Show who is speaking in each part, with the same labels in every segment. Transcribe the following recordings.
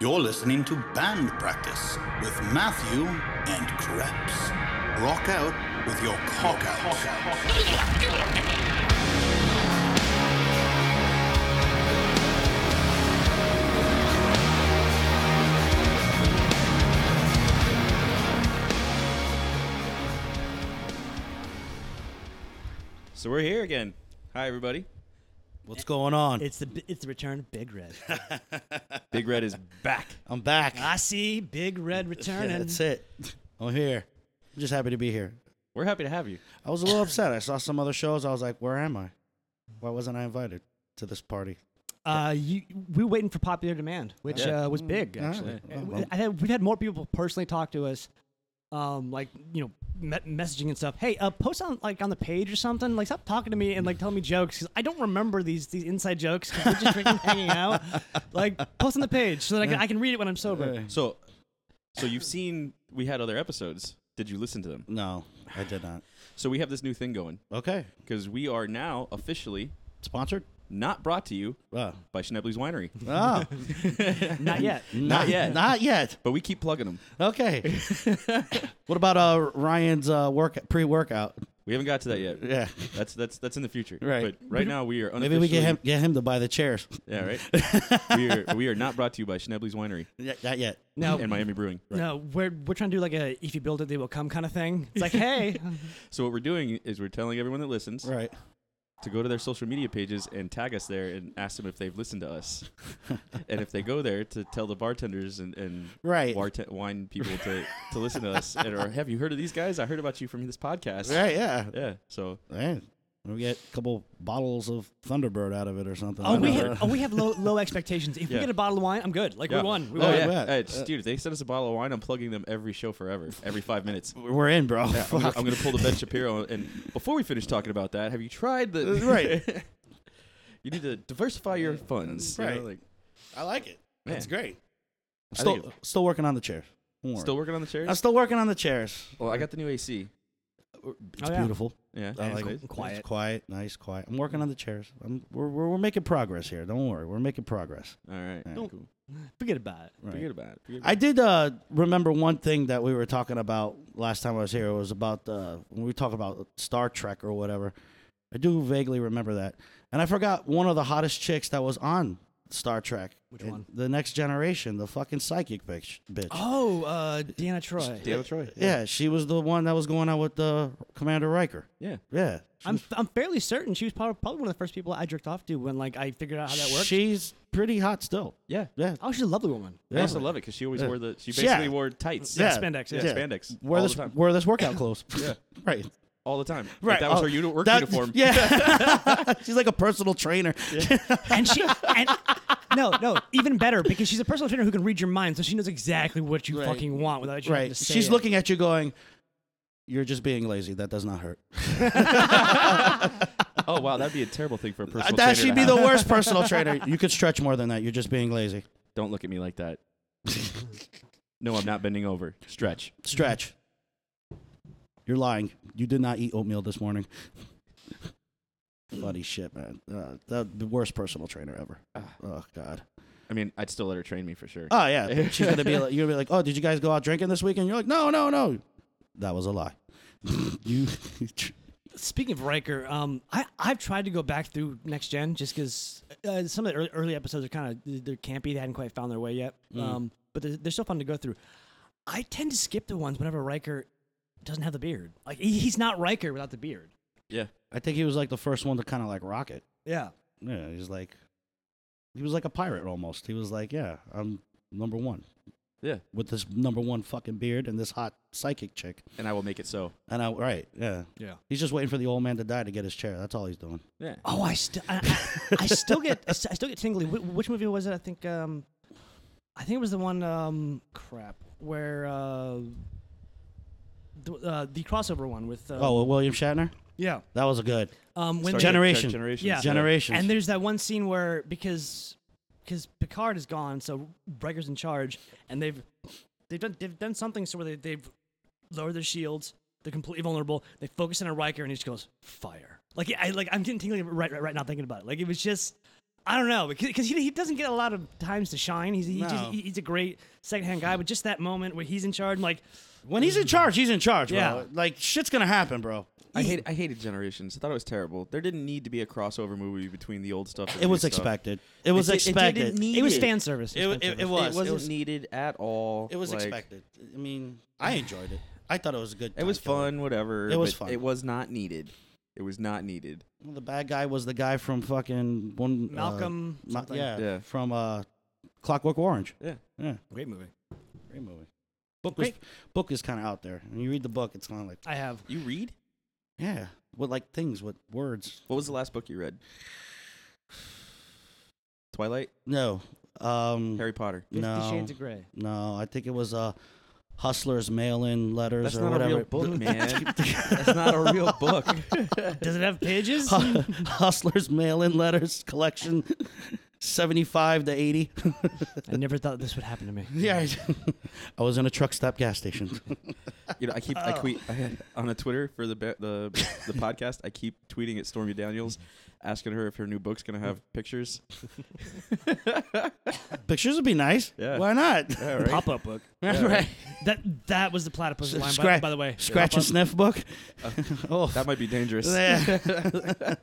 Speaker 1: You're listening to Band Practice with Matthew and Krebs. Rock out with your cock out.
Speaker 2: So we're here again. Hi, everybody.
Speaker 3: What's going on?
Speaker 4: It's the it's the return of Big Red.
Speaker 2: Big Red is back.
Speaker 3: I'm back.
Speaker 4: I see Big Red
Speaker 3: Yeah,
Speaker 4: returning.
Speaker 3: that's it. I'm here. I'm just happy to be here.
Speaker 2: We're happy to have you.
Speaker 3: I was a little upset. I saw some other shows. I was like, where am I? Why wasn't I invited to this party?
Speaker 4: Uh, you, we were waiting for popular demand, which
Speaker 2: Yeah.
Speaker 4: uh, was big
Speaker 3: Mm. All
Speaker 4: actually.
Speaker 3: right. Oh,
Speaker 4: We-
Speaker 3: well,
Speaker 4: I had, we've had more people personally talk to us, um, like you know, me- messaging and stuff. Hey, uh, post on like on the page or something. Like, stop talking to me and like tell me jokes 'cause I don't remember these these inside jokes. 'cause we're just drinking, hanging out. Like, post on the page so that I can, I can read it when I'm sober.
Speaker 2: So, so you've seen we had other episodes. Did you listen to them?
Speaker 3: No, I did not.
Speaker 2: So we have this new thing going
Speaker 3: Okay.
Speaker 2: because we are now officially
Speaker 3: Sponsored?
Speaker 2: not brought to you
Speaker 3: Oh.
Speaker 2: by Schnebley's Winery,
Speaker 3: Oh.
Speaker 4: Not yet.
Speaker 3: not
Speaker 2: yet.
Speaker 3: Not yet.
Speaker 2: but we keep plugging them.
Speaker 3: Okay. what about uh, Ryan's uh, work pre-workout?
Speaker 2: We haven't got to that yet.
Speaker 3: Yeah.
Speaker 2: That's that's that's in the future.
Speaker 3: Right.
Speaker 2: But right now we are
Speaker 3: Maybe we
Speaker 2: unofficially-
Speaker 3: get him get him to buy the chairs.
Speaker 2: Yeah. Right. we are we are not brought to you by Schnebley's Winery
Speaker 3: Yeah, not yet.
Speaker 4: No,
Speaker 2: and Miami Brewing.
Speaker 4: no, we're we're trying to do like a if you build it they will come kind of thing. It's like, hey,
Speaker 2: So what we're doing is we're telling everyone that listens
Speaker 3: Right.
Speaker 2: to go to their social media pages and tag us there and ask them if they've listened to us. and if they go there, to tell the bartenders and, and
Speaker 3: Right.
Speaker 2: warte- wine people to, to listen to us. And, or have you heard of these guys? I heard about you from this podcast.
Speaker 3: Right. Yeah.
Speaker 2: Yeah. So
Speaker 3: Hey, we get a couple bottles of Thunderbird out of it or something.
Speaker 4: Oh,
Speaker 3: I
Speaker 4: we
Speaker 3: don't
Speaker 4: have,
Speaker 3: know.
Speaker 4: oh, we have low, low expectations. If
Speaker 2: Yeah.
Speaker 4: we get a bottle of wine, I'm good. Like
Speaker 2: yeah.
Speaker 4: we won. We
Speaker 2: oh,
Speaker 4: won.
Speaker 2: yeah.
Speaker 3: Yeah.
Speaker 2: Uh, it's- dude, if they send us a bottle of wine, I'm plugging them every show forever, every five minutes.
Speaker 3: we're in, bro.
Speaker 2: I'm gonna-
Speaker 3: Fuck.
Speaker 2: I'm going to pull the Ben Shapiro. And before we finish talking about that, have you tried the.
Speaker 3: Uh, Right.
Speaker 2: you need to diversify your funds. you know,
Speaker 3: Right.
Speaker 2: like-
Speaker 3: I like it. That's great.
Speaker 2: I think
Speaker 3: Still, still working on the chairs. Don't worry.
Speaker 2: Still working on the chairs?
Speaker 3: I'm still working on the chairs.
Speaker 2: Well, I got the new AC.
Speaker 3: It's
Speaker 4: Oh, yeah.
Speaker 3: beautiful.
Speaker 2: Yeah.
Speaker 3: I
Speaker 2: it's
Speaker 3: like
Speaker 2: nice.
Speaker 3: it.
Speaker 4: Quiet.
Speaker 3: It's quiet, nice, quiet. I'm working on the chairs. I'm, we're, we're, we're making progress here. Don't worry. We're making progress.
Speaker 2: All right.
Speaker 3: Yeah.
Speaker 2: Don't
Speaker 4: Forget about it.
Speaker 3: Right.
Speaker 2: forget about it. Forget about
Speaker 3: I did uh, remember one thing that we were talking about last time I was here. It was about uh, when we talk about Star Trek or whatever. I do vaguely remember that, and I forgot one of the hottest chicks that was on Star Trek.
Speaker 4: Which
Speaker 3: in
Speaker 4: one?
Speaker 3: The Next Generation, the fucking psychic bitch. Bitch.
Speaker 4: Oh, uh, Deanna Troy.
Speaker 2: it. Dana Troy.
Speaker 3: yeah. she was the one that was going out with uh, Commander Riker.
Speaker 2: Yeah.
Speaker 3: Yeah,
Speaker 4: I'm I'm fairly certain she was probably, probably one of the first people I jerked off to when like I figured out how that works.
Speaker 3: She's pretty hot still.
Speaker 2: Yeah.
Speaker 3: Yeah,
Speaker 4: oh, she's a lovely woman.
Speaker 2: I also love it because she always wore the. She
Speaker 3: Yeah.
Speaker 2: basically wore tights.
Speaker 3: Yeah.
Speaker 4: spandex,
Speaker 2: Yeah.
Speaker 4: yeah.
Speaker 2: Spandex.
Speaker 3: wear
Speaker 2: all
Speaker 3: this
Speaker 2: the time.
Speaker 3: wear this workout clothes.
Speaker 2: Yeah.
Speaker 3: right.
Speaker 2: All the time. Like, that was
Speaker 3: Oh,
Speaker 2: her uni- work
Speaker 3: that-
Speaker 2: uniform.
Speaker 3: Yeah, she's like a personal trainer.
Speaker 4: And she and no, no, even better because she's a personal trainer who can read your mind, so she knows exactly what you
Speaker 3: Right.
Speaker 4: fucking want without you having
Speaker 3: Right.
Speaker 4: to say
Speaker 3: She's
Speaker 4: it.
Speaker 3: looking at you going, You're just being lazy. That does not hurt.
Speaker 2: Oh wow, that'd be a terrible thing for a personal trainer
Speaker 3: that
Speaker 2: to
Speaker 3: should be
Speaker 2: have.
Speaker 3: the worst personal trainer. You could stretch more than that. You're just being lazy.
Speaker 2: Don't look at me like that. no, I'm not bending over. Stretch.
Speaker 3: Stretch. You're lying. You did not eat oatmeal this morning. Funny shit, man. Uh, that, the worst personal trainer ever. Oh God.
Speaker 2: I mean, I'd still let her train me for sure.
Speaker 3: Oh yeah. but She's gonna be. Like, you're gonna be like, oh, did you guys go out drinking this weekend? You're like, no, no, no. That was a lie. you.
Speaker 4: Speaking of Riker, um, I I've tried to go back through Next Gen just because uh, some of the early, early episodes are kind of they're campy. They hadn't quite found their way yet, um, but they're, they're still fun to go through. I tend to skip the ones whenever Riker doesn't have the beard. Like he, he's not Riker without the beard.
Speaker 2: Yeah.
Speaker 3: I think he was like the first one to kind of like rock it.
Speaker 4: Yeah,
Speaker 3: Yeah, he's like, he was like a pirate almost. He was like, yeah, I'm number one
Speaker 2: Yeah.
Speaker 3: with this number one fucking beard and this hot psychic chick.
Speaker 2: And I will make it so.
Speaker 3: And I, right, yeah.
Speaker 4: yeah.
Speaker 3: He's just waiting for the old man to die to get his chair. That's all he's doing.
Speaker 2: Yeah.
Speaker 4: Oh, I still I, I, I still get I still get tingly. Wh- which movie was it? I think um, I think it was the one um, crap where uh, the uh, the crossover one with uh,
Speaker 3: oh, well, William Shatner?
Speaker 4: yeah
Speaker 3: That was a good.
Speaker 4: um when
Speaker 2: Stargate-
Speaker 3: Generation.
Speaker 2: Generation.
Speaker 4: Yeah.
Speaker 3: Generations.
Speaker 4: And there's that one scene where because because Picard is gone, so Riker's in charge, and they've they've done they've done something so where they, they've lowered their shields. They're completely vulnerable. They focus in on Riker, and he just goes fire. Like I like I'm getting tingling right right, right now thinking about it. Like it was just I don't know because he, he doesn't get a lot of times to shine. He's he
Speaker 3: No.
Speaker 4: just, he- he's a great secondhand guy, but just that moment where he's in charge, I'm like
Speaker 3: When he's in charge, he's in charge, bro.
Speaker 4: Yeah.
Speaker 3: Like shit's gonna happen, bro.
Speaker 2: I hate I hated Generations. I thought it was terrible. There didn't need to be a crossover movie between the old stuff. And the
Speaker 3: It
Speaker 2: new
Speaker 3: was
Speaker 2: stuff.
Speaker 3: expected. It was
Speaker 2: di-
Speaker 3: expected.
Speaker 2: It, didn't need
Speaker 4: it was fan service.
Speaker 3: It,
Speaker 4: was fan
Speaker 3: it, it
Speaker 2: It
Speaker 4: service.
Speaker 3: was.
Speaker 2: wasn't
Speaker 3: It was,
Speaker 2: needed at all.
Speaker 3: it was
Speaker 2: Like,
Speaker 3: expected. I mean, I enjoyed it. I thought it was a good.
Speaker 2: It was
Speaker 3: time killer.
Speaker 2: fun. Whatever.
Speaker 3: It was
Speaker 2: but
Speaker 3: fun.
Speaker 2: It was not needed. It was not needed.
Speaker 3: The bad guy was the guy from fucking one uh,
Speaker 4: Malcolm.
Speaker 3: Ma-
Speaker 4: something.
Speaker 3: yeah,
Speaker 2: Yeah.
Speaker 3: from uh, Clockwork Orange.
Speaker 2: Yeah.
Speaker 3: Yeah,
Speaker 4: great movie.
Speaker 3: great movie. Book was,
Speaker 4: Great.
Speaker 3: book is kind of out there. When you read the book, it's kind of like
Speaker 4: I have.
Speaker 2: You read?
Speaker 3: yeah, with like things with words.
Speaker 2: What was the last book you read? Twilight.
Speaker 3: No, um,
Speaker 2: Harry Potter.
Speaker 4: Fifty
Speaker 3: no,
Speaker 4: Shades of Grey.
Speaker 3: no. I think it was uh, Hustler's mail-in letters
Speaker 2: That's
Speaker 3: or
Speaker 2: not
Speaker 3: whatever.
Speaker 2: a real book, man. That's not a real book.
Speaker 4: Does it have pages?
Speaker 3: Hustler's mail-in letters collection, seventy-five to eighty.
Speaker 4: I never thought this would happen to me.
Speaker 3: yeah, I was in a truck stop gas station.
Speaker 2: You know, I keep I
Speaker 3: Oh.
Speaker 2: tweet I, on a Twitter for the ba- the the podcast. I keep tweeting at Stormy Daniels, asking her if her new book's gonna have pictures.
Speaker 3: Pictures would be nice.
Speaker 2: Yeah.
Speaker 3: Why not?
Speaker 2: Yeah, right?
Speaker 4: Pop up book.
Speaker 3: That's
Speaker 2: Yeah,
Speaker 3: right.
Speaker 4: That that was the platypus line. by,
Speaker 3: Scratch-
Speaker 4: by the way,
Speaker 3: Scratch and
Speaker 4: Pop-up.
Speaker 3: sniff book. oh,
Speaker 2: That might be dangerous.
Speaker 3: yeah.
Speaker 2: That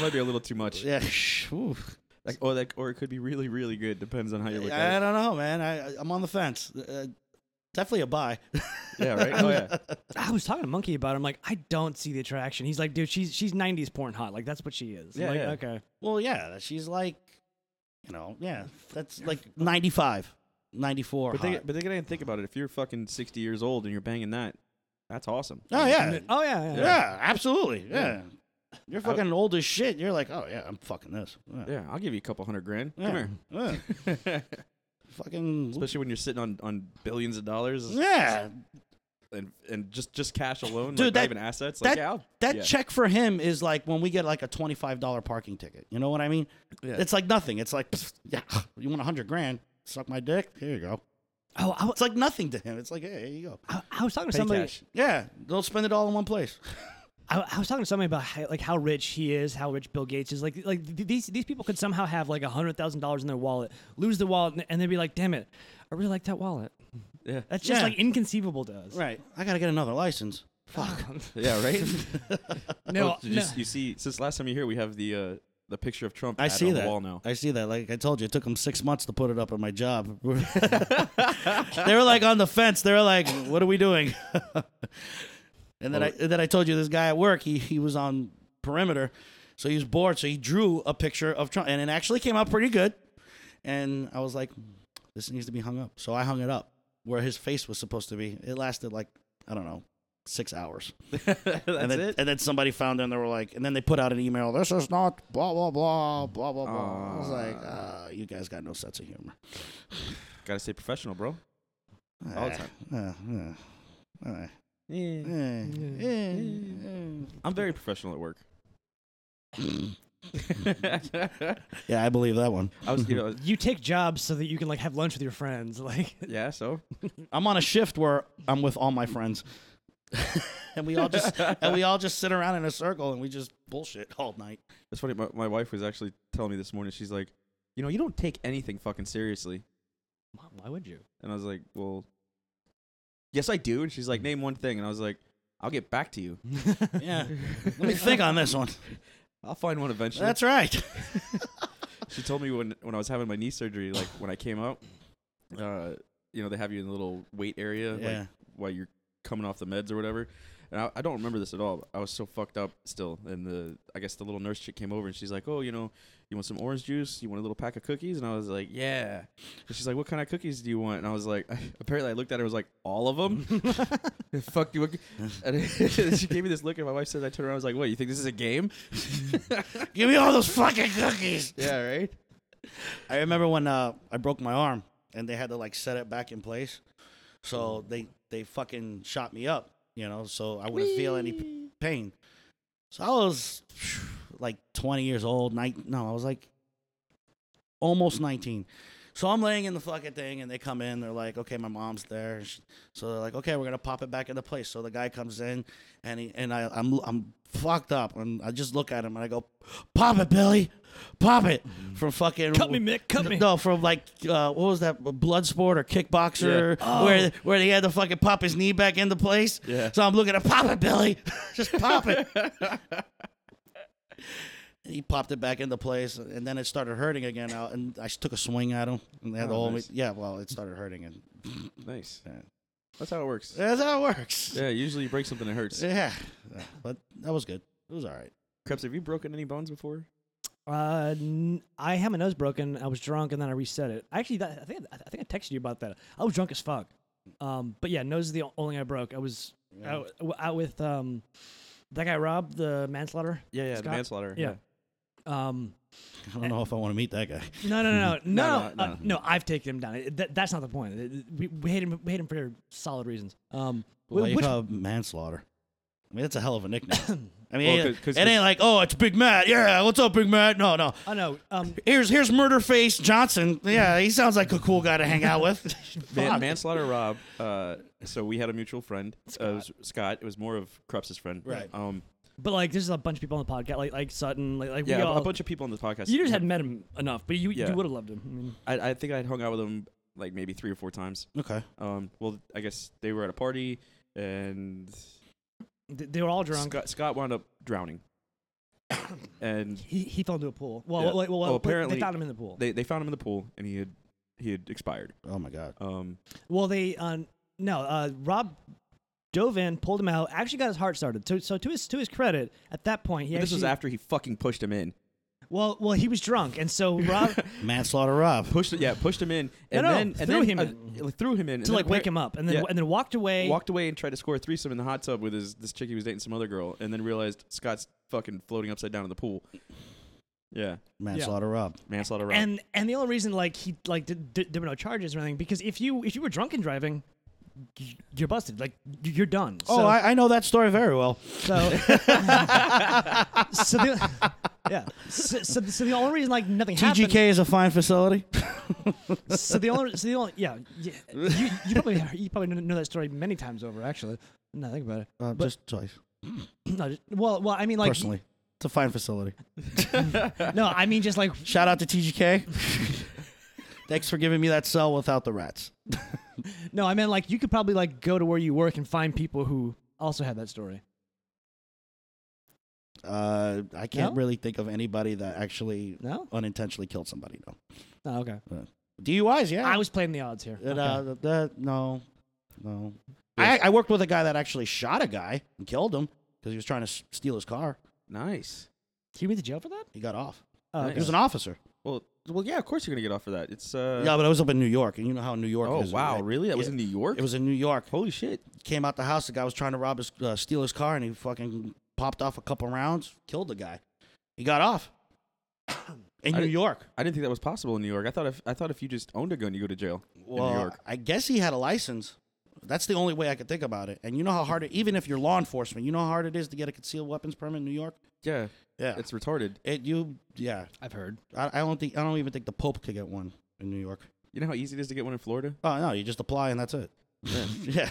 Speaker 2: might be a little too much.
Speaker 3: yeah. shh, ooh.
Speaker 2: Like, or like, or it could be really, really good. Depends on how you look
Speaker 3: I
Speaker 2: at it.
Speaker 3: don't know, man. I, I'm on the fence. Uh, definitely a buy.
Speaker 2: Yeah, right. Oh yeah.
Speaker 4: I was talking to Monkey about. it. I'm like, I don't see the attraction. He's like, dude, she's she's 90s porn hot. Like that's what she is. I'm
Speaker 2: Yeah,
Speaker 4: like,
Speaker 2: yeah.
Speaker 4: Okay.
Speaker 3: Well, yeah. She's like, you know, yeah. That's like 95, 94.
Speaker 2: But they,
Speaker 3: hot.
Speaker 2: but they didn't think about it. If you're fucking 60 years old and you're banging that, that's awesome.
Speaker 3: oh yeah.
Speaker 4: Oh yeah. yeah.
Speaker 3: Yeah. absolutely. Yeah. You're fucking old as shit. You're like, oh yeah, I'm fucking this. Yeah.
Speaker 2: Yeah, I'll give you a couple hundred grand.
Speaker 3: Yeah.
Speaker 2: Come here.
Speaker 3: fucking.
Speaker 2: Especially when you're sitting on, on billions of dollars
Speaker 3: yeah,
Speaker 2: and and just just cash alone,
Speaker 3: Dude,
Speaker 2: like
Speaker 3: that-
Speaker 2: not even assets. Like,
Speaker 3: that-
Speaker 2: yeah, I'll-
Speaker 3: that
Speaker 2: yeah.
Speaker 3: check for him is like when we get like a twenty-five dollar parking ticket. You know what I mean?
Speaker 2: Yeah.
Speaker 3: It's like nothing. It's like, pfft, yeah, you want a hundred grand? Suck my dick. Here you go.
Speaker 4: Oh, I,
Speaker 3: It's like nothing to him. It's like, hey, here you go.
Speaker 4: I, I was talking to
Speaker 2: Petty
Speaker 4: somebody.
Speaker 2: cash.
Speaker 3: Yeah, don't spend it all in one place.
Speaker 4: I, I was talking to somebody about how, like how rich he is, how rich Bill Gates is. Like like th- these these people could somehow have like hundred thousand dollars in their wallet, lose the wallet, and- and they'd be like, damn it, I really like that wallet.
Speaker 2: Yeah.
Speaker 4: That's just
Speaker 3: Yeah.
Speaker 4: like inconceivable to us.
Speaker 3: Right. I gotta get another license.
Speaker 4: Fuck.
Speaker 2: Yeah, right.
Speaker 4: no.
Speaker 2: Oh, you,
Speaker 4: no.
Speaker 2: you see, since last time you here, we have the uh, the picture of Trump.
Speaker 3: I
Speaker 2: ad
Speaker 3: see
Speaker 2: on
Speaker 3: that.
Speaker 2: the wall now.
Speaker 3: I see that. Like I told you, it took them six months to put it up at my job. they were like on the fence. They were like, "What are we doing?" and then I and then I told you this guy at work. He he was on perimeter, so he was bored. So he drew a picture of Trump, and it actually came out pretty good. And I was like, "This needs to be hung up." So I hung it up where his face was supposed to be. It lasted like I don't know. Six hours,
Speaker 2: That's
Speaker 3: and then
Speaker 2: it.
Speaker 3: and then somebody found it, and they were like, and then they put out an email. This is not blah blah blah blah blah blah. I was like, uh, you guys got no sense of humor.
Speaker 2: Gotta stay professional, bro. All the time.
Speaker 3: Uh, uh, uh, eh, eh,
Speaker 2: I'm very professional at work.
Speaker 3: eh. Yeah, I believe that one.
Speaker 2: I was, you know,
Speaker 4: You take jobs so that you can like have lunch with your friends. Like
Speaker 2: yeah. So
Speaker 3: I'm on a shift where I'm with all my friends, and we all just and we all just sit around in a circle and we just bullshit all night.
Speaker 2: It's funny. My, my wife was actually telling me this morning. She's like, you know, you don't take anything fucking seriously.
Speaker 4: Mom, why would you?
Speaker 2: And I was like, well, yes, I do. And she's like, name one thing. And I was like, I'll get back to you.
Speaker 3: Yeah, let me think on this one.
Speaker 2: I'll find one eventually.
Speaker 3: That's right.
Speaker 2: she told me when when I was having my knee surgery, like when I came out, uh, you know, they have you in the little wait area,
Speaker 3: Yeah.
Speaker 2: like while you're coming off the meds or whatever. And I, I don't remember this at all. but I was so fucked up still. And the I guess the little nurse chick came over and she's like, "Oh, you know, you want some orange juice? You want a little pack of cookies?" And I was like, "Yeah." And she's like, "What kind of cookies do you want?" And I was like, apparently I looked at her and was like, "All of them." Fuck you. And she gave me this look, and my wife said, "I turned around, I was like, what? You think this is a game?"
Speaker 3: Give me all those fucking cookies.
Speaker 2: Yeah, right.
Speaker 3: I remember when uh, I broke my arm and they had to like set it back in place. So they they fucking shot me up, you know, so I wouldn't feel any p- pain. So I was like 20 years old, nine, no, I was like almost 19. So I'm laying in the fucking thing, and they come in. They're like, "Okay, my mom's there." And sh- So they're like, "Okay, we're gonna pop it back into place." So the guy comes in, and he and I, I'm I'm fucked up, and I just look at him and I go, "Pop it, Billy, pop it!" From fucking
Speaker 4: Cut me, Mick, cut me.
Speaker 3: No, from like uh, what was that? Bloodsport or kickboxer, where where he had to fucking pop his knee back into place.
Speaker 2: Yeah.
Speaker 3: So I'm looking at pop it, Billy, just pop it. And he popped it back into place, and then it started hurting again. Out and I took a swing at him, and they had
Speaker 2: Oh,
Speaker 3: the whole
Speaker 2: nice.
Speaker 3: yeah. Well, it started hurting, and
Speaker 2: Nice.
Speaker 3: Yeah.
Speaker 2: That's how it works.
Speaker 3: that's how it works.
Speaker 2: Yeah, usually you break something that hurts.
Speaker 3: Yeah, but that was good. It was all right.
Speaker 2: Krebs, have you broken any bones before?
Speaker 4: Uh, n- I had my nose broken. I was drunk, and then I reset it. Actually, that, I think I think I texted you about that. I was drunk as fuck. Um, but yeah, nose is the only thing I broke. I was out, w- out with um, that guy Rob, the manslaughter.
Speaker 2: Yeah, yeah, the
Speaker 4: Scott?
Speaker 2: manslaughter.
Speaker 4: Yeah. Um,
Speaker 3: I don't know if I want to meet that guy.
Speaker 4: no, no, no, no,
Speaker 2: No,
Speaker 4: no, no,
Speaker 2: no,
Speaker 4: uh, no. I've taken him down. It- that- that's not the point. It- it- We, we hate him. We hate him for solid reasons. Um, wh-
Speaker 3: Well, you
Speaker 4: which-
Speaker 3: call it uh, manslaughter. I mean, that's a hell of a nickname. I mean,
Speaker 2: Well,
Speaker 3: it-
Speaker 2: 'cause- 'cause-
Speaker 3: it ain't like, oh, it's Big Matt. Yeah, what's up, Big Matt? No, no.
Speaker 4: I know. Um,
Speaker 3: Here's here's Murderface Johnson. Yeah, he sounds like a cool guy to hang out with.
Speaker 2: Man,
Speaker 3: Fuck.
Speaker 2: manslaughter Rob. Uh, so we had a mutual friend, Scott. Uh, it was Scott. It was more of Krebs's friend.
Speaker 3: Right.
Speaker 2: Um,
Speaker 4: but like, there's a bunch of people on the podcast, like like Sutton, like, like
Speaker 2: yeah,
Speaker 4: we
Speaker 2: a-
Speaker 4: all,
Speaker 2: a bunch of people on the podcast.
Speaker 4: You just hadn't met him enough, but you
Speaker 2: Yeah.
Speaker 4: you would have loved him. I mean,
Speaker 2: I, I think I'd hung out with him like maybe three or four times.
Speaker 3: Okay.
Speaker 2: Um, well, I guess they were at a party and
Speaker 4: th- they were all drunk.
Speaker 2: Scott, Scott wound up drowning. and
Speaker 4: He, he fell into a pool. Well,
Speaker 2: Yeah.
Speaker 4: well, well,
Speaker 2: Well,
Speaker 4: well,
Speaker 2: apparently-
Speaker 4: they found him in the pool.
Speaker 2: they, they found him in the pool and he had he had expired.
Speaker 3: Oh my God.
Speaker 2: Um,
Speaker 4: well, they uh, no. Uh, Rob dove in, pulled him out. Actually, got his heart started. So, so to his to his credit, at that point, he
Speaker 2: and this was
Speaker 4: actually-
Speaker 2: after he fucking pushed him in.
Speaker 4: well, well, he was drunk, and so Rob
Speaker 3: Manslaughter Rob.
Speaker 2: Pushed yeah, pushed him in and
Speaker 4: no,
Speaker 2: then and
Speaker 4: threw
Speaker 2: then
Speaker 4: him
Speaker 2: uh,
Speaker 4: in.
Speaker 2: like, threw him in
Speaker 4: to like wake him up, and then
Speaker 2: yeah.
Speaker 4: and then walked away.
Speaker 2: Walked away and tried to score a threesome in the hot tub with his this chick he was dating some other girl and then realized Scott's fucking floating upside down in the pool. Yeah,
Speaker 3: Manslaughter Rob.
Speaker 2: manslaughter. Rob.
Speaker 4: and and the only reason like he like did, did, there were no charges or anything because if you if you were drunk and driving, y- you're busted. Like y- you're done.
Speaker 3: Oh,
Speaker 4: So-
Speaker 3: I, I know that story very well.
Speaker 4: So, so the, yeah. So, so, so the only reason like nothing happened.
Speaker 3: TGK is a fine facility.
Speaker 4: So the only, so the only, yeah. yeah you, you probably you probably know that story many times over. Actually, now that I think about it.
Speaker 3: Uh,
Speaker 4: But-
Speaker 3: just twice,
Speaker 4: No, just- well, well, I mean like
Speaker 3: personally. It's a fine facility.
Speaker 4: no, I mean just like
Speaker 3: Shout out to TGK. Thanks for giving me that cell without the rats.
Speaker 4: no, I mean like you could probably like go to where you work and find people who also have that story.
Speaker 3: Uh, I can't
Speaker 4: No?
Speaker 3: really think of anybody that actually
Speaker 4: No,
Speaker 3: unintentionally killed somebody. No.
Speaker 4: oh, okay.
Speaker 3: DUIs, yeah.
Speaker 4: I was playing the odds here.
Speaker 3: Uh,
Speaker 4: Okay.
Speaker 3: uh, that- no, no. I, I worked with a guy that actually shot a guy and killed him because he was trying to s- steal his car.
Speaker 2: nice.
Speaker 4: he went to jail for that.
Speaker 3: He got off.
Speaker 4: Oh,
Speaker 3: He was
Speaker 4: okay.
Speaker 3: an officer.
Speaker 2: Well, well, yeah. Of course you're gonna get off for that. It's uh.
Speaker 3: yeah, but I was up in New York, and you know how New York
Speaker 2: Oh
Speaker 3: is.
Speaker 2: wow,
Speaker 3: right?
Speaker 2: really? That was
Speaker 3: Yeah.
Speaker 2: in New York.
Speaker 3: It was in New York.
Speaker 2: holy shit.
Speaker 3: Came out the house. The guy was trying to rob his, uh, steal his car, and he fucking popped off a couple rounds, killed the guy. He got off in
Speaker 2: I
Speaker 3: New
Speaker 2: didn't-
Speaker 3: York.
Speaker 2: I didn't think that was possible in New York. I thought if I thought if you just owned a gun, you go to jail
Speaker 3: Well,
Speaker 2: in New York.
Speaker 3: I guess he had a license. That's the only way I could think about it. And you know how hard it, even if you're law enforcement, you know how hard it is to get a concealed weapons permit in New York.
Speaker 2: Yeah,
Speaker 3: Yeah,
Speaker 2: it's retarded.
Speaker 3: It you yeah.
Speaker 4: I've heard.
Speaker 3: I, I don't think I don't even think the Pope could get one in New York.
Speaker 2: You know how easy it is to get one in Florida.
Speaker 3: Oh no, you just apply and that's it.
Speaker 2: Yeah.
Speaker 3: yeah.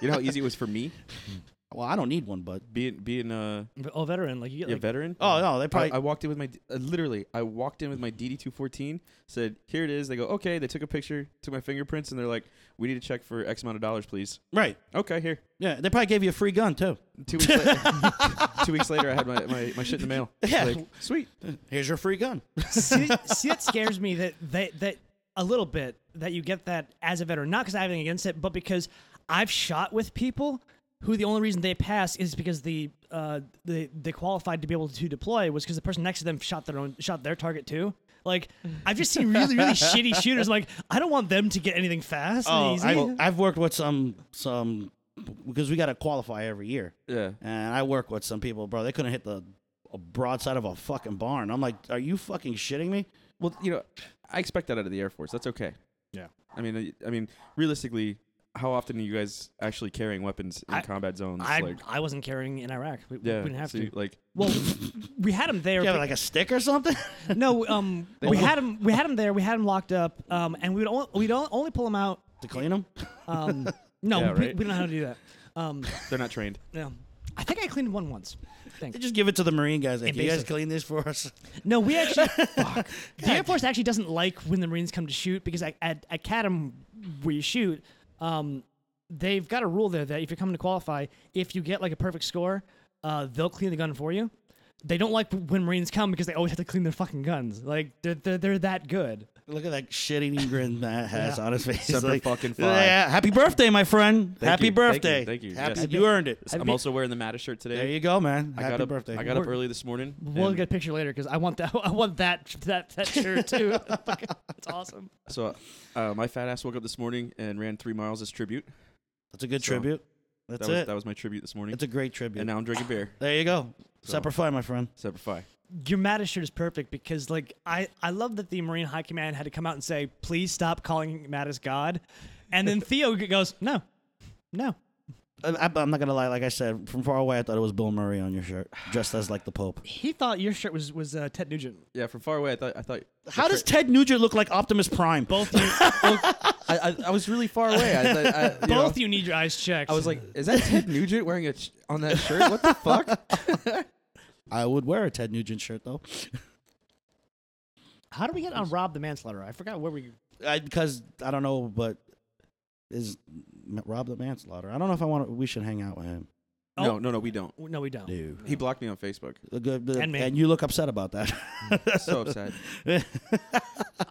Speaker 2: you know how easy it was for me
Speaker 3: well, I don't need one, but
Speaker 2: being being a,
Speaker 4: Oh, veteran. Like you get
Speaker 2: a
Speaker 4: like,
Speaker 2: veteran.
Speaker 3: oh no, they
Speaker 2: I,
Speaker 3: probably
Speaker 2: I walked in with my d- uh, literally. I walked in with my DD two fourteen. Said, "Here it is." They go, "Okay." They took a picture, took my fingerprints, and they're like, "We need to check for X amount of dollars, please."
Speaker 3: right.
Speaker 2: Okay, here.
Speaker 3: Yeah, they probably gave you a free gun too.
Speaker 2: Two weeks later, two weeks later, I had my, my, my shit in the mail.
Speaker 3: Yeah.
Speaker 2: Like, sweet.
Speaker 3: Here's your free gun.
Speaker 4: see, see, that scares me that that that a little bit that you get that as a veteran, not because I have anything against it, but because I've shot with people who the only reason they passed is because the uh the they qualified to be able to deploy was because the person next to them shot their own shot their target too. Like I've just seen really really shitty shooters. Like I don't want them to get anything fast
Speaker 2: Oh,
Speaker 4: and easy.
Speaker 3: I, Oh, I've worked with some some because we got to qualify every year,
Speaker 2: Yeah.
Speaker 3: and I work with some people, bro. They couldn't hit the a broadside of a fucking barn. I'm like, are you fucking shitting me?
Speaker 2: Well, you know, I expect that out of the Air Force. That's okay.
Speaker 4: Yeah.
Speaker 2: I mean, I- I mean, realistically, how often are you guys actually carrying weapons in
Speaker 4: I-
Speaker 2: combat zones?
Speaker 4: I
Speaker 2: like,
Speaker 4: I wasn't carrying in Iraq. We, we
Speaker 2: yeah,
Speaker 4: didn't have
Speaker 2: see,
Speaker 4: to.
Speaker 2: like
Speaker 4: Well, we had him there.
Speaker 3: You have
Speaker 4: but-
Speaker 3: like a stick or something?
Speaker 4: no, um, we had him. We had him there. We had him locked up. Um, and we would only, we'd on- only pull him out.
Speaker 3: to clean them?
Speaker 4: Um, no,
Speaker 2: Yeah,
Speaker 4: we,
Speaker 2: right.
Speaker 4: we don't know how to do that. Um,
Speaker 2: they're not trained.
Speaker 4: yeah. I think I cleaned one once. I think.
Speaker 3: They just give it to the Marine guys. Like,
Speaker 4: And
Speaker 3: Can you guys
Speaker 4: basic-
Speaker 3: clean this for us?
Speaker 4: No, we actually. fuck. The Air Force actually doesn't like when the Marines come to shoot because at, at, at CADM, where you shoot, um, they've got a rule there that if you're coming to qualify, if you get like a perfect score, uh, they'll clean the gun for you. They don't like when Marines come because they always have to clean their fucking guns. Like, they're, they're, they're that good.
Speaker 3: Look at that shit eating grin Matt has
Speaker 4: Yeah.
Speaker 3: on his face.
Speaker 2: Semper
Speaker 3: like,
Speaker 2: fucking Fi.
Speaker 3: yeah, happy birthday, my friend.
Speaker 2: Thank
Speaker 3: happy
Speaker 2: you, thank you,
Speaker 3: birthday.
Speaker 2: thank you,
Speaker 3: Happy
Speaker 2: yes.
Speaker 3: you earned it.
Speaker 2: I'm also wearing the Matta shirt today.
Speaker 3: There you go, man.
Speaker 2: I
Speaker 3: happy
Speaker 2: got up,
Speaker 3: birthday.
Speaker 2: I got up
Speaker 4: We're-
Speaker 2: early this morning.
Speaker 4: We'll
Speaker 2: and
Speaker 4: get a picture later because I want that. I want that that, that shirt too. Fucking- It's awesome.
Speaker 2: So, uh, my fat ass woke up this morning and ran three miles as tribute.
Speaker 3: That's a good
Speaker 2: So,
Speaker 3: tribute. That's
Speaker 2: that was
Speaker 3: it.
Speaker 2: that was my tribute this morning.
Speaker 3: That's a great tribute.
Speaker 2: and now I'm drinking beer.
Speaker 3: there you go.
Speaker 2: So-
Speaker 3: Semper Fi, my friend.
Speaker 2: Semper Fi.
Speaker 4: Your Mattis shirt is perfect because, like, I, I love that the Marine High Command had to come out and say, please stop calling Mattis God. And then Theo g- goes, no, no.
Speaker 3: I, I, I'm not gonna lie. Like I said, from far away, I thought it was Bill Murray on your shirt, dressed as like the Pope.
Speaker 4: He thought your shirt was, was uh, Ted Nugent.
Speaker 2: Yeah, from far away, I thought I thought.
Speaker 3: How does Ted Nugent look like Optimus Prime? Both.
Speaker 2: I, I, I was really far away. I, I, I, you know,
Speaker 4: Both you need your eyes checked.
Speaker 2: I was like, is that Ted Nugent wearing a ch- on that shirt? What the fuck?
Speaker 3: I would wear a Ted Nugent shirt though,
Speaker 4: how do we get on Rob the Manslaughter? I forgot where we.
Speaker 3: because I, don't know, but is M- Rob the manslaughter? I don't know if I want. to We should hang out with him.
Speaker 4: Oh.
Speaker 2: No, no, no, we don't.
Speaker 4: No, we don't.
Speaker 3: Dude.
Speaker 2: He blocked me on Facebook.
Speaker 3: The good, the-
Speaker 4: And
Speaker 3: and,
Speaker 4: me.
Speaker 3: you look upset about that.
Speaker 2: So upset.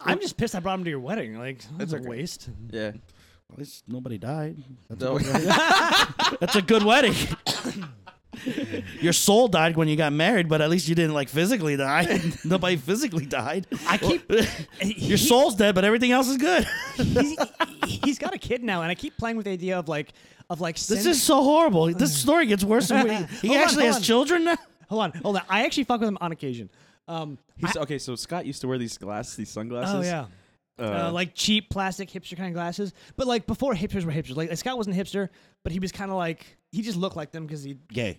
Speaker 4: I'm just pissed I brought him to your wedding. Like,
Speaker 2: It's
Speaker 4: that's a
Speaker 2: okay.
Speaker 4: waste.
Speaker 2: Yeah.
Speaker 3: At least nobody died. That's,
Speaker 2: No.
Speaker 3: a, good, that's a good wedding. Your soul died when you got married, but at least you didn't like physically die. nobody physically died.
Speaker 4: I keep.
Speaker 3: Your soul's dead, but everything else is good.
Speaker 4: he's, he's got a kid now, and I keep playing with the idea of like, of like.
Speaker 3: This
Speaker 4: send-
Speaker 3: is so horrible. This story gets worse and worse. He
Speaker 4: Hold on,
Speaker 3: actually
Speaker 4: hold
Speaker 3: has
Speaker 4: on.
Speaker 3: children now.
Speaker 4: Hold on, hold on. I actually fuck with him on occasion. Um,
Speaker 2: He's, okay, so Scott used to wear these glasses, these sunglasses.
Speaker 4: oh yeah, uh, like cheap plastic hipster kind of glasses. But like before hipsters were hipsters. Like Scott wasn't a hipster, but he was kind of like he just looked like them because he.
Speaker 3: Gay.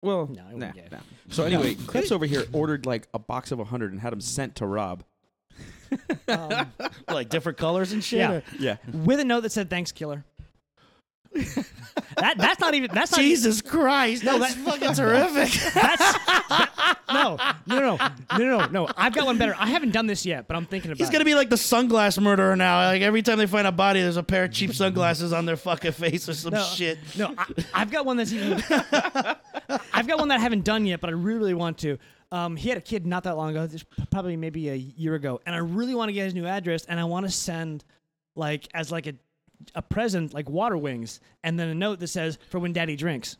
Speaker 2: well,
Speaker 4: No, I wouldn't
Speaker 2: nah,
Speaker 4: get it.
Speaker 2: nah. So anyway, Clips over here ordered like a box of 100 and had them sent to Rob.
Speaker 4: Um,
Speaker 3: Like different colors and shit.
Speaker 4: Yeah.
Speaker 3: or-
Speaker 2: Yeah.
Speaker 4: with a note that said "Thanks, killer." that that's not even that's not even-
Speaker 3: Jesus Christ. No, that's fucking terrific.
Speaker 4: that's that- no, no no no no no no. I've got one better. I haven't done this yet, but I'm thinking about.
Speaker 3: He's
Speaker 4: it.
Speaker 3: gonna be like the sunglass murderer now. Like every time they find a body, there's a pair of cheap sunglasses on their fucking face or some
Speaker 4: no,
Speaker 3: shit.
Speaker 4: No, I, I've got one that's even. I've got one that I haven't done yet, but I really, really want to. Um, he had a kid not that long ago, this- probably maybe a year ago, and I really want to get his new address, and I want to send, like, as like a, a present, like water wings, and then a note that says for when Daddy drinks.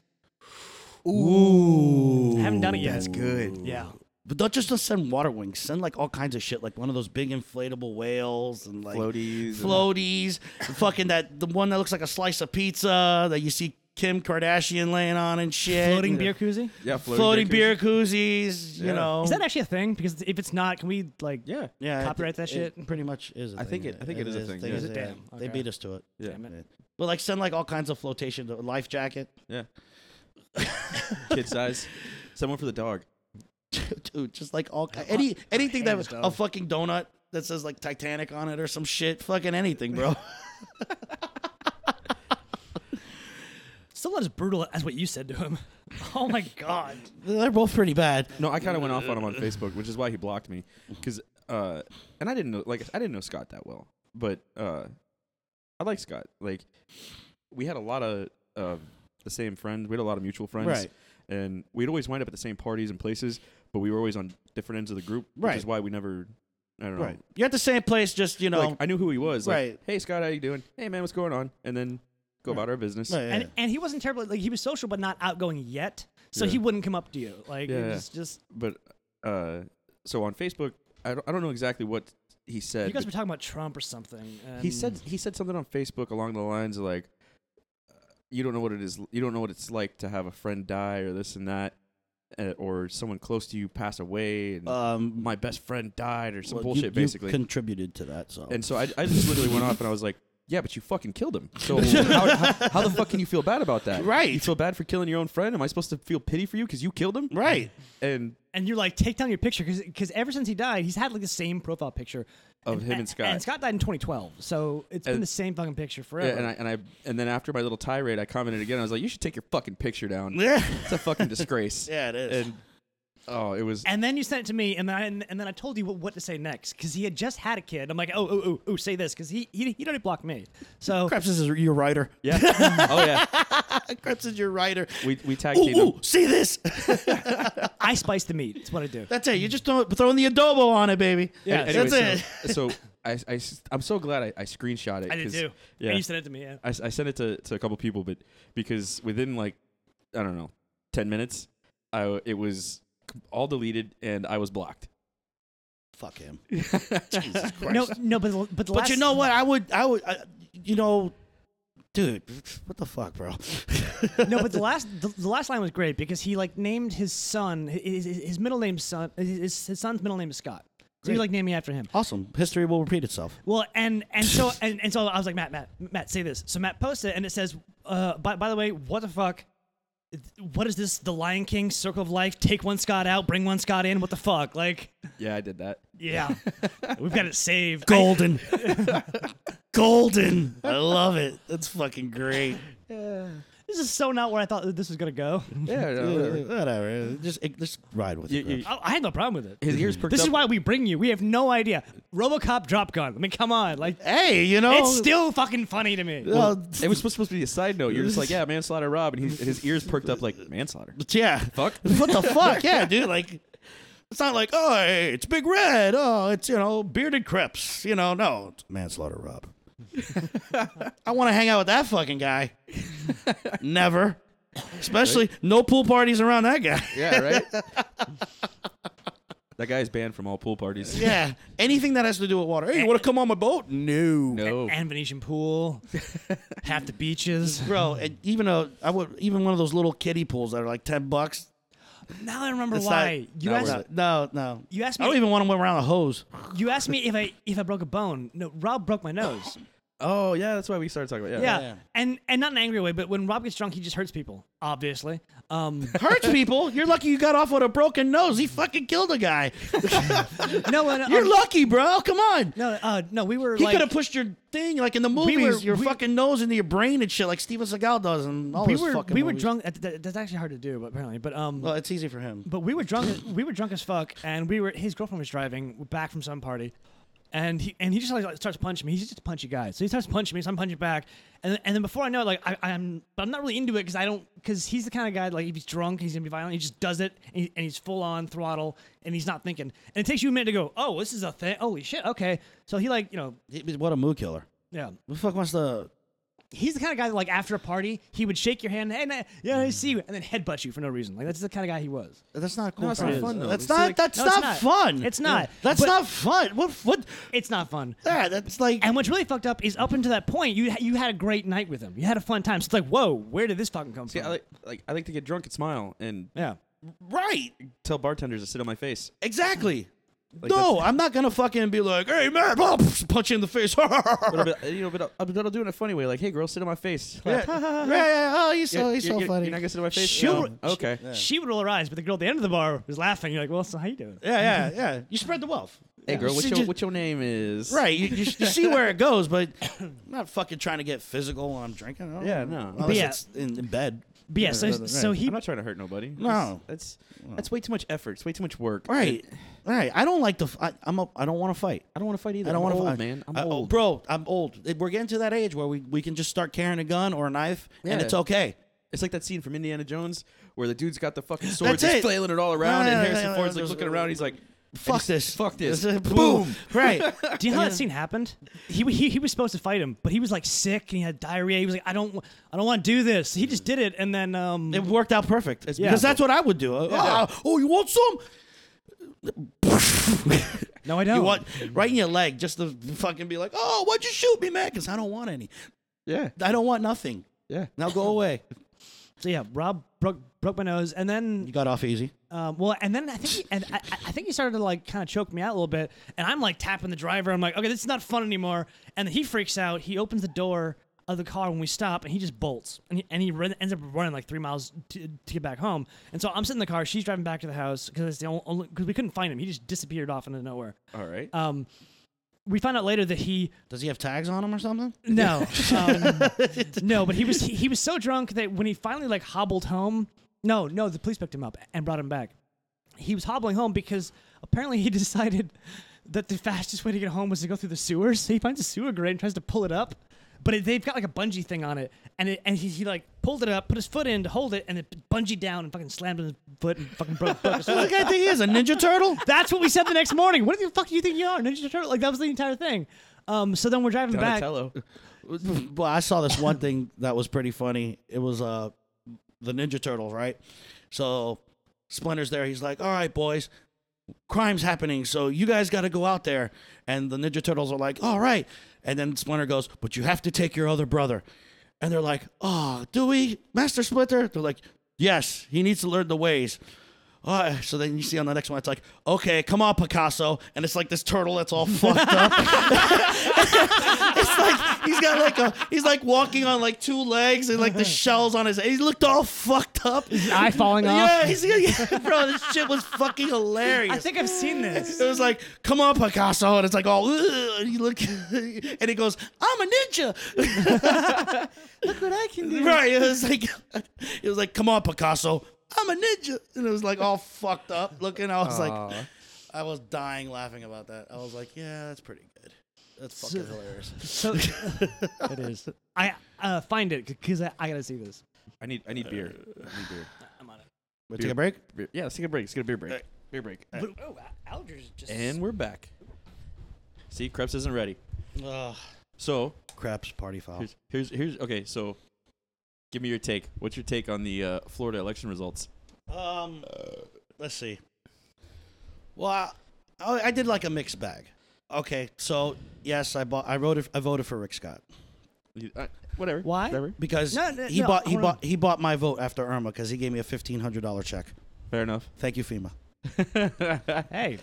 Speaker 4: Ooh, I haven't done it yet. That's
Speaker 2: good.
Speaker 4: Yeah,
Speaker 3: But don't just send water wings. Send like all kinds of shit, like one of those big inflatable whales and like
Speaker 2: Floaties and-
Speaker 3: floaties. fucking that the one that looks like a slice of pizza that you see Kim Kardashian laying on and shit.
Speaker 4: floating
Speaker 3: and
Speaker 4: beer koozie.
Speaker 2: Yeah,
Speaker 3: floating, beer koozies. You
Speaker 2: Yeah.
Speaker 3: know,
Speaker 4: Is that actually a thing? Because if it's not, can we like?
Speaker 2: Yeah.
Speaker 3: yeah,
Speaker 4: copyright that
Speaker 3: it-
Speaker 4: shit?
Speaker 3: It pretty much is. I
Speaker 2: I think it- I think it is a thing, yeah.
Speaker 4: Is it? Damn,
Speaker 3: They
Speaker 4: okay.
Speaker 3: beat us to it.
Speaker 2: Yeah.
Speaker 4: Damn it.
Speaker 3: But like send like all kinds of flotation, the life jacket.
Speaker 2: Yeah. Kid size. Someone for the dog.
Speaker 3: dude, just like all ki- any anything that
Speaker 4: hands down.
Speaker 3: a fucking donut that says like Titanic on it or some shit, fucking anything, bro.
Speaker 4: Still not as brutal as what you said to him. Oh my god.
Speaker 3: They're both pretty bad.
Speaker 2: No, I kind of went off on him on Facebook, which is why he blocked me. Because, uh, and I didn't know, like, I didn't know Scott that well, but uh, I like Scott. Like, we had a lot of uh, the same friends. We had a lot of mutual friends,
Speaker 3: Right.
Speaker 2: And we'd always wind up at the same parties and places, but we were always on different ends of the group, which is
Speaker 3: Right.
Speaker 2: why we never. I don't know.
Speaker 3: Right. You're at the same place, just you know.
Speaker 2: Like, I knew who he was. Like,
Speaker 3: Right.
Speaker 2: Hey, Scott, how you doing? Hey, man, what's going on? And then go about our business.
Speaker 3: Yeah, yeah,
Speaker 4: and and he wasn't terrible. Like he was social, but not outgoing yet. So
Speaker 2: Yeah.
Speaker 4: he wouldn't come up to you. Like
Speaker 2: Yeah,
Speaker 4: it
Speaker 2: yeah.
Speaker 4: was just
Speaker 2: But uh, so on Facebook, I don't, I don't know exactly what he said.
Speaker 4: you guys
Speaker 2: but
Speaker 4: were talking about Trump or something. And
Speaker 2: he said he said something on Facebook along the lines of like, uh, you don't know what it is, you don't know what it's like to have a friend die or this and that, uh, or someone close to you pass away, and
Speaker 3: yeah. um,
Speaker 2: my best friend died or some
Speaker 3: well, you-
Speaker 2: bullshit
Speaker 3: you
Speaker 2: basically.
Speaker 3: contributed to that, so
Speaker 2: and so I, I just literally went off and I was like, Yeah, but you fucking killed him. So how, how, how the fuck can you feel bad about that?
Speaker 3: Right.
Speaker 2: You feel bad for killing your own friend? Am I supposed to feel pity for you because you killed him?
Speaker 3: Right.
Speaker 2: And
Speaker 4: and you're like, take down your picture because ever since he died, he's had like the same profile picture
Speaker 2: Of him and Scott.
Speaker 4: And Scott died in 2012, so it's been
Speaker 2: And-
Speaker 4: the same fucking picture forever.
Speaker 2: yeah, and I and I and then after my little tirade, I commented again. I was like, "You should take your fucking picture down.
Speaker 3: Yeah.
Speaker 2: It's a fucking disgrace."
Speaker 3: Yeah, it is.
Speaker 2: And oh, it was.
Speaker 4: And then you sent it to me, and then I, and, then I told you what, what to say next because he had just had a kid. I'm like, oh, oh, oh, oh say this because he, he he'd already blocked me. So
Speaker 3: Krebs is your writer.
Speaker 2: Yeah. oh yeah.
Speaker 3: Krebs is your writer.
Speaker 2: We we tag
Speaker 3: Ooh,
Speaker 2: teamed him.
Speaker 3: ooh, see this?
Speaker 4: I spice the meat. That's what I do.
Speaker 3: That's it. You just throw, throwing the adobo on it, baby.
Speaker 4: Yeah,
Speaker 2: Anyway,
Speaker 3: that's it.
Speaker 2: so, so I, I am so glad I, I screenshot it.
Speaker 4: I did
Speaker 2: 'cause-
Speaker 4: too.
Speaker 2: Yeah.
Speaker 4: And you sent it to me. Yeah.
Speaker 2: I, s- I sent it to, to a couple people, but because within like I don't know ten minutes, I w- it was c- all deleted and I was blocked.
Speaker 3: Fuck him. Jesus Christ.
Speaker 4: No, no, but the- but the
Speaker 3: but
Speaker 4: last,
Speaker 3: you know what? I would, I would, I, you know, dude, what the fuck, bro?
Speaker 4: no, but the last the, the last line was great because he like named his son his, his- his middle name son his, his son's middle name is Scott. So he
Speaker 3: Great.
Speaker 4: like named me after him.
Speaker 3: awesome. History will repeat itself.
Speaker 4: Well, and and so and, and so I was like, Matt, Matt, Matt, say this. So Matt posted, it, and it says, uh, by, by the way, what the fuck? What is this? The Lion King, Circle of Life. Take one Scott out, bring one Scott in. What the fuck? Like,
Speaker 2: Yeah, I did that.
Speaker 4: yeah, we've got it saved.
Speaker 3: Golden. Golden. I love it. That's fucking great.
Speaker 4: this is so not where I thought that this was gonna go.
Speaker 2: Yeah,
Speaker 3: Uh,
Speaker 2: no, whatever.
Speaker 3: Whatever. Just, eh, just ride with
Speaker 2: You-
Speaker 3: it. Krebs.
Speaker 2: you-
Speaker 4: I, I had no problem with it.
Speaker 2: his ears perked
Speaker 4: This
Speaker 2: up.
Speaker 4: is why we bring you. We have no idea. RoboCop drop gun. I mean, come on. Like,
Speaker 3: Hey, you know,
Speaker 4: it's still fucking funny to me.
Speaker 3: well,
Speaker 2: it was supposed, supposed to be a side note. You're just like, yeah, manslaughter, Rob, and, he, and his ears perked up like manslaughter.
Speaker 3: yeah.
Speaker 2: Fuck.
Speaker 3: What the fuck? Yeah, dude. Like, it's not like, oh, hey, it's Big Red. Oh, it's you know, bearded Krebs. You know, no, it's manslaughter, Rob. I want to hang out with that fucking guy. Never. Especially no pool parties around that guy.
Speaker 2: Yeah, right. that guy's banned from all pool parties.
Speaker 3: Yeah. Anything that has to do with water. Hey, you want to come on my boat? No.
Speaker 2: No.
Speaker 4: And Venetian pool, half the beaches.
Speaker 3: Bro, and even a I would even one of those little kiddie pools that are like ten bucks.
Speaker 4: Now I remember
Speaker 3: It's not-
Speaker 4: why you
Speaker 2: not
Speaker 4: asked.
Speaker 2: worth
Speaker 3: No, no, no.
Speaker 4: You asked
Speaker 3: I don't
Speaker 4: me.
Speaker 3: even want to go around a hose.
Speaker 4: You asked me if I if I broke a bone. No, Rob broke my nose.
Speaker 2: Oh yeah, that's why we started talking about. Yeah.
Speaker 4: Yeah,
Speaker 3: yeah.
Speaker 4: and and not in an angry way, but when Rob gets drunk, he just hurts people. Obviously. Um,
Speaker 3: hurts people. You're lucky you got off with a broken nose. He fucking killed a guy.
Speaker 4: no, and, um,
Speaker 3: You're lucky, bro. Come on.
Speaker 4: no, uh, no. We were
Speaker 3: He
Speaker 4: like
Speaker 3: could have pushed your thing like in the movies,
Speaker 4: were-
Speaker 3: your
Speaker 4: we-
Speaker 3: fucking nose into your brain and shit, like Steven Seagal does and all
Speaker 4: we
Speaker 3: his
Speaker 4: were
Speaker 3: fucking.
Speaker 4: we were
Speaker 3: movies.
Speaker 4: drunk. That, that- that's actually hard to do, but apparently, but um.
Speaker 3: Well, it's easy for him.
Speaker 4: but we were drunk. as- we were drunk as fuck, and we were. His girlfriend was driving back from some party, and he and he just like starts punching me. He's just a punchy guy, so he starts punching me. So I'm punching back, and and then before I know it, like I, I'm, but I'm not really into it because I don't because he's the kind of guy like if he's drunk, he's gonna be violent. He just does it, and, he- and he's full on throttle, and he's not thinking. And it takes you a minute to go, oh, this is a thing. Holy shit, okay. So he like you know
Speaker 3: He- What a mood killer.
Speaker 4: yeah
Speaker 3: Who the fuck wants to?
Speaker 4: he's the kind of guy that, like after a party he would shake your hand hey man, yeah I see you and then headbutt you for no reason like that's the kind of guy he was
Speaker 3: That's not cool.
Speaker 2: it's not
Speaker 3: friends.
Speaker 2: fun, though.
Speaker 3: That's
Speaker 2: It's like-
Speaker 3: not. That's
Speaker 4: No, it's
Speaker 3: not,
Speaker 4: not.
Speaker 3: fun.
Speaker 4: It's not.
Speaker 3: That's
Speaker 4: But-
Speaker 3: not fun. What? What?
Speaker 4: it's not fun
Speaker 3: Yeah, that's like.
Speaker 4: And what's really fucked up is up until that point, you you had a great night with him. You had a fun time. So it's like, whoa, where did this fucking come
Speaker 2: See,
Speaker 4: from?
Speaker 2: I like, like I like to get drunk and smile and
Speaker 4: yeah.
Speaker 3: right.
Speaker 2: tell bartenders to sit on my face.
Speaker 3: Exactly.
Speaker 2: Like,
Speaker 3: no, I'm not gonna fucking be like, hey man, punch you in the face.
Speaker 2: But I'll be- you know, but I'll, but I'll do it in a funny way. Like, hey, girl, sit on my face.
Speaker 3: Yeah, yeah, yeah. Oh, he's so,
Speaker 2: Yeah,
Speaker 3: he's
Speaker 2: you're,
Speaker 3: so
Speaker 2: you're-
Speaker 3: funny.
Speaker 2: You're not gonna sit on my face.
Speaker 4: She'll-
Speaker 2: No. Okay.
Speaker 4: She would roll her eyes, but the girl at the end of the bar was laughing. You're like, well, so how you doing?
Speaker 3: yeah, yeah, yeah. You spread the wealth.
Speaker 2: Hey, girl, what's
Speaker 3: She
Speaker 2: your
Speaker 3: just-
Speaker 2: what your name is?
Speaker 3: Right. You, you, you see where it goes, but I'm not fucking trying to get physical when I'm drinking. I don't-
Speaker 2: Yeah, no.
Speaker 3: Unless
Speaker 4: Yeah.
Speaker 3: it's in, in bed.
Speaker 4: But yeah, so so he
Speaker 2: I'm not trying to hurt nobody.
Speaker 3: No.
Speaker 2: that's that's way too much effort. It's way too much work.
Speaker 3: Right. Right. I don't like to. f- I, I'm a. I don't want to fight.
Speaker 2: I don't want to fight either.
Speaker 3: I don't
Speaker 2: I'm
Speaker 3: want to
Speaker 2: old,
Speaker 3: fight,
Speaker 2: man. I'm
Speaker 3: I- oh,
Speaker 2: old.
Speaker 3: bro. I'm old. It- We're getting to that age where we, we can just start carrying a gun or a knife, and
Speaker 2: Yeah.
Speaker 3: it's okay.
Speaker 2: It's like that scene from Indiana Jones where the dude's got the fucking sword,
Speaker 3: That's
Speaker 2: just
Speaker 3: it.
Speaker 2: flailing it all around, and
Speaker 3: No, no, no,
Speaker 2: Harrison
Speaker 3: no, no,
Speaker 2: Ford's
Speaker 3: no,
Speaker 2: like
Speaker 3: no,
Speaker 2: looking
Speaker 3: no,
Speaker 2: around. He's like,
Speaker 3: Fuck this.
Speaker 2: fuck this.
Speaker 3: Boom. right.
Speaker 4: Do you know how that scene happened? He, he he was supposed to fight him, but he was like sick and he had diarrhea. He was like, I don't I don't want to do this. He just did it, and then um
Speaker 3: It worked out perfect.
Speaker 2: Yeah.
Speaker 3: Because that's what I would do. Uh, "Ah, oh, you want some?
Speaker 4: no, I don't.
Speaker 3: You want right in your leg just to fucking be like, oh, why'd you shoot me, man? Because I don't want any.
Speaker 2: yeah,
Speaker 3: I don't want nothing.
Speaker 2: yeah.
Speaker 3: Now go away.
Speaker 4: So yeah, Rob broke broke my nose, and
Speaker 3: You
Speaker 4: then
Speaker 3: got off easy.
Speaker 4: Um, well, and then I think he, and I, I I think he started to like kind of choke me out a little bit, and I'm like tapping the driver. I'm like, okay, this is not fun anymore. And he freaks out. He opens the door of the car when we stop, and he just bolts. And he, and he run, ends up running like three miles to, to get back home. And so I'm sitting in the car. She's driving back to the house because it's the only because we couldn't find him. He just disappeared off into nowhere.
Speaker 2: All right.
Speaker 4: Um, we found out later that he
Speaker 3: Does he have tags on him or something?
Speaker 4: no, um, no. But he was he, he was so drunk that when he finally like hobbled home, no, no, the police picked him up and brought him back. He was hobbling home because apparently he decided that the fastest way to get home was to go through the sewers. So he finds a sewer grate and tries to pull it up, but it, they've got like a bungee thing on it, and it, and he, he like pulled it up, put his foot in to hold it, and it bungeed down and fucking slammed his foot and fucking broke. broke his foot.
Speaker 3: What the guy think he is? A Ninja Turtle?
Speaker 4: That's what we said the next morning. What the fuck do you think you are, Ninja Turtle? Like that was the entire thing. Um, so then we're driving back.
Speaker 2: Donatello.
Speaker 3: well, I saw this one thing that was pretty funny. It was uh the Ninja Turtles, right? So Splinter's there. He's like, "All right, boys, crime's happening, so you guys got to go out there." And the Ninja Turtles are like, "All right," and then Splinter goes, "But you have to take your other brother." And they're like, "Oh, do we, Master Splinter?" They're like, "Yes, he needs to learn the ways." Uh, so then you see on the next one, it's like, okay, come on, Picasso. And it's like this turtle that's all fucked up. it's like he's got like a he's like walking on like two legs and like the shells on his he looked all fucked up.
Speaker 4: eye falling off.
Speaker 3: Yeah, he's, yeah, bro, this shit was fucking hilarious.
Speaker 4: I think I've seen this.
Speaker 3: it was like, come on, Picasso, and it's like all "Ugh," and you look and he goes, I'm a ninja.
Speaker 4: Look what I can
Speaker 3: right. It was like it was like, come on, Picasso, I'm a ninja. And it was like all fucked up looking. I was like
Speaker 2: Aw.
Speaker 3: I was dying laughing about that. I was like, yeah, that's pretty good. That's fucking hilarious.
Speaker 4: So it is. I uh, find it because I, I gotta see this.
Speaker 2: I need I need beer. I need beer.
Speaker 4: I'm on it.
Speaker 3: Wanna take a break?
Speaker 2: beer. Yeah, let's take a break. Let's get a beer break.
Speaker 3: Alright.
Speaker 2: Beer break.
Speaker 4: oh, Alger's just.
Speaker 2: And we're back. See, Krebs isn't ready.
Speaker 3: Ugh.
Speaker 2: So
Speaker 3: Craps party foul.
Speaker 2: here's here's here's okay. So give me your take. What's your take on the uh, Florida election results?
Speaker 3: Um,
Speaker 2: Uh,
Speaker 3: let's see. Well, I, oh, I, I did like a mixed bag. Okay, so yes, I bought. I voted. I voted for Rick Scott
Speaker 2: You- uh, whatever.
Speaker 4: Why?
Speaker 2: Whatever.
Speaker 3: because
Speaker 4: No, no,
Speaker 3: he
Speaker 4: no,
Speaker 3: bought. He
Speaker 4: hold on.
Speaker 3: bought. He bought my vote after Irma because he gave me a fifteen hundred dollar check.
Speaker 2: Fair enough.
Speaker 3: Thank you, FEMA.
Speaker 4: hey,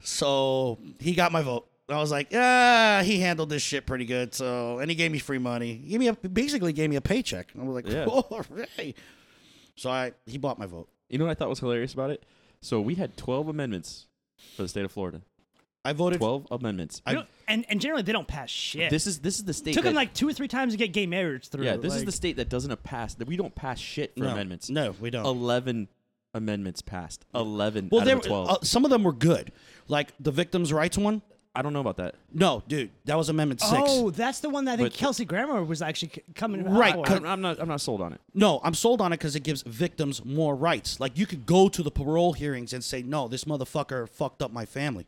Speaker 3: So he got my vote. I was like, ah, he handled this shit pretty good. So, and he gave me free money. He gave me a, basically gave me a paycheck. I was like,
Speaker 2: Yeah.
Speaker 3: all right. So I he bought my vote.
Speaker 2: You know what I thought was hilarious about it? So we had 12 amendments for the state of Florida.
Speaker 3: I voted.
Speaker 2: 12 amendments.
Speaker 3: I-
Speaker 4: You don't- and and generally they don't pass shit.
Speaker 2: This is this is the state.
Speaker 4: took
Speaker 2: that,
Speaker 4: him like two or three times to get gay marriage through.
Speaker 2: yeah. This is
Speaker 4: like-
Speaker 2: the state that doesn't pass that we don't pass shit for
Speaker 3: no,
Speaker 2: amendments.
Speaker 3: No, we don't.
Speaker 2: 11 amendments passed. 11
Speaker 3: Well,
Speaker 2: out
Speaker 3: there
Speaker 2: of the 12.
Speaker 3: Uh, some of them were good, like the victims' rights one.
Speaker 2: I don't know about that.
Speaker 3: No, dude, that was Amendment Six.
Speaker 4: Oh, that's the one that I think
Speaker 2: But-
Speaker 4: Kelsey Grammer was actually c- coming out
Speaker 3: Right,
Speaker 4: for.
Speaker 2: I don't, I'm not I'm not sold on it.
Speaker 3: No, I'm sold on it because it gives victims more rights. Like you could go to the parole hearings and say, "No, this motherfucker fucked up my family."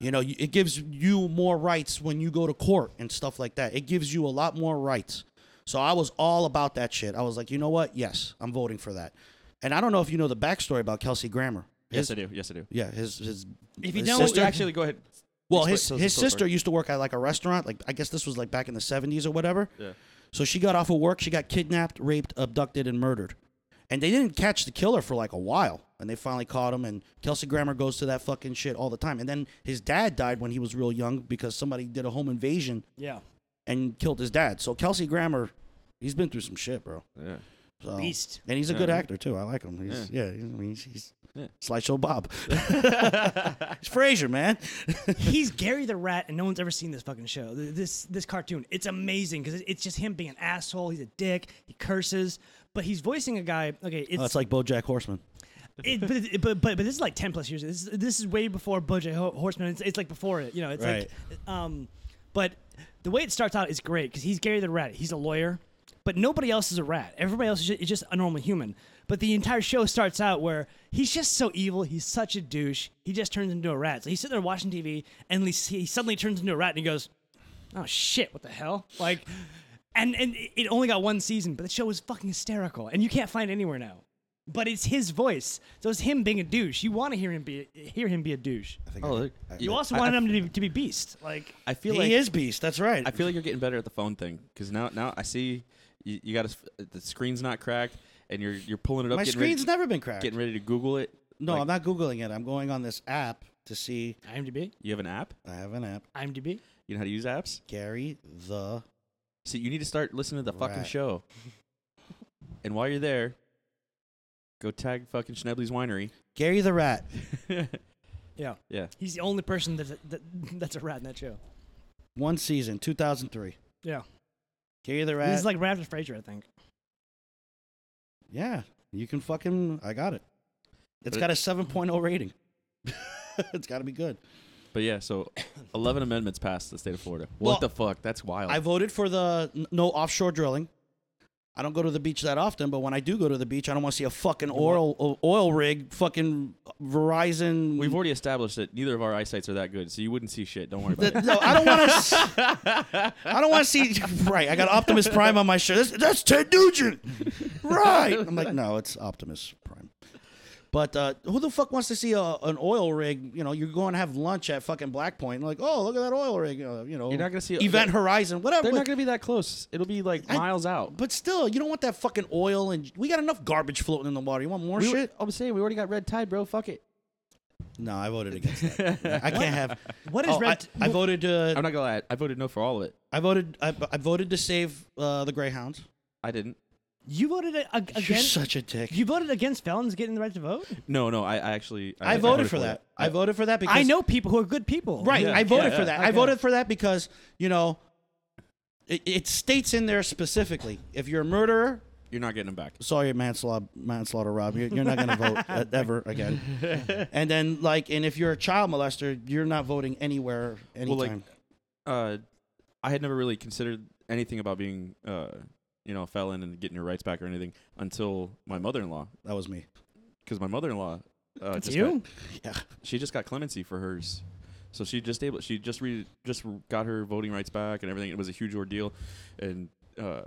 Speaker 3: You know, you- it gives you more rights when you go to court and stuff like that. It gives you a lot more rights. So I was all about that shit. I was like, you know what? Yes, I'm voting for that. And I don't know if you know the backstory about Kelsey Grammer.
Speaker 2: Yes, I do. Yes, I do.
Speaker 3: Yeah, his his.
Speaker 4: If you
Speaker 3: his
Speaker 4: don't,
Speaker 3: sister-
Speaker 4: Sister?
Speaker 2: Actually, go ahead.
Speaker 3: Well,
Speaker 2: Explain-
Speaker 3: his
Speaker 2: tell us
Speaker 3: his
Speaker 2: the story.
Speaker 3: sister used to work at like a restaurant. Like I guess this was like back in the seventies or whatever.
Speaker 2: Yeah.
Speaker 3: So she got off of work. She got kidnapped, raped, abducted, and murdered. And they didn't catch the killer for like a while. And they finally caught him. And Kelsey Grammer goes to that fucking shit all the time. And then his dad died when he was real young because somebody did a home invasion
Speaker 4: Yeah.
Speaker 3: and killed his dad. So Kelsey Grammer, he's been through some shit, bro.
Speaker 2: Yeah.
Speaker 3: So,
Speaker 4: Beast.
Speaker 3: And he's a
Speaker 2: Yeah,
Speaker 3: good
Speaker 2: right.
Speaker 3: actor too. I like him. He's, yeah. he's- I mean, he's, he's
Speaker 2: Yeah.
Speaker 3: Slideshow Bob. it's Frasier, man.
Speaker 4: He's Gary the Rat, and no one's ever seen this fucking show. Th- This this cartoon, it's amazing because it's just him being an asshole. He's a dick. He curses, but he's voicing a guy. Okay, it's,
Speaker 3: Oh, it's like BoJack Horseman.
Speaker 4: it, but, it- but but but this is like ten plus years. This is, this is way before BoJack Ho- Horseman. It's, it's like before it. You know, it's like, um, but the way it starts out is great because he's Gary the Rat. He's a lawyer, but nobody else is a rat. Everybody else is just, is just a normal human. But the entire show starts out where he's just so evil. He's such a douche. He just turns into a rat. So he's sitting there watching TV, and he he suddenly turns into a rat, and he goes, "Oh shit! What the hell?" Like. And, and it- it only got one season, but the show was fucking hysterical, and you can't find it anywhere now but it's his voice. So it's him being a douche. You want to hear him be hear him be a douche.
Speaker 2: Oh, look.
Speaker 4: You also
Speaker 2: I-
Speaker 4: wanted
Speaker 2: I-
Speaker 4: him to be, to be beast. Like
Speaker 2: I feel
Speaker 3: He
Speaker 2: like
Speaker 3: is Beast. That's right.
Speaker 2: I feel like you're getting better at the phone thing because now now I see you, you got the screen's not cracked and you're you're pulling it up.
Speaker 3: My
Speaker 2: getting ready-
Speaker 3: screen's never been cracked.
Speaker 2: getting ready to Google it.
Speaker 3: no,
Speaker 2: like-
Speaker 3: I'm not googling it. I'm going on this app to see.
Speaker 4: IMDb.
Speaker 2: You have an app.
Speaker 3: I have an app.
Speaker 4: IMDb.
Speaker 2: You know how to use apps.
Speaker 3: Gary the
Speaker 2: So you need to start listening to the fucking
Speaker 3: Right.
Speaker 2: show. and while you're there, go tag fucking Schnebley's Winery.
Speaker 3: Gary the Rat.
Speaker 4: Yeah.
Speaker 2: yeah.
Speaker 4: He's the only person that's that, that's a rat in that show.
Speaker 3: One season, 2003.
Speaker 4: Yeah.
Speaker 3: Gary the Rat.
Speaker 4: He's like right after Fraser, I think.
Speaker 3: yeah, you can fucking. I got it. It's
Speaker 2: But-
Speaker 3: got a 7.0 rating. it's got to be good.
Speaker 2: But yeah, so 11 amendments passed the state of Florida. What
Speaker 3: Well,
Speaker 2: the fuck? That's wild.
Speaker 3: I voted for the n- no offshore drilling. I don't go to the beach that often, but when I do go to the beach, I don't want to see a fucking oil o- oil rig, fucking Verizon.
Speaker 2: We've already established that neither of our eyesights are that good, so you wouldn't see shit. Don't worry about it.
Speaker 3: no, I don't want to. I don't want to see. Right, I got Optimus Prime on my shirt. That's, that's Ted Nugent. Right, I'm like, no, it's Optimus Prime. But uh, who the fuck wants to see a, an oil rig? You know, you're going to have lunch at fucking Black Point. Like, oh, look at that oil rig. Uh, you know,
Speaker 2: You're not gonna see-
Speaker 3: Event Horizon, whatever.
Speaker 2: They're not going to be that close. It'll be like
Speaker 3: I-
Speaker 2: miles out.
Speaker 3: But still, you don't want that fucking oil and we got enough garbage floating in the water. You want more
Speaker 2: We-
Speaker 3: shit?
Speaker 2: I'm saying we already got red tide, bro. Fuck it.
Speaker 3: No, I voted against that. I can't have.
Speaker 4: What is
Speaker 3: Oh,
Speaker 4: red?
Speaker 3: I, I voted. Uh,
Speaker 2: I'm not going to lie. I voted no for all of it.
Speaker 3: I voted. I, I voted to save uh, the Greyhounds.
Speaker 2: I didn't.
Speaker 4: you voted a- ag-
Speaker 3: You're
Speaker 4: against.
Speaker 3: such a dick.
Speaker 4: you voted against felons getting the right to vote.
Speaker 2: No, no. I, I actually.
Speaker 3: I, voted for that.
Speaker 2: it.
Speaker 3: I voted for that because
Speaker 4: I know people who are good people.
Speaker 3: Right,
Speaker 2: Yeah,
Speaker 3: I
Speaker 2: yeah,
Speaker 3: voted for
Speaker 2: yeah.
Speaker 3: that.
Speaker 4: Okay.
Speaker 3: I voted for that because you know, it, it states in there specifically if you're a murderer.
Speaker 2: You're not getting them back.
Speaker 3: Sorry, manslaughter, manslaughter, Rob. You're, you're not going to vote uh, ever again. And then, like, and if you're a child molester, you're not voting anywhere, anytime.
Speaker 2: like, uh, I had never really considered anything about being, uh, you know, a felon and getting your rights back or anything until my mother-in-law,
Speaker 3: That was me.
Speaker 2: because my mother-in-law, uh,
Speaker 4: It's
Speaker 2: just
Speaker 4: you.
Speaker 3: Yeah.
Speaker 2: got- she just got clemency for hers, so she just able, she just re, just got her voting rights back and everything. It was a huge ordeal, and uh,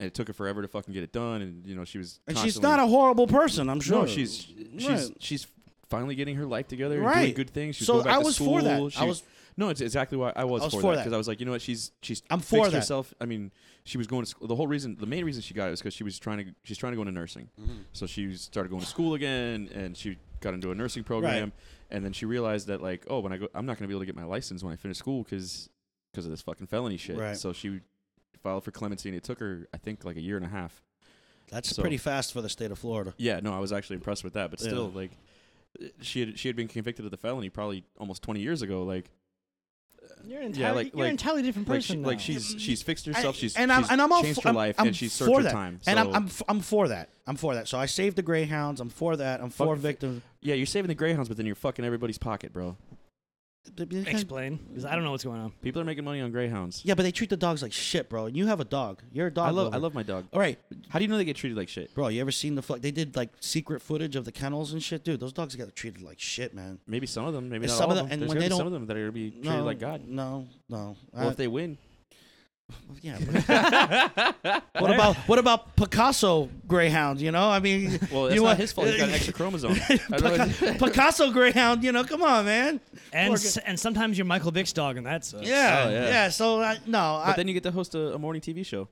Speaker 2: and it took her forever to fucking get it done. And you know, she was
Speaker 3: And she's
Speaker 2: constantly-
Speaker 3: not a horrible person, I'm sure.
Speaker 2: no, she's she's
Speaker 3: Right.
Speaker 2: she's finally getting her life together and doing
Speaker 3: Right.
Speaker 2: good things. She's
Speaker 3: So
Speaker 2: going back
Speaker 3: I
Speaker 2: to
Speaker 3: was for that.
Speaker 2: school.
Speaker 3: I
Speaker 2: She,
Speaker 3: was-
Speaker 2: no, it's exactly why I was,
Speaker 3: I was
Speaker 2: for,
Speaker 3: for
Speaker 2: that
Speaker 3: that.
Speaker 2: because I was like, you know what, she's she's
Speaker 3: I'm for
Speaker 2: fixed
Speaker 3: that.
Speaker 2: herself. I mean, she was going to school. The whole reason, the main reason she got it was because she was trying to she's trying to go into nursing. So she started going to school again, and she got into a nursing program, and then she realized that like, oh, when I go, I'm not going to be able to get my license when I finish school because because of this fucking felony shit.
Speaker 3: Right.
Speaker 2: So she filed for clemency, and it took her, I think, like a year and a half.
Speaker 3: That's
Speaker 2: so-
Speaker 3: pretty fast for the state of Florida.
Speaker 2: Yeah, no, I was actually impressed with that, but
Speaker 3: Yeah.
Speaker 2: still, like, she had she had been convicted of the felony probably almost twenty years ago. Like,
Speaker 4: You're an entirely,
Speaker 2: Yeah, like-
Speaker 4: you're an
Speaker 2: like-
Speaker 4: entirely different
Speaker 2: like, she,
Speaker 4: person.
Speaker 2: like
Speaker 4: now.
Speaker 2: she's she's fixed herself.
Speaker 3: Mm. I-
Speaker 2: she's
Speaker 3: and I'm,
Speaker 2: she's
Speaker 3: and I'm all
Speaker 2: changed
Speaker 3: for,
Speaker 2: her life,
Speaker 3: I'm,
Speaker 2: and she's
Speaker 3: for
Speaker 2: served her
Speaker 3: that.
Speaker 2: time.
Speaker 3: And I'm,
Speaker 2: so-
Speaker 3: I'm f- I'm for that. I'm for that. So I saved the Greyhounds. I'm for that. I'm for
Speaker 2: Fuck-
Speaker 3: victims.
Speaker 2: yeah, you're saving the greyhounds, but then you're fucking everybody's pocket, bro.
Speaker 4: Explain, because I don't know what's going on.
Speaker 2: People are making money on greyhounds.
Speaker 3: Yeah, but they treat the dogs like shit, bro. You have a dog. You're a dog.
Speaker 2: I love
Speaker 3: lover.
Speaker 2: I love my dog.
Speaker 3: All right,
Speaker 2: How do you know they get treated like shit?
Speaker 3: bro. You ever seen the fuck? They did like secret footage of the kennels and shit, dude. Those dogs got treated like shit, man.
Speaker 2: Maybe some of them, maybe
Speaker 3: And
Speaker 2: not
Speaker 3: some
Speaker 2: all
Speaker 3: of
Speaker 2: of
Speaker 3: them-
Speaker 2: them.
Speaker 3: and
Speaker 2: There's
Speaker 3: when
Speaker 2: gonna
Speaker 3: they
Speaker 2: be some
Speaker 3: don't-
Speaker 2: of them that are gonna be treated
Speaker 3: No, Uh,
Speaker 2: like God.
Speaker 3: No, no.
Speaker 2: Well,
Speaker 3: I-
Speaker 2: if they win,
Speaker 3: yeah. but- what about what about Picasso Greyhound? You know, I mean,
Speaker 2: well, that's
Speaker 3: you
Speaker 2: not
Speaker 3: want-
Speaker 2: his fault. He's got an extra chromosome. I don't know.
Speaker 3: Pica- Picasso Greyhound. You know, come on, man.
Speaker 4: And
Speaker 3: Poor
Speaker 4: s- and sometimes you're Michael Vick's dog, and that's uh,
Speaker 3: Yeah,
Speaker 2: Oh, yeah.
Speaker 3: yeah. so I, no,
Speaker 2: But
Speaker 3: I,
Speaker 2: then you get to host a, a morning TV show.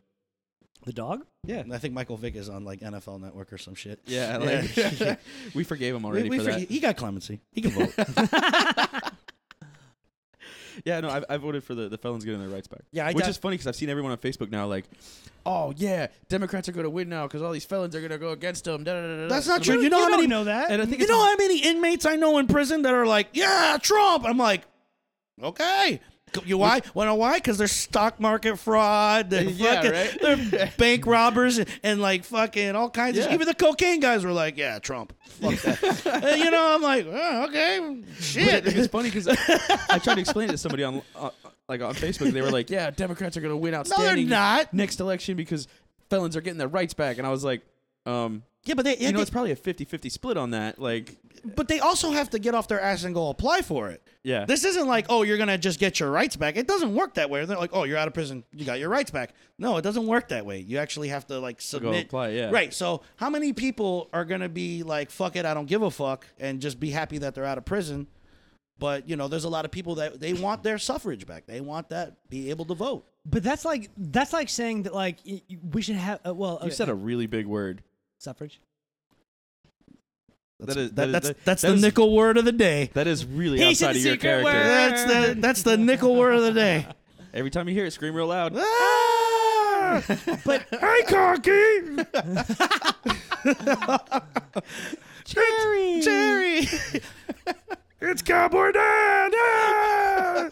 Speaker 4: the dog.
Speaker 2: Yeah,
Speaker 3: I think Michael Vick is on like NFL Network or some shit.
Speaker 2: yeah. Like, we forgave him already
Speaker 3: We- we
Speaker 2: for
Speaker 3: for-
Speaker 2: that.
Speaker 3: he got clemency. He can vote.
Speaker 2: Yeah, no, I, I voted for the, the felons getting their rights back.
Speaker 3: Yeah, I
Speaker 2: which
Speaker 3: def-
Speaker 2: is funny because I've seen everyone on Facebook now like, oh yeah, Democrats are going to win now because all these felons are going to go against them. Da, da, da, da,
Speaker 3: That's
Speaker 2: da."
Speaker 3: not true. You know how
Speaker 4: don't
Speaker 3: many
Speaker 4: know that.
Speaker 2: And I think
Speaker 3: you
Speaker 2: it's
Speaker 3: know how many inmates I know in prison that are like, yeah, Trump. I'm like, okay. You why? Wanna why? Because they're stock market fraud. They're
Speaker 2: Yeah,
Speaker 3: fucking,
Speaker 2: right?
Speaker 3: they're bank robbers and, and, like fucking all kinds
Speaker 2: Yeah.
Speaker 3: of. Even the cocaine guys were like, yeah, Trump. Fuck that. And, you know, I'm like, oh, okay,
Speaker 2: But
Speaker 3: shit.
Speaker 2: it- it's funny because I tried to explain it to somebody on uh, like on Facebook. and They were like, "Yeah, Democrats are going to win outstanding
Speaker 3: not.
Speaker 2: next election because felons are getting their rights back." And I was like, um,
Speaker 3: Yeah, but they,
Speaker 2: "You know,
Speaker 3: they-
Speaker 2: it's probably a 50-50 split on that." Like,
Speaker 3: but they also have to get off their ass and go apply for it.
Speaker 2: yeah,
Speaker 3: This isn't like, oh, you're gonna just get your rights back. It doesn't work that way. They're like, oh, you're out of prison, you got your rights back. No, it doesn't work that way. You actually have to like submit.
Speaker 2: apply, yeah.
Speaker 3: Right. So how many people are gonna be like, fuck it, I don't give a fuck, and just be happy that they're out of prison? But you know, there's a lot of people that they want their suffrage back. They want that be able to vote.
Speaker 4: But that's like that's like saying that like y- y- we should have. Uh, well,
Speaker 2: you
Speaker 4: okay.
Speaker 2: said a really big word.
Speaker 4: suffrage.
Speaker 3: That's,
Speaker 2: That is- that is-
Speaker 3: that's,
Speaker 2: that-
Speaker 3: that's
Speaker 2: that
Speaker 3: the
Speaker 2: is-
Speaker 3: nickel word of the day.
Speaker 2: That is really
Speaker 4: He's
Speaker 2: outside
Speaker 4: in
Speaker 2: of your
Speaker 4: secret
Speaker 2: character.
Speaker 4: world.
Speaker 3: That's the that's the nickel word of the day.
Speaker 2: Every time you hear it, scream real loud.
Speaker 3: Ah! but hey, cocky,
Speaker 4: Jerry.
Speaker 3: Jerry, it's Cowboy Dan. Ah!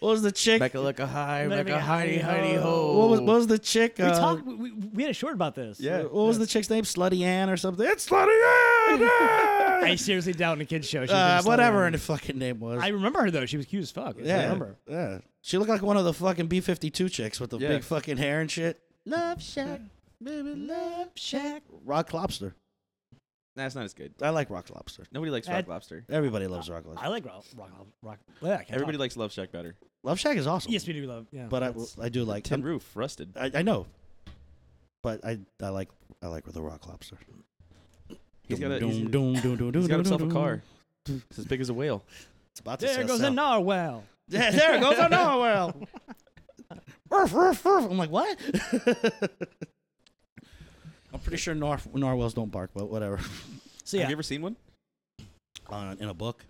Speaker 3: What was the chick?
Speaker 2: Mecca like a high,
Speaker 4: Mecca
Speaker 2: mecca hidey hidey
Speaker 4: hidey
Speaker 2: ho.
Speaker 4: ho.
Speaker 3: What was what was the chick?
Speaker 4: We
Speaker 3: uh,
Speaker 4: talked. We, we- we had a short about this.
Speaker 2: Yeah.
Speaker 3: What was the chick's name? Slutty Ann or something? It's Slutty Ann. ah!
Speaker 4: I seriously doubt in a kids show. She was
Speaker 3: uh,
Speaker 4: gonna slow
Speaker 3: whatever her
Speaker 4: down.
Speaker 3: fucking name was.
Speaker 4: I remember her though. She was cute as fuck.
Speaker 3: yeah,
Speaker 4: I remember.
Speaker 3: yeah. She looked like one of the fucking B fifty two chicks with the
Speaker 2: Yeah.
Speaker 3: big fucking hair and shit. Love Shack, baby, love Shack. Rock Lobster.
Speaker 2: That's not as good.
Speaker 3: I like Rock Lobster.
Speaker 2: Nobody likes
Speaker 4: That-
Speaker 2: Rock Lobster.
Speaker 3: Everybody loves Rock Lobster.
Speaker 4: I like rock, rock, rock. Yeah, I can't
Speaker 2: Everybody
Speaker 4: talk.
Speaker 2: likes Love Shack better.
Speaker 3: Love Shack is awesome.
Speaker 4: Yes, we do love. Yeah,
Speaker 3: but I,
Speaker 4: that's-
Speaker 3: I do like.
Speaker 2: Tin Roof, Rusted.
Speaker 3: I, I know, but I I like I like the Rock Lobster.
Speaker 2: He's got a-
Speaker 3: Doom,
Speaker 2: he's-
Speaker 3: doom, doom, doom, doom,
Speaker 2: He's got
Speaker 3: doom,
Speaker 2: himself a
Speaker 3: doom.
Speaker 2: car. It's as big as a whale.
Speaker 3: It's about to
Speaker 4: there
Speaker 3: set
Speaker 4: goes
Speaker 3: sail.
Speaker 4: a narwhal.
Speaker 3: Yeah, there it goes a narwhal. Ruff, ruff, ruff. I'm like, what? I'm pretty sure nar- narwhals don't bark, but whatever.
Speaker 4: So
Speaker 2: Have
Speaker 4: yeah,
Speaker 2: you ever seen one?
Speaker 3: On, in a book.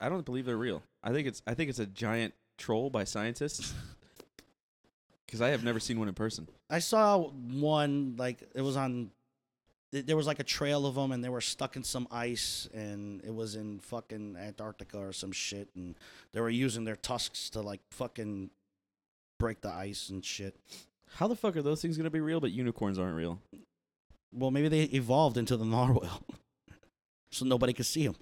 Speaker 2: I don't believe they're real. I think it's I think it's a giant troll by scientists. Because I have never seen one in person.
Speaker 3: I saw one, like, it was on. th- There was like a trail of them, and they were stuck in some ice, and it was in fucking Antarctica or some shit, and they were using their tusks to like fucking break the ice and shit.
Speaker 2: How the fuck are those things gonna be real? But unicorns aren't real.
Speaker 3: Well, maybe they evolved into the narwhal, so nobody could see them.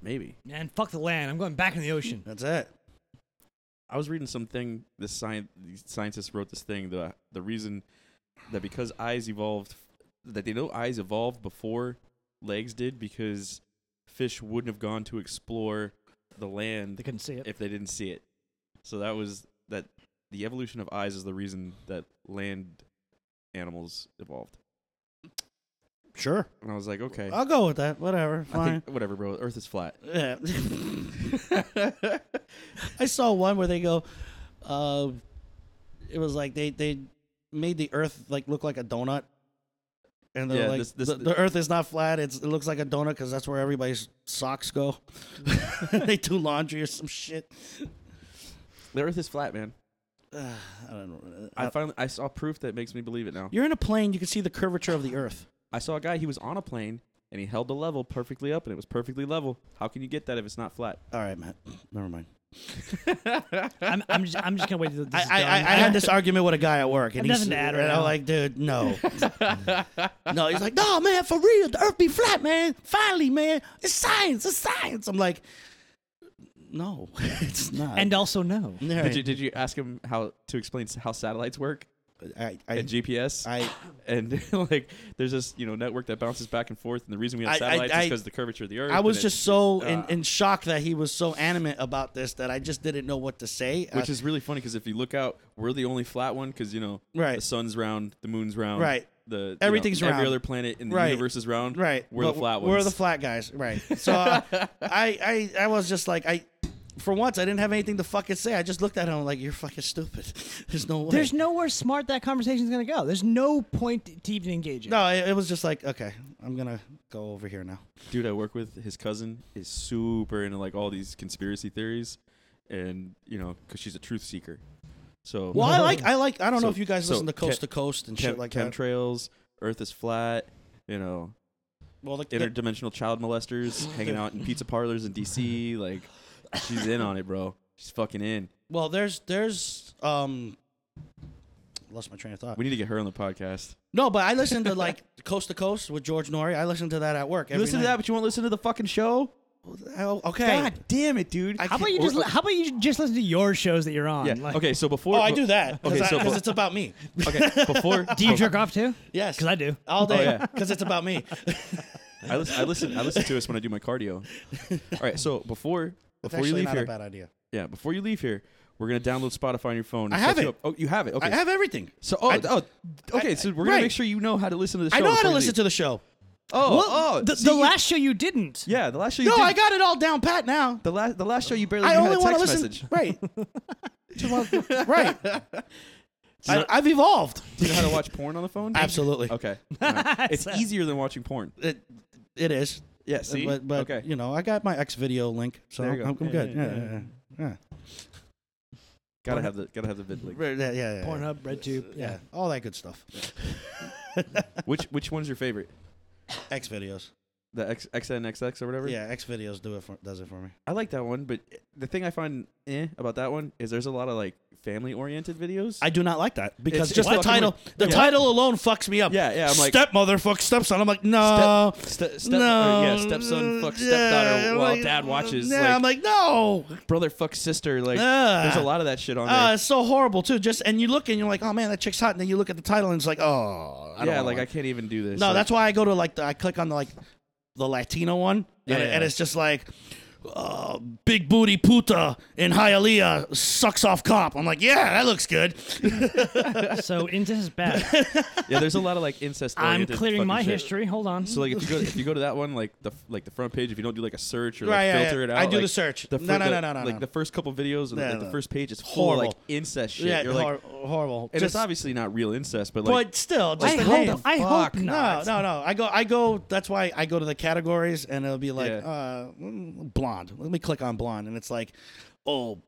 Speaker 2: Maybe.
Speaker 4: man, fuck the land. I'm going back in the ocean.
Speaker 3: That's it.
Speaker 2: I was reading something. This science scientists wrote this thing. The the reason that because eyes evolved, that they know eyes evolved before legs did, because fish wouldn't have gone to explore the land
Speaker 4: They couldn't see it.
Speaker 2: if they didn't see it. So that was that. The evolution of eyes is the reason that land animals evolved.
Speaker 3: Sure.
Speaker 2: And I was like, okay,
Speaker 3: I'll go with that. Whatever.
Speaker 2: I
Speaker 3: Fine.
Speaker 2: think, whatever, bro. Earth is flat.
Speaker 3: Yeah. I saw one where they go, uh, it was like they, they made the earth like look like a donut. And they're
Speaker 2: Yeah,
Speaker 3: like,
Speaker 2: this- this-
Speaker 3: the, the earth is not flat. It's, it looks like a donut because that's where everybody's socks go. they do laundry or some shit.
Speaker 2: The Earth is flat, man.
Speaker 3: Uh, I don't know. Uh,
Speaker 2: I finally I saw proof that makes me believe it now.
Speaker 3: You're in a plane, you can see the curvature of the earth.
Speaker 2: I saw a guy, he was on a plane and he held the level perfectly up and it was perfectly level. How can you get that if it's not flat?
Speaker 3: All right, Matt. Never mind.
Speaker 4: I'm, I'm, just, I'm just gonna wait. Till this
Speaker 3: I,
Speaker 4: is
Speaker 3: I,
Speaker 4: done.
Speaker 3: I, I had this argument with a guy at work, and
Speaker 4: I have
Speaker 3: he's
Speaker 4: nothing to add right
Speaker 3: and I'm like, dude,
Speaker 4: now.
Speaker 3: no, no. He's like, no, man, for real, the Earth be flat, man. Finally, man, it's science, it's science. I'm like, no, it's not.
Speaker 4: And also no.
Speaker 3: All right.
Speaker 2: Did you did you ask him how to explain s- how satellites work
Speaker 3: I, I,
Speaker 2: and GPS?
Speaker 3: I,
Speaker 2: and like there's this, you know, network that bounces back and forth and the reason we
Speaker 3: I- I-
Speaker 2: have satellites
Speaker 3: I-
Speaker 2: is because the curvature of the earth.
Speaker 3: I was
Speaker 2: and it-
Speaker 3: just so in,
Speaker 2: Ah.
Speaker 3: in shock that he was so animate about this that I just didn't know what to say.
Speaker 2: which
Speaker 3: I-
Speaker 2: is really funny because if you look out, we're the only flat one because you know
Speaker 3: Right.
Speaker 2: the sun's round, the moon's round,
Speaker 3: Right.
Speaker 2: The you know,
Speaker 3: Everything's round.
Speaker 2: Every other planet in the
Speaker 3: Right.
Speaker 2: universe is round.
Speaker 3: right.
Speaker 2: we're
Speaker 3: but
Speaker 2: the flat ones.
Speaker 3: We're the flat guys, right? So uh, I, I, I was just like, I. For once, I didn't have anything to fucking say. I just looked at him like, "You're fucking stupid." There's no way.
Speaker 4: There's nowhere smart that conversation's gonna go. There's no point to even engage it.
Speaker 3: No, it, it was just like, okay, I'm gonna go over here now.
Speaker 2: dude I work with, his cousin is super into like all these conspiracy theories, and you know, because she's a truth seeker. So
Speaker 3: Well, I like, I like, I don't know
Speaker 2: So-
Speaker 3: if you guys
Speaker 2: so
Speaker 3: listen to Coast
Speaker 2: chem-
Speaker 3: to Coast and
Speaker 2: chem-
Speaker 3: shit like that.
Speaker 2: chemtrails, Earth is flat. You know,
Speaker 3: Well, like, the,
Speaker 2: interdimensional child molesters hanging out in pizza parlors in D.C. Like, she's in on it, bro. She's fucking in.
Speaker 3: well, there's, there's, um, lost my train of thought.
Speaker 2: We need to get her on the podcast.
Speaker 3: No, but I listen to like Coast to Coast with George Norrie. I listen to that at work.
Speaker 2: You listen to that, but you won't listen to the fucking show.
Speaker 3: that? okay.
Speaker 2: God damn it, dude.
Speaker 3: I
Speaker 4: How about
Speaker 3: can't-
Speaker 4: you just?
Speaker 2: or-
Speaker 4: li- How about you just listen to your shows that you're on?
Speaker 2: yeah.
Speaker 4: Like,
Speaker 2: okay, so before
Speaker 3: Oh, I do that because
Speaker 2: Okay, so-
Speaker 3: it's about me.
Speaker 2: Okay, before
Speaker 4: Do you jerk off too?
Speaker 3: Yes,
Speaker 4: 'Cause I do.
Speaker 2: Uh,
Speaker 3: all day
Speaker 2: yeah.
Speaker 3: because it's about me.
Speaker 2: I listen, I listen. I listen to us when I do my cardio. All right. So before
Speaker 3: It's
Speaker 2: before you
Speaker 3: actually
Speaker 2: leave
Speaker 3: not a
Speaker 2: here,
Speaker 3: bad idea.
Speaker 2: yeah. Before you leave here, we're gonna download Spotify on your phone. and
Speaker 3: I
Speaker 2: set
Speaker 3: have
Speaker 2: you
Speaker 3: it.
Speaker 2: up. Oh, you have it. Okay.
Speaker 3: I have everything.
Speaker 2: so oh, oh okay. so we're gonna
Speaker 3: right.
Speaker 2: make sure you know how to listen to the show.
Speaker 3: I know how to
Speaker 2: before you
Speaker 3: listen
Speaker 2: leave.
Speaker 3: to the show.
Speaker 2: Oh, oh,
Speaker 4: the,
Speaker 2: see,
Speaker 4: the
Speaker 2: you-
Speaker 4: last show you didn't.
Speaker 2: Yeah, the last show you
Speaker 3: No,
Speaker 2: did.
Speaker 3: I got it all down pat now.
Speaker 2: the last the last show you barely.
Speaker 3: I
Speaker 2: even had
Speaker 3: only
Speaker 2: a
Speaker 3: want to
Speaker 2: text
Speaker 3: listen.
Speaker 2: Message.
Speaker 3: Right. Just want- right. I,
Speaker 2: not-
Speaker 3: I've evolved.
Speaker 2: Do you know how to watch porn on the phone?
Speaker 3: Absolutely.
Speaker 2: Okay. Alright. It's easier than watching porn.
Speaker 3: It, it is.
Speaker 2: Yeah. See.
Speaker 3: But, but
Speaker 2: okay.
Speaker 3: you know, I got my X video link, so
Speaker 2: There you
Speaker 3: I'm,
Speaker 2: go.
Speaker 3: I'm
Speaker 2: Yeah,
Speaker 3: good.
Speaker 2: yeah,
Speaker 3: Yeah,
Speaker 2: yeah,
Speaker 3: yeah, yeah.
Speaker 2: Gotta have the gotta have the vid link.
Speaker 3: Right, yeah, yeah, yeah.
Speaker 4: Pornhub, RedTube,
Speaker 3: yeah.
Speaker 4: yeah.
Speaker 3: all that good stuff.
Speaker 2: Which which one's your favorite?
Speaker 3: X videos.
Speaker 2: The X XNXX or whatever.
Speaker 3: Yeah, X videos do it for, does it for me.
Speaker 2: I like that one, but the thing I find eh about that one is there's a lot of like family oriented videos.
Speaker 3: I do not like that because
Speaker 2: It's-
Speaker 3: just
Speaker 2: it's
Speaker 3: the
Speaker 2: fucking
Speaker 3: title,
Speaker 2: weird.
Speaker 3: the
Speaker 2: Yeah.
Speaker 3: title alone fucks me up.
Speaker 2: Yeah, yeah, I'm like-
Speaker 3: stepmother fuck stepson. I'm like, no,
Speaker 2: Ste- step,
Speaker 3: no, mm,
Speaker 2: or, yeah, stepson fucks
Speaker 3: yeah,
Speaker 2: stepdaughter
Speaker 3: I'm
Speaker 2: while
Speaker 3: like,
Speaker 2: dad watches.
Speaker 3: Yeah,
Speaker 2: like,
Speaker 3: I'm like, no.
Speaker 2: brother fucks sister. Like
Speaker 3: Ah.
Speaker 2: there's a lot of that shit on there.
Speaker 3: Uh, it's so horrible too. Just and you look and you're like, oh man, that chick's hot. And then you look at the title and it's like, oh, I don't
Speaker 2: yeah,
Speaker 3: wanna
Speaker 2: like I
Speaker 3: watch-
Speaker 2: can't even do this.
Speaker 3: No,
Speaker 2: Like,
Speaker 3: that's why I go to like the, I click on the like the Latino one,
Speaker 2: Yeah,
Speaker 3: and, it-
Speaker 2: yeah.
Speaker 3: and it's just like uh, big booty puta in Hialeah sucks off cop. I'm like, yeah, that looks good.
Speaker 4: So incest is bad.
Speaker 2: yeah. There's a lot of like incest.
Speaker 4: I'm
Speaker 2: oriented
Speaker 4: clearing
Speaker 2: fucking
Speaker 4: my
Speaker 2: shit.
Speaker 4: history. Hold on.
Speaker 2: So like if you go if you go to that one like the like the front page if you don't do like a search or like
Speaker 3: Right, yeah,
Speaker 2: filter
Speaker 3: yeah.
Speaker 2: it out
Speaker 3: I do
Speaker 2: like,
Speaker 3: the search.
Speaker 2: the
Speaker 3: No,
Speaker 2: fir-
Speaker 3: no,
Speaker 2: the-
Speaker 3: no, no, no,
Speaker 2: like
Speaker 3: no.
Speaker 2: the first couple videos and
Speaker 3: Yeah,
Speaker 2: like,
Speaker 3: no.
Speaker 2: the first page is full like
Speaker 3: Horrible.
Speaker 2: incest shit
Speaker 3: yeah,
Speaker 2: you're like
Speaker 3: hor- horrible.
Speaker 2: and it's
Speaker 3: Just-
Speaker 2: obviously not real incest but like
Speaker 3: but still, just
Speaker 4: I
Speaker 3: the
Speaker 4: hope.
Speaker 3: name.
Speaker 4: I hope
Speaker 2: Fuck, no.
Speaker 3: No,
Speaker 4: not.
Speaker 3: no, no. I go, I go. That's why I go to the categories, and it'll be like
Speaker 2: Yeah.
Speaker 3: uh, mm, blonde. Let me click on blonde, and it's like, oh,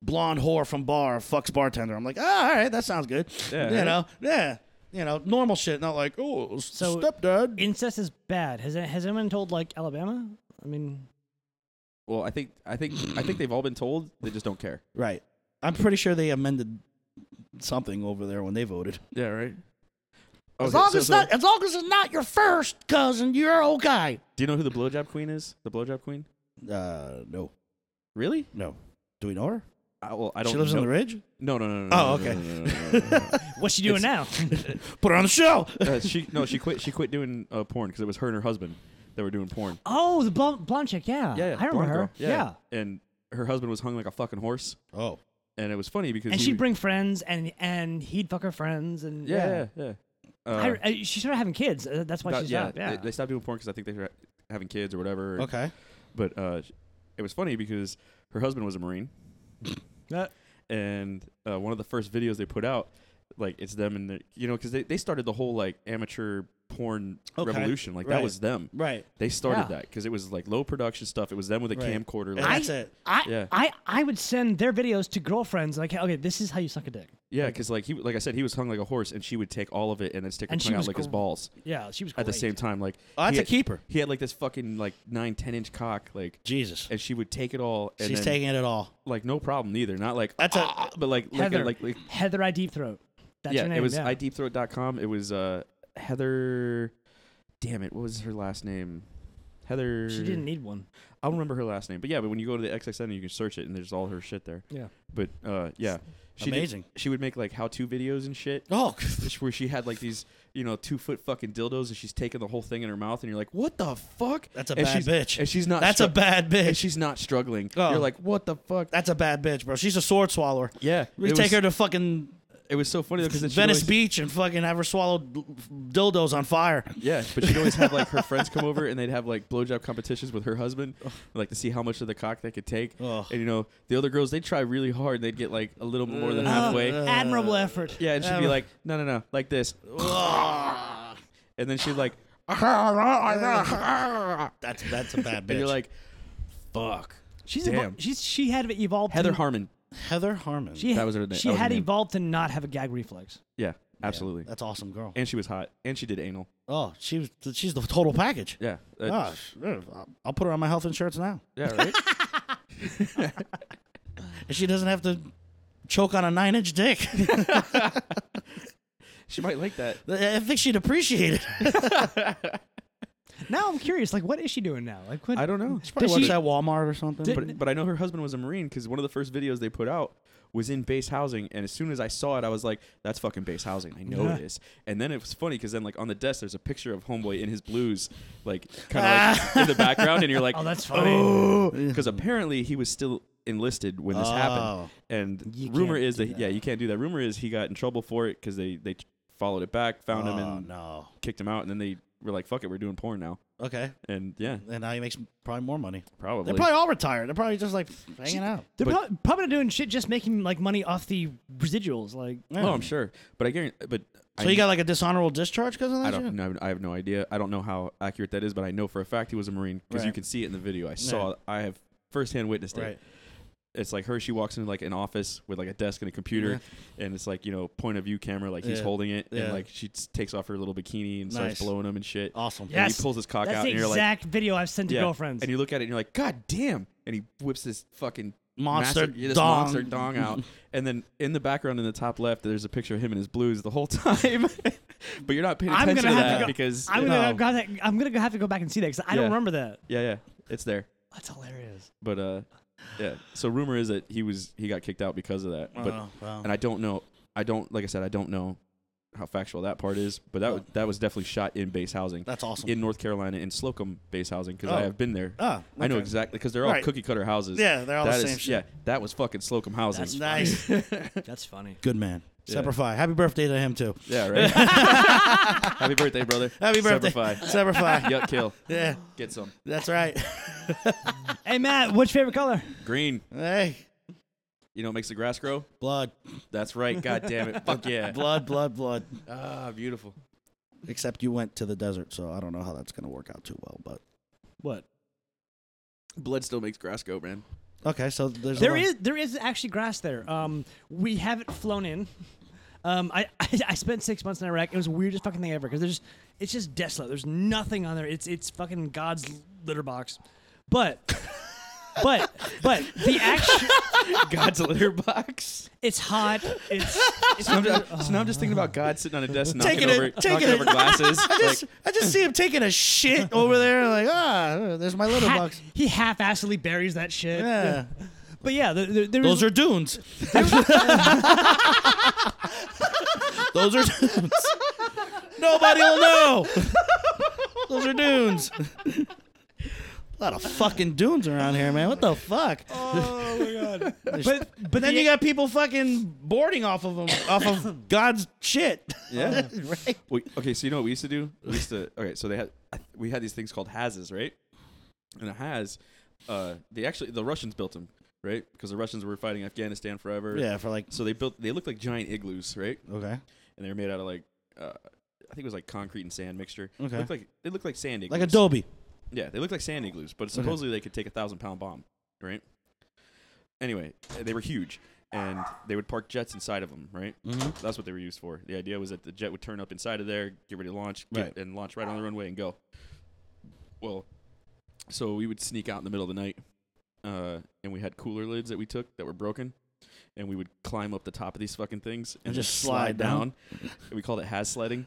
Speaker 3: blonde whore from bar fucks bartender. I'm like, ah, all right, that sounds good.
Speaker 2: Yeah,
Speaker 3: you
Speaker 2: right.
Speaker 3: know, yeah, you know, normal shit. Not like, oh, s-
Speaker 4: So-
Speaker 3: stepdad.
Speaker 4: Incest is bad. Has has anyone told like Alabama? I mean,
Speaker 2: well I think I think I think they've all been told they just don't care
Speaker 3: right. I'm pretty sure they amended something over there when they voted.
Speaker 2: yeah right
Speaker 3: As
Speaker 2: Okay,
Speaker 3: long
Speaker 2: so-
Speaker 3: as
Speaker 2: so
Speaker 3: not, as long as it's not your first cousin, you're okay.
Speaker 2: do you know who the blowjob queen is the blowjob queen
Speaker 3: Uh, no,
Speaker 2: really
Speaker 3: no. Do we know her?
Speaker 2: I,
Speaker 4: Uh,
Speaker 2: well I don't
Speaker 3: She lives
Speaker 2: know.
Speaker 3: in the Ridge.
Speaker 2: no no no no no,
Speaker 3: Oh,
Speaker 2: no,
Speaker 3: okay.
Speaker 2: no, no, no, no, no,
Speaker 4: what's she doing now?
Speaker 3: Put her on the show.
Speaker 2: no. Uh, she no she quit she quit doing uh, porn because it was her and her husband that were doing porn
Speaker 4: oh, the blonde, blonde chick.
Speaker 2: yeah,
Speaker 4: Yeah.
Speaker 2: yeah
Speaker 4: I remember
Speaker 2: blonde
Speaker 4: her.
Speaker 2: girl. and her husband was hung like a fucking horse
Speaker 3: Oh.
Speaker 2: and it was funny because
Speaker 4: And
Speaker 2: he,
Speaker 4: she'd bring friends, and and he'd fuck her friends, and yeah.
Speaker 2: yeah yeah, yeah. Uh,
Speaker 4: I, I, she started having kids. Uh, That's why
Speaker 2: That-
Speaker 4: she's
Speaker 2: yeah,
Speaker 4: up. Yeah.
Speaker 2: They, they stopped doing porn because I think they were having kids or whatever.
Speaker 3: Okay.
Speaker 2: But uh, sh- it was funny because her husband was a Marine,
Speaker 4: Uh,
Speaker 2: and uh, one of the first videos they put out, like it's them and the, you know, because they, they started the whole like amateur porn
Speaker 3: Okay.
Speaker 2: revolution. Like
Speaker 3: Right.
Speaker 2: that was them.
Speaker 3: Right.
Speaker 2: They started
Speaker 4: Yeah.
Speaker 2: that because it was like low production stuff. It was them with a
Speaker 3: Right.
Speaker 2: camcorder.
Speaker 3: And
Speaker 2: Like,
Speaker 4: I-
Speaker 3: that's it.
Speaker 4: I,
Speaker 2: Yeah.
Speaker 4: I, I would send their videos to girlfriends like, okay, this is how you suck a dick.
Speaker 2: yeah, because like he like I said, he was hung like a horse, and she would take all of it and then stick her
Speaker 4: And she
Speaker 2: tongue out
Speaker 4: was
Speaker 2: like his
Speaker 4: gr-
Speaker 2: balls
Speaker 4: Yeah, she was
Speaker 2: at the
Speaker 4: great.
Speaker 2: same time. Like
Speaker 3: Oh, that's
Speaker 2: he
Speaker 3: a
Speaker 2: had-
Speaker 3: keeper.
Speaker 2: He had like this fucking like nine ten inch cock like.
Speaker 3: Jesus.
Speaker 2: And she would take it all. And
Speaker 3: She's
Speaker 2: then-
Speaker 3: taking it all.
Speaker 2: like no problem either. Not like
Speaker 3: That's a-
Speaker 2: "Ah," but like like
Speaker 4: Heather,
Speaker 2: like, like
Speaker 4: Heather I Deep Throat. That's
Speaker 2: yeah,
Speaker 4: her name.
Speaker 2: it was
Speaker 4: yeah.
Speaker 2: ideepthroat.com. It was uh Heather. Damn it, what was her last name? Heather.
Speaker 4: She didn't need one.
Speaker 2: I don't remember her last name, but yeah. But when you go to the XXN, you can search it, and there's all her shit there.
Speaker 4: Yeah.
Speaker 2: But uh, yeah, she did-
Speaker 3: Amazing.
Speaker 2: she would make like how-to videos and shit,
Speaker 3: Oh.
Speaker 2: where she had like these you know two-foot fucking dildos, and she's taking the whole thing in her mouth, and you're like, what the fuck?
Speaker 3: That's a
Speaker 2: and
Speaker 3: bad
Speaker 2: she's,
Speaker 3: bitch.
Speaker 2: And she's not.
Speaker 3: That's a
Speaker 2: stru-
Speaker 3: bad
Speaker 2: And
Speaker 3: bitch.
Speaker 2: she's not struggling.
Speaker 3: Oh.
Speaker 2: You're like, what the fuck?
Speaker 3: That's a bad bitch, bro. She's a sword swallower.
Speaker 2: yeah.
Speaker 3: We
Speaker 2: it
Speaker 3: take
Speaker 2: was-
Speaker 3: her to fucking
Speaker 2: It was so funny though because
Speaker 3: Venice Beach and fucking have her swallow d- dildos on fire.
Speaker 2: Yeah, but she'd always have like her friends come over and they'd have like blowjob competitions with her husband, like to see how much of the cock they could take.
Speaker 3: Ugh.
Speaker 2: And you know, the other girls they'd try really hard and they'd get like a little more than halfway.
Speaker 4: Admirable effort.
Speaker 2: yeah, and she'd be like, no, no, no, like this, and then she'd like,
Speaker 3: That's that's a bad bitch.
Speaker 2: and you're like, fuck,
Speaker 4: She's
Speaker 2: damn.
Speaker 4: evol- she's she had evolved.
Speaker 2: Heather
Speaker 3: Mm.
Speaker 4: to,
Speaker 2: Harmon.
Speaker 3: Heather Harmon.
Speaker 4: she,
Speaker 2: That was her na-
Speaker 4: She
Speaker 2: that was her
Speaker 4: had
Speaker 2: name.
Speaker 4: evolved to not have a gag reflex.
Speaker 2: Yeah, absolutely.
Speaker 3: That's awesome, girl.
Speaker 2: and she was hot, and she did anal.
Speaker 3: Oh, she was. She's the total package.
Speaker 2: Yeah, uh,
Speaker 3: Ah, sure. I'll put her on my health insurance now,
Speaker 2: yeah, right.
Speaker 3: and she doesn't have to choke on a nine-inch dick.
Speaker 2: she might like that.
Speaker 3: I think she'd appreciate it.
Speaker 4: Now I'm curious, like, what is she doing now? Like, what,
Speaker 2: I don't know.
Speaker 3: Did
Speaker 4: watched
Speaker 3: she at Walmart or something?
Speaker 4: Did-
Speaker 2: But but I know her husband was a Marine because one of the first videos they put out was in base housing, and as soon as I saw it, I was like, "That's fucking base housing. I know
Speaker 4: Yeah.
Speaker 2: this." And then it was funny because then like on the desk, there's a picture of Homeboy in his blues, like kind of like in the background, and you're like,
Speaker 4: Oh, that's funny.
Speaker 2: because apparently he was still enlisted when this
Speaker 3: Oh.
Speaker 2: happened. And
Speaker 4: You
Speaker 2: rumor
Speaker 4: can't
Speaker 2: is
Speaker 4: do
Speaker 2: that, yeah, you can't do that. Rumor is he got in trouble for it because they they followed it back, found him,
Speaker 3: Oh
Speaker 2: and
Speaker 3: no!
Speaker 2: kicked him out, and then they we're like, fuck it, we're doing porn now.
Speaker 3: Okay.
Speaker 2: And yeah,
Speaker 3: And now he makes probably more money.
Speaker 2: probably.
Speaker 3: They're probably all retired. They're probably just like hanging out.
Speaker 4: They're
Speaker 2: But-
Speaker 4: prob- probably not doing shit, just making like money off the residuals. Like,
Speaker 3: Yeah.
Speaker 2: Oh, I'm sure. But I guarantee. But
Speaker 3: So
Speaker 2: I,
Speaker 3: you got like a dishonorable discharge because of that?
Speaker 2: I
Speaker 3: shit?
Speaker 2: don't know. I have no idea. I don't know how accurate that is, but I know for a fact he was a Marine because you
Speaker 3: Right.
Speaker 2: can see it in the video. I saw. I have firsthand witnessed
Speaker 3: Right.
Speaker 2: it. It's like her. She walks into like an office with like a desk and a computer, and it's like you know point of view camera. Like he's
Speaker 3: Yeah.
Speaker 2: holding it,
Speaker 3: Yeah.
Speaker 2: and like she s- takes off her little bikini and starts
Speaker 3: Nice.
Speaker 2: blowing him and shit.
Speaker 3: Awesome.
Speaker 2: And
Speaker 4: Yes.
Speaker 2: he pulls his cock
Speaker 4: that's
Speaker 2: out,
Speaker 4: the
Speaker 2: and you're like,
Speaker 4: exact video I've sent to
Speaker 2: yeah.
Speaker 4: girlfriends.
Speaker 2: And you look at it, and you're like, God damn! And he whips this fucking
Speaker 3: Monster
Speaker 2: master- yeah, this
Speaker 3: dong.
Speaker 2: monster dong out. and then in the background, in the top left, there's a picture of him in his blues the whole time. but you're not paying
Speaker 4: I'm
Speaker 2: attention
Speaker 4: gonna
Speaker 2: to
Speaker 4: have
Speaker 2: that
Speaker 4: to go-
Speaker 2: because
Speaker 4: I'm
Speaker 2: it-
Speaker 4: gonna,
Speaker 3: No.
Speaker 4: have to- I'm gonna have to go back and see that because I don't
Speaker 2: "Oh." Yeah.
Speaker 4: remember that.
Speaker 2: yeah, yeah, it's there.
Speaker 4: That's hilarious.
Speaker 2: But uh, yeah. So rumor is that he was he got kicked out because of that. But
Speaker 3: Oh, wow.
Speaker 2: and I don't know. I don't like I said I don't know how factual that part is. But that was, that was definitely shot in base housing
Speaker 3: That's awesome.
Speaker 2: in North Carolina in Slocum base housing because I
Speaker 3: Oh.
Speaker 2: have been there.
Speaker 3: Ah,
Speaker 2: I know
Speaker 3: okay.
Speaker 2: exactly because they're all
Speaker 3: Right.
Speaker 2: cookie cutter houses.
Speaker 3: Yeah, they're all
Speaker 2: That
Speaker 3: the
Speaker 2: is-
Speaker 3: same shit.
Speaker 2: Yeah, that was fucking Slocum housing.
Speaker 4: That's
Speaker 3: Nice.
Speaker 4: That's funny.
Speaker 3: Good man.
Speaker 2: Yeah.
Speaker 3: Semper Fi. Happy birthday to him too.
Speaker 2: yeah, right. Happy birthday, brother.
Speaker 3: Happy birthday.
Speaker 2: Semper Fi.
Speaker 3: Semper Fi.
Speaker 2: Yuck, kill.
Speaker 3: Yeah,
Speaker 2: Get some
Speaker 3: that's right.
Speaker 4: Hey Matt, what's your favorite color?
Speaker 2: green.
Speaker 3: Hey,
Speaker 2: You know what makes the grass grow?
Speaker 3: blood,
Speaker 2: That's right. God damn it. Fuck yeah.
Speaker 3: blood, blood, blood.
Speaker 2: Ah, beautiful.
Speaker 3: Except you went to the desert, so I don't know how that's gonna work out too well. But
Speaker 4: What?
Speaker 2: Blood still makes grass go, man.
Speaker 3: okay, so there's
Speaker 4: There
Speaker 3: a lot-
Speaker 4: is there is actually grass there. Um, we haven't flown in. Um, I, I I spent six months in Iraq. It was the weirdest fucking thing ever because there's it's just desolate. There's nothing on there. It's it's fucking God's litter box, but. But but the action
Speaker 2: God's litter box.
Speaker 4: it's hot. It's, it's
Speaker 2: So, I'm just, so now I'm just thinking about God sitting on a desk knocking
Speaker 3: Taking it-
Speaker 2: over,
Speaker 3: taking
Speaker 2: knocking
Speaker 3: it.
Speaker 2: over glasses.
Speaker 3: I just, I just see him taking a shit over there. Like ah, there's my litter
Speaker 4: ha-
Speaker 3: box.
Speaker 4: he half-assedly buries that shit.
Speaker 3: Yeah,
Speaker 4: But yeah, there, there, there
Speaker 3: those
Speaker 4: is-
Speaker 3: are dunes. those are dunes. Nobody will know. Those are dunes. A lot of fucking dunes around here, man. What the fuck?
Speaker 4: Oh my god!
Speaker 3: but but then
Speaker 4: the-
Speaker 3: you got people fucking boarding off of them, off of God's shit.
Speaker 2: Yeah.
Speaker 3: right.
Speaker 2: We, okay, so you know what we used to do? We used to okay, so they had we had these things called hazes, right? And a haz, uh, they actually the Russians built them, right? Because the Russians were fighting Afghanistan forever.
Speaker 3: Yeah, for like
Speaker 2: So they built they looked like giant igloos, right?
Speaker 3: okay,
Speaker 2: And they were made out of like uh, I think it was like concrete and sand mixture.
Speaker 3: Okay.
Speaker 2: Looked like they looked like sand igloos.
Speaker 3: like Adobe.
Speaker 2: Yeah, they looked like sand igloos, but
Speaker 3: Okay.
Speaker 2: supposedly they could take a thousand pound bomb, right? Anyway, they were huge, and they would park jets inside of them, right?
Speaker 3: Mhm.
Speaker 2: That's what they were used for. The idea was that the jet would turn up inside of there, get ready to launch, get-
Speaker 3: Right.
Speaker 2: and launch right on the runway and go. Well, so we would sneak out in the middle of the night, uh, and we had cooler lids that we took that were broken, and we would climb up the top of these fucking things and,
Speaker 3: just slide
Speaker 2: And we called it has sledding.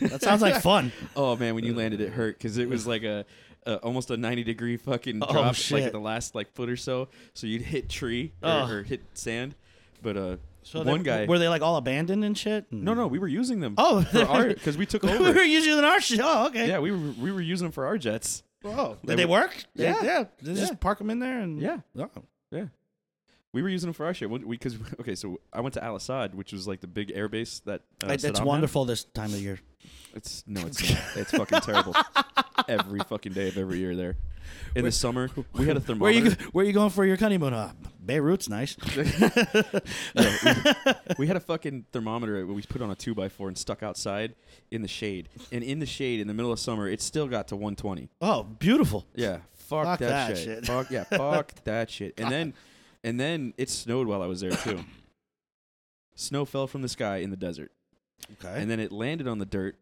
Speaker 3: That sounds like fun.
Speaker 2: Oh man,
Speaker 3: Uh,
Speaker 2: when you landed, it hurt because it was like a, a almost a ninety degree fucking
Speaker 3: Oh,
Speaker 2: drop, like
Speaker 3: shit.
Speaker 2: at the last like foot or so. So you'd hit tree or,
Speaker 3: Ugh.
Speaker 2: or hit sand, but uh,
Speaker 3: So
Speaker 2: one
Speaker 3: they-
Speaker 2: guy.
Speaker 3: were they like all abandoned and shit?
Speaker 2: no, no, we were using them.
Speaker 3: Oh.
Speaker 2: for our because we took
Speaker 3: we were
Speaker 2: over.
Speaker 3: using our shit. Oh, okay.
Speaker 2: yeah, we were we were using them for our jets.
Speaker 3: Whoa. Did
Speaker 2: They
Speaker 3: they,
Speaker 2: were-
Speaker 3: work? They-
Speaker 2: Yeah.
Speaker 3: yeah. They
Speaker 2: Yeah.
Speaker 3: just park them in there and
Speaker 2: Yeah.
Speaker 3: Oh.
Speaker 2: We were using them for our shit. We because okay, so I went to Al Assad, which was like the big air base that. Uh,
Speaker 3: Like,
Speaker 2: Saddam
Speaker 3: that's
Speaker 2: had.
Speaker 3: wonderful this time of year.
Speaker 2: It's no, it's not. it's fucking terrible. Every fucking day of every year there. In the summer, we had a
Speaker 3: Where
Speaker 2: thermometer.
Speaker 3: you go- where you going for your honeymoon? Uh, Beirut's nice.
Speaker 2: we had a fucking thermometer that we put on a two by four and stuck outside in the shade. And in the shade, in the middle of summer, it still got to 120.
Speaker 3: Oh, beautiful.
Speaker 2: Yeah, fuck,
Speaker 3: Fuck
Speaker 2: that,
Speaker 3: that
Speaker 2: shit.
Speaker 3: shit.
Speaker 2: Fuck yeah, fuck that shit. And then, and then it snowed while I was there too. Snow fell from the sky in the desert,
Speaker 3: Okay.
Speaker 2: and then it landed on the dirt,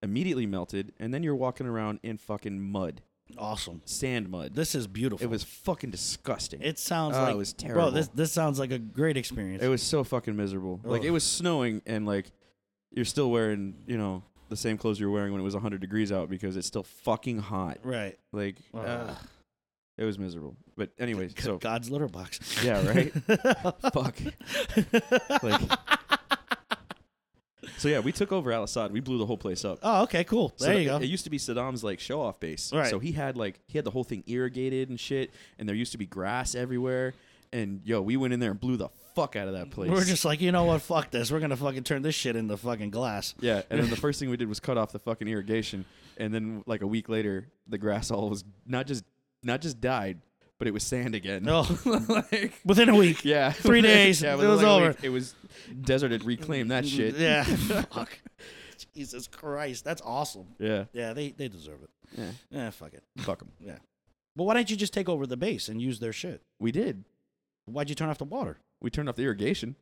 Speaker 2: immediately melted, and then you're walking around in fucking mud,
Speaker 3: awesome.
Speaker 2: sand mud.
Speaker 3: This is beautiful.
Speaker 2: It was fucking disgusting.
Speaker 3: It sounds
Speaker 2: Oh, it
Speaker 3: like
Speaker 2: was
Speaker 3: Bro,
Speaker 2: terrible.
Speaker 3: this this sounds like a great experience.
Speaker 2: It was so fucking miserable. Like
Speaker 3: Ugh.
Speaker 2: it was snowing and like you're still wearing, you know, the same clothes you were wearing when it was 100 degrees out because it's still fucking hot.
Speaker 3: right.
Speaker 2: Like
Speaker 3: Ugh.
Speaker 2: ugh. it was miserable. But anyway,
Speaker 3: G-
Speaker 2: so
Speaker 3: God's litter box.
Speaker 2: yeah, right? Fuck. like So yeah, we took over Al Assad. We blew the whole place up.
Speaker 3: Oh, okay, cool.
Speaker 2: So
Speaker 3: there
Speaker 2: th-
Speaker 3: you go.
Speaker 2: It used to be Saddam's like show off base.
Speaker 3: Right.
Speaker 2: So he had like he had the whole thing irrigated and shit, and there used to be grass everywhere. And yo, we went in there and blew the fuck out of that place.
Speaker 3: We were just like, you know what? Fuck this. We're gonna fucking turn this shit into fucking glass.
Speaker 2: yeah, and then the first thing we did was cut off the fucking irrigation, and then like a week later, the grass all was not just not just died, but it was sand again.
Speaker 3: No,
Speaker 2: like
Speaker 3: within a week.
Speaker 2: yeah,
Speaker 3: Oh, Three days,
Speaker 2: yeah,
Speaker 3: it
Speaker 2: within,
Speaker 3: was
Speaker 2: like, a
Speaker 3: over.
Speaker 2: week, It was deserted. Reclaim that shit.
Speaker 3: Yeah. Fuck. Jesus Christ, that's awesome.
Speaker 2: Yeah,
Speaker 3: Yeah, they they deserve it.
Speaker 2: yeah.
Speaker 3: Yeah, fuck it.
Speaker 2: Fuck them.
Speaker 3: But why don't you just take over the base and use their shit?
Speaker 2: We did.
Speaker 3: Why'd you turn off the water?
Speaker 2: We turned off the irrigation.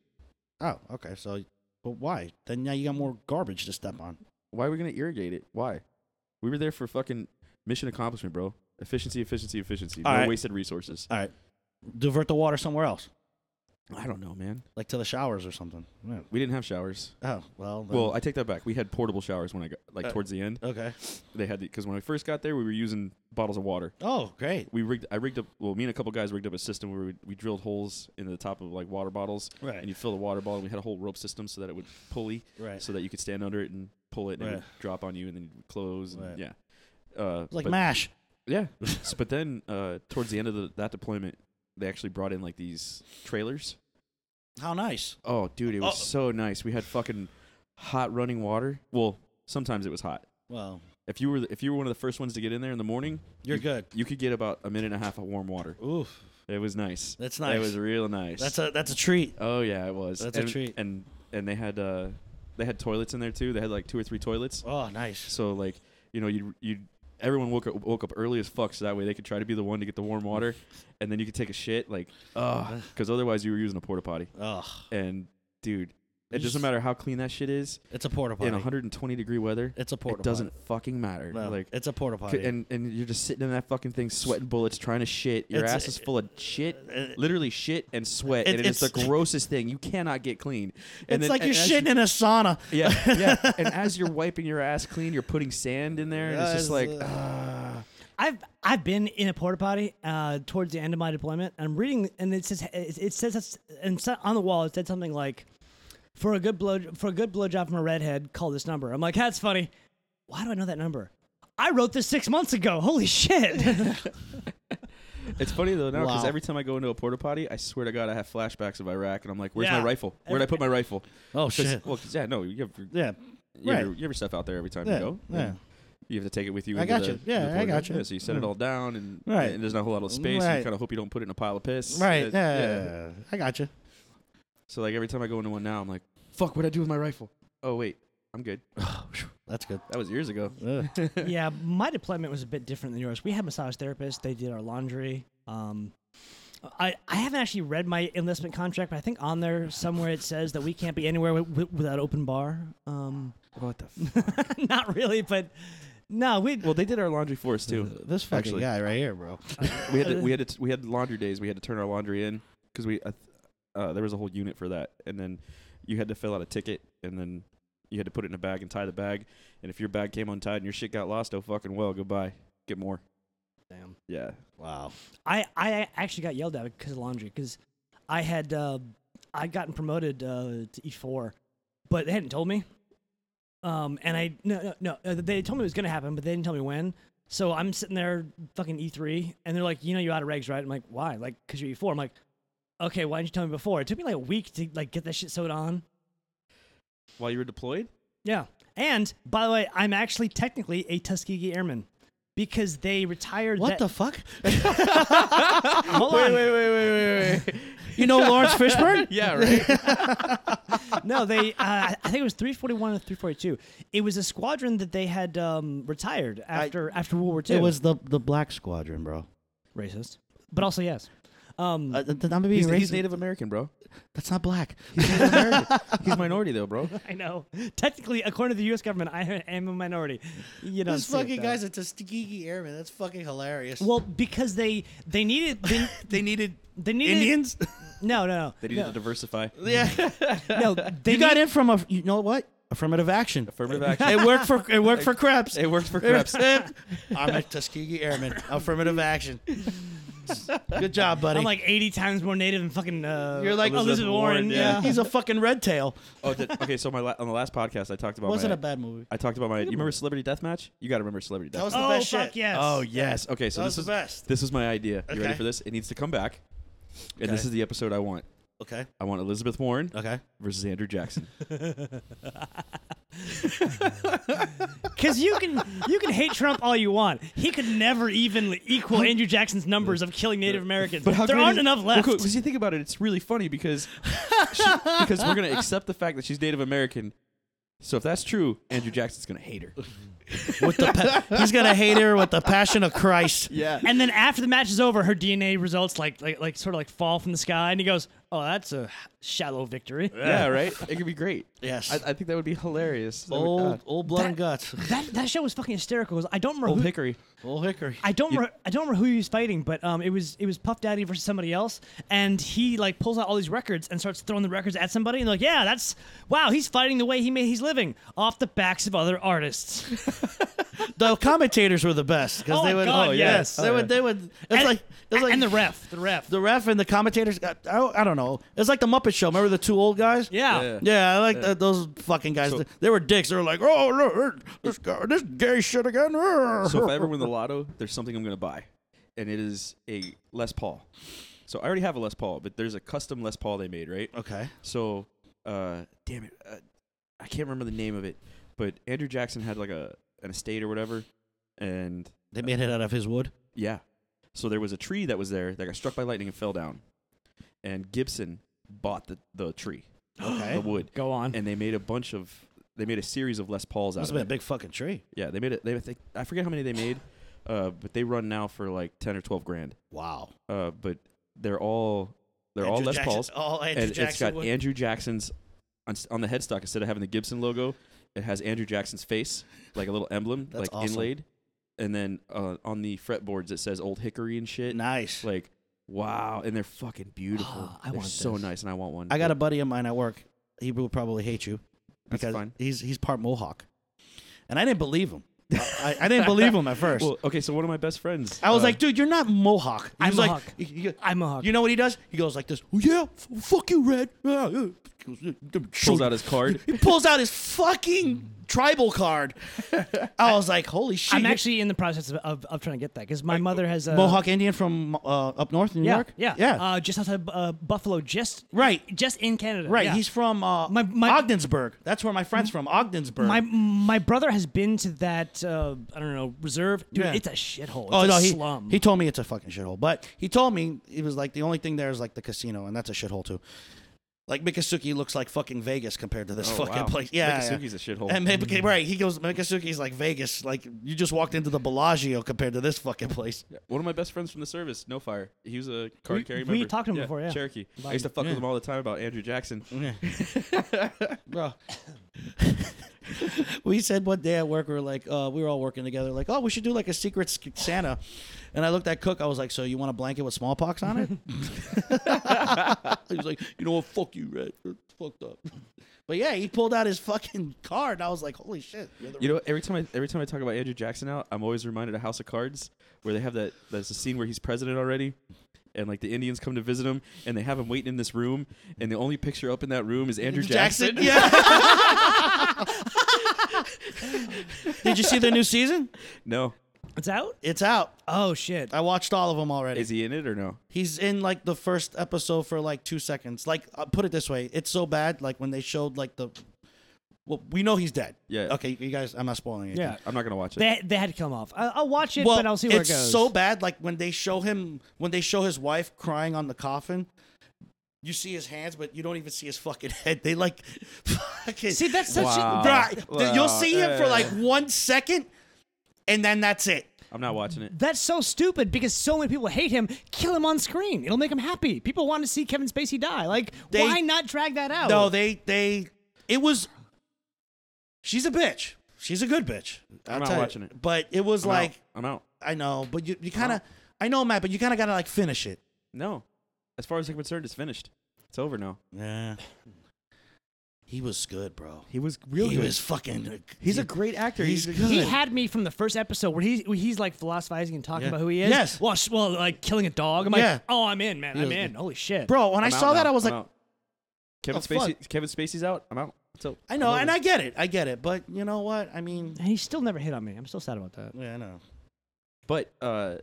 Speaker 3: Oh, okay. So, but why? Then now you got more garbage to step on.
Speaker 2: Why are we gonna irrigate it? Why? We were there for fucking mission accomplishment, bro. Efficiency, efficiency, efficiency.
Speaker 3: All
Speaker 2: no
Speaker 3: right.
Speaker 2: wasted resources.
Speaker 3: All right, divert the water somewhere else,
Speaker 2: I don't know, man.
Speaker 3: like to the showers or something. Yeah.
Speaker 2: We didn't have showers.
Speaker 3: Oh well. then-
Speaker 2: Well, I take that back. We had portable showers when I got like
Speaker 3: Uh,
Speaker 2: towards the end.
Speaker 3: okay.
Speaker 2: They had because when I first got there, we were using bottles of water.
Speaker 3: Oh, great.
Speaker 2: We rigged. I rigged up. Well, me and a couple guys rigged up a system where we, we drilled holes in the top of like water bottles,
Speaker 3: Right.
Speaker 2: and you fill the water bottle. We had a whole rope system so that it would pulley,
Speaker 3: Right.
Speaker 2: so that you could stand under it and pull it, and it would
Speaker 3: Right.
Speaker 2: drop on you, and then you would close. And
Speaker 3: Right.
Speaker 2: Yeah. Uh,
Speaker 3: It's like
Speaker 2: but-
Speaker 3: mash.
Speaker 2: Yeah, S- but then uh, towards the end of the, that deployment, they actually brought in like these trailers.
Speaker 3: How nice.
Speaker 2: Oh, dude, it was
Speaker 3: Oh.
Speaker 2: so nice. We had fucking hot running water. Well, sometimes it was hot.
Speaker 3: Well,
Speaker 2: If you were the, if you were one of the first ones to get in there in the morning,
Speaker 3: you're good.
Speaker 2: you could get about a minute and a half of warm water.
Speaker 3: Oof.
Speaker 2: It was nice.
Speaker 3: That's
Speaker 2: It
Speaker 3: nice.
Speaker 2: was real nice.
Speaker 3: That's a that's a treat.
Speaker 2: oh yeah, it was.
Speaker 3: That's a
Speaker 2: and,
Speaker 3: treat.
Speaker 2: And and they had uh, they had toilets in there too. They had like two or three toilets.
Speaker 3: Oh, nice.
Speaker 2: So like you know you you everyone woke up woke up early as fuck so that way they could try to be the one to get the warm water, and then you could take a shit like oh because otherwise you were using a porta potty
Speaker 3: Oh,
Speaker 2: and dude it
Speaker 3: You
Speaker 2: doesn't
Speaker 3: just-
Speaker 2: matter how clean that shit is
Speaker 3: it's a porta
Speaker 2: in
Speaker 3: potty.
Speaker 2: 120 degree weather
Speaker 3: It's a porta.
Speaker 2: it doesn't fucking matter
Speaker 3: Potty. No,
Speaker 2: like.
Speaker 3: it's a porta
Speaker 2: c-
Speaker 3: potty.
Speaker 2: and and you're just sitting in that fucking thing, sweating bullets, trying to shit. Your
Speaker 3: It's-
Speaker 2: ass is full of shit,
Speaker 3: uh,
Speaker 2: literally shit and sweat,
Speaker 3: it-
Speaker 2: and it is the
Speaker 3: it's-
Speaker 2: grossest thing. You cannot get clean. And
Speaker 3: it's
Speaker 2: then-
Speaker 3: like
Speaker 2: and
Speaker 3: you're
Speaker 2: as
Speaker 3: shitting in a sauna.
Speaker 2: yeah, yeah. And as you're wiping your ass clean, you're putting sand in there, and it's just like,
Speaker 3: uh,
Speaker 2: ah.
Speaker 4: I've I've been in a porta potty uh, towards the end of my deployment. And I'm reading, and it says it it says it's- and it's on the wall. It said something like, "For a good blow for a good blowjob from a redhead, call this number." I'm like, that's funny. Why do I know that number? I wrote this six months ago. Holy shit!
Speaker 2: it's funny though now because
Speaker 3: Wow.
Speaker 2: every time I go into a porta potty, I swear to God, I have flashbacks of Iraq, and I'm like, where's my
Speaker 4: Yeah.
Speaker 2: rifle? Where'd I put my rifle?
Speaker 3: Oh
Speaker 2: 'Cause-
Speaker 3: shit.
Speaker 2: Well, 'cause, yeah, no, you have, your-
Speaker 3: Yeah.
Speaker 2: you, have
Speaker 3: Right.
Speaker 2: your, you have your stuff out there every time
Speaker 3: Yeah,
Speaker 2: you go.
Speaker 3: yeah.
Speaker 2: and You have to take it with you.
Speaker 3: I
Speaker 2: into
Speaker 3: got
Speaker 2: the-
Speaker 3: you. Yeah,
Speaker 2: the
Speaker 3: I
Speaker 2: porta-
Speaker 3: got you.
Speaker 2: Yeah, so you set it
Speaker 3: Mm.
Speaker 2: all down, and,
Speaker 3: Right.
Speaker 2: and there's not a whole lot of space. And
Speaker 3: Right.
Speaker 2: you kind of hope you don't put it in a pile of piss.
Speaker 3: Right.
Speaker 2: And-
Speaker 3: yeah, I got you.
Speaker 2: So like every time I go into one now, I'm like, fuck, what'd I do with my rifle? Oh wait, I'm good.
Speaker 3: That's good.
Speaker 2: That was years ago.
Speaker 3: Ugh.
Speaker 4: yeah, my deployment was a bit different than yours. We had massage therapists. They did our laundry. Um, I, I haven't actually read my enlistment contract, but I think on there somewhere it says that we can't be anywhere wi- wi- without open bar. Um,
Speaker 2: What the?
Speaker 4: not really, but no, we.
Speaker 2: well, they did our laundry for us too.
Speaker 3: this fucking
Speaker 2: Actually-
Speaker 3: guy right here, bro.
Speaker 2: we had
Speaker 3: Uh,
Speaker 2: to, we had to, we had laundry days. We had to turn our laundry in because we uh, uh, there was a whole unit for that, and then you had to fill out a ticket, and then you had to put it in a bag and tie the bag. And if your bag came untied and your shit got lost, oh fucking well, goodbye. Get more.
Speaker 4: Damn.
Speaker 2: Yeah.
Speaker 3: Wow.
Speaker 4: I, I actually got yelled at because of laundry because I had uh, I'd gotten promoted uh, to E4, but they hadn't told me. Um, and I no no no uh, they told me it was gonna happen, but they didn't tell me when. So I'm sitting there fucking E3, and they're like, you know, you're out of regs, right? I'm like, why? Like, cause you're E4. I'm like, okay, why didn't you tell me before? It took me like a week to like get that shit sewed on.
Speaker 2: While you were deployed,
Speaker 4: Yeah. And by the way, I'm actually technically a Tuskegee Airman because they retired.
Speaker 3: What
Speaker 4: that-
Speaker 3: the fuck?
Speaker 4: Hold on.
Speaker 2: wait, wait, wait, wait.
Speaker 3: You know Lawrence Fishburne?
Speaker 2: yeah, right.
Speaker 4: no, they. Uh, I think it was 341 or 342. It was a squadron that they had um, retired after after World War II.
Speaker 3: It was the the Black Squadron, bro.
Speaker 4: racist, but also yes. Um,
Speaker 3: Uh, th- th- I'm being
Speaker 2: He's, he's
Speaker 3: racist.
Speaker 2: Native American, bro.
Speaker 3: That's not black.
Speaker 2: He's minority though, bro.
Speaker 4: I know. Technically, according to the U.S. government, I am a minority. You know,
Speaker 3: this fucking guy's a Tuskegee Airman. That's fucking hilarious.
Speaker 4: Well, because they they needed they,
Speaker 3: they needed
Speaker 4: they needed
Speaker 3: Indians.
Speaker 4: No, no,
Speaker 2: They needed to diversify.
Speaker 3: yeah,
Speaker 4: no. no they
Speaker 3: you got
Speaker 4: need-
Speaker 3: in from a. You know what? Affirmative action.
Speaker 2: Affirmative action.
Speaker 3: it worked for it worked for Krebs.
Speaker 2: It worked for Krebs.
Speaker 3: I'm a Tuskegee Airman. Affirmative action. Good job, buddy.
Speaker 4: I'm like 80 times more native than fucking. Uh,
Speaker 3: You're like-
Speaker 4: Elizabeth,
Speaker 2: Elizabeth
Speaker 4: Warren.
Speaker 2: Warren, yeah.
Speaker 4: yeah.
Speaker 3: uh, He's a fucking red tail.
Speaker 2: oh, did, okay. So my la- on the last podcast, I talked about
Speaker 3: Wasn't
Speaker 2: my,
Speaker 3: a bad movie.
Speaker 2: I talked about my. You remember Celebrity Deathmatch? You got to remember Celebrity Deathmatch.
Speaker 3: That was the
Speaker 4: Oh
Speaker 3: best
Speaker 4: fuck
Speaker 3: shit.
Speaker 4: yes.
Speaker 2: Oh yes. Okay, so
Speaker 3: That
Speaker 2: this
Speaker 3: was
Speaker 2: is
Speaker 3: the best.
Speaker 2: this is my idea. You ready
Speaker 3: Okay.
Speaker 2: for this? It needs to come back. And this
Speaker 3: Okay.
Speaker 2: is the episode I want.
Speaker 3: Okay.
Speaker 2: I want Elizabeth Warren
Speaker 3: Okay.
Speaker 2: versus Andrew Jackson.
Speaker 4: Because you can you can hate Trump all you want. He could never even equal Andrew Jackson's numbers of killing Native Americans. there
Speaker 2: great
Speaker 4: aren't
Speaker 2: is-
Speaker 4: enough
Speaker 2: Well,
Speaker 4: left.
Speaker 2: cool, 'cause you think about it, it's really funny because she- because we're gonna accept the fact that she's Native American. So if that's true, Andrew Jackson's gonna hate her.
Speaker 3: With the pa- he's gonna hate her with the passion of Christ.
Speaker 2: Yeah.
Speaker 4: And then after the match is over, her DNA results like like, like sort of like fall from the sky, and he goes, "Oh, that's a shallow victory."
Speaker 2: Yeah, right? It could be great.
Speaker 3: Yes.
Speaker 2: I, I think that would be hilarious. That would- uh,
Speaker 3: Old
Speaker 2: God.
Speaker 3: old blood and guts.
Speaker 4: That that show was fucking hysterical. 'cause I don't remember.
Speaker 2: Old
Speaker 4: who,
Speaker 2: Hickory.
Speaker 3: Old Hickory.
Speaker 4: I don't re- I don't remember who he was fighting, but um, it was it was Puff Daddy versus somebody else, and he like pulls out all these records and starts throwing the records at somebody, and they're like, yeah, that's wow, he's fighting the way he made he's living off the backs of other artists.
Speaker 3: The commentators were the best because
Speaker 4: Oh
Speaker 3: they
Speaker 4: my
Speaker 3: would.
Speaker 4: God,
Speaker 3: oh
Speaker 4: yes.
Speaker 3: They would. They would. It's
Speaker 4: and,
Speaker 3: like it's like
Speaker 4: and the ref, the ref,
Speaker 3: the ref and the commentators. I, I, I don't know. It's like the Muppet Show. Remember the two old guys?
Speaker 4: yeah.
Speaker 2: Yeah.
Speaker 3: Yeah, I like th- those fucking guys.
Speaker 2: So-
Speaker 3: they were dicks. They were like, oh, look, this guy, this gay shit again.
Speaker 2: So if I ever win the lotto, there's something I'm gonna buy. And it is a Les Paul. So I already have a Les Paul, but there's a custom Les Paul they made, right?
Speaker 3: okay,
Speaker 2: So, uh, damn it, uh, I can't remember the name of it, but Andrew Jackson had like a an estate or whatever, and
Speaker 3: they made it out of his wood.
Speaker 2: yeah, so there was a tree that was there that got struck by lightning and fell down, and Gibson bought the the tree, the
Speaker 3: Okay,
Speaker 2: wood,
Speaker 4: Go on.
Speaker 2: and they made a bunch of they made a series of Les Pauls out
Speaker 3: must have
Speaker 2: of
Speaker 3: been a
Speaker 2: it.
Speaker 3: big fucking tree.
Speaker 2: Yeah, they made it. They I think- I forget how many they made, uh, but they run now for like ten or twelve grand.
Speaker 3: Wow,
Speaker 2: Uh, but they're all they're all
Speaker 3: Andrew
Speaker 2: Les
Speaker 3: Jackson-
Speaker 2: Pauls
Speaker 3: All Andrew
Speaker 2: and it's
Speaker 3: Jackson
Speaker 2: got
Speaker 3: wood.
Speaker 2: Andrew Jackson's on, s- on the headstock instead of having the Gibson logo. It has Andrew Jackson's face, like a little emblem,
Speaker 3: That's
Speaker 2: like
Speaker 3: awesome.
Speaker 2: inlaid, and then uh, on the fretboards it says Old Hickory and shit.
Speaker 3: nice.
Speaker 2: Like, wow, and they're fucking beautiful.
Speaker 4: Ah, I
Speaker 2: they're
Speaker 4: want
Speaker 2: so
Speaker 4: this.
Speaker 2: nice, and I want one.
Speaker 3: I got a buddy of mine at work. He will probably hate you
Speaker 2: That's
Speaker 3: because
Speaker 2: fine.
Speaker 3: he's he's part Mohawk, and I didn't believe him. I, I didn't believe him at first.
Speaker 2: Well, okay, so one of my best friends.
Speaker 3: I was
Speaker 2: uh,
Speaker 3: like, dude, you're not Mohawk. He
Speaker 4: I'm
Speaker 3: was like,
Speaker 4: Mohawk.
Speaker 3: y- y-
Speaker 4: I'm a hawk.
Speaker 3: You know what he does? He goes like this. Oh, yeah, f- fuck you, Red. Yeah, yeah." He goes, "Yeah,
Speaker 2: pulls
Speaker 3: shoot."
Speaker 2: out his card.
Speaker 3: He pulls out his fucking tribal card. I was like, holy shit.
Speaker 4: I'm
Speaker 3: you-
Speaker 4: actually in the process of, of, of trying to get that because my mother has a
Speaker 3: Mohawk Indian from uh, up north in New
Speaker 4: Yeah,
Speaker 3: York.
Speaker 4: yeah,
Speaker 3: yeah.
Speaker 4: Uh, just outside uh, Buffalo, just
Speaker 3: Right.
Speaker 4: just in Canada.
Speaker 3: right.
Speaker 4: yeah.
Speaker 3: He's from uh,
Speaker 4: My- my-
Speaker 3: Ogdensburg. That's where my friend's from. Ogdensburg.
Speaker 4: My my brother has been to that uh, I don't know reserve. Dude,
Speaker 3: Yeah.
Speaker 4: it's a shithole. It's
Speaker 3: oh
Speaker 4: a
Speaker 3: no, he
Speaker 4: slum.
Speaker 3: he told me it's a fucking shithole. But he told me he was like the only thing there is like the casino, and that's a shithole too. Like Mikasuki looks like fucking Vegas compared to this
Speaker 2: Oh,
Speaker 3: fucking
Speaker 2: wow.
Speaker 3: place. Yeah, yeah.
Speaker 2: Mickasuki's a shithole.
Speaker 3: And Mikasuki, right, he goes Mikasuki's like Vegas. Like you just walked into the Bellagio compared to this fucking place.
Speaker 2: One of my best friends from the service, No Fire. He was a
Speaker 4: We-
Speaker 2: card carrying
Speaker 4: we
Speaker 2: member.
Speaker 4: talked to him before, yeah.
Speaker 2: Cherokee.
Speaker 4: About-
Speaker 2: I used to fuck with him all the time about Andrew Jackson.
Speaker 3: bro. we said one day at work, we were like, uh, we were all working together, like, oh, we should do like a secret s- Santa. And I looked at Cook, I was like, so you want a blanket with smallpox on it? he was like, you know what? Fuck you, Red. It's fucked up. But yeah, he pulled out his fucking card. and I was like, holy shit. you're the-
Speaker 2: You know, every time I every time I talk about Andrew Jackson out, I'm always reminded of House of Cards, where they have that there's a scene where he's president already, and like the Indians come to visit him, and they have him waiting in this room, and the only picture up in that room is Andrew Jackson.
Speaker 3: Yeah. Did you see their new season?
Speaker 2: No,
Speaker 4: it's out.
Speaker 3: It's out.
Speaker 4: Oh shit.
Speaker 3: I watched all of them already.
Speaker 2: is he in it or no?
Speaker 3: He's in like the first episode for like two seconds. Like, uh, put it this way, it's so bad. Like when they showed like the, well, we know he's dead.
Speaker 2: Yeah.
Speaker 3: Okay, you guys, I'm not spoiling it.
Speaker 4: yeah.
Speaker 2: I'm not gonna watch it.
Speaker 4: They, they had to come off. I, I'll watch it,
Speaker 3: Well,
Speaker 4: but I'll see where
Speaker 3: it's
Speaker 4: it goes.
Speaker 3: so bad. Like when they show him, when they show his wife crying on the coffin, you see his hands, but you don't even see his fucking head. They like, fucking.
Speaker 4: See, that's such.
Speaker 2: Wow.
Speaker 4: A,
Speaker 3: Right.
Speaker 2: Wow.
Speaker 3: You'll see him for
Speaker 2: Yeah.
Speaker 3: like one second, and then that's it.
Speaker 2: I'm not watching it.
Speaker 4: that's so stupid because so many people hate him. Kill him on screen. It'll make him happy. People want to see Kevin Spacey die. Like,
Speaker 3: They-
Speaker 4: why not drag that out?
Speaker 3: No, they they it was. She's a bitch. She's a good bitch. I'll
Speaker 2: I'm not
Speaker 3: tell you.
Speaker 2: watching it.
Speaker 3: But it was
Speaker 2: I'm
Speaker 3: like
Speaker 2: out. I'm out.
Speaker 3: I know, but you, you kind of I know Matt, but you kind of gotta like finish it.
Speaker 2: No, as far as I'm concerned, it's finished. It's over now.
Speaker 3: Yeah. He was good, bro.
Speaker 2: He was
Speaker 3: he was fucking.
Speaker 2: He's a great actor.
Speaker 3: He's,
Speaker 2: He's a-
Speaker 3: good.
Speaker 4: He had me from the first episode where he's where he's like philosophizing and talking
Speaker 3: Yeah.
Speaker 4: about who he is.
Speaker 3: Yes.
Speaker 4: Well, sh- well, like killing a dog. I'm
Speaker 3: Yeah.
Speaker 4: like, oh, I'm in, man.
Speaker 3: He
Speaker 4: I'm
Speaker 3: was-
Speaker 4: in. Holy shit,
Speaker 3: bro. When i
Speaker 2: I'm out
Speaker 3: saw that,
Speaker 2: now.
Speaker 3: I was
Speaker 2: I'm
Speaker 3: like,
Speaker 2: out. Kevin
Speaker 3: the fuck?
Speaker 2: Spacey. Kevin Spacey's out. I'm out. So
Speaker 3: I know, and I get it, I get it. But you know what? I mean,
Speaker 4: And he still never hit on me. I'm still sad about that.
Speaker 3: yeah, I know.
Speaker 2: But uh,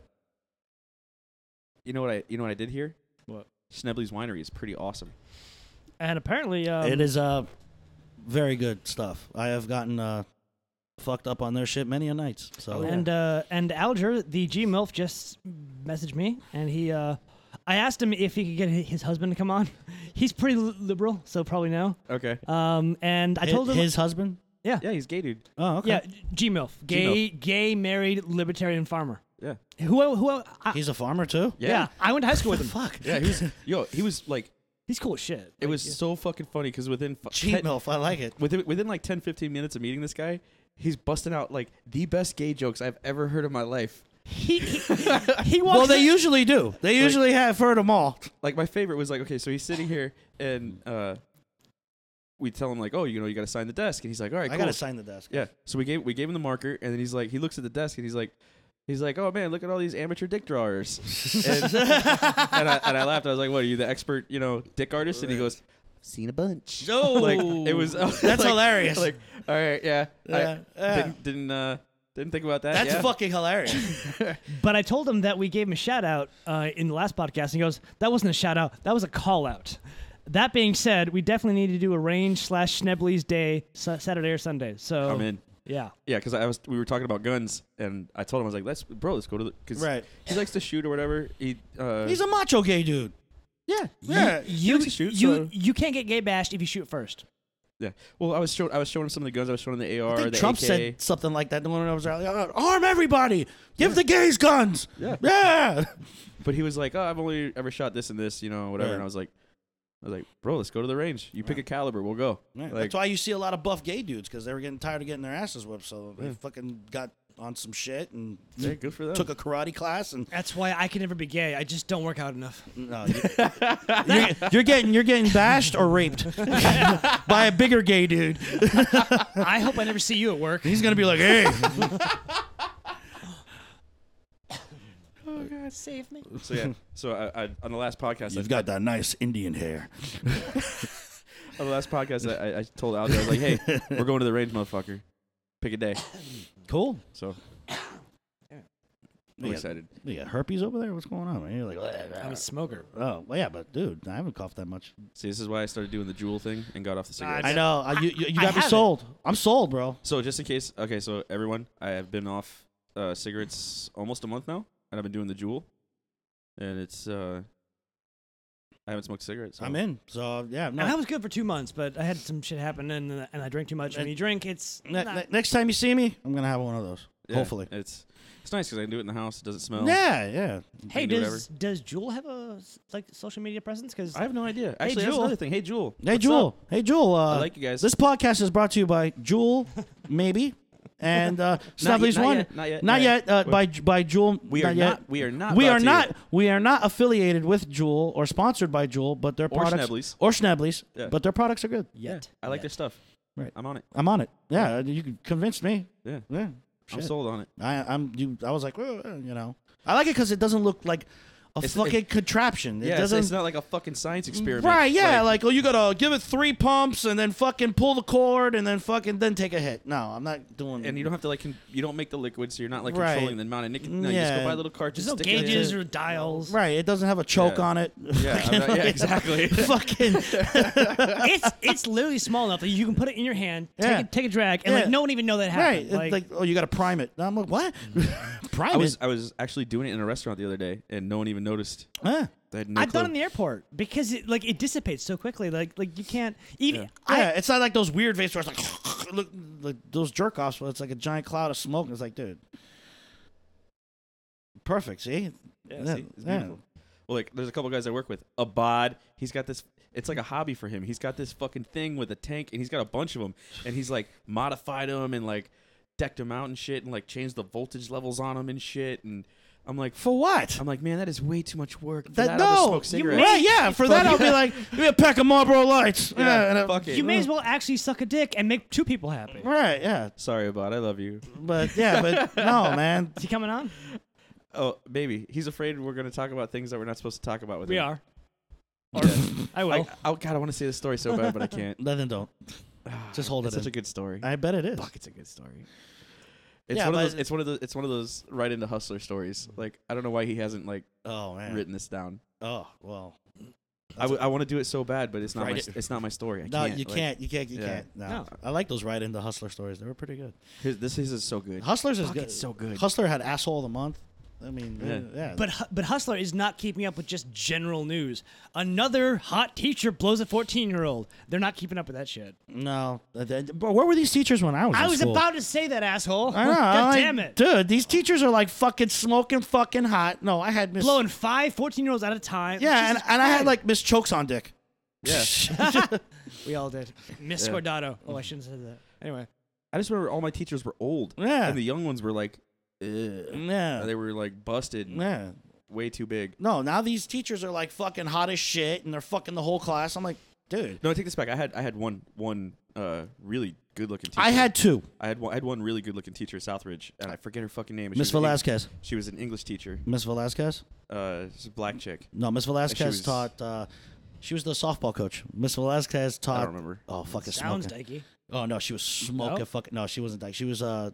Speaker 2: you know what I you know what I did here?
Speaker 4: What?
Speaker 2: Schnebley's Winery is pretty awesome.
Speaker 4: And apparently, um,
Speaker 3: it is uh, very good stuff. I have gotten uh, fucked up on their shit many a nights. So
Speaker 4: And uh, and Alger, the G MILF, just messaged me, and he, uh, I asked him if he could get hi- his husband to come on. He's pretty li- liberal, so probably no.
Speaker 2: Okay.
Speaker 4: Um, and I
Speaker 3: Hi-
Speaker 4: told him,
Speaker 3: his husband.
Speaker 4: yeah,
Speaker 2: Yeah, he's gay, dude.
Speaker 3: Oh, okay.
Speaker 4: yeah, G MILF, gay, gay, married, libertarian farmer.
Speaker 2: Yeah.
Speaker 4: Who, el- who, el- I,
Speaker 3: He's a farmer too.
Speaker 4: yeah. I went to high school with him.
Speaker 3: Fuck.
Speaker 2: Yeah, he was. yo, he was like,
Speaker 4: He's cool as shit.
Speaker 2: it was so fucking funny because within fu-
Speaker 3: Cheat
Speaker 2: ten-
Speaker 3: milf. I like it.
Speaker 2: within within like 10, 15 minutes of meeting this guy, he's busting out like the best gay jokes I've ever heard in my life.
Speaker 4: He, he, he walks.
Speaker 3: Well, they
Speaker 4: in-
Speaker 3: usually do. They usually have heard them all.
Speaker 2: like my favorite was like okay so he's sitting here and uh we tell him like oh you know you got to sign the desk and he's like all right
Speaker 3: I
Speaker 2: cool.
Speaker 3: gotta sign the desk.
Speaker 2: yeah so we gave we gave him the marker and then he's like he looks at the desk and he's like he's like oh man look at all these amateur dick drawers and, and, I, and I laughed I was like what are you the expert you know dick artist and he goes seen a bunch
Speaker 3: No.
Speaker 2: like it was I was
Speaker 3: That's
Speaker 2: like-
Speaker 3: hilarious.
Speaker 2: like all right yeah, I
Speaker 3: Yeah, yeah.
Speaker 2: didn't didn't uh didn't think about that
Speaker 3: That's
Speaker 2: yeah.
Speaker 3: fucking hilarious.
Speaker 4: But I told him that we gave him a shout out uh, in the last podcast, and he goes, "That wasn't a shout out. That was a call out." That being said, we definitely need to do a range slash Schnebley's day sa- Saturday or Sunday. So
Speaker 2: I'm in
Speaker 4: yeah,
Speaker 2: Yeah, because I was we were talking about guns, and I told him I was like, "Let's, bro, let's go to the cause
Speaker 3: Right.
Speaker 2: He likes to shoot or whatever. He uh,
Speaker 3: He's a macho gay dude.
Speaker 2: yeah
Speaker 3: Yeah.
Speaker 4: you
Speaker 2: to shoot,
Speaker 4: you
Speaker 2: so-
Speaker 4: you can't get gay bashed if you shoot first.
Speaker 2: yeah. Well, I was showing I was showing him some of the guns. I was showing him the AR,
Speaker 3: I think
Speaker 2: the
Speaker 3: Trump
Speaker 2: AK.
Speaker 3: said something like that. The one I was like, "Uh, arm everybody, give the gays guns.
Speaker 2: Yeah.
Speaker 3: yeah.
Speaker 2: but he was like, "Oh, I've only ever shot this and this, you know, whatever."
Speaker 3: Yeah.
Speaker 2: And I was like, I was like, "Bro, let's go to the range. You pick a caliber, we'll go."
Speaker 3: Yeah,
Speaker 2: Like,
Speaker 3: That's why you see a lot of buff gay dudes because they were getting tired of getting their asses whipped, so they fucking got on some shit and
Speaker 2: yeah, good for them.
Speaker 3: took a karate class and
Speaker 4: That's why I can never be gay. I just don't work out enough.
Speaker 3: no, you- you're, you're getting you're getting bashed or raped by a bigger gay dude.
Speaker 4: I hope I never see you at work.
Speaker 3: He's gonna be like, hey,
Speaker 4: Oh God, save me.
Speaker 2: so yeah. So I, I on the last podcast, I,
Speaker 3: you've got that nice Indian hair.
Speaker 2: on the last podcast, I, I- I told Aldo, I was like, "Hey, we're going to the range, motherfucker. Pick a day."
Speaker 3: Cool.
Speaker 2: So. I'm
Speaker 3: Yeah.
Speaker 2: excited.
Speaker 3: You got herpes over there? What's going on? Man? You're like,
Speaker 4: I'm a smoker.
Speaker 3: oh, well, yeah, but dude, I haven't coughed that much.
Speaker 2: See, this is why I started doing the jewel thing and got off the cigarettes.
Speaker 3: I know. I, you you, you
Speaker 4: I
Speaker 3: got me
Speaker 4: haven't.
Speaker 3: sold. I'm sold, bro.
Speaker 2: So just in case, okay, so everyone, I have been off uh, cigarettes almost a month now, and I've been doing the Jewel, and it's uh, I haven't smoked cigarettes. so-
Speaker 3: I'm in. So yeah, no.
Speaker 4: And I was good for two months, but I had some shit happen, and uh, and I drank too much. When you drink, it's
Speaker 3: Ne-
Speaker 4: not-
Speaker 3: ne- next time you see me, I'm gonna have one of those.
Speaker 2: Yeah,
Speaker 3: Hopefully.
Speaker 2: it's it's nice because I can do it in the house. It doesn't smell.
Speaker 3: Yeah, yeah.
Speaker 4: Hey,
Speaker 2: can do
Speaker 4: does
Speaker 2: whatever.
Speaker 4: does Jewel have a s- like social media presence? Because
Speaker 2: I have no idea. Actually, that's
Speaker 4: Jewel.
Speaker 2: another thing. Hey, Jewel.
Speaker 3: Hey,
Speaker 2: what's
Speaker 3: Jewel.
Speaker 2: up?
Speaker 3: Hey, Jewel. Uh,
Speaker 2: I like you guys.
Speaker 3: This podcast is brought to you by Jewel, maybe, and uh,
Speaker 2: Not
Speaker 3: Snubbly's
Speaker 2: yet, not
Speaker 3: One.
Speaker 2: yet, not yet,
Speaker 3: Not
Speaker 2: not
Speaker 3: yet.
Speaker 2: yet.
Speaker 3: uh, by by Jewel.
Speaker 2: We are
Speaker 3: yet.
Speaker 2: not- we are not
Speaker 3: We
Speaker 2: brought
Speaker 3: are
Speaker 2: to
Speaker 3: not.
Speaker 2: you.
Speaker 3: We are not affiliated with Jewel or sponsored by Jewel, but their
Speaker 2: Or
Speaker 3: products
Speaker 2: Schnebley's.
Speaker 3: or Schnebley's,
Speaker 2: Yeah.
Speaker 3: but their products are good.
Speaker 2: Yeah,
Speaker 4: yet
Speaker 2: I like
Speaker 4: Yet.
Speaker 2: their stuff.
Speaker 3: Right.
Speaker 2: I'm on it.
Speaker 3: I'm on it. Yeah, uh, you convinced me.
Speaker 2: Yeah,
Speaker 3: Yeah,
Speaker 2: I'm
Speaker 3: Shit.
Speaker 2: sold on it.
Speaker 3: I, I'm. You, I was like, "Whoa," you know, I like it because it doesn't look like a
Speaker 2: It's-
Speaker 3: fucking contraption. It
Speaker 2: yeah, it's,
Speaker 3: doesn't.
Speaker 2: it's not like a fucking science experiment.
Speaker 3: Right, yeah, like, oh, you gotta give it three pumps and then fucking pull the cord and then fucking then take a hit. No, I'm not doing.
Speaker 2: and you don't have to like con- you don't make the liquid, so you're not like
Speaker 3: Right.
Speaker 2: controlling the amount of nicotine. No, you just
Speaker 3: Yeah.
Speaker 2: go buy a little cartridge.
Speaker 4: there's no
Speaker 2: stick it in.
Speaker 4: gauges or dials.
Speaker 3: Right, it doesn't have a choke
Speaker 2: Yeah.
Speaker 3: on it.
Speaker 2: Yeah, I'm not- yeah, exactly.
Speaker 3: fucking
Speaker 4: it's it's literally small enough that you can put it in your hand,
Speaker 3: Yeah.
Speaker 4: take, a, take a drag, and like
Speaker 3: Yeah.
Speaker 4: no one even know that
Speaker 3: right.
Speaker 4: happened.
Speaker 3: It's like, oh, you gotta prime it. I'm like, what? prime
Speaker 2: I was
Speaker 3: it?
Speaker 2: I was actually doing it in a restaurant the other day, and no one even noticed.
Speaker 3: Huh.
Speaker 2: I had no
Speaker 4: I've
Speaker 2: clue.
Speaker 4: done it in the airport because it, like it dissipates so quickly. Like like you can't even. I,
Speaker 3: yeah, it's not like those weird vapes where it's like, look, like those jerk offs where it's like a giant cloud of smoke. And it's like, dude, perfect. See,
Speaker 2: Yeah, see, it's beautiful. Well, like there's a couple guys I work with. Abad, he's got this. It's like a hobby for him. He's got this fucking thing with a tank, and he's got a bunch of them, and he's like modified them and like decked them out and shit, and like changed the voltage levels on them and shit. And I'm like,
Speaker 3: for what?
Speaker 2: I'm like, man, that is way too much work. For
Speaker 3: That,
Speaker 2: that, I'll just
Speaker 3: no,
Speaker 2: smoke
Speaker 3: you
Speaker 2: cigarettes.
Speaker 3: right? Yeah, for that I'll be like, give me a pack of Marlboro Lights. Yeah, and I-
Speaker 2: fuck it.
Speaker 4: you may as well actually suck a dick and make two people happy.
Speaker 3: Right, yeah.
Speaker 2: Sorry, Abad. I love you.
Speaker 3: But yeah, but no, man.
Speaker 4: Is he coming on?
Speaker 2: Oh, baby, he's afraid we're gonna talk about things that we're not supposed to talk about with
Speaker 4: We
Speaker 2: him.
Speaker 4: are. Or I will.
Speaker 2: I, oh God, I want to say this story so bad, but I can't.
Speaker 3: Nothing don't. Just hold
Speaker 2: It's
Speaker 3: it
Speaker 2: such
Speaker 3: in.
Speaker 2: a good story.
Speaker 3: I bet it is.
Speaker 2: Fuck, it's a good story. It's
Speaker 3: Yeah,
Speaker 2: one of
Speaker 3: but-
Speaker 2: those. It's one of those. It's one of those right into hustler stories. Like I don't know why he hasn't like
Speaker 3: Oh man.
Speaker 2: written this down.
Speaker 3: Oh well.
Speaker 2: I, w- I want to do it so bad, but it's not my,
Speaker 3: Write it.
Speaker 2: it's not my story. I
Speaker 3: No,
Speaker 2: can't.
Speaker 3: you
Speaker 2: like,
Speaker 3: can't. You can't. You
Speaker 2: yeah.
Speaker 3: can't. No.
Speaker 4: No.
Speaker 3: I like those right into Hustler stories. They were pretty good.
Speaker 2: his- this his is so good.
Speaker 3: Hustlers is
Speaker 2: Fuck,
Speaker 3: good.
Speaker 2: it's so good.
Speaker 3: Hustler had asshole of the month. I mean,
Speaker 2: Yeah.
Speaker 3: yeah. yeah.
Speaker 4: But Hu- but Hustler is not keeping up with just general news. Another hot teacher blows a 14 year old. They're not keeping up with that shit.
Speaker 3: no, Uh, th- bro, where were these teachers when I was?
Speaker 4: I
Speaker 3: in
Speaker 4: was
Speaker 3: school?
Speaker 4: about to say that asshole.
Speaker 3: I know,
Speaker 4: God
Speaker 3: I'm like,
Speaker 4: damn it.
Speaker 3: dude. These teachers are like fucking smoking fucking hot. No, I had Miss.
Speaker 4: Blowing five 14 year olds at a time.
Speaker 3: yeah, and,
Speaker 4: Jesus
Speaker 3: and I had
Speaker 4: Christ.
Speaker 3: like Miss Chokes on Dick.
Speaker 2: Yeah.
Speaker 4: We all did. Miss Cordato. Oh, I shouldn't have said that. Anyway.
Speaker 2: I just remember all my teachers were old.
Speaker 3: Yeah.
Speaker 2: And the young ones were like, Ugh.
Speaker 3: Yeah.
Speaker 2: they were like busted and
Speaker 3: yeah.
Speaker 2: way too big.
Speaker 3: No, now these teachers are like fucking hot as shit, and they're fucking the whole class. I'm like, dude.
Speaker 2: No, I take this back. I had I had one one uh really good looking teacher.
Speaker 3: I had two.
Speaker 2: I had one, I had one really good looking teacher at Southridge, and I forget her fucking name. but she
Speaker 3: Miss
Speaker 2: was an Eng-
Speaker 3: Velasquez.
Speaker 2: She was an English teacher.
Speaker 3: Miss Velasquez.
Speaker 2: Uh, she's a black chick.
Speaker 3: No, Miss Velasquez
Speaker 2: was-
Speaker 3: taught. Uh, she was the softball coach. Miss Velasquez taught.
Speaker 2: remember.
Speaker 3: Oh, fucking
Speaker 4: Sounds
Speaker 3: smoking.
Speaker 4: dykey.
Speaker 3: Oh no, she was smoking.
Speaker 4: No?
Speaker 3: Fucking no, she wasn't. Dyke. She was. Uh,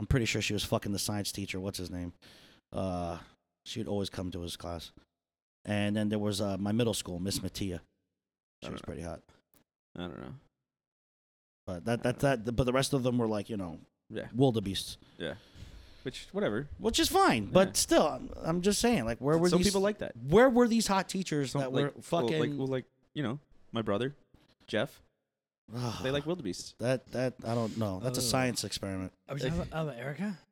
Speaker 3: I'm pretty sure she was fucking the science teacher. What's his name? Uh, she would always come to his class. And then there was uh, my middle school, Miss Mattia. She
Speaker 2: don't
Speaker 3: was
Speaker 2: know.
Speaker 3: pretty hot.
Speaker 2: I don't know.
Speaker 3: But that that that. But the rest of them were like you know
Speaker 2: Yeah.
Speaker 3: wildebeests,
Speaker 2: Yeah. Which whatever.
Speaker 3: which is fine.
Speaker 2: Yeah.
Speaker 3: But still, I'm, I'm just saying, like, where were
Speaker 2: Some
Speaker 3: these
Speaker 2: people like that.
Speaker 3: Where were these hot teachers
Speaker 2: Some,
Speaker 3: that
Speaker 2: like,
Speaker 3: were
Speaker 2: well,
Speaker 3: fucking?
Speaker 2: like well, like you know my brother, Jeff.
Speaker 3: Ugh.
Speaker 2: They like wildebeests.
Speaker 3: That that I don't know. That's a
Speaker 4: Ugh.
Speaker 3: science experiment.
Speaker 4: Are we talking about, about Erica?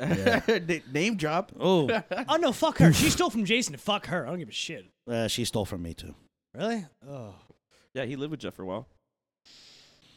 Speaker 3: Yeah.
Speaker 2: Na- Name drop.
Speaker 3: Oh,
Speaker 4: Oh, no, fuck her. She stole from Jason. Fuck her. I don't give a shit.
Speaker 3: uh, she stole from me too.
Speaker 4: Really? Oh.
Speaker 2: Yeah, he lived with Jeff for a while.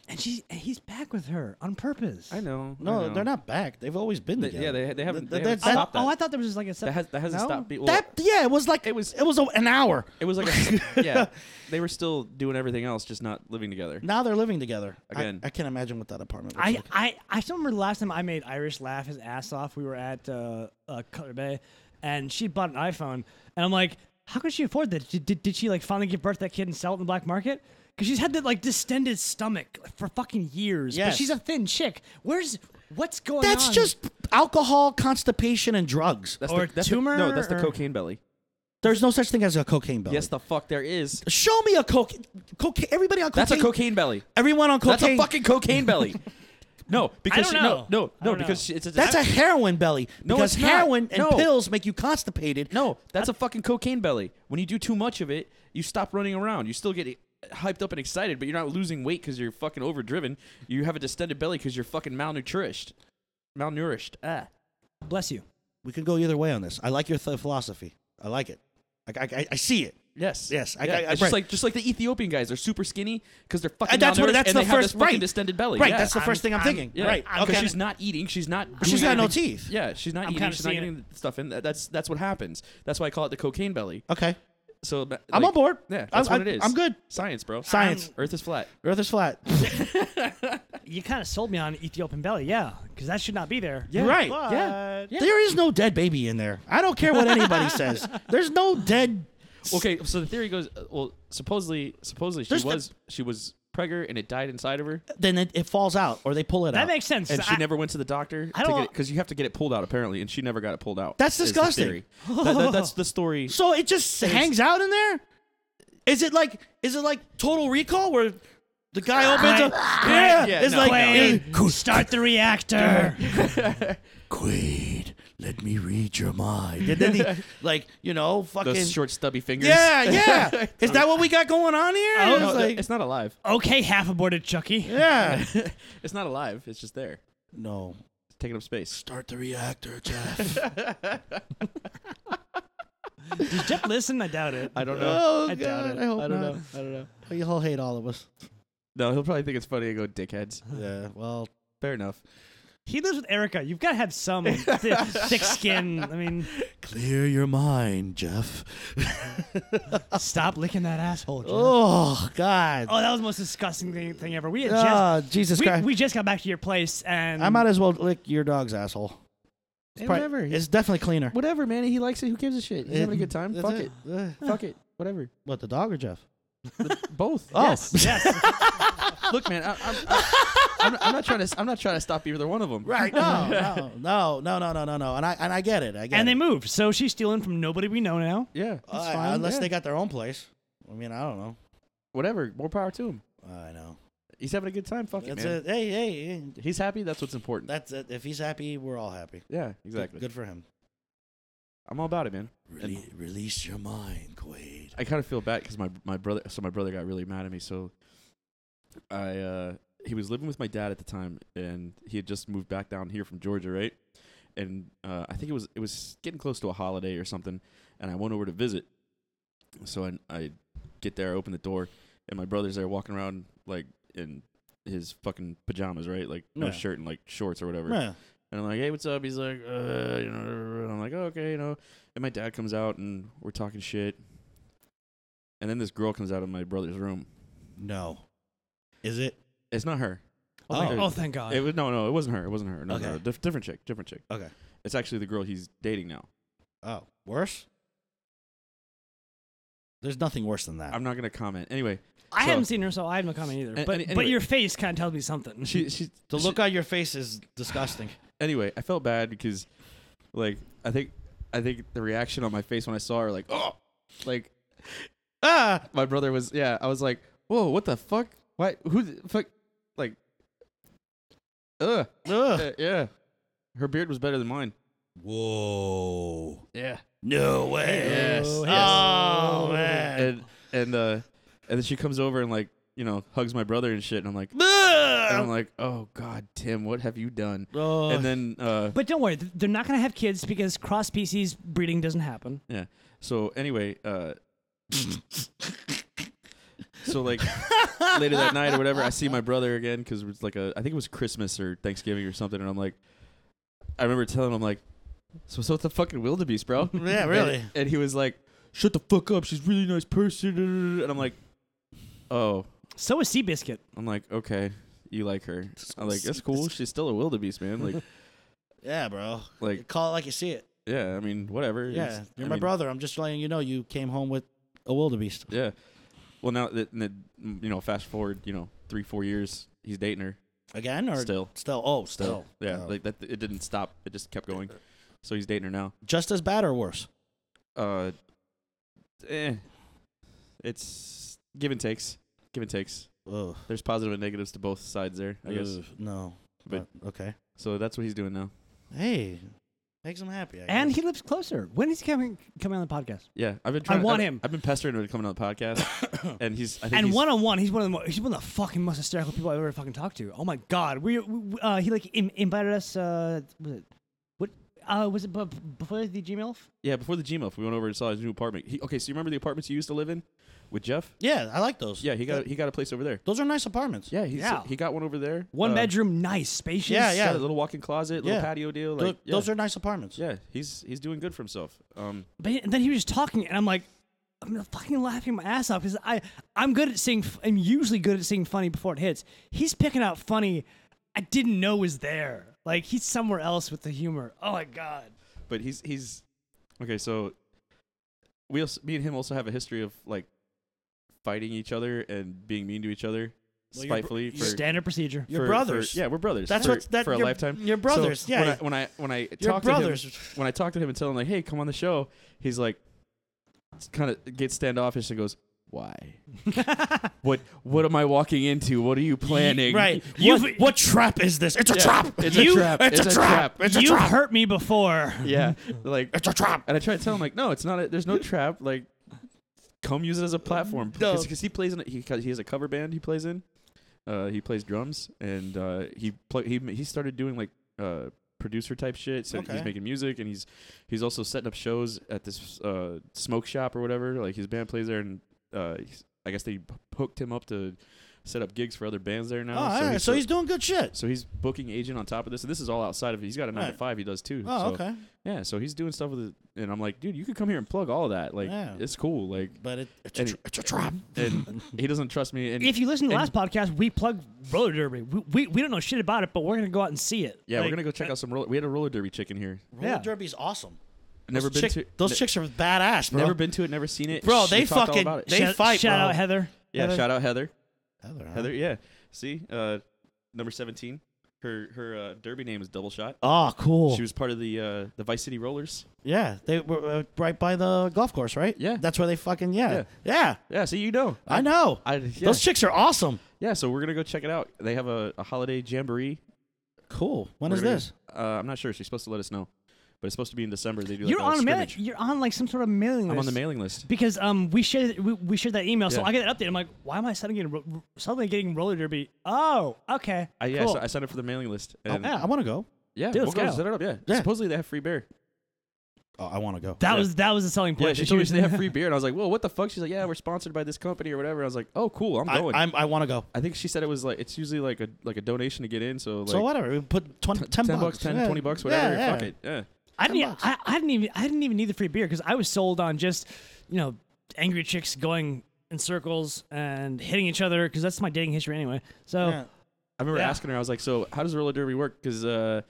Speaker 4: And she, and he's back with her on purpose.
Speaker 2: I know. I
Speaker 3: No,
Speaker 2: know.
Speaker 3: they're not back. They've always been
Speaker 2: They-
Speaker 3: together.
Speaker 2: yeah, they- they haven't-
Speaker 3: Th-
Speaker 2: they
Speaker 3: that,
Speaker 2: haven't
Speaker 4: Oh,
Speaker 2: stopped
Speaker 4: oh,
Speaker 2: that.
Speaker 4: I thought there was like a
Speaker 2: That
Speaker 4: sep-
Speaker 2: has that hasn't
Speaker 4: No?
Speaker 2: stopped. Be- well,
Speaker 3: that- yeah, it was like it was it was a, an hour.
Speaker 2: It was like a yeah. They were still doing everything else, just not living together.
Speaker 3: Now they're living together I-
Speaker 2: Again.
Speaker 3: I, can't imagine what that apartment. Looks
Speaker 4: I,
Speaker 3: like.
Speaker 4: I, I still remember the last time I made Irish laugh his ass off. We were at uh, uh, Cutler Bay, and she bought an iPhone, and I'm like, how could she afford that? Did, did, did she like finally give birth to that kid and sell it in the black market? Because she's had that like distended stomach for fucking years. But
Speaker 3: Yes.
Speaker 4: she's a thin chick. Where's what's going on?
Speaker 3: That's just alcohol, constipation, and drugs.
Speaker 2: That's
Speaker 4: Or
Speaker 2: the, that's The,
Speaker 4: tumor,
Speaker 2: no, that's the
Speaker 4: or-
Speaker 2: cocaine belly.
Speaker 3: There's no such thing as a cocaine belly.
Speaker 2: Yes, the fuck there is.
Speaker 3: Show me a coke. Cocaine. Everybody on cocaine.
Speaker 2: That's a cocaine belly.
Speaker 3: Everyone on cocaine.
Speaker 2: That's a fucking cocaine belly. No, because
Speaker 4: don't
Speaker 2: she, no,
Speaker 4: know.
Speaker 2: no,
Speaker 4: I
Speaker 2: no,
Speaker 4: don't
Speaker 2: because she,
Speaker 4: know.
Speaker 2: it's a,
Speaker 3: That's a heroin belly.
Speaker 2: No,
Speaker 3: because
Speaker 2: it's not.
Speaker 3: heroin and
Speaker 2: No.
Speaker 3: pills make you constipated.
Speaker 2: no. That's a fucking cocaine belly. When you do too much of it, you stop running around. You still get hyped up and excited, but you're not losing weight because you're fucking overdriven. You have a distended belly because you're fucking malnourished. Malnourished. Ah.
Speaker 4: bless you.
Speaker 3: We can go either way on this. I like your th- philosophy. I like it. I, I- I, I see it.
Speaker 2: Yes.
Speaker 3: Yes, I-
Speaker 2: yeah,
Speaker 3: I- I-
Speaker 2: it's just
Speaker 3: right.
Speaker 2: like just like the Ethiopian guys. They're super skinny because they're fucking.
Speaker 3: And that's what.
Speaker 2: malnourished
Speaker 3: That's
Speaker 2: and
Speaker 3: the
Speaker 2: they have
Speaker 3: first
Speaker 2: this fucking
Speaker 3: right.
Speaker 2: distended belly.
Speaker 3: Right.
Speaker 2: Yeah.
Speaker 3: That's the 1st thing I'm,
Speaker 4: I'm-
Speaker 3: thinking.
Speaker 2: Yeah.
Speaker 3: Right.
Speaker 2: Because she's not eating. She's not.
Speaker 3: she's
Speaker 2: doing
Speaker 3: got no
Speaker 2: anything.
Speaker 3: teeth.
Speaker 2: Yeah. She's not
Speaker 4: I'm
Speaker 2: eating.
Speaker 4: kinda
Speaker 2: She's not
Speaker 4: seeing
Speaker 2: getting stuff in. That- That's that's what happens. That's why I call it the cocaine belly.
Speaker 3: Okay.
Speaker 2: So like,
Speaker 3: I'm on board.
Speaker 2: Yeah.
Speaker 3: I'm-
Speaker 2: That's what
Speaker 3: I'm-
Speaker 2: it is.
Speaker 3: I'm good.
Speaker 2: Science, bro.
Speaker 3: Science.
Speaker 2: Earth is flat.
Speaker 3: Earth is flat.
Speaker 4: You kind of sold me on Ethiopian belly, yeah, because that should not be there.
Speaker 2: Yeah.
Speaker 3: Right.
Speaker 2: Yeah. Yeah.
Speaker 3: There is no dead baby in there. I don't care what anybody says. There's no dead.
Speaker 2: Okay. So the theory goes. uh, Well, supposedly, supposedly she
Speaker 3: There's the-
Speaker 2: was she was pregger and it died inside of her,
Speaker 3: Then it, it falls out or they pull it out.
Speaker 4: That makes sense.
Speaker 2: and she
Speaker 4: I-
Speaker 2: never went to the doctor
Speaker 4: I
Speaker 2: to
Speaker 4: don't-
Speaker 2: get because you have to get it pulled out apparently, and she never got it pulled out.
Speaker 3: That's
Speaker 2: is the
Speaker 3: disgusting.
Speaker 2: theory. That- that- that's the story.
Speaker 3: So it just hangs out in there. Is it like? Is it like Total Recall where the guy opens up? Yeah.
Speaker 2: Yeah,
Speaker 3: It's
Speaker 2: no,
Speaker 3: like.
Speaker 2: no.
Speaker 3: eh,
Speaker 4: Quaid, start the reactor.
Speaker 3: Quaid, let me read your mind. And then he, like, you know, fucking.
Speaker 2: Those short stubby fingers.
Speaker 3: yeah, yeah. Is that what we got going on here?
Speaker 2: No,
Speaker 3: It's
Speaker 2: no,
Speaker 3: like-
Speaker 2: it's not alive.
Speaker 4: okay, half aborted Chucky.
Speaker 3: yeah.
Speaker 2: It's not alive. It's just there,
Speaker 3: No.
Speaker 2: It's taking up space.
Speaker 3: Start the reactor, Jeff.
Speaker 4: Does Jeff listen? I doubt it.
Speaker 2: I don't know.
Speaker 3: oh,
Speaker 4: I
Speaker 3: God.
Speaker 4: doubt it.
Speaker 3: I hope
Speaker 2: I don't
Speaker 3: not.
Speaker 2: know. I don't know.
Speaker 3: He'll hate all of us.
Speaker 2: No, he'll probably think it's funny and go dickheads.
Speaker 3: Yeah, well,
Speaker 2: Fair enough.
Speaker 4: He lives with Erica. You've got to have some thick, thick skin. I mean,
Speaker 3: clear your mind, Jeff.
Speaker 4: stop licking that asshole. Jeff. Oh.
Speaker 3: Oh, God. Oh,
Speaker 4: that was the most disgusting thing, thing ever. We had
Speaker 3: Jesus
Speaker 4: just we,
Speaker 3: Christ.
Speaker 4: we just got back to your place, and
Speaker 3: I might as well lick your dog's asshole.
Speaker 2: Hey,
Speaker 3: Probably-
Speaker 2: whatever.
Speaker 3: It's definitely cleaner.
Speaker 2: whatever, man. He likes it. Who gives a shit? He's having a good time.
Speaker 3: That's
Speaker 2: Fuck it.
Speaker 3: Uh,
Speaker 2: Fuck it. Whatever.
Speaker 3: What, the dog or Jeff?
Speaker 2: Both.
Speaker 3: Oh,
Speaker 4: yes,
Speaker 2: Look, man. I, I'm, I, I'm, I'm not trying to. I'm not trying to stop either one of them.
Speaker 3: right. No, no, no, no, no, no, no. And I, and I get it. I get it.
Speaker 4: and they moved. So she's stealing from nobody we know now.
Speaker 2: Yeah. That's
Speaker 3: Uh,
Speaker 2: fine.
Speaker 3: unless
Speaker 2: yeah.
Speaker 3: they got their own place. I mean, I don't know.
Speaker 2: Whatever. More power to him.
Speaker 3: I know.
Speaker 2: He's having a good time. Fuck
Speaker 3: That's
Speaker 2: it, man.
Speaker 3: it. Hey, hey, hey.
Speaker 2: He's happy. That's what's important.
Speaker 3: That's it. If he's happy, we're all happy.
Speaker 2: yeah, exactly.
Speaker 3: Good, good for him.
Speaker 2: I'm all about it, man.
Speaker 3: Rele- release your mind, Quaid.
Speaker 2: I kind of feel bad because my my brother. So my brother got really mad at me. So I uh, he was living with my dad at the time, and he had just moved back down here from Georgia, right? And uh, I think it was it was getting close to a holiday or something, and I went over to visit. So I I get there, I open the door, and my brother's there walking around like in his fucking pajamas, right? Like no
Speaker 3: Yeah.
Speaker 2: shirt and like shorts or whatever.
Speaker 3: Yeah.
Speaker 2: And I'm like, hey, what's up? He's like, uh, you know, and I'm like, "Oh, okay, you know. And my dad comes out and we're talking shit. And then this girl comes out of my brother's room.
Speaker 3: No. Is it?
Speaker 2: It's not her.
Speaker 4: Oh, thank,
Speaker 2: Oh.
Speaker 4: oh, thank God.
Speaker 2: It was no, no, it wasn't her. It wasn't her. No, no,
Speaker 3: Okay.
Speaker 2: dif- different chick, different chick.
Speaker 3: Okay.
Speaker 2: It's actually the girl he's dating now.
Speaker 3: Oh, worse? There's nothing worse than that.
Speaker 2: I'm not gonna comment. Anyway,
Speaker 4: I
Speaker 2: so-
Speaker 4: haven't seen her, so I haven't comment either.
Speaker 2: An-
Speaker 4: but
Speaker 2: any-
Speaker 4: but
Speaker 2: anyway.
Speaker 4: your face kind of tells me something.
Speaker 2: she, she,
Speaker 3: the
Speaker 2: she-
Speaker 3: look on your face is disgusting.
Speaker 2: anyway, I felt bad because, like, I think, I think the reaction on my face when I saw her, like, oh, like,
Speaker 3: ah!
Speaker 2: my brother was yeah i was like whoa what the fuck why who the fuck like ugh
Speaker 3: Ugh.
Speaker 2: Uh, yeah her beard was better than mine
Speaker 3: Whoa.
Speaker 2: yeah
Speaker 3: No way.
Speaker 2: Yes.
Speaker 4: Oh,
Speaker 3: Oh, man.
Speaker 2: and and uh and then she comes over and like you know hugs my brother and shit and i'm like and i'm
Speaker 3: Ugh.
Speaker 2: like oh god tim what have you done
Speaker 3: Oh.
Speaker 2: and then uh
Speaker 4: But don't worry, th- they're not going to have kids because cross species breeding doesn't happen.
Speaker 2: yeah so anyway uh so like later that night or whatever, I see my brother again because it was like a I think it was Christmas or Thanksgiving or something, and I'm like, I remember telling him like, so so it's the fucking wildebeest, bro.
Speaker 3: yeah,
Speaker 2: And-
Speaker 3: really.
Speaker 2: And, he was like, shut the fuck up. She's a really nice person, and I'm like, oh,
Speaker 4: So is Seabiscuit.
Speaker 2: I'm like okay, you like her. I'm like that's cool. She's still a wildebeest, man. Like
Speaker 3: Yeah, bro.
Speaker 2: like
Speaker 3: Call it like you see it.
Speaker 2: yeah, I mean whatever.
Speaker 3: Yeah,
Speaker 2: It's-
Speaker 3: you're
Speaker 2: I
Speaker 3: my
Speaker 2: mean,
Speaker 3: brother. I'm just letting you know you came home with a wildebeest.
Speaker 2: Yeah. Well, now that that, you know, fast forward, you know, three four years, he's dating her.
Speaker 3: Again or
Speaker 2: Still.
Speaker 3: Still. Oh, still.
Speaker 2: Yeah,
Speaker 3: Oh.
Speaker 2: like that. It didn't stop. It just kept going. So he's dating her now.
Speaker 3: just as bad or worse.
Speaker 2: Uh, eh, it's give and takes. Give and takes.
Speaker 3: Ugh.
Speaker 2: There's positive and negatives to both sides there, I guess.
Speaker 3: Ugh, No.
Speaker 2: But-
Speaker 3: But okay.
Speaker 2: So that's what he's doing now.
Speaker 3: Hey, makes him happy. I
Speaker 4: And
Speaker 3: guess.
Speaker 4: he lives closer. When is he coming coming on the podcast?
Speaker 2: Yeah, I've been. Trying,
Speaker 4: want
Speaker 2: I've-
Speaker 4: him.
Speaker 2: I've been pestering him to come on the podcast, and he's. I think
Speaker 4: And
Speaker 2: he's-
Speaker 4: one on one, he's one of the mo- he's one of the fucking most hysterical people I've ever fucking talked to. Oh my god, we, we uh, he like Im- invited us. Uh, was it what? Uh, was it b- before the Gmail?
Speaker 2: Yeah, before the GMF, we went over and saw his new apartment. He, okay, so you remember the apartments you used to live in with Jeff?
Speaker 3: yeah, I like those.
Speaker 2: Yeah, he got he got a place over there.
Speaker 3: those are nice apartments.
Speaker 2: Yeah, he's,
Speaker 4: Yeah.
Speaker 2: he got one over there.
Speaker 4: One
Speaker 2: Uh,
Speaker 4: bedroom, nice, spacious.
Speaker 3: Yeah, yeah.
Speaker 2: Got a little walk-in closet, little
Speaker 3: Yeah.
Speaker 2: patio deal.
Speaker 3: Tho-
Speaker 2: Like, yeah.
Speaker 3: those are nice apartments.
Speaker 2: Yeah, he's he's doing good for himself. Um,
Speaker 4: But and then he was just talking, and I'm like, I'm fucking laughing my ass off because I I'm good at seeing. f- I'm usually good at seeing funny before it hits. He's picking out funny I didn't know was there. Like he's somewhere else with the humor. Oh my god.
Speaker 2: but he's he's okay. So we also me and him also have a history of like fighting each other and being mean to each other
Speaker 3: Well, you're br-
Speaker 2: spitefully for,
Speaker 4: Standard procedure.
Speaker 3: You're
Speaker 2: for-
Speaker 3: brothers.
Speaker 2: for- yeah, we're brothers.
Speaker 3: That's
Speaker 2: for,
Speaker 3: what's- that-
Speaker 2: for a
Speaker 3: you're-
Speaker 2: lifetime.
Speaker 3: you're
Speaker 2: So
Speaker 3: brothers, yeah.
Speaker 2: When I when I when I
Speaker 3: You're
Speaker 2: talk
Speaker 3: brothers.
Speaker 2: to him, when I talk to him and tell him like, hey, come on the show, he's like, kind of gets standoffish and goes. Why? what? What am I walking into? What are you planning?
Speaker 3: Right.
Speaker 4: You've-
Speaker 3: what, what trap is this? It's a
Speaker 2: Yeah,
Speaker 3: trap.
Speaker 2: It's a
Speaker 4: You-
Speaker 2: trap.
Speaker 3: It's, a, trap. It's a
Speaker 4: You've
Speaker 3: trap.
Speaker 4: hurt me before.
Speaker 2: Yeah. Like
Speaker 3: It's a trap.
Speaker 2: And I tried to tell him like, no, it's not. A, there's no trap. Like, come use it as a platform
Speaker 3: No.
Speaker 2: because he plays in. a- He he has a cover band. He plays in. Uh, he plays drums and uh, he play, he he started doing like uh, producer type shit. So
Speaker 3: Okay.
Speaker 2: he's making music and he's he's also setting up shows at this uh, smoke shop or whatever. Like his band plays there and uh, he's- I guess they hooked him up to set up gigs for other bands there
Speaker 3: Oh,
Speaker 2: now.
Speaker 3: all right. So he's doing good shit.
Speaker 2: so he's booking agent on top of this. And this is all outside of it. He's got a nine
Speaker 3: Right.
Speaker 2: to five. He does too.
Speaker 3: Oh,
Speaker 2: so-
Speaker 3: okay.
Speaker 2: yeah, so he's doing stuff with it, and I'm like, dude, you could come here and plug all that. Like,
Speaker 3: Yeah.
Speaker 2: it's cool. Like,
Speaker 3: But it, it's, a
Speaker 2: And
Speaker 3: tra- it's a trap.
Speaker 2: and he doesn't trust me. And
Speaker 4: If you listen to the
Speaker 2: and-
Speaker 4: last podcast, we plugged roller derby. We, we, we don't know shit about it, but we're gonna go out and see it.
Speaker 2: yeah,
Speaker 4: Like,
Speaker 2: we're gonna go check
Speaker 3: uh,
Speaker 2: out some roller. We had a roller derby chicken here.
Speaker 3: Roller
Speaker 4: Yeah.
Speaker 3: derby's awesome.
Speaker 2: Never
Speaker 3: those
Speaker 2: been
Speaker 3: chick-
Speaker 2: to
Speaker 3: those
Speaker 2: ne-
Speaker 3: chicks are badass, bro.
Speaker 2: Never been to it. Never seen it.
Speaker 3: Bro,
Speaker 2: She
Speaker 3: they
Speaker 2: talked all
Speaker 3: fucking-
Speaker 2: about it.
Speaker 3: they
Speaker 4: shout,
Speaker 3: fight,
Speaker 4: Shout
Speaker 3: bro.
Speaker 4: out Heather.
Speaker 2: yeah. Shout out Heather.
Speaker 3: Heather, huh?
Speaker 2: Heather. Yeah. See, uh, number seventeen. Her her uh, derby name is Double Shot.
Speaker 3: Oh, cool.
Speaker 2: She was part of the uh, the Vice City Rollers.
Speaker 3: yeah, they were uh, right by the golf course, right?
Speaker 2: Yeah.
Speaker 3: That's where they fucking yeah. Yeah.
Speaker 2: Yeah. Yeah, so you know.
Speaker 3: I know.
Speaker 2: I yeah.
Speaker 3: Uh, Those chicks are awesome.
Speaker 2: yeah, so we're gonna go check it out. They have a, a holiday jamboree.
Speaker 3: Cool. When
Speaker 2: We're
Speaker 3: is
Speaker 2: gonna
Speaker 3: this?
Speaker 2: go- Uh, I'm not sure. She's supposed to let us know, but it's supposed to be in December. They do.
Speaker 4: You're
Speaker 2: like a
Speaker 4: on a mail,
Speaker 2: scrimmage.
Speaker 4: You're on like some sort of mailing list.
Speaker 2: I'm on the mailing list.
Speaker 4: because um we shared we, we shared that email, so
Speaker 2: Yeah.
Speaker 4: I get an update. I'm like, why am I suddenly getting ro- ro- suddenly getting roller derby? Oh, okay,
Speaker 2: I, yeah,
Speaker 4: cool.
Speaker 2: so I signed up for the mailing list.
Speaker 3: Oh,
Speaker 2: And
Speaker 3: yeah, I want to go.
Speaker 2: yeah,
Speaker 4: Dude,
Speaker 2: we'll
Speaker 4: let's
Speaker 2: go
Speaker 4: go.
Speaker 2: set it up. Yeah.
Speaker 3: Yeah.
Speaker 2: supposedly they have free beer.
Speaker 3: Oh, I want to go.
Speaker 4: that
Speaker 2: yeah.
Speaker 4: was that was the selling point.
Speaker 2: Yeah, she
Speaker 4: that
Speaker 2: told me
Speaker 4: you-
Speaker 2: they have free beer, and I was like, "Whoa, what the fuck?" She's like, "Yeah, we're sponsored by this company or whatever." I was like, "Oh, cool, I'm
Speaker 3: I,
Speaker 2: going." I,
Speaker 3: I'm, I want to go.
Speaker 2: think she said it was like it's usually like a like a donation to get in, so like
Speaker 3: so whatever. We put 20, 10,
Speaker 2: bucks, 10,
Speaker 3: yeah.
Speaker 2: 20 bucks, whatever.
Speaker 3: Yeah, yeah.
Speaker 2: Fuck it. Yeah.
Speaker 4: I
Speaker 3: 10
Speaker 4: didn't. e-
Speaker 3: bucks.
Speaker 4: I, I didn't even. I didn't even need the free beer because I was sold on just, you know, angry chicks going in circles and hitting each other because that's my dating history anyway. So
Speaker 3: Yeah.
Speaker 2: I remember
Speaker 4: Yeah.
Speaker 2: asking her, I was like, "So how does roller derby work?" Because uh,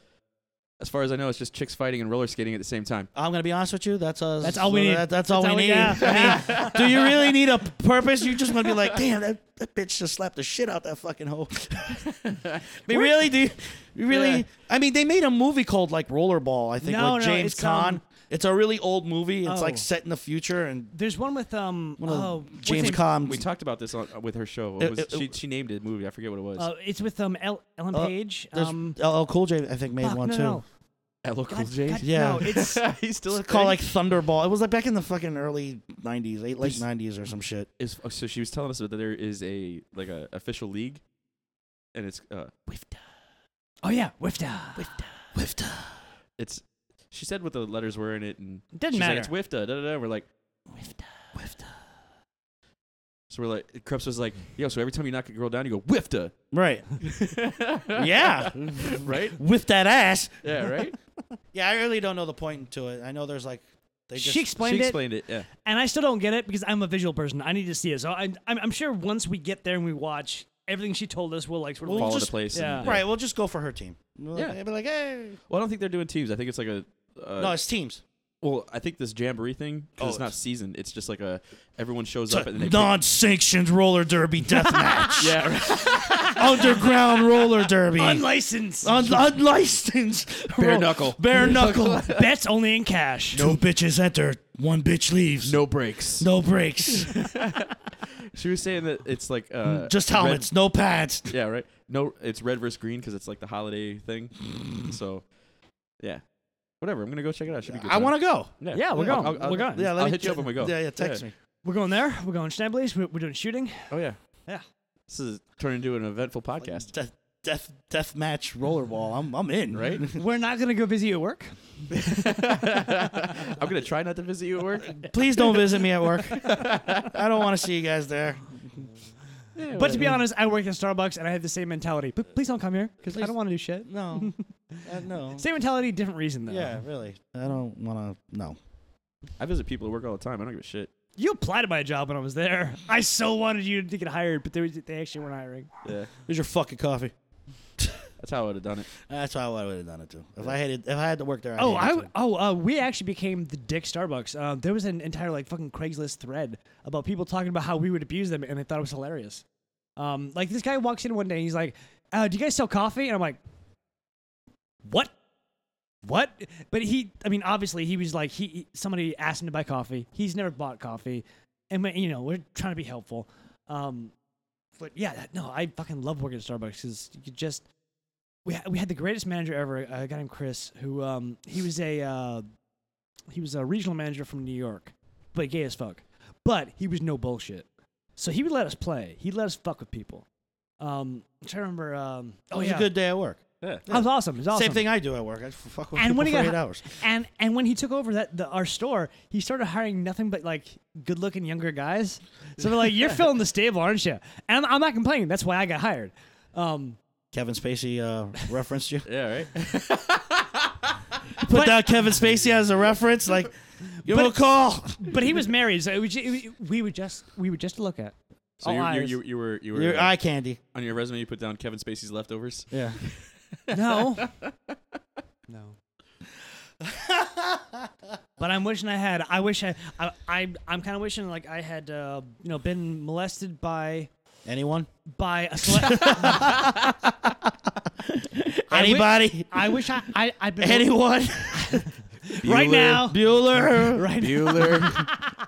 Speaker 2: as far as I know, it's just chicks fighting and roller skating at the same time.
Speaker 3: I'm gonna be honest with you. That's us.
Speaker 4: That's all we need.
Speaker 3: that- that's, all we need.
Speaker 4: yeah.
Speaker 3: I mean, do you really need a purpose? You just want to be like, damn, that, that bitch just slapped the shit out that fucking hoe. I mean, really? Do you, you really?
Speaker 2: Yeah.
Speaker 3: I mean, they made a movie called like Rollerball. I think
Speaker 4: No,
Speaker 3: with
Speaker 4: no,
Speaker 3: James
Speaker 4: it's,
Speaker 3: Caan.
Speaker 4: um,
Speaker 3: it's a really old movie. It's
Speaker 4: Oh.
Speaker 3: like set in the future and
Speaker 4: there's one with um
Speaker 3: one of the-
Speaker 4: oh, what's
Speaker 3: James
Speaker 4: his name?
Speaker 3: Caan.
Speaker 2: We talked about this on, with her show. What
Speaker 3: It-
Speaker 2: was,
Speaker 3: it-
Speaker 2: she,
Speaker 3: it-
Speaker 2: she named it movie. I forget what it was.
Speaker 4: Uh, it's with um El- Ellen
Speaker 3: Uh,
Speaker 4: Page.
Speaker 3: there's-
Speaker 4: um,
Speaker 3: LL Cool J, I think, made
Speaker 4: fuck,
Speaker 3: one
Speaker 4: no,
Speaker 3: too.
Speaker 4: no.
Speaker 2: LL Cool
Speaker 4: God-
Speaker 2: J.
Speaker 4: God,
Speaker 3: Yeah.
Speaker 4: no, it's
Speaker 2: He's still a
Speaker 3: It's called
Speaker 2: thing.
Speaker 3: like Thunderball. It was like back in the fucking early '90s, late late
Speaker 2: There's-
Speaker 3: '90s or some shit.
Speaker 2: is oh, so she was telling us that there is a like a official league, and it's uh
Speaker 4: oh yeah, Wifta.
Speaker 2: it's she said what the letters were in it and
Speaker 4: Doesn't
Speaker 2: she's
Speaker 4: matter.
Speaker 2: like it's WIFTA da da da. We're like
Speaker 4: Wifta.
Speaker 2: so we're like Krebs was like yo so every time you knock a girl down you go WIFTA
Speaker 3: Right. yeah.
Speaker 2: right
Speaker 3: With that ass.
Speaker 2: yeah right
Speaker 3: Yeah, I really don't know the point to it. I know there's like they just
Speaker 4: She explained,
Speaker 2: she
Speaker 4: it,
Speaker 2: explained it, yeah
Speaker 4: and I still don't get it because I'm a visual person. I need to see it. So I, I'm, I'm sure once we get there and we watch everything she told us, we'll like sort of
Speaker 3: Well,
Speaker 2: fall into
Speaker 3: just-
Speaker 2: place and-
Speaker 4: yeah.
Speaker 3: right. We'll just go for her team. We'll
Speaker 2: Yeah.
Speaker 3: like- they'll be like, hey.
Speaker 2: well I don't think they're doing teams I think it's like a uh,
Speaker 3: no, it's teams.
Speaker 2: well I think this jamboree thing 'cause
Speaker 3: Oh,
Speaker 2: it's not
Speaker 3: it's-
Speaker 2: seasoned it's just like a everyone shows up and they
Speaker 3: Non-sanctioned roller derby death match.
Speaker 2: yeah right.
Speaker 3: Underground roller derby.
Speaker 4: unlicensed.
Speaker 3: Un- unlicensed.
Speaker 2: bare
Speaker 3: roll-
Speaker 2: knuckle
Speaker 3: Bare knuckle.
Speaker 4: Bets only in cash.
Speaker 3: no bitches enter. One bitch leaves.
Speaker 2: no breaks
Speaker 3: No breaks.
Speaker 2: she was saying that it's like uh,
Speaker 3: just
Speaker 2: red-
Speaker 3: helmets. No pads.
Speaker 2: Yeah, right. No, it's red versus green because it's like the holiday thing. so, yeah, whatever. I'm gonna go check it out. Should be good.
Speaker 3: I want to go.
Speaker 2: to.
Speaker 4: Yeah, we're going.
Speaker 2: I'll, I'll-
Speaker 4: We're going.
Speaker 2: Yeah,
Speaker 3: Yeah, let
Speaker 2: I'll
Speaker 3: me
Speaker 2: hit you
Speaker 3: ju-
Speaker 2: up when we go.
Speaker 3: Yeah, yeah. Text me.
Speaker 4: We're going there. We're going Schneebleys. We're, we're doing shooting.
Speaker 2: Oh yeah.
Speaker 4: Yeah.
Speaker 2: This is turning into an eventful podcast.
Speaker 3: Death, death, death match rollerball. I'm, I'm in.
Speaker 2: Right?
Speaker 4: We're not gonna go busy at work.
Speaker 2: I'm gonna try not to visit you at work.
Speaker 3: Please don't visit me at work. I don't want to see you guys there.
Speaker 4: But to be honest, I work at Starbucks and I have the same mentality. But please don't come here because I don't want to do shit.
Speaker 3: No, uh, no.
Speaker 4: Same mentality, different reason though.
Speaker 3: Yeah, really. I don't want to. No.
Speaker 2: I visit people at work all the time. I don't give a shit.
Speaker 4: You applied to my job when I was there. I so wanted you to get hired, but they, was- they actually weren't hiring.
Speaker 2: Yeah.
Speaker 3: Here's your fucking coffee.
Speaker 2: That's how I would have done it.
Speaker 3: Uh, That's how I would have done it too. If I had it, if I had to work there, I'd
Speaker 4: Oh,
Speaker 3: hate
Speaker 4: I
Speaker 3: it,
Speaker 4: w-
Speaker 3: too.
Speaker 4: oh, uh, we actually became the Dick Starbucks. Uh, there was an entire like fucking Craigslist thread about people talking about how we would abuse them, and they thought it was hilarious. Um, like this guy walks in one day, and he's like, uh, "Do you guys sell coffee?" And I'm like, "What? What?" But he, I mean, obviously he was like, he- he somebody asked him to buy coffee. He's never bought coffee, and we- you know we're trying to be helpful. Um, but yeah, that- no, I fucking love working at Starbucks because you could just we ha- we had the greatest manager ever, a guy named Chris, who um he was a uh, he was a regional manager from New York, but gay as fuck. But he was no bullshit, so he would let us play. He let us fuck with people. Um, I'm trying to remember. Um,
Speaker 3: It
Speaker 4: oh
Speaker 3: was
Speaker 4: yeah,
Speaker 3: a good day at work.
Speaker 2: Yeah.
Speaker 4: That was awesome. It was awesome.
Speaker 3: Same thing I do at work. I f- fuck with
Speaker 4: And
Speaker 3: people
Speaker 4: when he
Speaker 3: for
Speaker 4: got
Speaker 3: eight hours.
Speaker 4: And and when he took over that the, our store, he started hiring nothing but like good looking younger guys. So they're like, "You're filling the stable, aren't you?" And I'm, I'm not complaining. That's why I got hired. Um,
Speaker 3: Kevin Spacey uh, referenced you.
Speaker 2: Yeah. Right.
Speaker 3: Put down Kevin Spacey as a reference. Like, give him a
Speaker 4: But-
Speaker 3: call.
Speaker 4: but he was married, so it was, ju- we would just we would just look at.
Speaker 2: So
Speaker 4: All
Speaker 2: you, you,
Speaker 4: eyes.
Speaker 2: you, you were you were
Speaker 3: Your
Speaker 2: uh,
Speaker 3: eye candy.
Speaker 2: on your resume you put down Kevin Spacey's leftovers.
Speaker 3: Yeah.
Speaker 4: No. no. but I'm wishing I had. I wish I. I, I I'm kind of wishing like I had, uh, you know, been molested by
Speaker 3: Anyone?
Speaker 4: by a. Cele-
Speaker 3: Anybody?
Speaker 4: I wish I, I I'd been
Speaker 3: Anyone?
Speaker 4: right
Speaker 2: Bueller.
Speaker 4: now.
Speaker 3: Bueller?
Speaker 4: Right now.
Speaker 2: Bueller.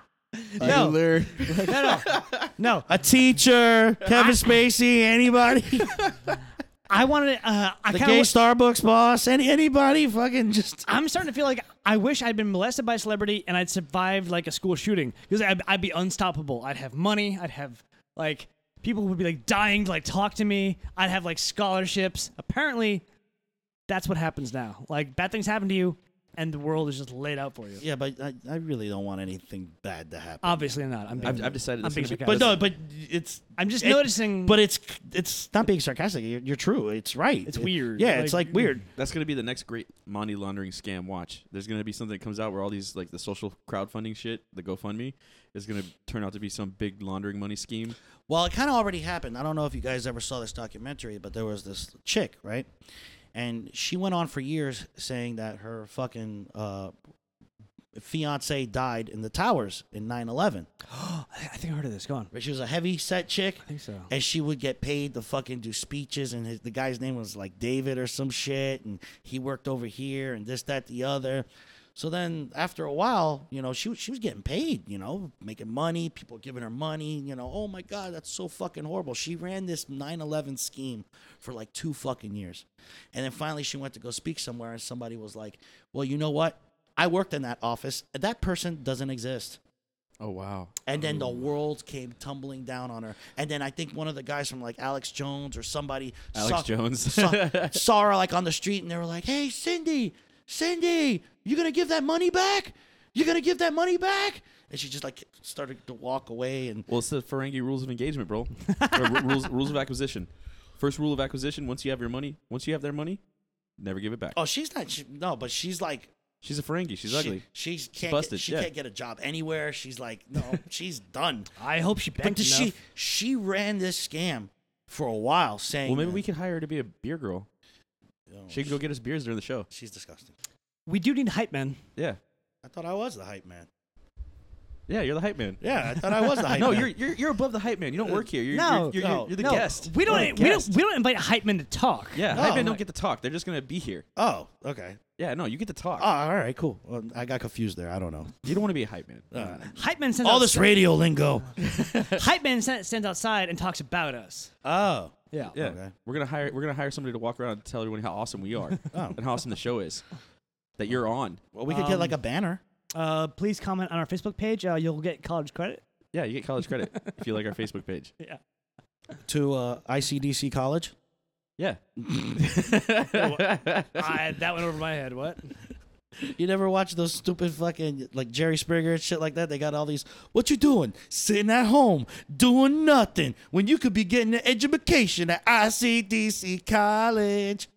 Speaker 4: No.
Speaker 2: Bueller.
Speaker 4: No, no, no.
Speaker 3: A teacher? Kevin Spacey? Anybody?
Speaker 4: I wanted. Uh, I
Speaker 3: The
Speaker 4: kind
Speaker 3: gay
Speaker 4: of.
Speaker 3: Starbucks boss? Any anybody? Fucking just.
Speaker 4: I'm starting to feel like I wish I'd been molested by a celebrity and I'd survived like a school shooting because I'd, I'd be unstoppable. I'd have money. I'd have like people would be like dying to like talk to me. I'd have like scholarships. Apparently, that's what happens now. Like bad things happen to you, and the world is just laid out for you.
Speaker 3: Yeah, but I, I really don't want anything bad to happen.
Speaker 4: Obviously not. I'm. Being,
Speaker 2: I've, I've decided.
Speaker 4: I'm
Speaker 2: this is-
Speaker 4: being sarcastic.
Speaker 3: Uh, but no, but it's.
Speaker 4: I'm just
Speaker 3: it-
Speaker 4: noticing.
Speaker 3: But it's it's not being sarcastic. You're, you're true. It's right.
Speaker 4: It's
Speaker 3: It-
Speaker 4: weird.
Speaker 3: Yeah, it's like
Speaker 4: Like- mm.
Speaker 3: weird.
Speaker 2: That's gonna be the next great money laundering scam. Watch, there's gonna be something that comes out where all these like the social crowdfunding shit, the GoFundMe, is gonna turn out to be some big laundering money scheme.
Speaker 3: Well, it kind of already happened. I don't know if you guys ever saw this documentary, but there was this chick, right? And she went on for years saying that her fucking uh, fiance died in the towers in 9 11.
Speaker 4: Oh, I think I heard of this. Go on.
Speaker 3: But she was a heavy set chick.
Speaker 4: I think so.
Speaker 3: And she would get paid to fucking do speeches, and his, the guy's name was like David or some shit, and he worked over here and this, that, the other. So then after a while, you know, she was- she was getting paid, you know, making money, people giving her money, you know, oh my god, that's so fucking horrible. She ran this 9/11 scheme for like 2 fucking years. And then finally she went to go speak somewhere and somebody was like, "Well, you know what? I worked in that office. That person doesn't exist."
Speaker 2: Oh wow.
Speaker 3: And then
Speaker 2: Mm.
Speaker 3: the world came tumbling down on her. And then I think one of the guys from like Alex Jones or somebody
Speaker 2: Alex Jones.
Speaker 3: saw, saw her like on the street and they were like, Hey Cindy, Cindy, you gonna give that money back? You gonna give that money back? And she just like started to walk away and
Speaker 2: Well, it's the Ferengi rules of engagement, bro. Or ru- rules rules of acquisition. First rule of acquisition: once you have your money, once you have their money, never give it back.
Speaker 3: Oh, she's not she, no, but she's like
Speaker 2: She's a Ferengi. She's
Speaker 3: she-
Speaker 2: ugly.
Speaker 3: She, can't
Speaker 2: busted,
Speaker 3: get, she
Speaker 2: yeah.
Speaker 3: can't get a job anywhere. She's like, no, she's done.
Speaker 4: I hope she
Speaker 3: But
Speaker 4: begged enough.
Speaker 3: she she ran this scam for a while saying
Speaker 2: Well, maybe
Speaker 3: that-
Speaker 2: we could hire her to be a beer girl.
Speaker 3: Oh,
Speaker 2: She can go get us beers during the show.
Speaker 3: she's disgusting.
Speaker 4: we do need hype men.
Speaker 2: Yeah,
Speaker 3: I thought I was the hype man.
Speaker 2: yeah. You're the hype man.
Speaker 3: Yeah, I thought I was the hype
Speaker 2: No,
Speaker 3: man.
Speaker 2: you're, you're you're above the hype man. You don't work here. You're,
Speaker 4: No,
Speaker 2: you're, you're,
Speaker 3: no,
Speaker 2: you're the
Speaker 4: no,
Speaker 2: guest.
Speaker 4: We don't,
Speaker 3: We're a
Speaker 4: we don't.
Speaker 3: guest.
Speaker 4: We don't invite hype men to talk.
Speaker 2: Yeah,
Speaker 3: No.
Speaker 2: hype men don't get to talk. They're just gonna be here.
Speaker 3: Oh, okay.
Speaker 2: Yeah, no, you get to talk.
Speaker 3: Oh, all right, cool. Well, I got confused there. I don't know.
Speaker 2: you don't want to be a hype man.
Speaker 3: Uh,
Speaker 4: Hype man sends
Speaker 3: all
Speaker 4: out-
Speaker 3: this radio lingo.
Speaker 4: hype man sa- stands outside and talks about us.
Speaker 3: Oh,
Speaker 4: Yeah.
Speaker 2: yeah,
Speaker 3: okay.
Speaker 2: we're gonna hire we're gonna hire somebody to walk around and tell everyone how awesome we are
Speaker 3: Oh.
Speaker 2: and how awesome the show is that you're on.
Speaker 3: well, we could get like
Speaker 2: Um,
Speaker 3: a banner.
Speaker 4: Uh, please comment on our Facebook page. Uh, you'll get college credit.
Speaker 2: Yeah, you get college credit if you like our Facebook page.
Speaker 4: Yeah.
Speaker 3: To uh, ICDC College?
Speaker 2: Yeah,
Speaker 4: I, that went over my head. What?
Speaker 3: You never watch those stupid fucking, like Jerry Springer and shit like that? They got all these, what you doing? Sitting at home, doing nothing, when you could be getting an education at ICDC College.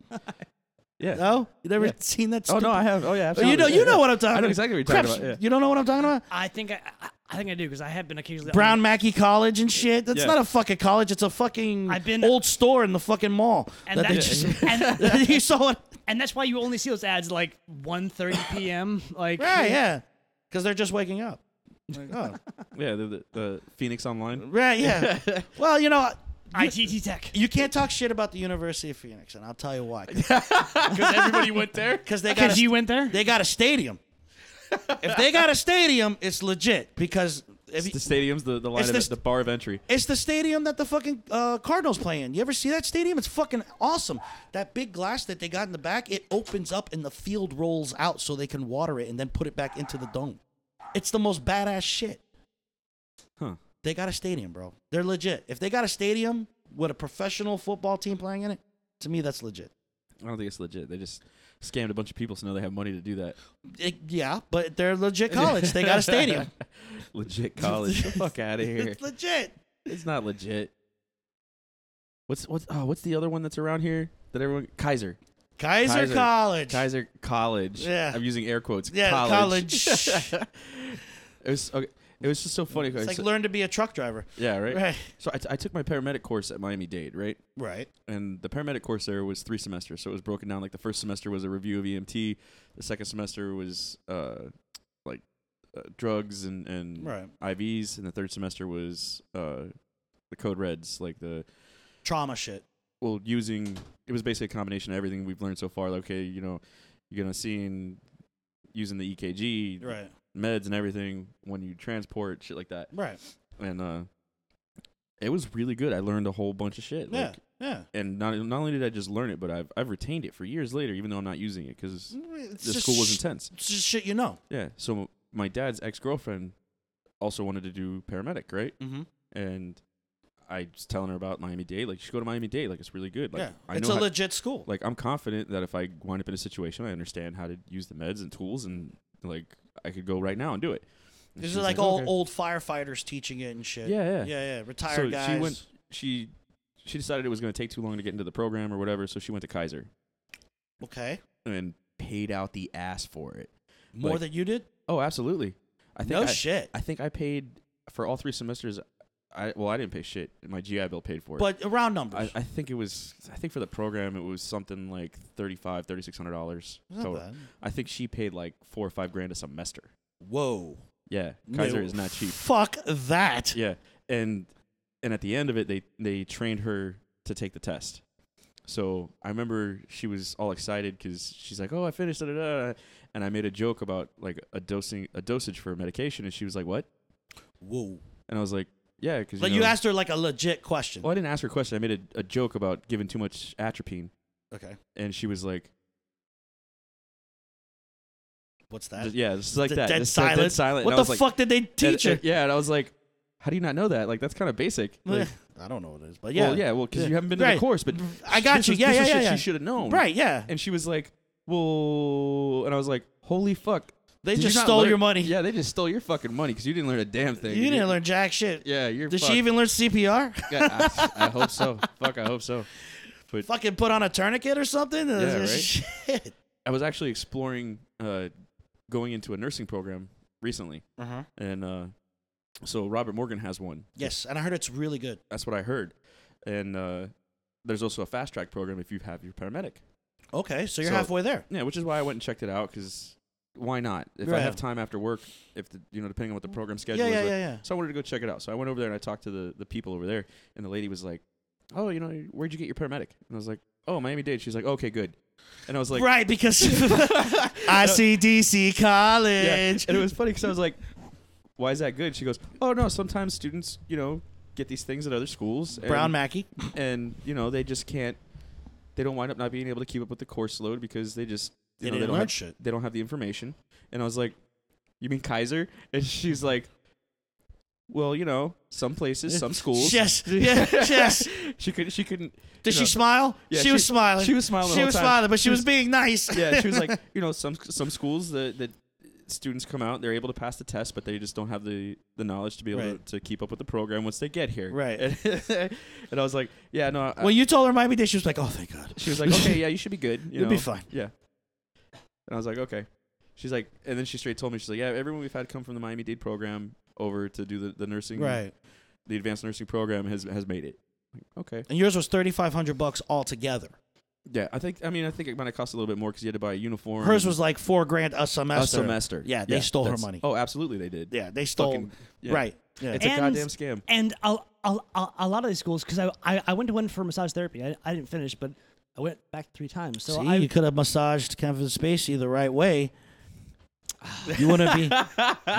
Speaker 2: yeah.
Speaker 3: No? You never
Speaker 2: Yeah.
Speaker 3: seen that
Speaker 2: oh
Speaker 3: stupid?
Speaker 2: no, I have. Oh yeah, I've
Speaker 3: Oh, you
Speaker 2: seen
Speaker 3: know,
Speaker 2: it.
Speaker 3: you know what I'm talking about.
Speaker 2: I know exactly what you're talking
Speaker 3: Craps,
Speaker 2: about. Yeah.
Speaker 3: You don't know what I'm talking about?
Speaker 4: I think I, I, I think I do because I have been occasionally
Speaker 3: Brown Mackey College and shit. That's
Speaker 2: Yeah.
Speaker 3: not a fucking college. It's a fucking
Speaker 4: I've been-
Speaker 3: old store in the fucking mall.
Speaker 4: And,
Speaker 3: that they
Speaker 4: that,
Speaker 3: just-
Speaker 4: and,
Speaker 3: you saw it,
Speaker 4: and that's why you only see those ads like 1.30 p.m. Like
Speaker 3: right? Yeah, because they're just waking up. Like, oh,
Speaker 2: Yeah, the, the, the Phoenix Online.
Speaker 3: right? Yeah. well, you know,
Speaker 4: ITT Tech.
Speaker 3: you can't talk shit about the University of Phoenix, and I'll tell you why.
Speaker 2: Because everybody went there.
Speaker 3: Because they got
Speaker 4: Because
Speaker 3: a,
Speaker 4: you went there.
Speaker 3: they got a stadium. if they got a stadium, it's legit. Because if you-
Speaker 2: The stadium's the the line
Speaker 3: It's
Speaker 2: of
Speaker 3: the
Speaker 2: it-
Speaker 3: st-
Speaker 2: the bar of entry.
Speaker 3: It's the stadium that the fucking uh, Cardinals play in. You ever see that stadium? It's fucking awesome. That big glass that they got in the back, it opens up and the field rolls out so they can water it and then put it back into the dome. It's the most badass shit.
Speaker 2: Huh.
Speaker 3: They got a stadium, bro. They're legit. If they got a stadium with a professional football team playing in it, to me that's legit.
Speaker 2: I don't think it's legit. They just scammed a bunch of people so now they have money to do that.
Speaker 3: It- yeah, but they're legit college. they got a stadium.
Speaker 2: Legit college. Get the fuck out of here.
Speaker 3: It's legit.
Speaker 2: It's not legit. What's what's oh, what's the other one that's around here that everyone Kaiser
Speaker 3: Kaiser,
Speaker 2: Kaiser.
Speaker 3: College.
Speaker 2: Kaiser College.
Speaker 3: Yeah.
Speaker 2: I'm using air quotes.
Speaker 3: Yeah,
Speaker 2: college.
Speaker 3: college.
Speaker 2: it was okay, it was just so funny.
Speaker 3: It's like
Speaker 2: So-
Speaker 3: learn to be a truck driver.
Speaker 2: yeah, right.
Speaker 3: Right.
Speaker 2: So I, t- I took my paramedic course at Miami Dade, right?
Speaker 3: Right.
Speaker 2: and the paramedic course there was three semesters. So it was broken down like the first semester was a review of EMT, the second semester was uh, like uh, drugs and and
Speaker 3: Right.
Speaker 2: IVs, and the third semester was uh, the code reds, like the
Speaker 3: Trauma shit.
Speaker 2: well using it was basically a combination of everything we've learned so far. Like, okay, you know, you're gonna see in using the EKG
Speaker 3: Right.
Speaker 2: meds and everything when you transport shit like that,
Speaker 3: Right.
Speaker 2: and uh, it was really good. I learned a whole bunch of shit.
Speaker 3: Yeah.
Speaker 2: Like,
Speaker 3: yeah.
Speaker 2: and not not only did I just learn it, but I've I've retained it for years later, even though I'm not using it because
Speaker 3: Mm, It's
Speaker 2: the
Speaker 3: just
Speaker 2: school was
Speaker 3: sh-
Speaker 2: intense.
Speaker 3: It's just shit you know.
Speaker 2: Yeah. So my dad's ex girlfriend also wanted to do paramedic, right?
Speaker 3: Mm-hmm.
Speaker 2: And I was telling her about Miami Dade. Like, you should go to Miami Dade. Like, it's really good. Like,
Speaker 3: yeah.
Speaker 2: I
Speaker 3: it's
Speaker 2: know.
Speaker 3: a
Speaker 2: how-
Speaker 3: legit school.
Speaker 2: like, I'm confident that if I wind up in a situation, I understand how to use the meds and tools, and like, I could go right now and do it. And
Speaker 3: These
Speaker 2: she
Speaker 3: are
Speaker 2: was
Speaker 3: like, all
Speaker 2: "Oh, "Okay."
Speaker 3: old firefighters teaching it and shit.
Speaker 2: Yeah, yeah.
Speaker 3: Yeah. Yeah. Retired
Speaker 2: so
Speaker 3: guys.
Speaker 2: she went. She she decided it was going to take too long to get into the program or whatever, so she went to Kaiser
Speaker 3: okay.
Speaker 2: and paid out the ass for it.
Speaker 3: More
Speaker 2: like-
Speaker 3: than you did?
Speaker 2: Oh, absolutely. I think
Speaker 3: No
Speaker 2: I,
Speaker 3: shit.
Speaker 2: I think I paid for all three semesters. I well, I didn't pay shit. My GI Bill paid for it.
Speaker 3: But around
Speaker 2: I,
Speaker 3: numbers.
Speaker 2: I think it was. I think for the program, it was something like thirty-five, thirty-six hundred dollars
Speaker 3: Not
Speaker 2: total.
Speaker 3: bad.
Speaker 2: I think she paid like four or five grand a semester.
Speaker 3: Whoa.
Speaker 2: Yeah, Kaiser
Speaker 3: No.
Speaker 2: is not cheap.
Speaker 3: Fuck that.
Speaker 2: Yeah, and and at the end of it, they they trained her to take the test. So I remember she was all excited because she's like, "Oh, I finished!" Da, da, da. And I made a joke about like a dosing a dosage for medication, and she was like, "What?"
Speaker 3: Whoa.
Speaker 2: And I was like, "Yeah," because
Speaker 3: Like
Speaker 2: you,
Speaker 3: you
Speaker 2: know-
Speaker 3: asked her like a legit question.
Speaker 2: Well, I didn't ask her a question. I made a, a joke about giving too much atropine,
Speaker 3: Okay.
Speaker 2: and she was like,
Speaker 3: What's that?
Speaker 2: "Yeah, this is like
Speaker 3: The
Speaker 2: that."
Speaker 3: dead
Speaker 2: This is like dead
Speaker 3: silence.
Speaker 2: silent.
Speaker 3: What
Speaker 2: And I
Speaker 3: the
Speaker 2: was like-
Speaker 3: fuck did they
Speaker 2: and-
Speaker 3: teach her?
Speaker 2: and- yeah, and I was like, "How do you not know that? Like, that's kind of basic." Like,
Speaker 3: I don't know what it is, but yeah.
Speaker 2: Well, yeah, well, because
Speaker 3: Yeah.
Speaker 2: you haven't been to
Speaker 3: Right.
Speaker 2: the course, but
Speaker 3: I got
Speaker 2: this
Speaker 3: you.
Speaker 2: was-
Speaker 3: Yeah,
Speaker 2: this was
Speaker 3: yeah,
Speaker 2: shit
Speaker 3: yeah, yeah.
Speaker 2: She should have known,
Speaker 3: Right, yeah.
Speaker 2: And she was like, "Well," and I was like, "Holy fuck!"
Speaker 3: They
Speaker 2: Did you
Speaker 3: just
Speaker 2: not
Speaker 3: stole
Speaker 2: learn-
Speaker 3: your money.
Speaker 2: Yeah, they just stole your fucking money because you didn't learn a damn thing.
Speaker 3: you didn't learn jack shit.
Speaker 2: Yeah, you're.
Speaker 3: Did
Speaker 2: fucked.
Speaker 3: she even learn CPR?
Speaker 2: Yeah, I, I hope so. Fuck, I hope so.
Speaker 3: Fucking put on a tourniquet or something?
Speaker 2: Yeah, right.
Speaker 3: Shit.
Speaker 2: I was actually exploring uh, going into a nursing program recently,
Speaker 3: Uh-huh.
Speaker 2: and uh, so Robert Morgan has one.
Speaker 3: Yes, and I heard it's really good.
Speaker 2: That's what I heard, and uh, there's also a fast track program if you have your paramedic.
Speaker 3: Okay, so you're
Speaker 2: So-
Speaker 3: halfway there.
Speaker 2: Yeah, which is why I went and checked it out because why not? If I
Speaker 3: Right.
Speaker 2: have time after work, if the, you know, depending on what the program schedule
Speaker 3: Yeah,
Speaker 2: is.
Speaker 3: yeah,
Speaker 2: like-
Speaker 3: yeah, yeah.
Speaker 2: So I wanted to go check it out. So I went over there and I talked to the, the people over there, and the lady was like, "Oh, you know, where'd you get your paramedic?" And I was like, "Oh, Miami Dade." She's like, "Okay, good." And I was like,
Speaker 3: right, because ICDC college.
Speaker 2: And it was funny because I was like, "Why is that good?" She goes, "Oh no, sometimes students, you know, get these things at other schools, and,
Speaker 3: Brown Mackey.
Speaker 2: and you know, they just can't. They don't wind up not being able to keep up with the course load because they just you
Speaker 3: They
Speaker 2: know, they
Speaker 3: didn't
Speaker 2: don't
Speaker 3: learn
Speaker 2: have,
Speaker 3: shit.
Speaker 2: They don't have the information." And I was like, "You mean Kaiser?" And she's like. Well, you know, some places, some schools.
Speaker 3: Yes, yes, yes.
Speaker 2: She couldn't. She couldn't.
Speaker 3: Did
Speaker 2: you
Speaker 3: she
Speaker 2: know-
Speaker 3: smile?
Speaker 2: Yeah,
Speaker 3: she, was smiling.
Speaker 2: She was smiling. the
Speaker 3: She
Speaker 2: whole
Speaker 3: was
Speaker 2: time.
Speaker 3: smiling, but she,
Speaker 2: She
Speaker 3: was,
Speaker 2: was-
Speaker 3: being nice.
Speaker 2: Yeah, she was like, you know, some some schools that that students come out, they're able to pass the test, but they just don't have the the knowledge to be able
Speaker 3: Right.
Speaker 2: to, to keep up with the program once they get here.
Speaker 3: Right.
Speaker 2: And, I was like, yeah, no. I,
Speaker 3: When you told her Miami Dade, she was like, "Oh, thank God."
Speaker 2: she was like, okay, yeah, you should be good. You
Speaker 3: You'll be
Speaker 2: know.
Speaker 3: fine.
Speaker 2: Yeah. And I was like, okay. She's like, and then she straight told me, she's like, yeah, everyone we've had come from the Miami Dade program over to do the, the nursing,
Speaker 3: Right.
Speaker 2: the advanced nursing program has has made it. Like, okay.
Speaker 3: And yours was thirty five hundred bucks altogether.
Speaker 2: Yeah, I think. I mean, I think it might have cost a little bit more because you had to buy a uniform.
Speaker 3: Hers
Speaker 2: and-
Speaker 3: was like four grand a semester.
Speaker 2: A semester.
Speaker 3: Yeah, they stole her
Speaker 2: that's-
Speaker 3: money.
Speaker 2: Oh, absolutely, they did.
Speaker 3: Yeah, they stole.
Speaker 2: Fucking- yeah.
Speaker 3: Right. Yeah.
Speaker 2: It's a
Speaker 4: And-
Speaker 2: goddamn scam.
Speaker 4: And a, a, a, a lot of these schools, because I, I, I went to one for massage therapy. I, I didn't finish, but I went back three times. So
Speaker 3: See,
Speaker 4: I,
Speaker 3: you could have massaged Kevin Spacey the right way. You wouldn't be.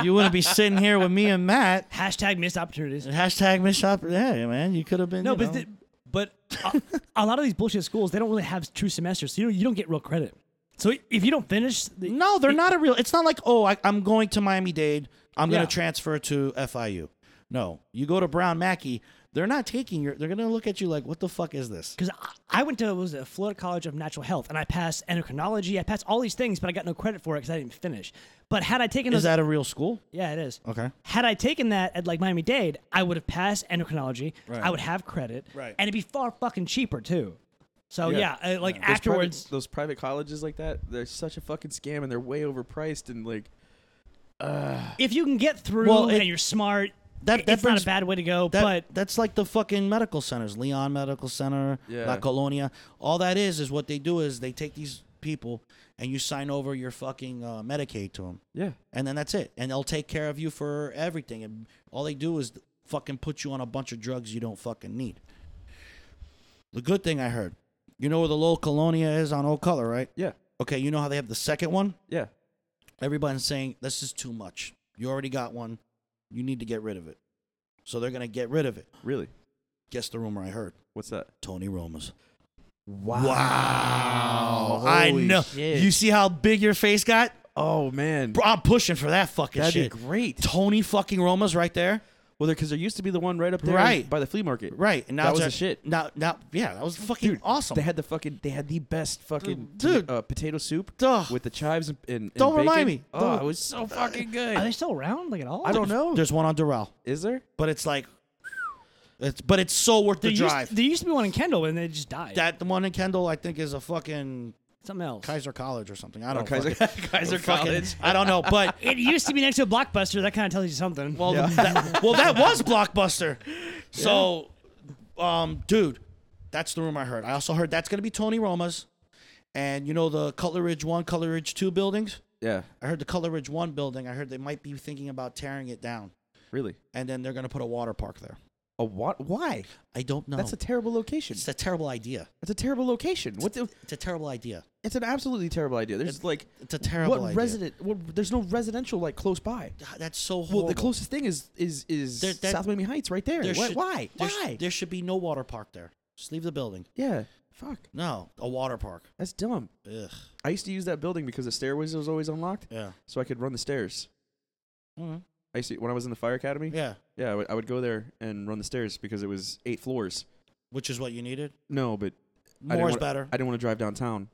Speaker 3: you wouldn't be sitting here with me and Matt.
Speaker 4: hashtag missed opportunities.
Speaker 3: And hashtag Miss Shop. Yeah, man. You could have been.
Speaker 4: No,
Speaker 3: you
Speaker 4: but
Speaker 3: know.
Speaker 4: the, but a, a lot of these bullshit schools, they don't really have true semesters. So you don't, you don't get real credit. So if you don't finish, the,
Speaker 3: no, they're not a real. It's not like oh, I, I'm going to Miami Dade. I'm going
Speaker 4: Yeah.
Speaker 3: to transfer to FIU. No, you go to Brown Mackey. They're not taking your. They're going to look at you like, what the fuck is this?
Speaker 4: because I, I went to was it Florida College of Natural Health, and I passed endocrinology, I passed all these things, but I got no credit for it because I didn't finish. But had I taken
Speaker 3: Is
Speaker 4: those,
Speaker 3: that a real school?
Speaker 4: yeah, it is.
Speaker 3: Okay.
Speaker 4: Had I taken that at like Miami Dade, I would have passed endocrinology.
Speaker 3: Right.
Speaker 4: I would have credit,
Speaker 3: Right.
Speaker 4: and it'd be far fucking cheaper too. So yeah,
Speaker 2: Yeah.
Speaker 4: uh, like
Speaker 2: Those private-
Speaker 4: afterwards,
Speaker 2: those private colleges like that, they're such a fucking scam, and they're way overpriced. And like,
Speaker 4: if you can get through
Speaker 3: Well, it-
Speaker 4: and you're smart,
Speaker 3: That-
Speaker 4: it-
Speaker 3: that
Speaker 4: it's not
Speaker 3: brings-
Speaker 4: a bad way to go.
Speaker 3: That,
Speaker 4: but
Speaker 3: that's like the fucking medical centers, Leon Medical Center, La
Speaker 2: Yeah.
Speaker 3: Colonia. All that is is what they do is they take these people and you sign over your fucking uh, Medicaid to them,
Speaker 2: yeah,
Speaker 3: and then that's it. And they'll take care of you for everything. And all they do is fucking put you on a bunch of drugs you don't fucking need. The good thing I heard, you know where the Lowell Colonia is on Old Color, right?
Speaker 2: Yeah.
Speaker 3: Okay, you know how they have the second one?
Speaker 2: Yeah.
Speaker 3: Everybody's saying this is too much. You already got one. You need to get rid of it. So they're gonna get rid of it.
Speaker 2: Really?
Speaker 3: Guess the rumor I heard.
Speaker 2: What's that?
Speaker 3: Tony Roma's.
Speaker 2: Wow.
Speaker 3: I
Speaker 2: Holy
Speaker 3: know.
Speaker 2: shit.
Speaker 3: You see how big your face got?
Speaker 2: Oh man.
Speaker 3: Bro, I'm pushing for that fucking
Speaker 2: That'd
Speaker 3: shit.
Speaker 2: be great.
Speaker 3: Tony fucking Roma's right there.
Speaker 2: Well, because there used to be the one right up there
Speaker 3: Right.
Speaker 2: by the flea market.
Speaker 3: Right. And now
Speaker 2: That was
Speaker 3: it's
Speaker 2: the shit.
Speaker 3: Now, now, yeah, that was fucking
Speaker 2: Dude,
Speaker 3: awesome.
Speaker 2: They had the fucking. They had the best fucking
Speaker 3: Dude.
Speaker 2: uh, potato soup
Speaker 3: Duh.
Speaker 2: with the chives and, and, and
Speaker 3: Don't remind
Speaker 2: bacon.
Speaker 3: me.
Speaker 2: Oh,
Speaker 3: Don't-
Speaker 2: it was so fucking good.
Speaker 4: Are they still around, like at all?
Speaker 2: I don't know.
Speaker 3: There's one on Doral,
Speaker 2: Is there?
Speaker 3: but it's like, it's but it's so worth the
Speaker 4: There used,
Speaker 3: drive.
Speaker 4: there used to be one in Kendall, and it just died.
Speaker 3: that the one in Kendall, I think, is a fucking
Speaker 4: Something else.
Speaker 3: Kaiser College or something. I don't know.
Speaker 2: Oh, Kaiser, Kaiser College.
Speaker 3: I don't know, but
Speaker 4: It used to be next to a blockbuster. That kind of tells you something.
Speaker 3: well, that, well, that was Blockbuster. So, um, dude, that's the rumor I heard. I also heard that's gonna be Tony Roma's, and you know the Cutler Ridge One, Cutler Ridge Two buildings.
Speaker 2: Yeah.
Speaker 3: I heard the Cutler Ridge One building. I heard they might be thinking about tearing it down,
Speaker 2: Really.
Speaker 3: and then they're gonna put a water park there.
Speaker 2: A what? Why?
Speaker 3: I don't know.
Speaker 2: That's a terrible location.
Speaker 3: it's a terrible idea.
Speaker 2: That's a terrible location. What the?
Speaker 3: It's a terrible idea.
Speaker 2: It's an absolutely terrible idea. There's like
Speaker 3: It's a terrible
Speaker 2: what
Speaker 3: idea.
Speaker 2: resident? What, there's no residential like close by.
Speaker 3: God, That's so horrible.
Speaker 2: Well, the closest thing is is is
Speaker 3: There- that-
Speaker 2: South Miami Heights right there.
Speaker 3: There
Speaker 2: Why?
Speaker 3: should-
Speaker 2: why?
Speaker 3: there sh-
Speaker 2: Why?
Speaker 3: There should be no water park there. Just leave the building.
Speaker 2: yeah. Fuck.
Speaker 3: No, a water park.
Speaker 2: That's dumb.
Speaker 3: Ugh.
Speaker 2: I used to use that building because the stairways was always unlocked,
Speaker 3: Yeah.
Speaker 2: so I could run the stairs.
Speaker 3: Mhm.
Speaker 2: I used to, when I was in the fire academy.
Speaker 3: Yeah.
Speaker 2: Yeah, I would, I would go there and run the stairs because it was eight floors.
Speaker 3: Which is what you needed.
Speaker 2: No, but I didn't
Speaker 3: More is
Speaker 2: wanna-
Speaker 3: better.
Speaker 2: I didn't want to drive downtown,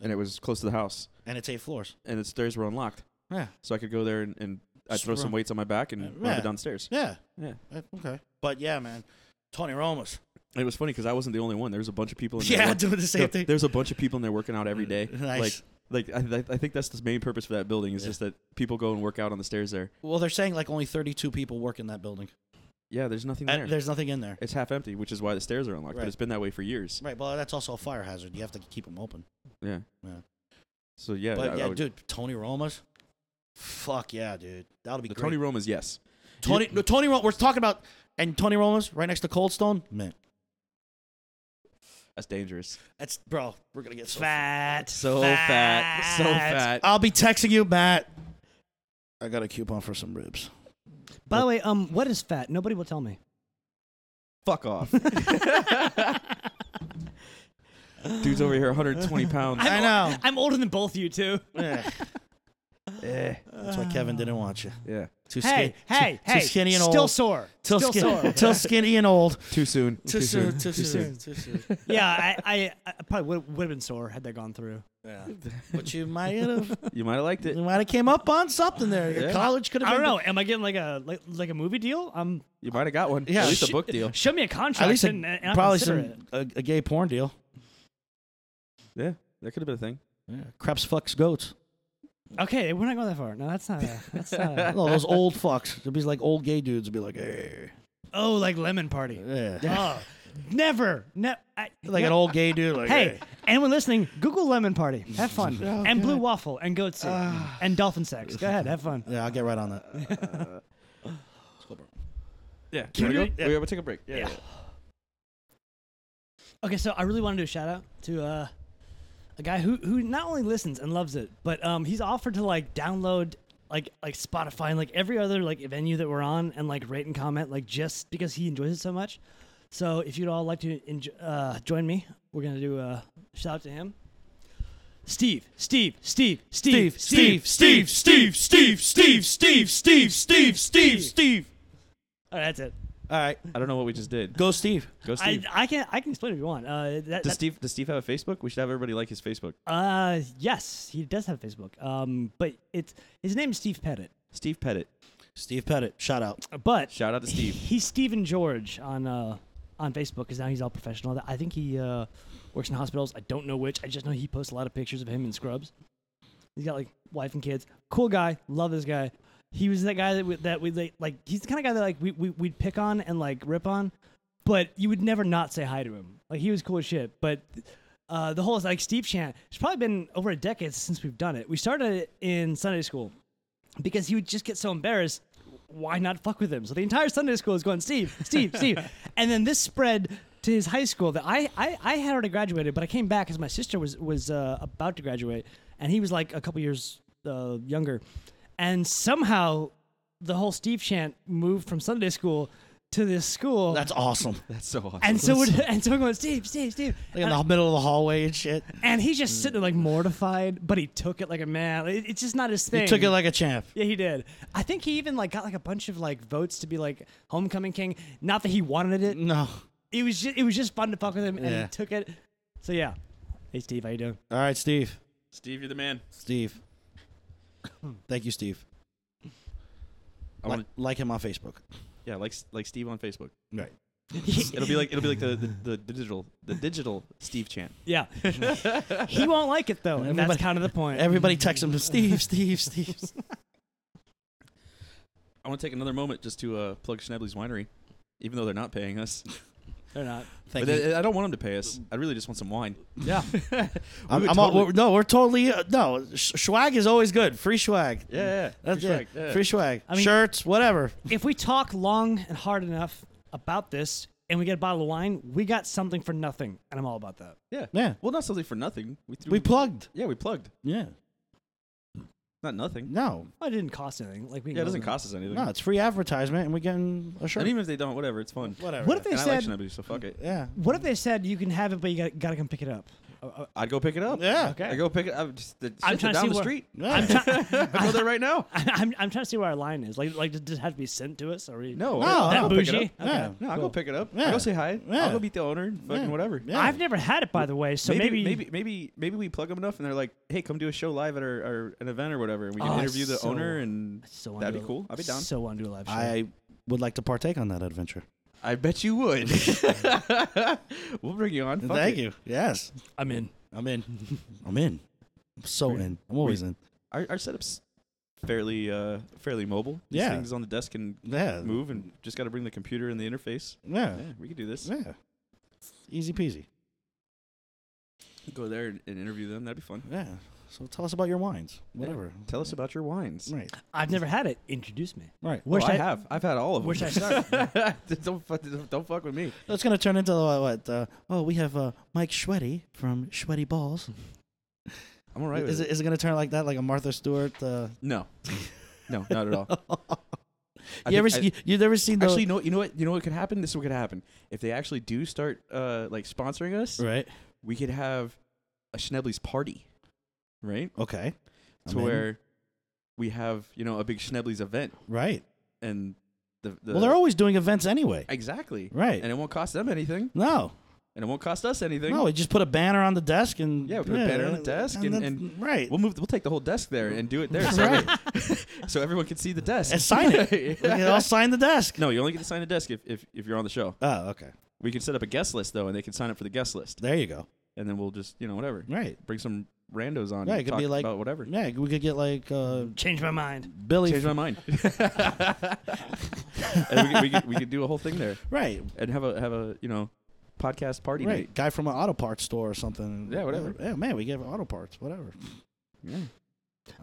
Speaker 2: and it was close to the house,
Speaker 3: and it's eight floors.
Speaker 2: and the stairs were unlocked,
Speaker 3: Yeah.
Speaker 2: so I could go there and, and I'd
Speaker 3: Just
Speaker 2: throw some
Speaker 3: run.
Speaker 2: weights on my back and
Speaker 3: Uh,
Speaker 2: run
Speaker 3: yeah.
Speaker 2: it downstairs.
Speaker 3: Yeah.
Speaker 2: Yeah.
Speaker 3: Uh, Okay. But yeah, man. Tony Romas.
Speaker 2: It was funny because I wasn't the only one. There was a bunch of people. In there
Speaker 3: Yeah,
Speaker 2: work-
Speaker 3: doing the
Speaker 2: no,
Speaker 3: same thing.
Speaker 2: There's a bunch of people in there working out every day.
Speaker 3: Nice.
Speaker 2: Like, like I, I think that's the main purpose for that building is
Speaker 3: Yeah.
Speaker 2: just that people go and work out on the stairs there.
Speaker 3: Well, they're saying like only 32 people work in that building.
Speaker 2: Yeah, there's nothing
Speaker 3: And
Speaker 2: there.
Speaker 3: there's nothing in there.
Speaker 2: it's half empty, which is why the stairs are unlocked. But
Speaker 3: Right.
Speaker 2: it's been that way for years.
Speaker 3: Right. Well, that's also a fire hazard. You have to keep them open.
Speaker 2: Yeah.
Speaker 3: Yeah.
Speaker 2: So yeah,
Speaker 3: But
Speaker 2: I- I
Speaker 3: yeah,
Speaker 2: would-
Speaker 3: dude, Tony Romas. Fuck yeah, dude. That'll be
Speaker 2: The
Speaker 3: great.
Speaker 2: Tony Roma's yes.
Speaker 3: Tony, no, Tony, Ro- we're talking about, and Tony Roma's right next to Cold Stone. Man,
Speaker 2: That's dangerous.
Speaker 3: that's bro. We're gonna get so
Speaker 4: fat.
Speaker 2: So fat. So fat.
Speaker 3: I'll be texting you, Matt. I got a coupon for some ribs.
Speaker 4: By the way, um, what is fat? Nobody will tell me.
Speaker 2: Fuck off. Dude's over here 120 pounds.
Speaker 3: I know.
Speaker 4: I'm older than both you two.
Speaker 3: Eh,
Speaker 2: Eh,
Speaker 3: that's why Kevin didn't want you.
Speaker 2: yeah.
Speaker 3: Too skinny.
Speaker 4: Hey, hey,
Speaker 3: too,
Speaker 4: hey!
Speaker 3: Too skinny and
Speaker 4: still
Speaker 3: old.
Speaker 4: sore.
Speaker 3: Too
Speaker 4: still
Speaker 3: skin-
Speaker 4: sore.
Speaker 3: too skinny and old.
Speaker 2: Too soon.
Speaker 3: Too soon. Too soon. Too soon.
Speaker 4: yeah, I, I, I probably would, would have been sore had that gone through.
Speaker 3: Yeah. But you might have.
Speaker 2: You might have liked it.
Speaker 3: You might have came up on something there. Your
Speaker 2: Yeah.
Speaker 3: college could have.
Speaker 4: I don't
Speaker 3: been
Speaker 4: know. Am I getting like a like, like a movie deal? Um,
Speaker 2: You might have got one.
Speaker 3: Yeah.
Speaker 2: At least a
Speaker 4: sh-
Speaker 2: book deal.
Speaker 4: Show me a contract.
Speaker 3: Oh. At least
Speaker 4: and,
Speaker 3: a,
Speaker 4: and I'll
Speaker 3: probably some
Speaker 4: consider it.
Speaker 3: a, a gay porn deal.
Speaker 2: Yeah. That could have been a thing.
Speaker 3: Yeah. Krebs fucks goats.
Speaker 4: Okay, we're not going that far. No, that's not. A, that's not. A,
Speaker 3: No, those old fucks. It'd be like old gay dudes would be like, hey.
Speaker 4: oh, like lemon party.
Speaker 3: Yeah.
Speaker 4: Oh, never. Ne- I,
Speaker 3: Like
Speaker 4: no-
Speaker 3: an old gay dude. Like,
Speaker 4: Hey, anyone listening, Google lemon party. Have fun. and blue waffle and goat soup
Speaker 3: Ah.
Speaker 4: and dolphin sex. Go ahead, have fun.
Speaker 3: Yeah, I'll get right on that.
Speaker 2: Yeah.
Speaker 4: Can
Speaker 2: Can we
Speaker 4: we-
Speaker 2: go?
Speaker 4: yeah.
Speaker 2: We have to take a break. Yeah.
Speaker 4: Yeah.
Speaker 2: yeah.
Speaker 4: Okay, so I really want to do a shout out to uh, a guy who who not only listens and loves it, but um, he's offered to like download like like Spotify and like every other like venue that we're on and like rate and comment like just because he enjoys it so much. So if you'd all like to enjo- uh, join me, we're gonna do a shout out to him. Steve, Steve, Steve, Steve,
Speaker 3: Steve, Steve, Steve, Steve, Steve, Steve, Steve.
Speaker 4: Oh, that's it.
Speaker 3: All right,
Speaker 2: I don't know what we just did.
Speaker 3: go Steve.
Speaker 2: Go Steve.
Speaker 4: I, I can I can explain if you want. Uh, that,
Speaker 2: does
Speaker 4: that,
Speaker 2: Steve does Steve have a Facebook? We should have everybody like his Facebook.
Speaker 4: uh, yes, he does have Facebook. Um, but it's his name is Steve Pettit.
Speaker 2: Steve Pettit.
Speaker 3: Steve Pettit, shout out.
Speaker 4: But
Speaker 2: Shout out to Steve.
Speaker 4: He's Steven George on uh, on Facebook because now he's all professional. I think he uh, works in hospitals. I don't know which. I just know he posts a lot of pictures of him in scrubs. He's got like wife and kids. Cool guy. Love this guy. He was that guy that we, that we like, like. He's the kind of guy that like we, we we'd pick on and like rip on, but you would never not say hi to him. Like he was cool as shit. But uh, the whole like Steve chant. It's probably been over a decade since we've done it. We started it in Sunday school because he would just get so embarrassed. Why not fuck with him? So the entire Sunday school is going Steve, Steve, Steve, and then this spread to his high school that I, I, I had already graduated, but I came back because my sister was was uh, about to graduate, and he was like a couple years uh, younger, and somehow the whole Steve chant moved from Sunday school to this school.
Speaker 3: That's awesome.
Speaker 2: That's so awesome.
Speaker 4: and so we're, and so we're going Steve, Steve, Steve,
Speaker 3: Like in
Speaker 4: and,
Speaker 3: the middle of the hallway and shit.
Speaker 4: and he's just sitting there like mortified, but he took it like a man. It- it's just not his thing.
Speaker 3: He took it like a champ.
Speaker 4: Yeah, he did. I think he even like got like a bunch of like votes to be like homecoming king. Not that he wanted it.
Speaker 3: No. All
Speaker 4: It was just it was just fun to fuck with him, and
Speaker 3: Yeah.
Speaker 4: he took it. So yeah. Hey Steve, how you doing?
Speaker 3: right, Steve.
Speaker 2: Steve, you're the man.
Speaker 3: Steve. Thank you, Steve.
Speaker 2: I
Speaker 3: Li-
Speaker 2: want
Speaker 3: like him on Facebook.
Speaker 2: yeah, like s- like Steve on Facebook.
Speaker 3: Right.
Speaker 2: It'll be like it'll be like the, the, the digital the digital Steve chant.
Speaker 4: yeah. he won't like it though. And that's
Speaker 3: Everybody-
Speaker 4: kind of the point.
Speaker 3: Everybody texts him, Steve, Steve, Steve.
Speaker 2: I want to take another moment just to uh, plug Schnebley's Winery, even though they're not paying us.
Speaker 4: They're not.
Speaker 3: Thank
Speaker 2: But
Speaker 3: you.
Speaker 2: I- I don't want them to pay us. I really just want some wine.
Speaker 4: Yeah.
Speaker 3: I'm,
Speaker 2: would
Speaker 3: I'm all-
Speaker 2: totally-
Speaker 3: we're- no, we're totally uh, no. Sh- swag is always good. Free swag.
Speaker 2: Yeah, yeah,
Speaker 3: That's
Speaker 2: free
Speaker 3: it.
Speaker 2: swag, yeah.
Speaker 3: Free swag.
Speaker 4: I mean-
Speaker 3: Shirts, whatever.
Speaker 4: if we talk long and hard enough about this and we get a bottle of wine, we got something for nothing. And I'm all about that.
Speaker 2: Yeah.
Speaker 3: Yeah.
Speaker 2: Well, not something for nothing. We threw,
Speaker 3: We plugged.
Speaker 2: Yeah, we plugged.
Speaker 3: Yeah.
Speaker 2: Not nothing.
Speaker 3: No.
Speaker 4: Well, it didn't cost anything. Like we
Speaker 2: Yeah, it
Speaker 4: know
Speaker 2: doesn't
Speaker 4: that.
Speaker 2: cost us anything.
Speaker 3: No, it's free advertisement, and we're getting a shirt.
Speaker 2: And even if they don't, whatever, it's fun.
Speaker 3: whatever.
Speaker 4: What if they
Speaker 2: And I like
Speaker 4: said
Speaker 2: Schnebley, so fuck it.
Speaker 3: Yeah.
Speaker 4: What if they said you can have it but you got, got to come pick it up?
Speaker 2: I'd go pick it up.
Speaker 3: Yeah.
Speaker 4: Okay.
Speaker 2: I go pick it up. Just, the,
Speaker 4: I'm
Speaker 2: shit, they're
Speaker 4: trying to
Speaker 2: down
Speaker 4: see
Speaker 2: the
Speaker 4: where-
Speaker 2: street.
Speaker 3: Yeah.
Speaker 2: I go there right now.
Speaker 4: I'm, I'm trying to see where our line is. Like, like does it have to be sent to us? Or we,
Speaker 2: No,
Speaker 3: No,
Speaker 2: I,
Speaker 4: that
Speaker 2: I'll go pick it
Speaker 4: bougie.
Speaker 2: up.
Speaker 3: Yeah.
Speaker 2: No, I'll go
Speaker 4: Cool.
Speaker 2: pick it up.
Speaker 3: Yeah.
Speaker 2: I'll go say hi.
Speaker 3: Yeah.
Speaker 2: I'll go meet the owner. and Fucking
Speaker 3: Yeah.
Speaker 2: whatever.
Speaker 3: Yeah.
Speaker 4: I've never had it by the way, so
Speaker 2: maybe,
Speaker 4: maybe
Speaker 2: maybe maybe maybe we plug them enough, and they're like, "Hey, come do a show live at our, our an event or whatever, and we can
Speaker 4: Oh, I
Speaker 2: interview the
Speaker 4: so-
Speaker 2: owner, and
Speaker 4: So wanna
Speaker 2: that'd
Speaker 4: do
Speaker 2: be
Speaker 4: a-
Speaker 2: cool. I'd be down.
Speaker 4: So want to do a live show.
Speaker 3: I would like to partake on that adventure.
Speaker 2: I bet you would. we'll bring you on. Fuck
Speaker 3: Thank
Speaker 2: it.
Speaker 3: you. Yes.
Speaker 4: I'm in.
Speaker 3: I'm in. I'm in. I'm so
Speaker 2: Were you-
Speaker 3: in. I'm always in.
Speaker 2: Our, our setup's fairly uh fairly mobile. These
Speaker 3: Yeah.
Speaker 2: things on the desk can
Speaker 3: Yeah.
Speaker 2: move, and just got to bring the computer and the interface.
Speaker 3: Yeah.
Speaker 2: Yeah, we could do this.
Speaker 3: Yeah. Easy peasy.
Speaker 2: Go there and, and interview them. That'd be fun.
Speaker 3: Yeah. So tell us about your wines. Whatever.
Speaker 2: Tell us about your wines.
Speaker 3: Right.
Speaker 4: I've never had it. Introduce me.
Speaker 3: Right.
Speaker 2: Wish
Speaker 4: Wish
Speaker 2: Oh, I, have. I've had all of them.
Speaker 4: Wish I started.
Speaker 2: don't, fuck, don't fuck with me.
Speaker 3: That's gonna turn into uh, what? Uh, oh, we have uh, Mike Schwetty from Schwetty Balls.
Speaker 2: I'm all right.
Speaker 3: is,
Speaker 2: with
Speaker 3: it, is it gonna turn like that, like a Martha Stewart? Uh,
Speaker 2: No, no, not at all. I
Speaker 3: you ever
Speaker 2: think I-
Speaker 3: see, you, have never seen the
Speaker 2: actually, no. You know what? You know what could happen. This is what could happen if they actually do start uh, like sponsoring us.
Speaker 3: right?
Speaker 2: We could have a Schnebley's party, right?
Speaker 3: Okay, I'm
Speaker 2: to
Speaker 3: in.
Speaker 2: where we have you know a big Schnebley's event
Speaker 3: right?
Speaker 2: and the, the
Speaker 3: well, they're always doing events anyway,
Speaker 2: exactly
Speaker 3: right?
Speaker 2: and it won't cost them anything,
Speaker 3: no,
Speaker 2: and it won't cost us anything.
Speaker 3: no, we just put a banner on the desk and
Speaker 2: Yeah, we put a banner on the desk and-
Speaker 3: then- right.
Speaker 2: We'll move. We'll take the whole desk there and do it there, so,
Speaker 3: Right.
Speaker 2: so everyone can see the desk
Speaker 3: And sign it. we can all sign the desk.
Speaker 2: No, you only get to sign the desk if, if, if you're on the show.
Speaker 3: Oh, okay.
Speaker 2: We can set up a guest list though, and they can sign up for the guest list,
Speaker 3: There you go.
Speaker 2: and then we'll just you know whatever
Speaker 3: Right.
Speaker 2: bring some randos on.
Speaker 3: Yeah,
Speaker 2: and
Speaker 3: it could
Speaker 2: talk
Speaker 3: be like-
Speaker 2: about whatever.
Speaker 3: Yeah, we could get like uh,
Speaker 4: Change my mind.
Speaker 3: Billy.
Speaker 2: Change my mind. and we, could- we, could, we could do a whole thing there
Speaker 3: right.
Speaker 2: and have a have a you know podcast party
Speaker 3: Right,
Speaker 2: night.
Speaker 3: guy from an auto parts store or something.
Speaker 2: Yeah, whatever.
Speaker 3: Yeah, man, we give auto parts, whatever.
Speaker 2: Yeah.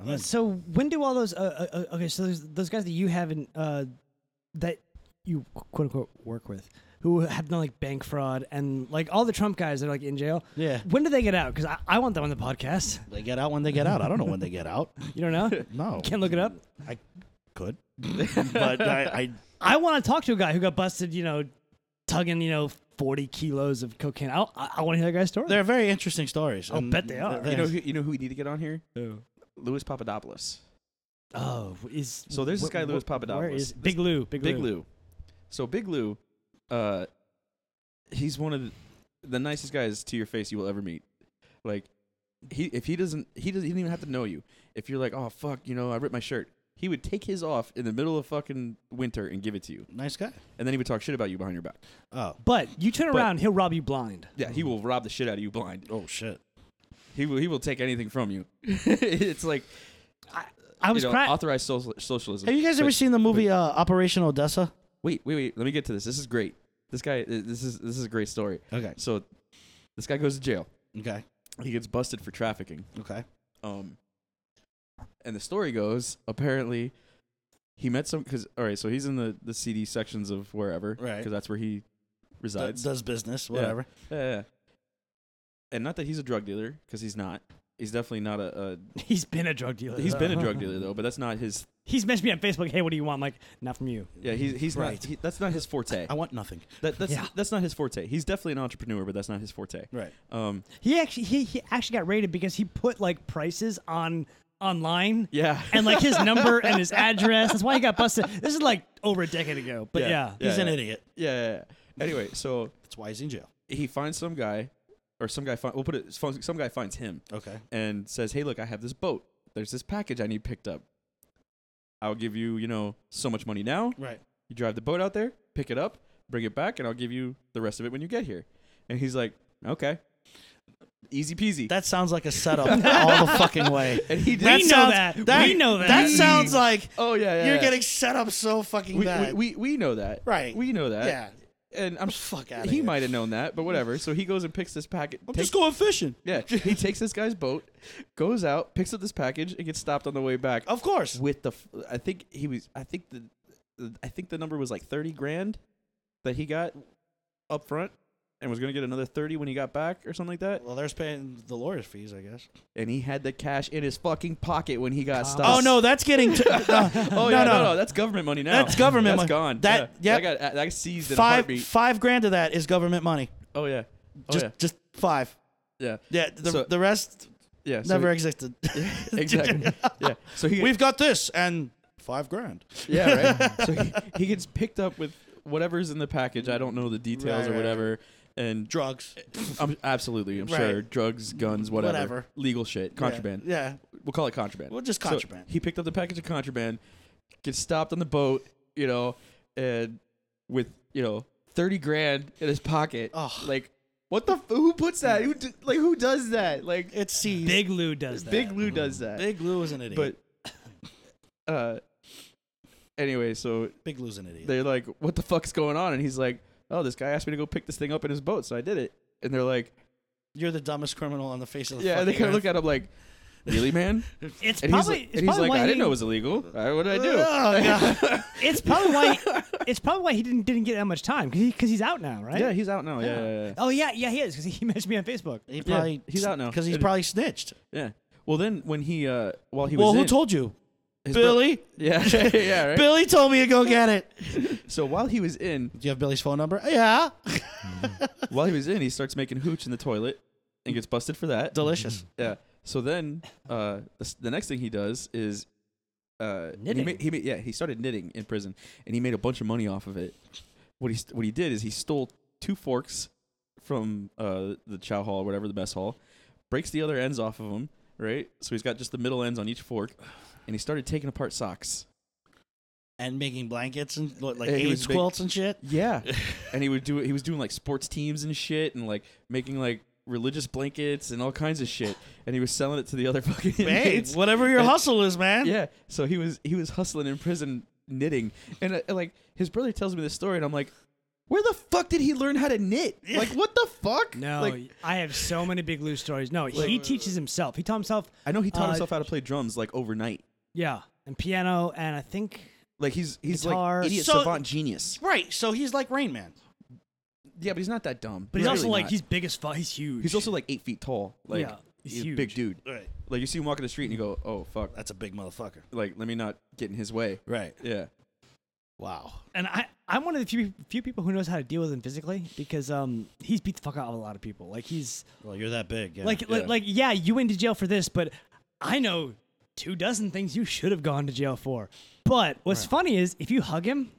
Speaker 3: I'm in.
Speaker 4: So when do all those? Uh, uh, uh, okay, so those, those guys that you haven't uh, that you quote unquote work with, who have done like bank fraud and like all the Trump guys that are like in jail.
Speaker 3: Yeah.
Speaker 4: When do they get out? Because I, I want them on the podcast.
Speaker 3: They get out when they get out. I don't know when they get out.
Speaker 4: You don't know?
Speaker 3: No.
Speaker 4: Can't look it up.
Speaker 3: I could. but I,
Speaker 4: I want to talk to a guy who got busted. You know, tugging you know forty kilos of cocaine. I I, I want to hear that guy's
Speaker 3: I
Speaker 4: story.
Speaker 3: they're very interesting stories.
Speaker 4: I'll
Speaker 3: and
Speaker 4: bet they are.
Speaker 2: You know who you know who we need to get on here? Louis Papadopoulos.
Speaker 4: Oh, is
Speaker 2: So there's this
Speaker 4: wh-
Speaker 2: guy
Speaker 4: wh-
Speaker 2: Louis
Speaker 4: Where
Speaker 2: Papadopoulos. This-
Speaker 4: is Big Lou? Big,
Speaker 2: Big Lou. So Big Lou, uh, he's one of the, the nicest guys to your face you will ever meet. Like, he if he doesn't he doesn't, he doesn't even have to know you. If you're like, oh fuck, you know, I ripped my shirt. He would take his off in the middle of fucking winter and give it to you,
Speaker 3: nice guy.
Speaker 2: and then he would talk shit about you behind your back.
Speaker 3: Oh.
Speaker 4: But you turn
Speaker 2: But-
Speaker 4: around, he'll rob you blind.
Speaker 2: Yeah, he will rob the shit out of you blind.
Speaker 3: Oh shit.
Speaker 2: He will he will take anything from you. it's like
Speaker 4: I was
Speaker 2: you know,
Speaker 4: crying.
Speaker 2: authorized social, socialism.
Speaker 3: Have you guys
Speaker 2: But-
Speaker 3: ever seen the movie uh, Operation Odessa?
Speaker 2: Wait, wait, wait. Let me get to this. This is great. This guy. uh, This is this is a great story.
Speaker 3: Okay.
Speaker 2: So, this guy goes to jail.
Speaker 3: Okay.
Speaker 2: he gets busted for trafficking.
Speaker 3: Okay.
Speaker 2: Um, and the story goes apparently he met some because all right, so he's in the the CD sections of wherever
Speaker 3: Right.
Speaker 2: because that's where he
Speaker 3: d-
Speaker 2: resides.
Speaker 3: does business,
Speaker 2: Yeah.
Speaker 3: whatever.
Speaker 2: Yeah, yeah. And not that he's a drug dealer, because he's not. He's definitely not a.
Speaker 4: He's been a drug dealer.
Speaker 2: a he's been a drug
Speaker 4: though.
Speaker 2: dealer though, but that's not his.
Speaker 4: He's messaged me on Facebook. Hey, what do you want? I'm like, not from you.
Speaker 2: Yeah, he's he's
Speaker 3: Right.
Speaker 2: not. He, that's not his forte.
Speaker 3: I want nothing.
Speaker 2: That, that's
Speaker 4: Yeah.
Speaker 2: that's not his forte. He's definitely an entrepreneur, but that's not his forte.
Speaker 3: Right.
Speaker 2: Um.
Speaker 4: He actually he, he actually got rated because he put like prices on online
Speaker 2: Yeah.
Speaker 4: and like his number and his address. That's why he got busted. This is like over a decade ago. But yeah,
Speaker 3: He's
Speaker 2: Yeah,
Speaker 3: an
Speaker 2: yeah.
Speaker 3: idiot.
Speaker 2: yeah, yeah, yeah. Anyway, so
Speaker 3: That's why he's in jail.
Speaker 2: he finds some guy, or some guy. Find, we'll put it. Some guy finds him
Speaker 3: Okay.
Speaker 2: and says, "Hey, look, I have this boat. There's this package I need picked up. I'll give you, you know, so much money now.
Speaker 3: Right.
Speaker 2: You drive the boat out there, pick it up, bring it back, and I'll give you the rest of it when you get here." And he's like, "Okay, easy peasy."
Speaker 3: That sounds like a setup all the fucking way.
Speaker 2: and he
Speaker 4: We
Speaker 2: did.
Speaker 4: know that. We know that.
Speaker 3: That sounds like
Speaker 2: Oh yeah, yeah.
Speaker 3: you're
Speaker 2: yeah.
Speaker 3: getting set up so fucking
Speaker 2: We,
Speaker 3: bad.
Speaker 2: we, we, we know that.
Speaker 3: Right.
Speaker 2: We know that.
Speaker 3: yeah.
Speaker 2: and I'm
Speaker 3: fuck outta
Speaker 2: He
Speaker 3: here.
Speaker 2: might have known that, but whatever. So he goes and picks this packet.
Speaker 3: I'm
Speaker 2: takes-
Speaker 3: just going fishing.
Speaker 2: yeah, he takes this guy's boat, goes out, picks up this package, and gets stopped on the way back.
Speaker 3: Of course.
Speaker 2: With the, f- I think he was. I think the, I think the number was like thirty grand, that he got, up front, and was gonna get another thirty when he got back or something like that.
Speaker 3: Well, there's paying the lawyer's fees, I guess.
Speaker 2: And he had the cash in his fucking pocket when he got stopped.
Speaker 3: Oh no, that's getting t- uh,
Speaker 2: Oh yeah, no, no, that's government money now.
Speaker 3: That's government
Speaker 2: That's
Speaker 3: money.
Speaker 2: gone.
Speaker 3: That-
Speaker 2: yeah,
Speaker 3: yep.
Speaker 2: that got that got seized in a
Speaker 3: five
Speaker 2: heartbeat.
Speaker 3: five grand of that is government money.
Speaker 2: Oh yeah, oh
Speaker 3: Just
Speaker 2: yeah,
Speaker 3: just five.
Speaker 2: yeah,
Speaker 3: Yeah, the,
Speaker 2: So-
Speaker 3: the rest
Speaker 2: yeah. so-
Speaker 3: never existed.
Speaker 2: exactly. yeah. So he
Speaker 3: We've got this and five grand.
Speaker 2: yeah right. So he, he gets picked up with whatever's in the package. I don't know the details
Speaker 3: Right,
Speaker 2: or
Speaker 3: right,
Speaker 2: whatever. And
Speaker 3: Drugs.
Speaker 2: I'm absolutely, I'm
Speaker 3: Right.
Speaker 2: sure drugs, guns, whatever,
Speaker 3: Whatever.
Speaker 2: legal shit, contraband.
Speaker 3: Yeah.
Speaker 2: We'll call it contraband.
Speaker 3: Well, just
Speaker 2: So
Speaker 3: contraband.
Speaker 2: he picked up the package of contraband, gets stopped on the boat, you know, and with you know thirty grand in his pocket.
Speaker 3: Ugh.
Speaker 2: Like, what the? F- who puts that? Who d- like who does that? Like,
Speaker 3: It's seized.
Speaker 4: Big Lou does that.
Speaker 2: Big Lou does that.
Speaker 3: Big Lou is an idiot.
Speaker 2: but uh anyway so
Speaker 3: Big Lou's an idiot.
Speaker 2: they're like what the fuck's going on and he's like oh this guy asked me to go pick this thing up in his boat so i did it and they're like
Speaker 3: You're the dumbest criminal on the face of the
Speaker 2: yeah and they
Speaker 3: fucking
Speaker 2: kind of
Speaker 3: earth.
Speaker 2: look at him like really man
Speaker 4: It's
Speaker 2: and he's
Speaker 4: probably
Speaker 2: like,
Speaker 4: it's
Speaker 2: and he's
Speaker 4: probably
Speaker 2: like
Speaker 4: why
Speaker 2: i
Speaker 4: he,
Speaker 2: didn't know it was illegal I, what did i do
Speaker 3: Oh, God.
Speaker 4: It's probably why it's probably why he didn't didn't get that much time because because he's out now, right?
Speaker 2: yeah he's out now yeah yeah, yeah, yeah.
Speaker 4: Oh yeah, yeah he is because he messaged me on Facebook.
Speaker 3: He probably
Speaker 2: he's out now.
Speaker 3: because he's
Speaker 2: It-
Speaker 3: probably snitched.
Speaker 2: Yeah. well then when he uh while he
Speaker 3: well,
Speaker 2: was
Speaker 3: who
Speaker 2: in,
Speaker 3: told you?
Speaker 2: his bro-
Speaker 3: Billy.
Speaker 2: yeah yeah right
Speaker 3: Billy told me to go get it.
Speaker 2: so while he was in
Speaker 3: Do you have Billy's phone number? Yeah.
Speaker 2: while he was in he starts making hooch in the toilet and gets busted for that
Speaker 3: Delicious.
Speaker 2: Yeah. So then, uh, the, s- the next thing he does is, uh, he
Speaker 4: Knitting.
Speaker 2: made, he made, yeah, he started knitting in prison, and he made a bunch of money off of it. What he st- what he did is he stole two forks from uh, the chow hall, or whatever the mess hall, breaks the other ends off of them, right? So he's got just the middle ends on each fork, and he started taking apart socks.
Speaker 3: And making blankets and what, like
Speaker 2: And he
Speaker 3: AIDS
Speaker 2: was big-
Speaker 3: quilts and shit.
Speaker 2: Yeah, and he would do he was doing like sports teams and shit, and like making like religious blankets and all kinds of shit, and he was selling it to the other fucking
Speaker 3: Hey,
Speaker 2: inmates.
Speaker 3: whatever your hustle is, man.
Speaker 2: yeah so he was he was hustling in prison knitting and uh, like his brother tells me this story and i'm like where the fuck did he learn how to knit like what the fuck
Speaker 4: No,
Speaker 2: like
Speaker 4: I have so many Big Lou stories. No, he teaches himself. He taught himself.
Speaker 2: i know he taught
Speaker 4: uh,
Speaker 2: himself how to play drums like overnight
Speaker 4: Yeah, and piano, and I think
Speaker 2: like he's he's
Speaker 4: Guitar.
Speaker 2: like idiot
Speaker 3: So-
Speaker 2: savant genius
Speaker 3: Right. So he's like Rain Man.
Speaker 2: yeah but he's not that dumb
Speaker 4: But he's also
Speaker 2: really
Speaker 4: like
Speaker 2: not.
Speaker 4: he's big as fuck. He's huge.
Speaker 2: he's also like eight feet tall like
Speaker 4: Yeah, he's
Speaker 2: he's a big
Speaker 4: huge.
Speaker 2: dude
Speaker 3: Right.
Speaker 2: like you see him walking the street and you go oh fuck
Speaker 3: That's a big motherfucker.
Speaker 2: like let me not get in his way
Speaker 3: Right.
Speaker 2: yeah
Speaker 3: Wow.
Speaker 4: and I I'm one of the few few people who knows how to deal with him physically because um he's beat the fuck out of a lot of people. Like he's
Speaker 3: Well, you're that big. Yeah.
Speaker 4: like like like yeah you went to jail for this, but I know two dozen things you should have gone to jail for. But what's funny is if you hug him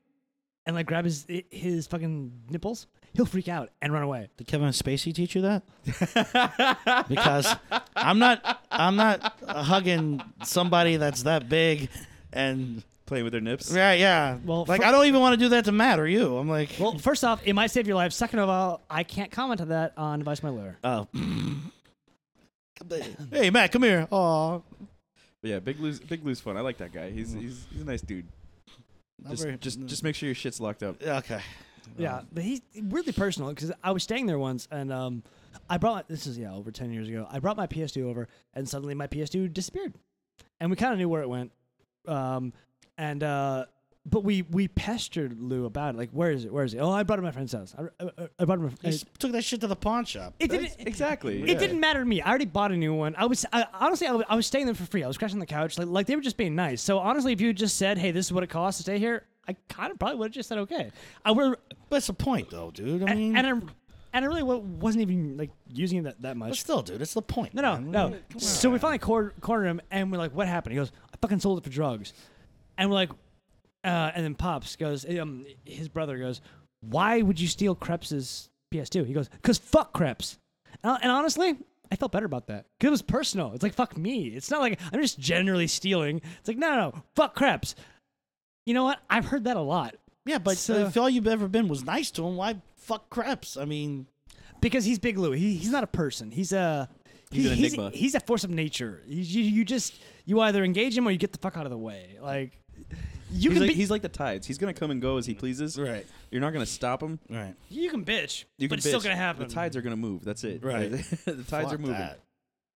Speaker 4: and like grab his his fucking nipples, he'll freak out and run away.
Speaker 3: Did Kevin Spacey teach you that? because I'm not I'm not hugging somebody that's that big and
Speaker 2: playing with their nips
Speaker 3: right, yeah.
Speaker 4: Well,
Speaker 3: like
Speaker 4: fir-
Speaker 3: I don't even want to do that to Matt or you. I'm like
Speaker 4: Well, first off, it might save your life. Second of all, I can't comment on that on Vice My Lawyer.
Speaker 3: oh. hey Matt, come here. Oh,
Speaker 2: but yeah big Lou's big Lou's fun i like that guy he's he's, he's a nice dude just just just make sure your shit's locked up
Speaker 3: okay.
Speaker 4: Yeah, but he's really personal because I was staying there once and um, I brought this is yeah over ten years ago. I brought my PS2 over and suddenly my PS2 disappeared, and we kind of knew where it went. Um, and uh, but we we pestered Lou about it. Like, where is it? Where is it? Oh, I brought it to my friend's house. I, I, I brought it. to
Speaker 3: He
Speaker 4: My,
Speaker 3: s- took that shit to the pawn shop.
Speaker 4: it didn't
Speaker 2: exactly.
Speaker 4: It didn't matter to me. I already bought a new one. I was I, honestly, I was, I was staying there for free. I was crashing on the couch. Like, like they were just being nice. So honestly, if you had just said, "Hey, this is what it costs to stay here," I kind of probably would have just said, "Okay." I were
Speaker 3: But it's the point, though, dude. I mean,
Speaker 4: and I and I really wa- wasn't even like using it that, that
Speaker 3: but
Speaker 4: much.
Speaker 3: still, dude, it's the point.
Speaker 4: No, no,
Speaker 3: man.
Speaker 4: no.
Speaker 3: Come on.
Speaker 4: So we finally cor- cornered him, and we're like, "What happened?" He goes, "I fucking sold it for drugs," and we're like, uh, and then pops goes, um, his brother goes, "Why would you steal Krebs's PS2?" He goes, "Cause fuck Krebs," and, and honestly. I felt better about that. Cause it was personal. It's like fuck me. It's not like I'm just generally stealing. It's like no, no, no. fuck Krebs. You know what? I've heard that a lot
Speaker 3: Yeah, but
Speaker 4: So-
Speaker 3: if all you've ever been was nice to him, why fuck craps? I mean,
Speaker 4: because he's Big Louie. He, he's not a person. He's a
Speaker 2: He's
Speaker 4: he-
Speaker 2: an
Speaker 4: he's,
Speaker 2: enigma.
Speaker 4: he's a force of nature. You, you, you just you either engage him or you get the fuck out of the way. Like you
Speaker 2: He's
Speaker 4: can
Speaker 2: like,
Speaker 4: be,
Speaker 2: he's like the tides. He's gonna come and go as he pleases.
Speaker 3: Right.
Speaker 2: You're not gonna stop him.
Speaker 3: right.
Speaker 4: you can bitch,
Speaker 2: You
Speaker 4: but
Speaker 2: can
Speaker 4: it's still
Speaker 2: bitch.
Speaker 4: gonna happen.
Speaker 2: The tides are gonna move. That's it.
Speaker 3: Right.
Speaker 2: the tides
Speaker 3: Fuck
Speaker 2: are moving.
Speaker 3: That.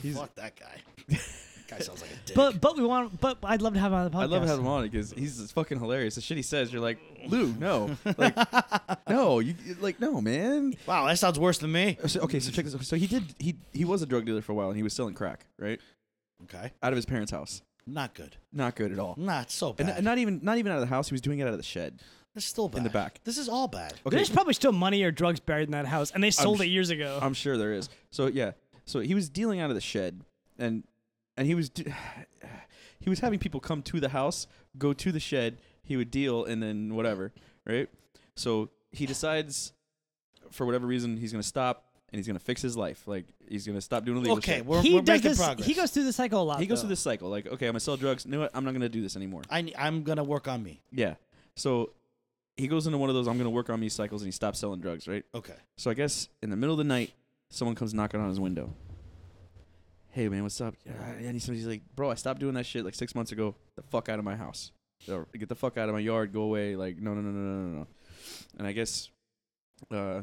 Speaker 2: He's-
Speaker 3: Fuck that guy. That guy sounds like a dick.
Speaker 4: but but we want. But I'd love to have him on the podcast.
Speaker 2: I love having him on because he's just fucking hilarious. The shit he says, you're like, Lou, no, like, no, you like, no, man.
Speaker 3: wow, that sounds worse than me.
Speaker 2: So- okay, so check this. out. So he did. He he was a drug dealer for a while, and he was selling crack, right,
Speaker 3: Okay,
Speaker 2: out of his parents' house.
Speaker 3: not good.
Speaker 2: Not good at all.
Speaker 3: Not so
Speaker 2: And
Speaker 3: bad.
Speaker 2: and not even not even out of the house. He was doing it out of the shed.
Speaker 3: It's still bad.
Speaker 2: in the back.
Speaker 3: This is all bad.
Speaker 2: Okay,
Speaker 4: There's probably still money or drugs buried in that house, and they sold
Speaker 2: sh-
Speaker 4: it years ago.
Speaker 2: I'm sure there is. So yeah, so he was dealing out of the shed, and and he was d- he was having people come to the house, go to the shed. He would deal, and then whatever, right? So he decides, for whatever reason, he's gonna stop and he's gonna fix his life. Like he's gonna stop doing illegal
Speaker 3: Okay,
Speaker 2: shit.
Speaker 3: we're,
Speaker 4: he
Speaker 3: we're
Speaker 4: does
Speaker 3: making
Speaker 4: this.
Speaker 3: progress.
Speaker 4: He goes through the cycle a lot.
Speaker 2: He goes through
Speaker 4: though.
Speaker 2: this cycle, like, okay, I'm gonna sell drugs. You know what? I'm not gonna do this anymore.
Speaker 3: I, ne- I'm gonna work on me.
Speaker 2: Yeah. So he goes into one of those I'm gonna work on me cycles, and he stops selling drugs, right?
Speaker 3: Okay.
Speaker 2: So I guess in the middle of the night, someone comes knocking on his window. Hey man, what's up? Yeah, I- I need somebody. He's like, bro, I stopped doing that shit like six months ago. The fuck out of my house. Or, Get the fuck out of my yard. Go away. Like, no, no, no, no, no, no, no. And I guess, uh,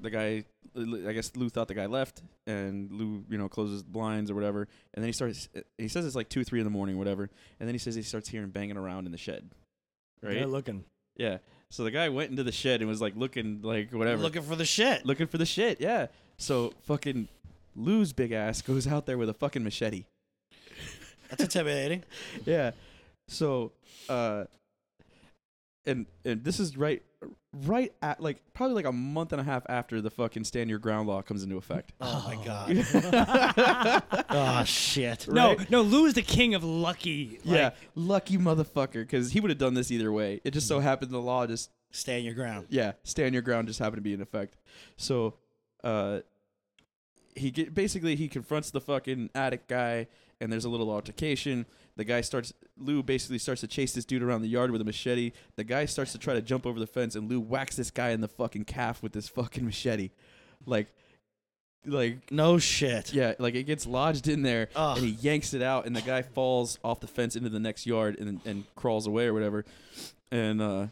Speaker 2: the guy. I guess Lou thought the guy left, and Lou, you know, closes the blinds or whatever. And then he starts. He says it's like two, three in the morning, whatever. And then he says he starts hearing banging around in the shed. Right.
Speaker 4: They're looking.
Speaker 2: Yeah. So the guy went into the shed and was like looking, like whatever
Speaker 3: Looking for the shit.
Speaker 2: looking for the shit. Yeah. So fucking Lou's big ass goes out there with a fucking machete.
Speaker 3: That's intimidating.
Speaker 2: Yeah. So uh and and this is right right at like probably like a month and a half after the fucking stand your ground law comes into effect.
Speaker 3: Oh, my god. oh shit.
Speaker 4: No,
Speaker 2: Right?
Speaker 4: no. Lou is the king of lucky. Like,
Speaker 2: yeah, lucky motherfucker, because he would have done this either way. It just so happened the law just
Speaker 3: Stay on your ground.
Speaker 2: yeah, stand your ground just happened to be in effect. So, uh, he get, basically he confronts the fucking attic guy, and there's a little altercation. The guy starts Lou basically starts to chase this dude around the yard with a machete. The guy starts to try to jump over the fence, and Lou whacks this guy in the fucking calf with this fucking machete, like, like
Speaker 3: No shit.
Speaker 2: yeah, like it gets lodged in there,
Speaker 3: Ugh.
Speaker 2: and he yanks it out, and the guy falls off the fence into the next yard and and crawls away or whatever. And uh,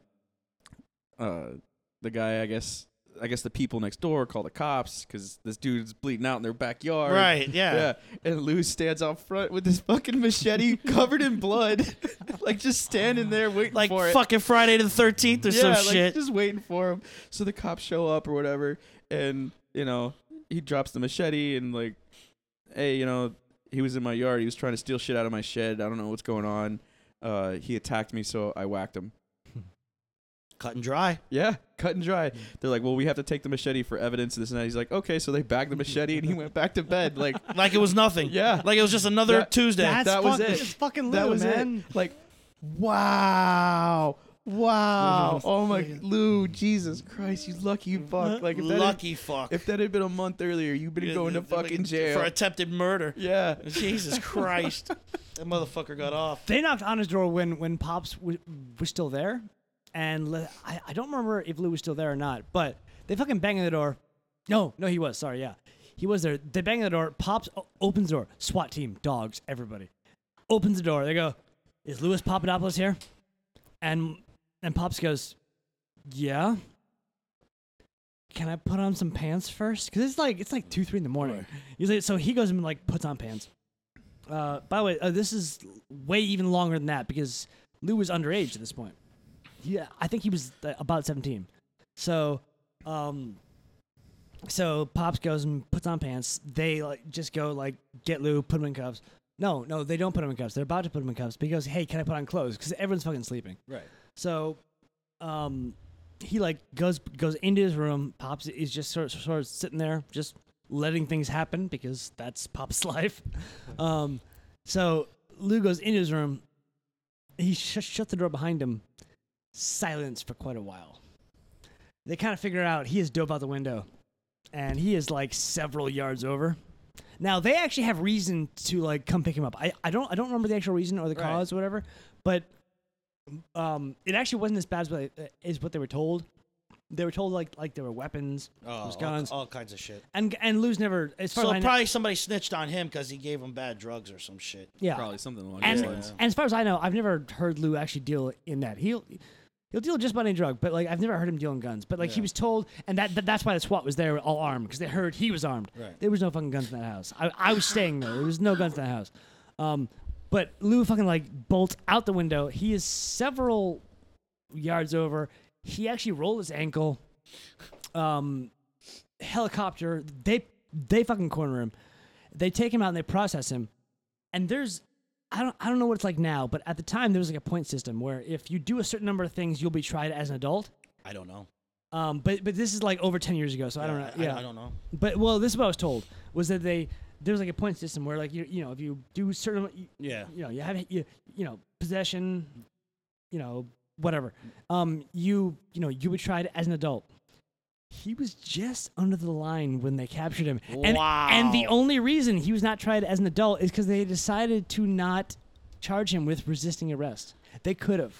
Speaker 2: uh, the guy, I guess, I guess the people next door call the cops because this dude's bleeding out in their backyard.
Speaker 3: Right. Yeah.
Speaker 2: Yeah, and Lou stands out front with his fucking machete covered in blood, like just standing there waiting
Speaker 3: Like
Speaker 2: for it
Speaker 3: fucking Friday the Thirteenth or some
Speaker 2: like,
Speaker 3: shit.
Speaker 2: Just waiting for him. So the cops show up or whatever, and you know he drops the machete and like, hey, you know he was in my yard. He was trying to steal shit out of my shed. I don't know what's going on. Uh, he attacked me, so I whacked him.
Speaker 3: Cut and dry.
Speaker 2: Yeah, cut and
Speaker 3: Mm.
Speaker 2: dry. They're like, well, we have to take the machete for evidence. This and that. He's like, okay. So they bagged the machete and he went back to bed. Like
Speaker 3: Like it was nothing.
Speaker 2: Yeah.
Speaker 3: Like it was just another
Speaker 2: That-
Speaker 3: Tuesday.
Speaker 4: that's
Speaker 2: that was
Speaker 4: fucking-
Speaker 2: it.
Speaker 4: It's fucking Lou,
Speaker 2: that was
Speaker 4: man.
Speaker 2: it. Like, wow. Wow! Oh my, Lou! Jesus Christ! You lucky fuck! Like if that had-
Speaker 3: Lucky fuck.
Speaker 2: If that had been a month earlier, you'd been going to
Speaker 3: Like,
Speaker 2: fucking jail.
Speaker 3: for attempted murder.
Speaker 2: yeah.
Speaker 3: Jesus Christ. that motherfucker got off.
Speaker 4: they knocked on his door when when pops w- was still there and le- I, I don't remember if lou was still there or not but they fucking bang on the door no no he was sorry yeah he was there they bang on the door pops o- opens the door swat team dogs everybody opens the door they go is louis papadopoulos here and and pops goes yeah can I put on some pants first? Because it's like it's like two, three in the morning. He's like, so he goes and like puts on pants. Uh, by the way, uh, this is way even longer than that because Lou was underage at this point. Yeah, I think he was uh, about 17. So, um, so pops goes and puts on pants. They like just go like get Lou, put him in cuffs. No, no, they don't put him in cuffs. They're about to put him in cuffs. But he goes, "Hey, can I put on clothes?" Because everyone's fucking sleeping.
Speaker 5: Right.
Speaker 4: So, um, he like goes goes into his room. Pops is just sort of, sort of sitting there, just letting things happen because that's Pop's life. Um, so Lou goes into his room. He sh- shut the door behind him. Silence for quite a while. They kind of figure out he is dope out the window, and he is like several yards over. Now they actually have reason to like come pick him up. I, I don't I don't remember the actual reason or the
Speaker 5: Right.
Speaker 4: cause or whatever, but um, it actually wasn't as bad as what, as what they were told. They were told like like there were weapons, there was
Speaker 3: Oh, all,
Speaker 4: guns,
Speaker 3: all kinds of shit.
Speaker 4: and and Lou's never as far
Speaker 3: So
Speaker 4: as I know,
Speaker 3: probably somebody snitched on him because he gave him bad drugs or some shit.
Speaker 4: yeah.
Speaker 2: Probably something along
Speaker 4: And
Speaker 2: those lines.
Speaker 4: and as far as I know, I've never heard Lou actually deal in that. He'll he'll deal just about any drug, but like I've never heard him deal in guns. But like he was told, and that, that that's why the SWAT was there, all armed, because they heard he was armed.
Speaker 3: Right.
Speaker 4: There was no fucking guns in that house. I, I was staying there. There was no guns in that house. Um, but Lou fucking like bolts out the window. He is several yards over. He actually rolled his ankle. Um, helicopter. They they fucking corner him. They take him out and they process him. And there's I don't I don't know what it's like now, but at the time there was like a point system where if you do a certain number of things, you'll be tried as an adult.
Speaker 3: I don't know.
Speaker 4: Um, but but this is like over ten years ago, so I don't know. Yeah,
Speaker 3: I, don't know.
Speaker 4: But well, this is what I was told was that they there was like a point system where like you you know if you do certain you,
Speaker 3: Yeah.
Speaker 4: you know you have you, you know possession, you know whatever, um you you know you would try it as an adult. He was just under the line when they captured him, and and the
Speaker 3: Wow.
Speaker 4: only reason he was not tried as an adult is because they decided to not charge him with resisting arrest. They could have,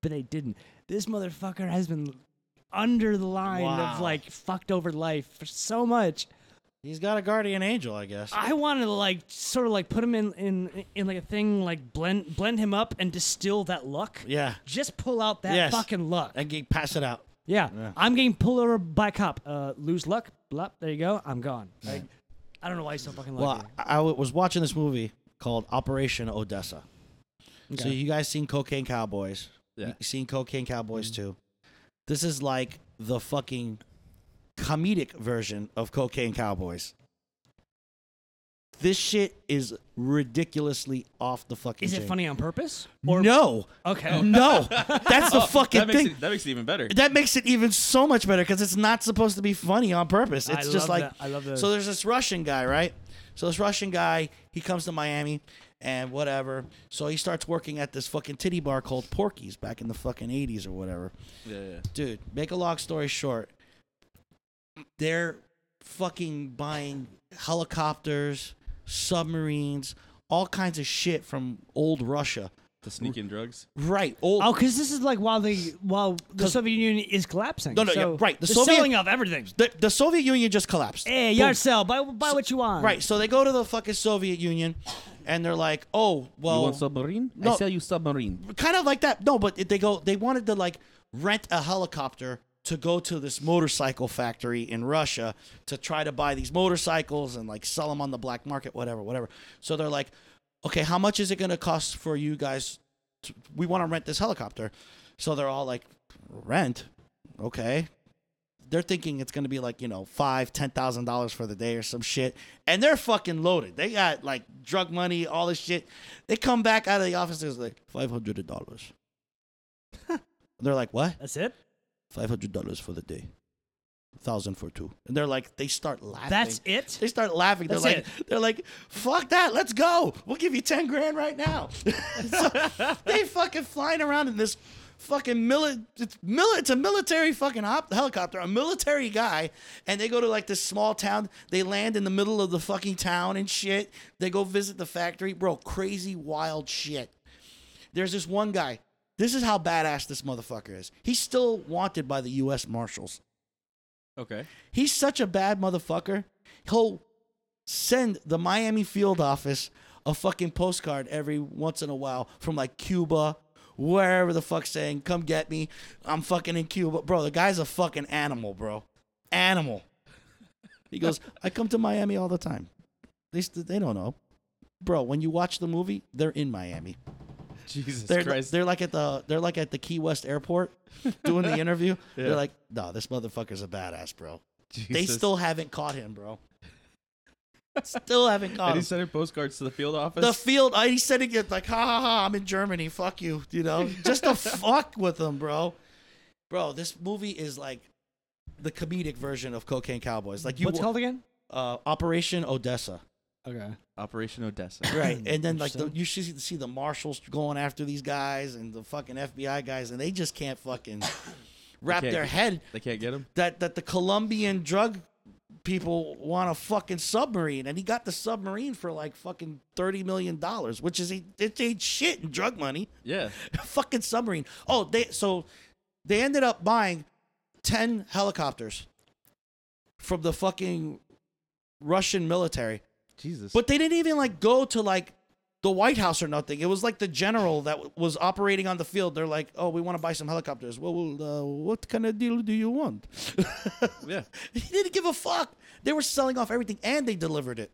Speaker 4: but they didn't. This motherfucker has been under the line of
Speaker 3: Wow.
Speaker 4: like fucked over life for so much.
Speaker 3: He's got a guardian angel, I guess.
Speaker 4: I wanted to like sort of like put him in in in like a thing like blend blend him up and distill that luck.
Speaker 3: yeah.
Speaker 4: Just pull out that
Speaker 3: Yes.
Speaker 4: fucking luck.
Speaker 3: And get, pass it out.
Speaker 4: yeah.
Speaker 3: Yeah.
Speaker 4: I'm getting pulled over by a cop. Uh, lose luck. Blah. There you go. I'm gone. Like, I don't know why he's so fucking lucky.
Speaker 3: Well, I, I was watching this movie called Operation Odessa. So
Speaker 4: Okay.
Speaker 3: you guys seen Cocaine Cowboys?
Speaker 2: Yeah. Mm-hmm.
Speaker 3: You seen Cocaine Cowboys too? This is like the fucking comedic version of Cocaine Cowboys. This shit is ridiculously off the fucking.
Speaker 4: Is it
Speaker 3: chain.
Speaker 4: funny on purpose?
Speaker 3: no,
Speaker 4: Okay.
Speaker 3: no, that's the fucking
Speaker 2: Oh, That makes,
Speaker 3: thing.
Speaker 2: it, that makes it even better.
Speaker 3: that makes it even so much better because it's not supposed to be funny on purpose.
Speaker 4: I
Speaker 3: It's just
Speaker 4: love
Speaker 3: like
Speaker 4: that. I love those.
Speaker 3: So there's this Russian guy, right? So this Russian guy, he comes to Miami and whatever. So he starts working at this fucking titty bar called Porky's back in the fucking 80s or whatever.
Speaker 2: Yeah, yeah.
Speaker 3: Dude, make a long story short, they're fucking buying helicopters, submarines, all kinds of shit from old Russia.
Speaker 2: The sneaking drugs.
Speaker 3: Right, old
Speaker 4: Oh, because this is like while the while the
Speaker 3: 'Cause-
Speaker 4: Soviet Union is collapsing.
Speaker 3: No, no,
Speaker 4: so
Speaker 3: yeah, right, the
Speaker 4: they're
Speaker 3: Soviet-
Speaker 4: selling off everything.
Speaker 3: the, the Soviet Union just collapsed.
Speaker 4: Hey,
Speaker 3: Boom.
Speaker 4: yard sale. Buy buy what you want.
Speaker 3: Right. So they go to the fucking Soviet Union, and they're like, "Oh,
Speaker 2: You
Speaker 3: well,
Speaker 2: want submarine?
Speaker 3: no.
Speaker 2: I sell you submarine.
Speaker 3: kind of like that." No, but it- they go. They wanted to like rent a helicopter to go to this motorcycle factory in Russia to try to buy these motorcycles and like sell them on the black market, whatever, whatever. So they're like, "Okay, how much is it going to cost for you guys? To, we want to rent this helicopter." So they're all like, "Rent? Okay." They're thinking it's gonna be like you know five, ten thousand dollars for the day or some shit, and they're fucking loaded. They got like drug money, all this shit. They come back out of the office, it's like five hundred dollars. they're like, what?
Speaker 4: That's it.
Speaker 3: Five hundred dollars for the day, thousand for two, and they're like, they start laughing.
Speaker 4: That's it.
Speaker 3: They start laughing. They're
Speaker 4: That's
Speaker 3: like, they're like, fuck that. Let's go. We'll give you ten grand right now. So they fucking flying around in this fucking mili- it's, mili- it's a military fucking hop- helicopter, a military guy, and they go to like this small town. They land in the middle of the fucking town and shit. They go visit the factory, bro. Crazy wild shit. There's this one guy. This is how badass this motherfucker is. He's still wanted by the U.S. Marshals.
Speaker 2: Okay.
Speaker 3: He's such a bad motherfucker. He'll send the Miami field office a fucking postcard every once in a while from like Cuba, wherever the fuck saying, come get me. I'm fucking in Cuba. Bro, the guy's a fucking animal, bro. Animal. He goes, I come to Miami all the time. They, st- they don't know. Bro, when you watch the movie, they're in Miami.
Speaker 2: Jesus
Speaker 3: they're
Speaker 2: Christ.
Speaker 3: they're like at the they're like at the Key West airport doing the interview. They're like, no, this motherfucker's a badass, bro. They
Speaker 2: Jesus.
Speaker 3: still haven't caught him, bro. Still haven't
Speaker 2: And
Speaker 3: caught him.
Speaker 2: he's sending postcards to the field office.
Speaker 3: the field, I, he's sending it like, ha ha ha, I'm in Germany, fuck you, you know, just to fuck with him, bro. Bro, this movie is like the comedic version of Cocaine Cowboys. Like you,
Speaker 4: What's it called again?
Speaker 3: uh, Operation Odessa,
Speaker 4: Okay.
Speaker 2: Operation Odessa.
Speaker 3: right? And then like the,
Speaker 4: Interesting.
Speaker 3: you should see the marshals going after these guys and the fucking FBI guys, and they just can't fucking wrap
Speaker 2: can't-
Speaker 3: their head
Speaker 2: They can't get him.
Speaker 3: that that the Colombian drug people want a fucking submarine, and he got the submarine for like fucking thirty million dollars, which is a it ain't shit in drug money.
Speaker 2: Yeah.
Speaker 3: fucking submarine. Oh, they so they ended up buying ten helicopters from the fucking Russian military,
Speaker 2: Jesus.
Speaker 3: but they didn't even like go to like. The White House or nothing. It was like the general that was operating on the field. They're like, "Oh, we want to buy some helicopters. Well, well uh, what kind of deal do you want?"
Speaker 2: yeah.
Speaker 3: He didn't give a fuck. They were selling off everything, and they delivered it.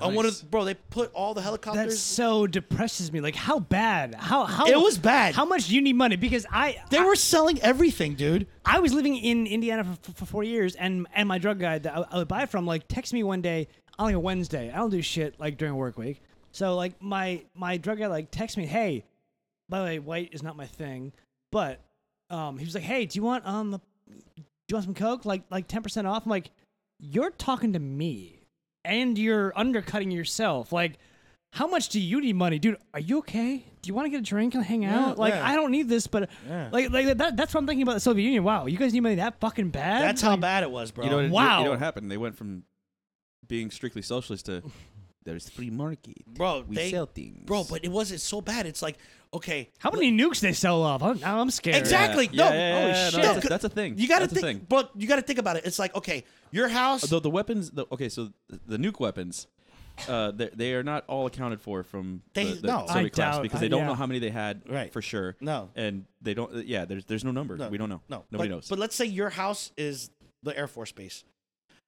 Speaker 3: On one
Speaker 2: Nice.
Speaker 3: of bro, they put all the
Speaker 4: That
Speaker 3: helicopters.
Speaker 4: so depresses me. Like how bad? How how
Speaker 3: It was bad.
Speaker 4: How much do you need money? Because I
Speaker 3: they were selling everything, dude.
Speaker 4: I was living in Indiana for, for four years, and and my drug guy that I, I would buy from like texted me one day on like a Wednesday. I don't do shit like during work week, so like my my drug guy like texted me, hey, by the way, white is not my thing, but um he was like, hey, do you want um do you want some coke like like ten percent off? I'm like, you're talking to me, and you're undercutting yourself. Like, how much do you need money, dude? Are you okay? Do you want to get a drink and hang out? Like,
Speaker 3: yeah.
Speaker 4: I don't need this, but
Speaker 3: Yeah.
Speaker 4: like like that, that's what I'm thinking about the Soviet Union. Wow, you guys need money that fucking bad?
Speaker 3: That's how bad it was, bro.
Speaker 2: You know, what- you- You
Speaker 4: Wow.
Speaker 2: know what happened? They went from being strictly socialist to there's free market.
Speaker 3: bro,
Speaker 2: we
Speaker 3: they,
Speaker 2: sell things.
Speaker 3: bro, but it wasn't so bad. It's like, okay,
Speaker 4: How many nukes they sell off? I'm, now I'm scared.
Speaker 3: Exact- Exactly,
Speaker 2: Yeah,
Speaker 3: no,
Speaker 2: yeah, yeah,
Speaker 3: holy
Speaker 2: yeah,
Speaker 3: shit.
Speaker 2: No, that's, a- that's a thing.
Speaker 3: you got to
Speaker 2: That's a
Speaker 3: think,
Speaker 2: thing.
Speaker 3: bro. You got to think about it. It's like, okay, your house.
Speaker 2: Though the weapons, the, okay, so the, the nuke weapons, uh, they, they are not all accounted for from
Speaker 3: They-
Speaker 2: the, the
Speaker 3: no.
Speaker 2: Soviet
Speaker 4: I
Speaker 2: class
Speaker 4: doubt-
Speaker 2: because
Speaker 4: I-
Speaker 2: they don't
Speaker 4: yeah.
Speaker 2: know how many they had
Speaker 3: Right.
Speaker 2: for sure.
Speaker 3: No.
Speaker 2: and they don't. Yeah, there's there's no number.
Speaker 3: No,
Speaker 2: we don't know.
Speaker 3: No,
Speaker 2: nobody
Speaker 3: but,
Speaker 2: knows.
Speaker 3: But let's say your house is the Air Force base,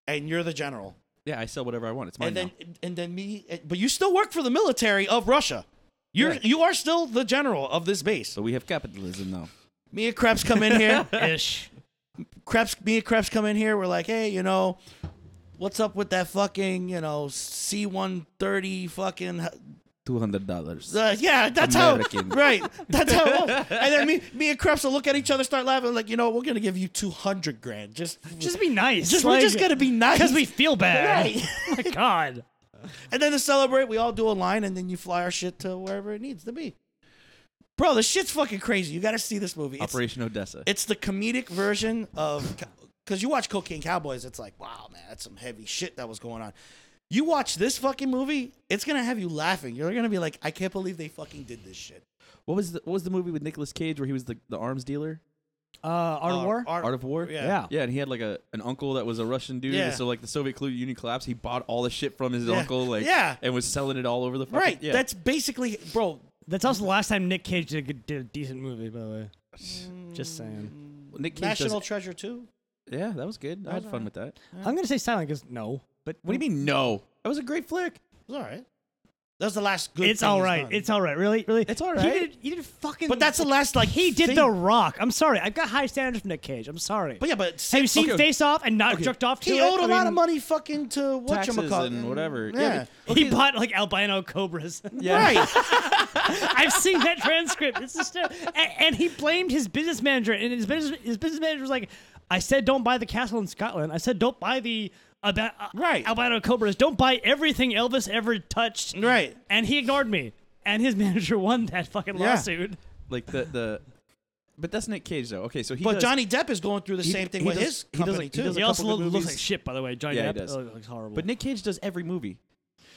Speaker 3: and you're the general,
Speaker 2: yeah, I sell whatever I want. It's mine
Speaker 3: and then
Speaker 2: now.
Speaker 3: and then me, eh, but you still work for the military of Russia. You're
Speaker 2: Yeah.
Speaker 3: you are still the general of this base.
Speaker 2: So we have capitalism now.
Speaker 3: Me and Krebs come in here.
Speaker 4: ish.
Speaker 3: Krebs, me and Krebs come in here. We're like, hey, you know, what's up with that fucking, you know, C one thirty fucking?
Speaker 2: Two hundred dollars.
Speaker 3: Uh, yeah, that's
Speaker 2: American.
Speaker 3: how. Right, that's how. It was. And then me, me and Krebs will look at each other, start laughing, like, you know, we're gonna give you two hundred grand. Just,
Speaker 4: Just be nice.
Speaker 3: just we're just gonna be nice
Speaker 4: because we feel bad.
Speaker 3: Right.
Speaker 4: My God.
Speaker 3: And then to celebrate, we all do a line, and then you fly our shit to wherever it needs to be. Bro, this shit's fucking crazy. You gotta see this movie. It's-
Speaker 2: Operation Odessa.
Speaker 3: It's the comedic version of because you watch Cocaine Cowboys, it's like, wow, man, that's some heavy shit that was going on. You watch this fucking movie, it's gonna have you laughing. You're gonna be like, I can't believe they fucking did this shit.
Speaker 2: What was the, what was the movie with Nicolas Cage where he was the, the arms dealer?
Speaker 4: Uh, Art of
Speaker 3: Uh,
Speaker 4: War.
Speaker 3: Art-
Speaker 2: Art of War.
Speaker 3: yeah.
Speaker 4: Yeah.
Speaker 2: Yeah, and he had like a an uncle that was a Russian dude.
Speaker 3: Yeah.
Speaker 2: and So like the Soviet Clu- Union collapsed, he bought all the shit from his
Speaker 3: Yeah.
Speaker 2: uncle, like
Speaker 3: Yeah.
Speaker 2: and was selling it all over the fucking,
Speaker 3: right.
Speaker 2: Yeah.
Speaker 3: That's basically, bro.
Speaker 4: That's also the last time Nick Cage did a, good- did a decent movie. By the way,
Speaker 3: Mm.
Speaker 4: just saying.
Speaker 2: Nick Cage does-
Speaker 3: National Treasure too.
Speaker 2: yeah, that was good. I had fun with that.
Speaker 4: I'm gonna say silent because no. But
Speaker 2: What do you mean? No, that was a great flick.
Speaker 3: It was all right. That was the last good.
Speaker 4: It's
Speaker 3: thing
Speaker 4: all
Speaker 3: he's
Speaker 4: right.
Speaker 3: done.
Speaker 4: It's all right. Really, really.
Speaker 2: It's all
Speaker 4: He
Speaker 2: right.
Speaker 4: did. He did fucking.
Speaker 3: But that's the last like
Speaker 4: He did
Speaker 3: thing.
Speaker 4: the Rock. I'm sorry. I've got high standards for Nick Cage. I'm sorry.
Speaker 3: But yeah, but
Speaker 4: have you seen
Speaker 2: okay.
Speaker 4: Face Off and not jerked off to
Speaker 3: he
Speaker 4: it?
Speaker 3: owed a
Speaker 4: I
Speaker 3: lot of
Speaker 4: mean,
Speaker 3: money fucking to what
Speaker 2: Taxes and whatever.
Speaker 3: Yeah.
Speaker 2: Yeah,
Speaker 4: He bought like albino cobras.
Speaker 2: Yeah.
Speaker 3: Right.
Speaker 4: I've seen that transcript. It's just, and, and he blamed his business manager, and his business his business manager was like, "I said don't buy the castle in Scotland. I said don't buy the alba- uh,
Speaker 3: Right.
Speaker 4: albino cobras. Don't buy everything Elvis ever touched."
Speaker 3: right.
Speaker 4: And he ignored me, and his manager won that fucking
Speaker 3: Yeah.
Speaker 4: lawsuit.
Speaker 2: Like the the. But that's Nick Cage though. Okay, so he
Speaker 3: But
Speaker 2: does,
Speaker 3: Johnny Depp is going through the
Speaker 2: He-
Speaker 3: same thing
Speaker 2: he
Speaker 3: with
Speaker 2: does-
Speaker 3: his
Speaker 2: he does,
Speaker 3: company
Speaker 2: like- he
Speaker 3: too.
Speaker 2: does
Speaker 4: He
Speaker 2: a
Speaker 4: also
Speaker 2: couple
Speaker 4: lo-
Speaker 2: good
Speaker 4: looks like
Speaker 2: movies.
Speaker 4: shit, by the way. Johnny
Speaker 2: Yeah,
Speaker 4: Depp
Speaker 2: he does.
Speaker 4: oh, looks horrible.
Speaker 2: But Nick Cage does every movie,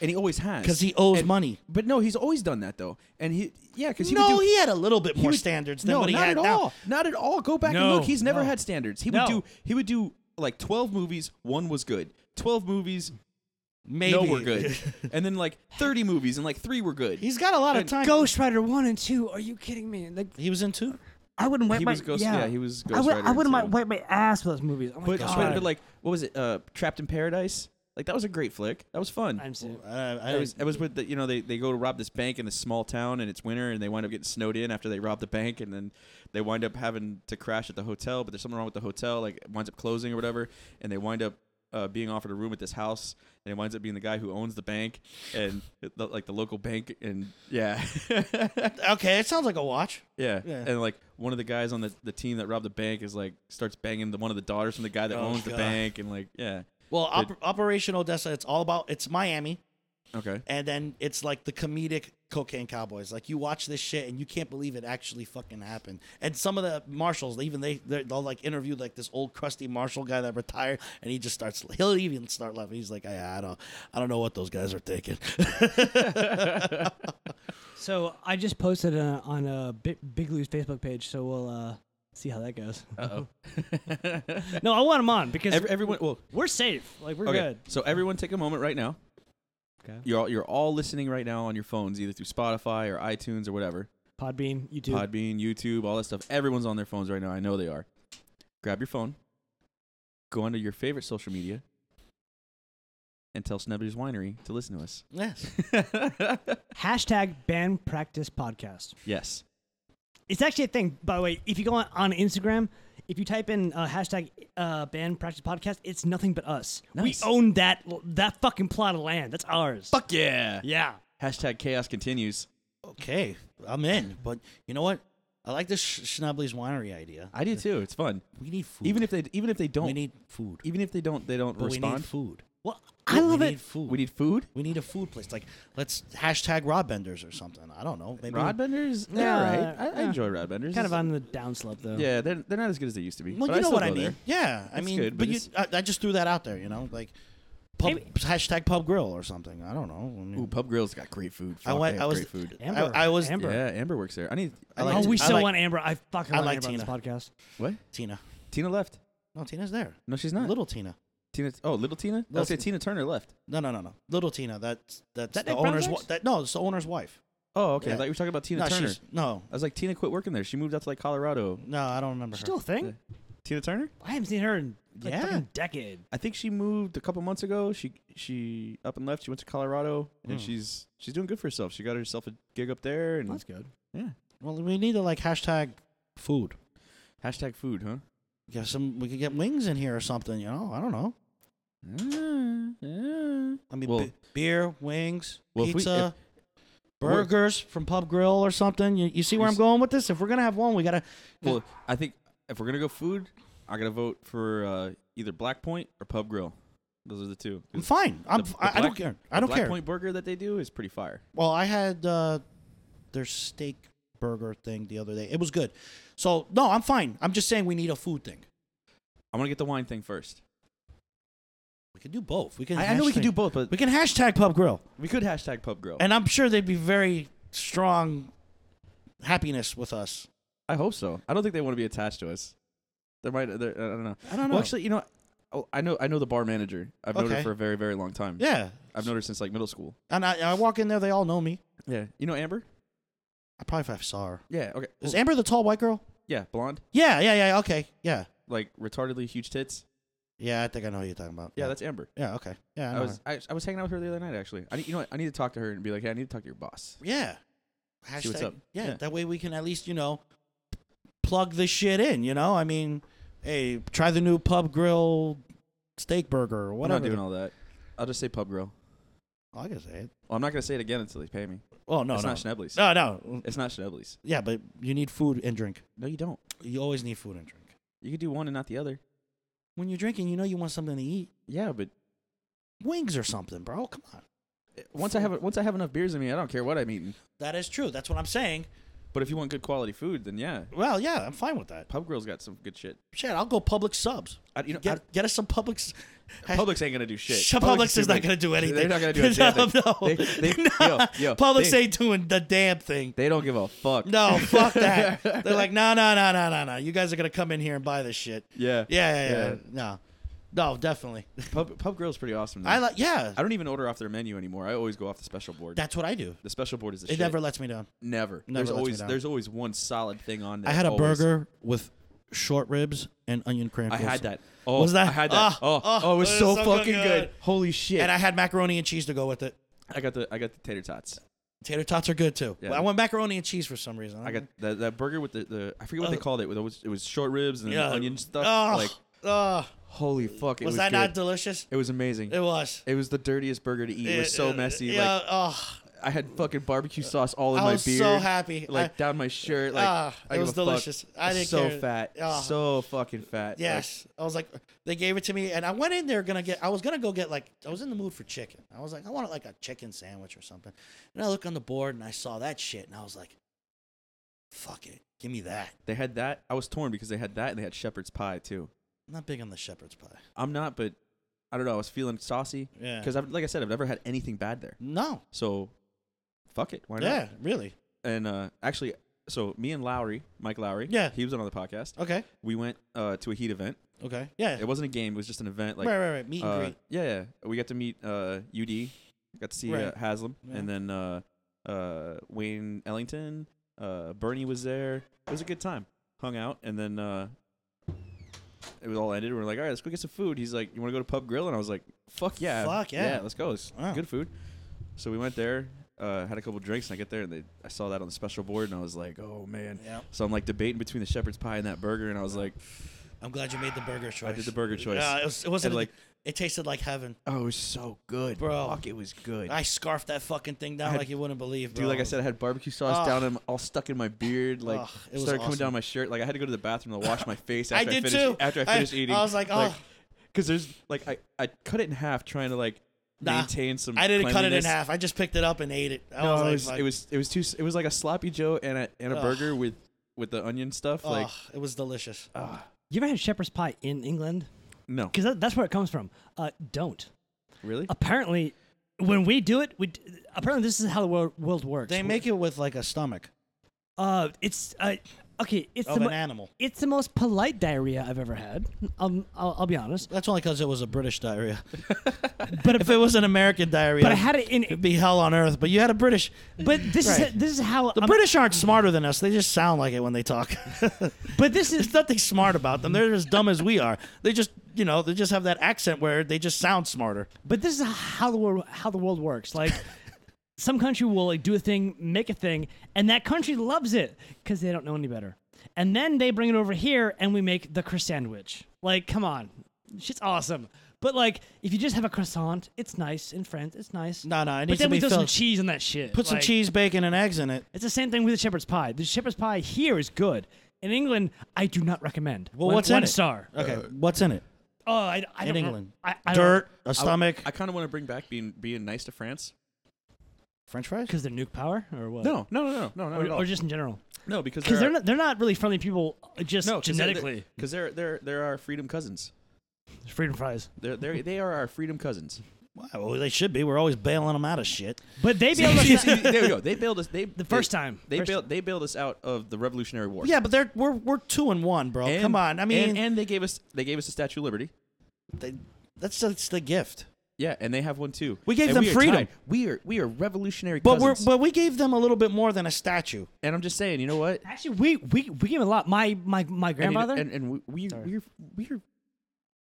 Speaker 2: and he always has
Speaker 3: because he owes
Speaker 2: And-
Speaker 3: money.
Speaker 2: But no, he's always done that though, and he yeah because he would
Speaker 3: no,
Speaker 2: do,
Speaker 3: he had a little bit
Speaker 2: he
Speaker 3: more
Speaker 2: would-
Speaker 3: standards than
Speaker 2: no,
Speaker 3: what he
Speaker 2: not
Speaker 3: had
Speaker 2: at
Speaker 3: now.
Speaker 2: all. Not at all. Go back and
Speaker 4: No,
Speaker 2: look. He's never
Speaker 4: no.
Speaker 2: had standards. He
Speaker 4: No.
Speaker 2: would do. He would do like twelve movies. One was good. Twelve movies.
Speaker 3: Maybe
Speaker 2: No, were good. and then like thirty movies, and like three were good.
Speaker 3: He's got a lot of
Speaker 2: And
Speaker 3: time.
Speaker 4: Ghost Rider one and two. Are you kidding me? Like
Speaker 3: He was in two.
Speaker 4: I wouldn't wipe
Speaker 2: He
Speaker 4: my
Speaker 2: was Ghost-
Speaker 4: yeah.
Speaker 2: yeah, he was
Speaker 4: I
Speaker 2: Ghost
Speaker 4: would
Speaker 2: Rider
Speaker 4: I wouldn't
Speaker 2: too.
Speaker 4: wipe my ass with those movies. Oh my
Speaker 2: but,
Speaker 4: god.
Speaker 2: but but like what was it? Uh, Trapped in Paradise. Like that was a great flick. That was fun.
Speaker 4: I'm serious.
Speaker 3: I, I
Speaker 2: Uh, I was,
Speaker 3: didn't-
Speaker 2: I was with the, you know, they, they go to rob this bank in this small town and it's winter and they wind up getting snowed in after they rob the bank and then they wind up having to crash at the hotel, but there's something wrong with the hotel, like it winds up closing or whatever, and they wind up uh, being offered a room at this house and it winds up being the guy who owns the bank and the, like the local bank and yeah.
Speaker 3: okay, it sounds like a watch.
Speaker 2: yeah.
Speaker 3: Yeah.
Speaker 2: And like one of the guys on the, the team that robbed the bank is like starts banging the one of the daughters from the guy that
Speaker 3: Oh,
Speaker 2: owns the
Speaker 3: God.
Speaker 2: bank and like yeah.
Speaker 3: Well,
Speaker 2: Did-
Speaker 3: op- Operation Odessa, it's all about it's Miami,
Speaker 2: Okay.
Speaker 3: and then it's like the comedic cocaine cowboys. Like you watch this shit and you can't believe it actually fucking happened. And some of the marshals, they even they they're- they'll like interview like this old crusty marshal guy that retired, and he just starts he'll even start laughing. He's like, I, I don't I don't know what those guys are thinking.
Speaker 4: So I just posted uh on a Big, Big Lou's Facebook page, so we'll uh, see how that goes.
Speaker 2: Uh oh.
Speaker 4: No, I want him on because
Speaker 2: Every, everyone well
Speaker 4: we're safe. Like we're
Speaker 2: okay.
Speaker 4: good.
Speaker 2: So everyone take a moment right now.
Speaker 4: Okay.
Speaker 2: You're all, you're all listening right now on your phones, either through Spotify or iTunes or whatever.
Speaker 4: Podbean, YouTube.
Speaker 2: Podbean, YouTube, all that stuff. Everyone's on their phones right now. I know they are. Grab your phone, go onto your favorite social media, and tell Snubbers Winery to listen to us.
Speaker 3: yes.
Speaker 4: Hashtag band practice podcast.
Speaker 2: yes.
Speaker 4: It's actually a thing, by the way. If you go on, on Instagram, if you type in uh, hashtag uh, band practice podcast, it's nothing but us.
Speaker 2: Nice.
Speaker 4: We own that that fucking plot of land. That's ours.
Speaker 2: Fuck yeah.
Speaker 4: Yeah.
Speaker 2: Hashtag chaos continues.
Speaker 3: Okay, I'm in. But you know what? I like this Sch- Schnabley's winery idea.
Speaker 2: I do too. It's fun.
Speaker 3: We need food.
Speaker 2: Even if they even if they
Speaker 3: we
Speaker 2: don't
Speaker 3: need food,
Speaker 2: even if they don't they don't
Speaker 3: but we
Speaker 2: respond.
Speaker 3: need food.
Speaker 4: Well, I love
Speaker 3: we
Speaker 4: it.
Speaker 3: Need food.
Speaker 2: We need food.
Speaker 3: We need a food place. Like let's hashtag Rod Benders or something. I don't know. Maybe
Speaker 2: Rodbenders, yeah,
Speaker 4: Yeah,
Speaker 2: right. I, I
Speaker 4: yeah.
Speaker 2: enjoy Rodbenders.
Speaker 4: Kind of on the downslope though.
Speaker 2: Yeah, they're, they're not as good as they used to be.
Speaker 3: Well,
Speaker 2: but
Speaker 3: you know
Speaker 2: still
Speaker 3: what I
Speaker 2: go
Speaker 3: mean.
Speaker 2: there.
Speaker 3: Yeah, I
Speaker 2: That's
Speaker 3: mean,
Speaker 2: good,
Speaker 3: but,
Speaker 2: but
Speaker 3: you, I, I just threw that out there. You know, like pub,
Speaker 4: Maybe-
Speaker 3: hashtag Pub Grill or something. I don't know. I, mean,
Speaker 2: Ooh, Pub Grill's got great food.
Speaker 3: I
Speaker 2: Fuck, they
Speaker 3: went.
Speaker 2: have
Speaker 3: I was.
Speaker 2: great food.
Speaker 3: I-
Speaker 4: Amber,
Speaker 3: I, was.
Speaker 4: Amber.
Speaker 2: Yeah, Amber works there. I need. I,
Speaker 3: I
Speaker 2: need
Speaker 3: like
Speaker 4: Oh,
Speaker 2: to-
Speaker 4: we
Speaker 3: I
Speaker 4: so
Speaker 3: like-
Speaker 4: want Amber. I fucking
Speaker 3: I
Speaker 4: want
Speaker 3: like
Speaker 4: Amber on this podcast.
Speaker 2: what?
Speaker 3: Tina.
Speaker 2: Tina left.
Speaker 3: No, Tina's there.
Speaker 2: No, she's not.
Speaker 3: Little Tina.
Speaker 2: Tina. Oh, little Tina.
Speaker 3: Little
Speaker 2: I'll say
Speaker 3: Ti-
Speaker 2: Tina Turner left.
Speaker 3: No, no, no, no. Little Tina. That's that's
Speaker 2: That
Speaker 3: the
Speaker 2: Nick
Speaker 3: owner's.
Speaker 2: Brown's
Speaker 3: Wa-
Speaker 2: ex?
Speaker 3: that no, it's the owner's wife.
Speaker 2: Oh, okay.
Speaker 3: Yeah.
Speaker 2: I thought you were talking about Tina
Speaker 3: no,
Speaker 2: Turner.
Speaker 3: she's- no,
Speaker 2: I was like, Tina quit working there. She moved out to like Colorado.
Speaker 3: no, I don't remember.
Speaker 4: She's
Speaker 3: her.
Speaker 4: Still a thing?
Speaker 2: Tina Turner?
Speaker 4: I haven't seen her in like
Speaker 3: Yeah.
Speaker 4: fucking decade.
Speaker 2: I think she moved a couple months ago. She she up and left. She went to Colorado, and
Speaker 3: Hmm.
Speaker 2: she's she's doing good for herself. She got herself a gig up there,
Speaker 3: Mm.
Speaker 2: and
Speaker 4: good.
Speaker 2: yeah.
Speaker 3: Well, we need to like hashtag food.
Speaker 2: Hashtag food, huh?
Speaker 3: Get some. We could get wings in here or something. You know, I don't know.
Speaker 2: Mm, yeah.
Speaker 3: I mean,
Speaker 2: Well-
Speaker 3: be- beer, wings,
Speaker 2: Well, if we-
Speaker 3: pizza,
Speaker 2: we're-
Speaker 3: burgers from Pub Grill or something. You, you see where
Speaker 2: You
Speaker 3: I'm
Speaker 2: s-
Speaker 3: going with this? If we're gonna have one, we gotta.
Speaker 2: Well, I think if we're gonna go food, I gotta vote for uh, either Black Point or Pub Grill. Those are the two.
Speaker 3: I'm
Speaker 2: 'Cause
Speaker 3: fine. I'm.
Speaker 2: the
Speaker 3: fi- I, I don't
Speaker 2: black-
Speaker 3: care.
Speaker 2: the
Speaker 3: I don't
Speaker 2: Black
Speaker 3: care.
Speaker 2: Point burger that they do is pretty fire.
Speaker 3: Well, I had uh, their steak burger thing the other day. It was good. So no, I'm fine. I'm just saying we need a food thing.
Speaker 2: I want to get the wine thing first.
Speaker 3: We can do both. We can.
Speaker 2: I, I know we can
Speaker 3: hashtag-
Speaker 2: do both, but
Speaker 3: We can hashtag Pub Grill,
Speaker 2: we could hashtag Pub Grill.
Speaker 3: and I'm sure they'd be very strong happiness with us.
Speaker 2: I hope so. I don't think they want to be attached to us. There might. There, I don't know.
Speaker 3: I don't know.
Speaker 2: Well, actually, you know, oh, I know. I know the bar manager. I've known her
Speaker 3: Okay.
Speaker 2: for a very, very long time.
Speaker 3: yeah.
Speaker 2: I've known her since like middle school.
Speaker 3: And I, I walk in there, they all know me.
Speaker 2: Yeah. You know Amber?
Speaker 3: I probably if I saw her.
Speaker 2: Yeah. Okay.
Speaker 3: Is
Speaker 2: Well,
Speaker 3: Amber the tall white girl?
Speaker 2: yeah, blonde,
Speaker 3: Yeah, yeah, yeah. Okay, yeah,
Speaker 2: like retardedly huge tits.
Speaker 3: yeah. I think I know who you're talking about.
Speaker 2: Yeah, that's Amber.
Speaker 3: yeah. Okay, yeah. I
Speaker 2: I,
Speaker 3: know
Speaker 2: was
Speaker 3: her.
Speaker 2: I, I was hanging out with her the other night actually. I need, you know what? I need to talk to her and be like, hey, I need to talk to your boss.
Speaker 3: Yeah. Hashtag,
Speaker 2: See what's up.
Speaker 3: Yeah,
Speaker 2: Yeah.
Speaker 3: That way we can at least you know plug this shit in. You know, I mean, hey, try the new pub grill steak burger or
Speaker 2: I'm
Speaker 3: whatever.
Speaker 2: not doing all that. I'll just say pub grill.
Speaker 3: I can say it.
Speaker 2: Well, I'm not gonna say it again until they pay me.
Speaker 3: Oh no,
Speaker 2: it's
Speaker 3: no,
Speaker 2: not Schnebley's.
Speaker 3: no, no.
Speaker 2: It's not Schnebley's.
Speaker 3: Yeah, but you need food and drink.
Speaker 2: No, you don't.
Speaker 3: You always need food and drink.
Speaker 2: You could do one and not the other.
Speaker 3: When you're drinking, you know you want something to eat.
Speaker 2: Yeah, but eh,
Speaker 3: Wings or something, bro. Come on.
Speaker 2: once I have once I have enough beers in me, I don't care what I'm eating.
Speaker 3: That is true. That's what I'm saying.
Speaker 2: But if you want good quality food, then yeah,
Speaker 3: Well, yeah, I'm fine with that.
Speaker 2: Pub Grill's got some good shit.
Speaker 3: Shit, I'll go public subs.
Speaker 2: I, you know,
Speaker 3: Get, get us some Publix.
Speaker 2: I- Publix ain't gonna do shit.
Speaker 3: Shit, Publix is
Speaker 2: too
Speaker 3: not
Speaker 2: big.
Speaker 3: going to do anything.
Speaker 2: They're not gonna do a damn thing.
Speaker 3: no, no.
Speaker 2: They- they-
Speaker 3: No.
Speaker 2: yo, yo,
Speaker 3: Publix
Speaker 2: they-
Speaker 3: ain't doing the damn thing.
Speaker 2: They don't give a fuck.
Speaker 3: No, fuck that. They're like, no, no, no, no, no, no. You guys are going to come in here and buy this shit.
Speaker 2: Yeah.
Speaker 3: Yeah, yeah, yeah.
Speaker 2: Yeah.
Speaker 3: No. No, definitely.
Speaker 2: Pub Pub Grill's pretty awesome. Though.
Speaker 3: I like, yeah.
Speaker 2: I don't even order off their menu anymore. I always go off the special board.
Speaker 3: That's what I do.
Speaker 2: the special board is the
Speaker 3: It
Speaker 2: shit.
Speaker 3: never lets me down.
Speaker 2: Never.
Speaker 3: Never
Speaker 2: there's
Speaker 3: lets me
Speaker 2: always
Speaker 3: down.
Speaker 2: there's always one solid thing on there.
Speaker 3: I had a
Speaker 2: always.
Speaker 3: burger with short ribs, and onion
Speaker 2: I
Speaker 3: crimpets.
Speaker 2: had that. Oh,
Speaker 3: Was that-
Speaker 2: I had that.
Speaker 3: Ah,
Speaker 2: oh,
Speaker 3: ah,
Speaker 2: oh, it was
Speaker 3: it
Speaker 2: so,
Speaker 3: was so
Speaker 2: fucking good.
Speaker 3: good.
Speaker 2: Holy shit!
Speaker 3: and I had macaroni and cheese to go with it.
Speaker 2: I got the I got the tater tots.
Speaker 3: Tater tots are good too.
Speaker 2: Yeah.
Speaker 3: But I want macaroni and cheese for some reason.
Speaker 2: I got that, that burger with the, the I forget what they
Speaker 3: Mm. Uh,
Speaker 2: called it. It was, it was short ribs and
Speaker 3: Yeah.
Speaker 2: onion stuff.
Speaker 3: Oh,
Speaker 2: Like holy fuck! It
Speaker 3: was,
Speaker 2: was,
Speaker 3: that
Speaker 2: good.
Speaker 3: not delicious?
Speaker 2: It was amazing.
Speaker 3: It was.
Speaker 2: It was the dirtiest burger to eat. It, was so messy.
Speaker 3: Uh, Yeah.
Speaker 2: Like
Speaker 3: oh,
Speaker 2: I had fucking barbecue sauce all in
Speaker 3: I
Speaker 2: my
Speaker 3: was so
Speaker 2: beard.
Speaker 3: happy.
Speaker 2: Like
Speaker 3: I-
Speaker 2: down my shirt. Like
Speaker 3: Ah,
Speaker 2: I
Speaker 3: it
Speaker 2: give
Speaker 3: was
Speaker 2: a fuck.
Speaker 3: delicious. I didn't
Speaker 2: so
Speaker 3: care.
Speaker 2: fat.
Speaker 3: Ah.
Speaker 2: So fucking fat. Like,
Speaker 3: yes. I was like, they gave it to me, and I went in there gonna get. I was gonna go get like. I was in the mood for chicken. I was like, I wanted like a chicken sandwich or something. And I look on the board and I saw that shit, and I was like, fuck it, give me that.
Speaker 2: they had that. I was torn because they had that and they had shepherd's pie too.
Speaker 3: I'm not big on the shepherd's pie.
Speaker 2: I'm not, but I don't know. I was feeling saucy
Speaker 3: Yeah.
Speaker 2: because, like I said, I've never had anything bad there.
Speaker 3: No.
Speaker 2: So, fuck it. Why
Speaker 3: Yeah.
Speaker 2: not?
Speaker 3: Really.
Speaker 2: And uh, actually, so me and Lowry, Mike Lowry,
Speaker 3: Yeah.
Speaker 2: he was on the podcast.
Speaker 3: Okay.
Speaker 2: We went uh, to a heat event.
Speaker 3: Okay. Yeah.
Speaker 2: It wasn't a game. It was just an event. Like,
Speaker 3: right. Right. Right. Meet and
Speaker 2: uh,
Speaker 3: greet.
Speaker 2: yeah, yeah. We got to meet uh, UD. Got to see uh,
Speaker 3: Right.
Speaker 2: Haslam,
Speaker 3: Yeah.
Speaker 2: and then uh, uh, Wayne Ellington. Uh, Bernie was there. It was a good time. Hung out, and then uh, it was all ended. We are like, all right, let's go get some food. He's like, you want to go to Pub Grill? And I was like, fuck yeah,
Speaker 3: Fuck yeah.
Speaker 2: let's go. It's
Speaker 3: Wow.
Speaker 2: good food. So we went there. Uh, had a couple drinks and I get there and they, I saw that on the special board and I was like, oh man.
Speaker 3: Yeah.
Speaker 2: So I'm like debating between the shepherd's pie and that burger and I was like,
Speaker 3: I'm glad you made the burger choice.
Speaker 2: I did the burger choice.
Speaker 3: Yeah, it, was, it wasn't
Speaker 2: And,
Speaker 3: like
Speaker 2: like-
Speaker 3: it tasted like heaven.
Speaker 2: oh, it was so good,
Speaker 3: Bro.
Speaker 2: Fuck, it was good.
Speaker 3: I scarfed that fucking thing down
Speaker 2: had-
Speaker 3: like you wouldn't believe, bro.
Speaker 2: Dude, like I said, I had barbecue sauce
Speaker 3: Ugh.
Speaker 2: down and all stuck in my beard. Like
Speaker 3: Ugh, it was
Speaker 2: started coming
Speaker 3: awesome.
Speaker 2: down my shirt. Like I had to go to the bathroom to wash my face.
Speaker 3: I
Speaker 2: After I,
Speaker 3: did
Speaker 2: finished,
Speaker 3: too.
Speaker 2: After I
Speaker 3: I-
Speaker 2: finished eating,
Speaker 3: I was like, ugh.
Speaker 2: because there's like I, I cut it in half trying to like
Speaker 3: Nah,
Speaker 2: maintain some.
Speaker 3: I didn't cut it in
Speaker 2: cleanliness.
Speaker 3: half. I just picked it up and ate it. I
Speaker 2: No,
Speaker 3: was
Speaker 2: it
Speaker 3: like,
Speaker 2: was
Speaker 3: like,
Speaker 2: it was it was too. s- It was like a sloppy Joe and a and a
Speaker 3: Ugh.
Speaker 2: burger with with the onion stuff. Like
Speaker 3: ugh, oh, it was delicious.
Speaker 4: You ever had shepherd's pie in England?
Speaker 2: no,
Speaker 4: Because that, that's where it comes from. Uh, don't.
Speaker 2: really.
Speaker 4: Apparently, when we do it, we d- apparently this is how the world, world works.
Speaker 3: They make it with like a stomach
Speaker 4: Uh, it's uh, okay. It's
Speaker 3: of
Speaker 4: the
Speaker 3: an
Speaker 4: mo-
Speaker 3: animal.
Speaker 4: it's the most polite diarrhea I've ever had. Um, I'll, I'll be honest.
Speaker 3: That's only because it was a British diarrhea.
Speaker 4: But
Speaker 3: if it was an American diarrhea,
Speaker 4: But I had it in-
Speaker 3: It'd be hell on earth. But you had a British.
Speaker 4: but this
Speaker 3: Right.
Speaker 4: is this is how
Speaker 3: The
Speaker 4: I'm-
Speaker 3: British aren't smarter than us. They just sound like it when they talk.
Speaker 4: But this is
Speaker 3: There's nothing smart about them. They're as dumb as we are. They just, you know, they just have that accent where they just sound smarter.
Speaker 4: But this is how the world how the world works. Like some country will like do a thing, make a thing, and that country loves it because they don't know any better. And then they bring it over here, and we make the croissant sandwich. Like, come on, shit's awesome. But like, if you just have a croissant, it's nice in France. It's nice.
Speaker 3: No, no, it
Speaker 4: but
Speaker 3: needs
Speaker 4: then
Speaker 3: to
Speaker 4: we
Speaker 3: be
Speaker 4: throw some
Speaker 3: filled.
Speaker 4: cheese on that shit.
Speaker 3: Put some
Speaker 4: Like,
Speaker 3: cheese, bacon, and eggs in it.
Speaker 4: It's the same thing with the shepherd's pie. The shepherd's pie here is good. In England, I do not recommend.
Speaker 3: Well,
Speaker 4: One-
Speaker 3: what's in
Speaker 4: one
Speaker 3: it?
Speaker 4: star?
Speaker 3: Okay,
Speaker 2: Uh,
Speaker 3: what's in it?
Speaker 4: Oh, I, I
Speaker 3: In
Speaker 4: don't know.
Speaker 3: England,
Speaker 4: I, I don't-
Speaker 3: dirt, a stomach,
Speaker 2: I kind of want to bring back being being nice to France.
Speaker 3: French fries.
Speaker 4: because they're nuke power or what?
Speaker 2: No, no, no, no, no, not
Speaker 4: or,
Speaker 2: at all.
Speaker 4: or just in general.
Speaker 2: no, because
Speaker 4: because
Speaker 2: there
Speaker 4: they're
Speaker 2: are-
Speaker 4: not they're not really friendly people uh, just
Speaker 2: no 'cause they're-
Speaker 4: genetically.
Speaker 2: because they're they're they're our freedom cousins.
Speaker 4: Freedom fries,
Speaker 2: They're they they are our freedom cousins.
Speaker 3: Well, they should be. We're always bailing them out of shit.
Speaker 4: but they be
Speaker 2: See,
Speaker 4: able
Speaker 2: see,
Speaker 4: to.
Speaker 2: see, there we go. They bailed us. They the
Speaker 4: first
Speaker 2: they,
Speaker 4: time.
Speaker 2: They
Speaker 4: First
Speaker 2: bailed. They bailed us out of the Revolutionary War.
Speaker 3: Yeah, but they're we're we're two and one, bro.
Speaker 2: And-
Speaker 3: Come on. I mean,
Speaker 2: and, and they gave us they gave us the Statue of Liberty.
Speaker 3: they, that's that's the gift.
Speaker 2: Yeah, and they have one too.
Speaker 3: We gave
Speaker 2: And
Speaker 3: them
Speaker 2: are
Speaker 3: freedom.
Speaker 2: tied. We are we are revolutionary
Speaker 3: But
Speaker 2: cousins.
Speaker 3: we're but we gave them a little bit more than a statue.
Speaker 2: and I'm just saying, you know what?
Speaker 4: Actually, we we we give a lot. My my my
Speaker 2: And you know-
Speaker 4: grandmother.
Speaker 2: and, and, we we we're, we're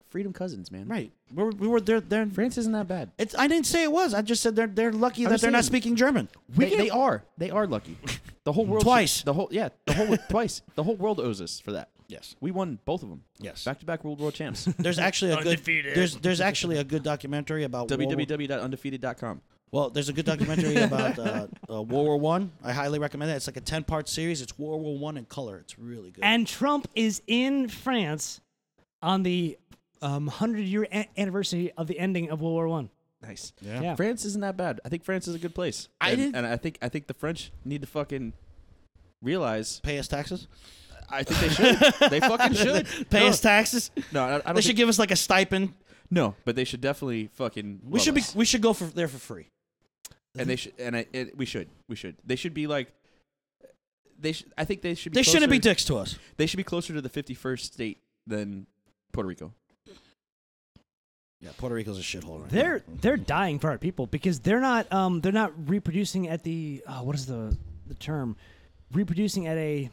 Speaker 2: freedom cousins, man.
Speaker 3: Right. We're, we were they're they're.
Speaker 2: France isn't that bad.
Speaker 3: It's, I didn't say it was. I just said they're they're lucky that
Speaker 2: just
Speaker 3: they're not
Speaker 2: saying.
Speaker 3: speaking German.
Speaker 2: We they, they are they are lucky. The whole world should-
Speaker 3: Twice.
Speaker 2: the whole yeah the whole twice the whole world owes us for that.
Speaker 3: Yes.
Speaker 2: We won both of them.
Speaker 3: Yes.
Speaker 2: Back to back World War champs.
Speaker 3: There's actually a good
Speaker 4: Undefeated.
Speaker 3: there's there's actually a good documentary about World War-
Speaker 2: www.undefeated.com.
Speaker 3: Well, there's a good documentary about uh, uh, World War One. I. highly recommend it. It's like a ten part series. It's World War One in color. It's really good.
Speaker 4: and Trump is in France on the um, hundred year a- anniversary of the ending of World War One.
Speaker 2: Nice.
Speaker 4: Yeah.
Speaker 2: France isn't that bad. I think France is a good place.
Speaker 3: I
Speaker 2: and,
Speaker 3: didn't-
Speaker 2: and I think I think the French need to fucking realize.
Speaker 3: Pay us taxes.
Speaker 2: I think they should. they fucking should.
Speaker 3: Pay
Speaker 2: no,
Speaker 3: us taxes.
Speaker 2: No, I, I don't.
Speaker 3: They
Speaker 2: think-
Speaker 3: should give us like a stipend.
Speaker 2: no, but they should definitely fucking.
Speaker 3: We should be. We should go for there for free.
Speaker 2: and they should. And I. It, we should. We should. They should be like. They. Sh- I think they should. Be
Speaker 3: They shouldn't be
Speaker 2: closer-
Speaker 3: dicks to us.
Speaker 2: They should be closer to the fifty-first state than Puerto Rico.
Speaker 3: Yeah, Puerto Rico's a shithole. Right
Speaker 4: They're they're dying for our people because they're not um they're not reproducing at the uh, what is the the term reproducing at a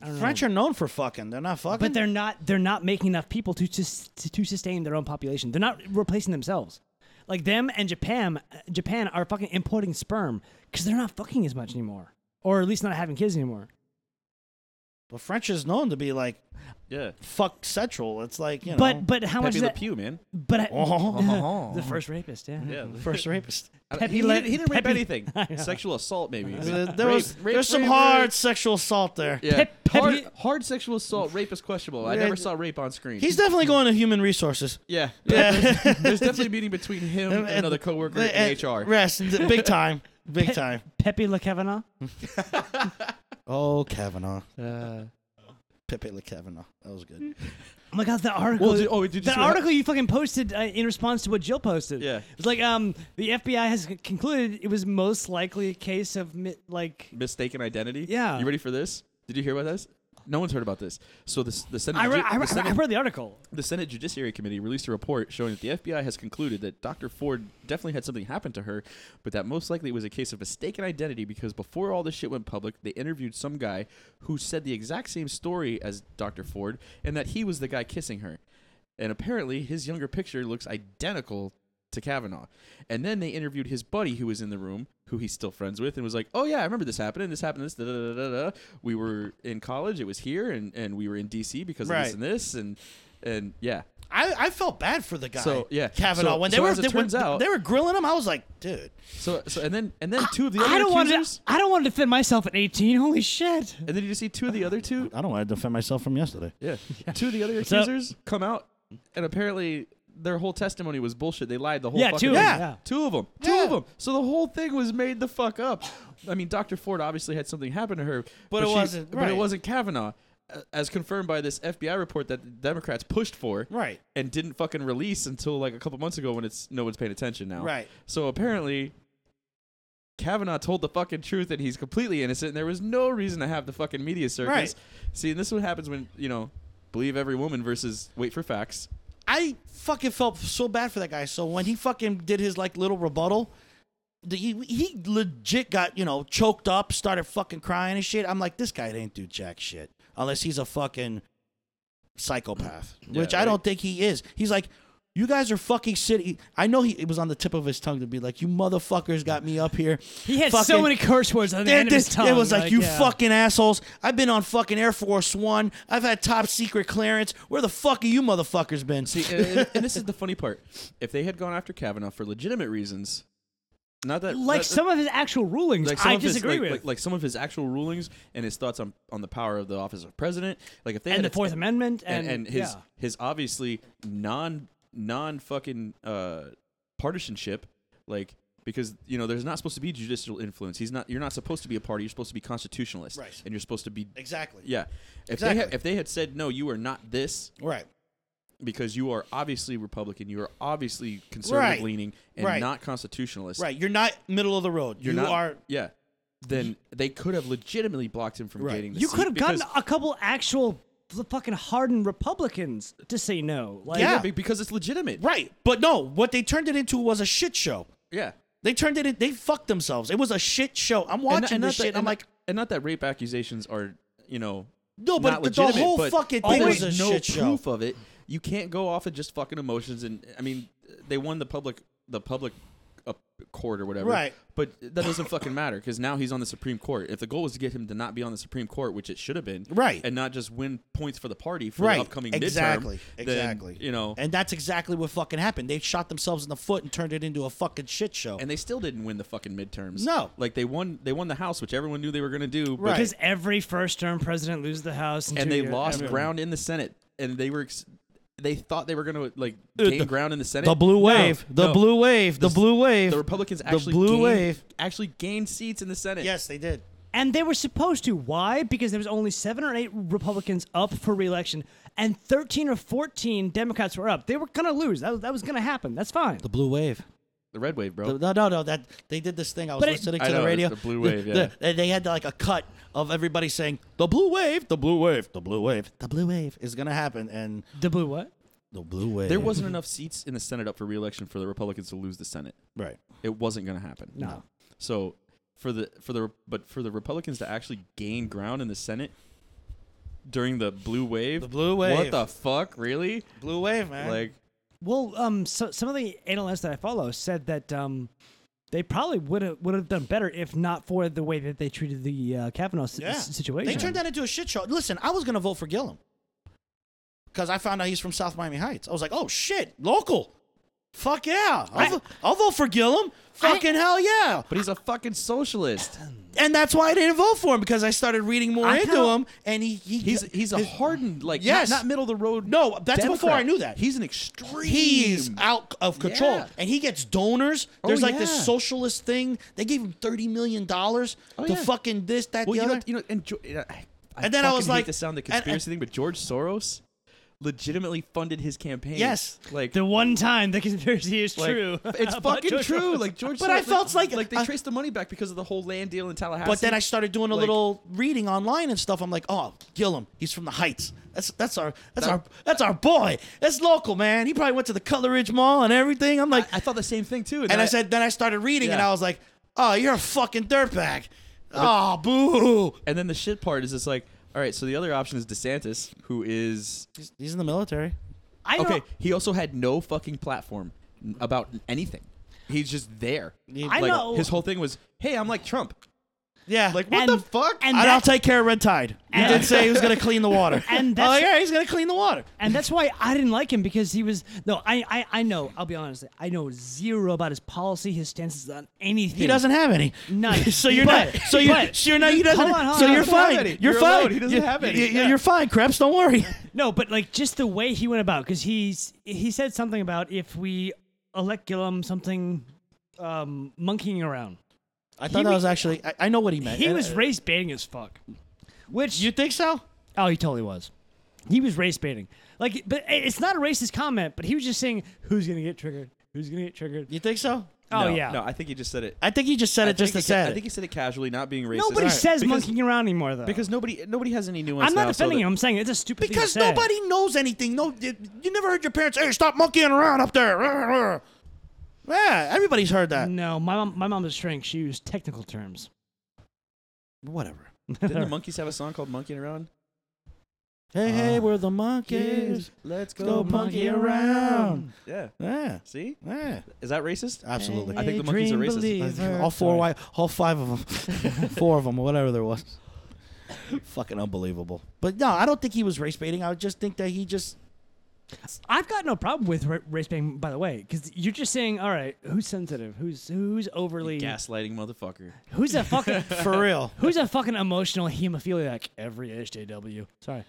Speaker 4: I don't know.
Speaker 3: French are known for fucking. They're not fucking.
Speaker 4: but they're not they're not making enough people to, sus- to to sustain their own population. They're not replacing themselves. Like them and Japan, uh, Japan are fucking importing sperm because they're not fucking as much anymore, or at least not having kids anymore.
Speaker 3: but French is known to be like
Speaker 2: Yeah.
Speaker 3: fuck central. It's like you know.
Speaker 4: but but how much
Speaker 2: Pepe
Speaker 4: is
Speaker 2: Le
Speaker 4: that?
Speaker 2: Pew, man.
Speaker 4: But I,
Speaker 3: Oh.
Speaker 4: the first rapist, yeah.
Speaker 2: Yeah.
Speaker 3: first rapist.
Speaker 2: I don't-
Speaker 4: Pepe
Speaker 2: he,
Speaker 4: Le-
Speaker 2: didn't, he didn't rape
Speaker 4: Pepe-
Speaker 2: anything.
Speaker 4: I know.
Speaker 2: Sexual assault, maybe.
Speaker 3: There-
Speaker 2: Rape-
Speaker 3: there was
Speaker 2: rape-
Speaker 3: there's some
Speaker 2: rape-
Speaker 3: hard
Speaker 2: rape.
Speaker 3: sexual assault there.
Speaker 2: Yeah.
Speaker 4: Pep- Pepe-
Speaker 2: hard, hard sexual assault. Rape is questionable. I
Speaker 3: Yeah.
Speaker 2: never saw rape on screen.
Speaker 3: He's definitely going to human resources.
Speaker 2: yeah.
Speaker 3: Yeah.
Speaker 2: There's definitely a meeting between him and another coworker in HR.
Speaker 3: Rest, big time, big time.
Speaker 4: Pepe Le Kavanaugh.
Speaker 3: Oh, Kavanaugh.
Speaker 4: Uh,
Speaker 3: Pepe Le Kavanaugh. That was good.
Speaker 4: Oh my god, the article.
Speaker 2: Well, did- oh, did you
Speaker 4: that
Speaker 2: see what-
Speaker 4: article you fucking posted uh, in response to what Jill posted.
Speaker 2: Yeah.
Speaker 4: It's like um the FBI has c- concluded it was most likely a case of mi- like
Speaker 2: mistaken identity.
Speaker 4: Yeah.
Speaker 2: You ready for this? Did you hear about this? No one's heard about this. So the, s- the Senate
Speaker 4: I, re-
Speaker 2: Judi-
Speaker 4: I, re-
Speaker 2: the Senate-
Speaker 4: I read the article.
Speaker 2: The Senate Judiciary Committee released a report showing that the FBI has concluded that Dr. Ford definitely had something happen to her, but that most likely it was a case of mistaken identity because before all this shit went public, they interviewed some guy who said the exact same story as Dr. Ford and that he was the guy kissing her. And apparently, his younger picture looks identical to Kavanaugh. And then they interviewed his buddy who was in the room, who he's still friends with, and was like, "Oh yeah, I remember this happening. This happened. This da da da da. da. We were in college. It was here, and and we were in D.C. because of
Speaker 3: Right.
Speaker 2: this and this, and and yeah,
Speaker 3: I, I felt bad for the guy.
Speaker 2: So, yeah.
Speaker 3: Kavanaugh.
Speaker 2: So-
Speaker 3: when they
Speaker 2: so
Speaker 3: were
Speaker 2: as it
Speaker 3: they, when
Speaker 2: turns out-
Speaker 3: they were grilling him, I was like, dude.
Speaker 2: So, so and then and then two of the other
Speaker 4: I don't want to.
Speaker 2: accusers,
Speaker 4: I don't want to defend myself at 18. Holy shit.
Speaker 2: and then you see two of the other two,
Speaker 3: I don't want to defend myself from yesterday.
Speaker 2: yeah, two of the other
Speaker 4: up?
Speaker 2: accusers come out, and apparently their whole testimony was bullshit. They lied the whole
Speaker 4: Yeah,
Speaker 2: fucking
Speaker 4: two of
Speaker 2: thing.
Speaker 4: them, yeah.
Speaker 2: two of them, two
Speaker 3: Yeah.
Speaker 2: of them. So the whole thing was made the fuck up. I mean, Dr. Ford obviously had something happen to her,
Speaker 3: it
Speaker 2: she-
Speaker 3: wasn't-
Speaker 2: But it
Speaker 3: right.
Speaker 2: wasn't Kavanaugh, a- as confirmed by this FBI report that the Democrats pushed for,
Speaker 3: Right.
Speaker 2: and didn't fucking release until like a couple months ago when it's no one's paying attention now.
Speaker 3: Right.
Speaker 2: So apparently Kavanaugh told the fucking truth and he's completely innocent and there was no reason to have the fucking media circus.
Speaker 3: Right.
Speaker 2: See, and this is what happens when, you know, believe every woman versus wait for facts.
Speaker 3: I fucking felt so bad for that guy. So when he fucking did his like little rebuttal, the, he he legit got you know choked up, started fucking crying and shit. I'm like, this guy didn't do jack shit unless he's a fucking psychopath, which I
Speaker 2: right.
Speaker 3: don't think he is. He's like. You guys are fucking city. I know he, it was on the tip of his tongue to be like, "You motherfuckers got me up here."
Speaker 4: He had so
Speaker 3: fucking-
Speaker 4: many curse words on the
Speaker 3: They're
Speaker 4: end of his
Speaker 3: just-
Speaker 4: tongue.
Speaker 3: It was like, you
Speaker 4: yeah.
Speaker 3: fucking assholes. I've been on fucking Air Force One. I've had top secret clearance. Where the fuck have you motherfuckers been?
Speaker 2: See, and, and- and this is the funny part. If they had gone after Kavanaugh for legitimate reasons, not that
Speaker 4: Like
Speaker 2: not-
Speaker 4: some of his actual rulings,
Speaker 2: like some
Speaker 4: I
Speaker 2: of his- like-
Speaker 4: disagree with.
Speaker 2: like, like some of his actual rulings and his thoughts on, on the power of the office of president. Like if they
Speaker 4: and
Speaker 2: had a-
Speaker 4: the Fourth Amendment,
Speaker 2: and,
Speaker 4: and,
Speaker 2: and his
Speaker 4: yeah.
Speaker 2: his obviously non non fucking uh, partisanship, like because you know there's not supposed to be judicial influence. He's not. You're not supposed to be a party. You're supposed to be constitutionalist,
Speaker 3: Right.
Speaker 2: And you're supposed to be
Speaker 3: Exactly.
Speaker 2: yeah. If they had,
Speaker 3: Exactly.
Speaker 2: if they had said no, you are not this
Speaker 3: Right.
Speaker 2: because you are obviously Republican. You are obviously conservative
Speaker 3: Right.
Speaker 2: leaning and
Speaker 3: Right.
Speaker 2: not constitutionalist.
Speaker 3: Right. You're not middle of the road. You're
Speaker 2: You're not.
Speaker 3: are-
Speaker 2: yeah. Then they could have legitimately blocked him from
Speaker 3: Right.
Speaker 2: getting. The
Speaker 4: you
Speaker 2: seat
Speaker 4: could have gotten
Speaker 2: because-
Speaker 4: a couple actual f- fucking hardened Republicans to say no. Like,
Speaker 3: Yeah.
Speaker 2: be- because it's legitimate.
Speaker 3: right. But no, what they turned it into was a shit show.
Speaker 2: Yeah.
Speaker 3: They turned it in, they fucked themselves. It was a shit show. I'm watching
Speaker 2: not- not
Speaker 3: this
Speaker 2: that-
Speaker 3: shit. I'm
Speaker 2: not-
Speaker 3: like,
Speaker 2: and not that rape accusations are, you know,
Speaker 3: No, but
Speaker 2: not
Speaker 3: the- the
Speaker 2: legitimate,
Speaker 3: whole
Speaker 2: but-
Speaker 3: fucking
Speaker 2: but
Speaker 3: thing
Speaker 2: there's
Speaker 3: was a
Speaker 2: no
Speaker 3: shit show.
Speaker 2: proof of it. You can't go off of just fucking emotions, and I mean, they won the public, the public uh, court or whatever,
Speaker 3: Right.
Speaker 2: But that doesn't fucking matter because now he's on the Supreme Court. If the goal was to get him to not be on the Supreme Court, which it should have been,
Speaker 3: Right.
Speaker 2: and not just win points for the party for
Speaker 3: Right.
Speaker 2: the upcoming
Speaker 3: Exactly.
Speaker 2: midterm, then,
Speaker 3: Exactly.
Speaker 2: you know, and,
Speaker 3: and that's exactly what fucking happened. They shot themselves in the foot and turned it into a fucking shit show.
Speaker 2: they still didn't win the fucking midterms.
Speaker 3: No.
Speaker 2: like they won, they won the House, which everyone knew they were going to do, but
Speaker 3: Right.
Speaker 4: Because every first term president loses the House, in two
Speaker 2: and they
Speaker 4: years.
Speaker 2: lost
Speaker 4: Everyone.
Speaker 2: ground in the Senate, and they were ex- they thought they were going to like
Speaker 3: Uh,
Speaker 2: gain
Speaker 3: the-
Speaker 2: ground in the Senate.
Speaker 3: the blue wave, the
Speaker 2: no.
Speaker 3: blue wave, the,
Speaker 2: The-
Speaker 3: blue wave.
Speaker 2: The Republicans actually
Speaker 3: blue
Speaker 2: gained,
Speaker 3: wave.
Speaker 2: actually gained seats in the Senate.
Speaker 3: Yes, they did.
Speaker 4: And they were supposed to. Why? Because there was only seven or eight Republicans up for reelection, and thirteen or fourteen Democrats were up. They were gonna lose. That was, that was gonna happen. That's fine.
Speaker 3: The blue wave.
Speaker 2: the red wave, bro.
Speaker 3: The- No, no, no. That they did this thing. I was
Speaker 4: But it-
Speaker 3: listening
Speaker 2: Oh. I
Speaker 3: to
Speaker 2: know,
Speaker 3: the
Speaker 2: it's
Speaker 3: radio.
Speaker 2: the blue wave,
Speaker 3: the- they had like a cut of everybody saying the blue wave, the blue wave, the blue wave, the blue wave is gonna happen, and
Speaker 4: The blue what?
Speaker 3: the blue wave.
Speaker 2: there wasn't enough seats in the Senate up for reelection for the Republicans to lose the Senate.
Speaker 3: right.
Speaker 2: It wasn't going to happen.
Speaker 4: No.
Speaker 2: So for the for the but for the Republicans to actually gain ground in the Senate, during the blue wave.
Speaker 3: The blue
Speaker 2: What
Speaker 3: wave.
Speaker 2: the fuck? Really?
Speaker 3: Blue wave, man.
Speaker 2: Like
Speaker 4: Well, um, so, some of the analysts that I follow said that um, they probably would have would have done better if not for the way that they treated the uh, Kavanaugh si-
Speaker 3: yeah.
Speaker 4: s- situation.
Speaker 3: They turned that into a shit show. Listen, I was gonna vote for Gillum because I found out he's from South Miami Heights. I was like, oh shit, local. Fuck yeah, I'll,
Speaker 4: I-
Speaker 3: vo- I'll vote for Gillum. Fucking hell yeah!
Speaker 2: but he's a fucking socialist.
Speaker 3: And that's why I didn't vote for him because I started reading more
Speaker 4: I
Speaker 3: into
Speaker 4: kinda-
Speaker 3: him, and he, he
Speaker 2: He's he's a hardened like
Speaker 3: Yes.
Speaker 2: not, not middle of the road.
Speaker 3: No, that's before I
Speaker 2: Democrat.
Speaker 3: knew that.
Speaker 2: He's an extreme.
Speaker 3: He's out of control,
Speaker 2: Yeah.
Speaker 3: and he gets donors.
Speaker 2: Oh,
Speaker 3: There's like this
Speaker 2: yeah.
Speaker 3: socialist thing. They gave him thirty million dollars
Speaker 2: Oh,
Speaker 3: to
Speaker 2: yeah.
Speaker 3: fucking this, that,
Speaker 2: well,
Speaker 3: the
Speaker 2: you
Speaker 3: other.
Speaker 2: know, you know, and Jo- and I, I
Speaker 3: And then I
Speaker 2: fucking
Speaker 3: was
Speaker 2: hate
Speaker 3: like-
Speaker 2: to sound the
Speaker 3: and- and-
Speaker 2: conspiracy thing, but George Soros legitimately funded his campaign.
Speaker 3: Yes.
Speaker 2: like
Speaker 4: the one time the conspiracy is
Speaker 2: Like,
Speaker 4: true.
Speaker 2: It's
Speaker 4: about
Speaker 2: fucking
Speaker 4: George
Speaker 2: true.
Speaker 4: Soros.
Speaker 2: Like George.
Speaker 3: But
Speaker 2: Soros,
Speaker 3: I felt like-
Speaker 2: like they
Speaker 3: I-
Speaker 2: traced the money back because of the whole land deal in Tallahassee.
Speaker 3: But then I started doing a
Speaker 2: Like-
Speaker 3: little reading online and stuff. I'm like, oh, Gillum, he's from the Heights. That's that's our that's our that's our boy. That's local, man. He probably went to the Cutleridge Mall and everything. I'm like,
Speaker 2: I thought the same thing too.
Speaker 3: and I, said, then I started reading, and
Speaker 2: Yeah.
Speaker 3: I was like, oh, you're a fucking dirtbag. Oh, boo.
Speaker 2: and then the shit part is just like, all right. So the other option is DeSantis, who is
Speaker 3: He's, he's in the military.
Speaker 4: I don't-
Speaker 2: okay. He also had no fucking platform n- about anything. He's just there.
Speaker 4: I
Speaker 2: Like,
Speaker 4: know.
Speaker 2: His whole thing was, hey, I'm like Trump.
Speaker 3: Yeah.
Speaker 2: Like what
Speaker 4: And-
Speaker 2: the fuck?
Speaker 4: and
Speaker 3: and I'll
Speaker 4: that-
Speaker 3: take care of Red Tide. He
Speaker 4: And-
Speaker 3: did say he was going to clean the water.
Speaker 4: And
Speaker 3: oh
Speaker 4: that's-
Speaker 3: yeah, he's going to clean the water.
Speaker 4: and that's why I didn't like him because he was no. I, I I know. I'll be honest. I know zero about his policy, his stances on anything.
Speaker 3: He doesn't have any.
Speaker 4: None.
Speaker 3: so you're
Speaker 4: But-
Speaker 3: not. So you.
Speaker 4: but-
Speaker 3: So you're not. You doesn't.
Speaker 4: Hold on, hold
Speaker 3: so
Speaker 4: on.
Speaker 3: you're
Speaker 4: He doesn't have
Speaker 3: fine.
Speaker 2: any.
Speaker 3: You're
Speaker 2: You're
Speaker 3: fine.
Speaker 2: alone. He doesn't
Speaker 3: You-
Speaker 2: have any.
Speaker 3: you-
Speaker 2: Yeah.
Speaker 3: You're fine, Krebs. Don't worry.
Speaker 4: No, but like just the way he went about, because he's he said something about if we elect Gillum something um, monkeying around.
Speaker 3: I
Speaker 4: He
Speaker 3: thought that
Speaker 4: wa-
Speaker 3: was actually. I, I know what he meant. Uh,
Speaker 4: He
Speaker 3: And-
Speaker 4: was race baiting as fuck. Which
Speaker 3: You think so?
Speaker 4: oh, he totally was. He was race baiting. Like, but it- it's not a racist comment. But he was just saying who's gonna get triggered, who's gonna get triggered.
Speaker 3: You think so?
Speaker 4: Oh
Speaker 2: No,
Speaker 4: yeah.
Speaker 2: No, I think he just said it.
Speaker 3: I think he just said
Speaker 2: I
Speaker 3: it just to
Speaker 2: think he
Speaker 3: say
Speaker 2: said-
Speaker 3: it.
Speaker 2: I think he said it casually, not being racist.
Speaker 4: Nobody says
Speaker 2: because,
Speaker 4: monkeying around anymore though.
Speaker 2: because nobody nobody has any nuance.
Speaker 4: I'm not
Speaker 2: now, so
Speaker 4: defending
Speaker 2: that-
Speaker 4: him. I'm saying it's a stupid thing to
Speaker 3: because
Speaker 4: say.
Speaker 3: nobody knows anything. No, you, you never heard your parents. Hey, stop monkeying around up there. Yeah, everybody's heard that.
Speaker 4: No, my mom. My mom is shrink. She used technical terms.
Speaker 3: Whatever.
Speaker 2: Didn't the monkeys have a song called "Monkeying Around"?
Speaker 3: Hey, hey, we're the monkeys.
Speaker 2: let's go,
Speaker 3: Go monkey around.
Speaker 2: Yeah.
Speaker 3: Yeah,
Speaker 2: See,
Speaker 3: yeah,
Speaker 2: is that racist?
Speaker 3: absolutely.
Speaker 2: I think the monkeys are
Speaker 4: Dream
Speaker 2: racist.
Speaker 4: believer.
Speaker 3: all four,
Speaker 4: Sorry.
Speaker 3: white, all five of them, four of them, or whatever there was. Fucking unbelievable. But no, I don't think he was race baiting. I just think that he just
Speaker 4: I've got no problem with ra- race baiting, by the way, because you're just saying, all right, who's sensitive, who's who's overly,
Speaker 2: Gaslighting motherfucker.
Speaker 4: who's a fucking,
Speaker 3: for real.
Speaker 4: who's a fucking emotional hemophiliac? Every HJW. Sorry.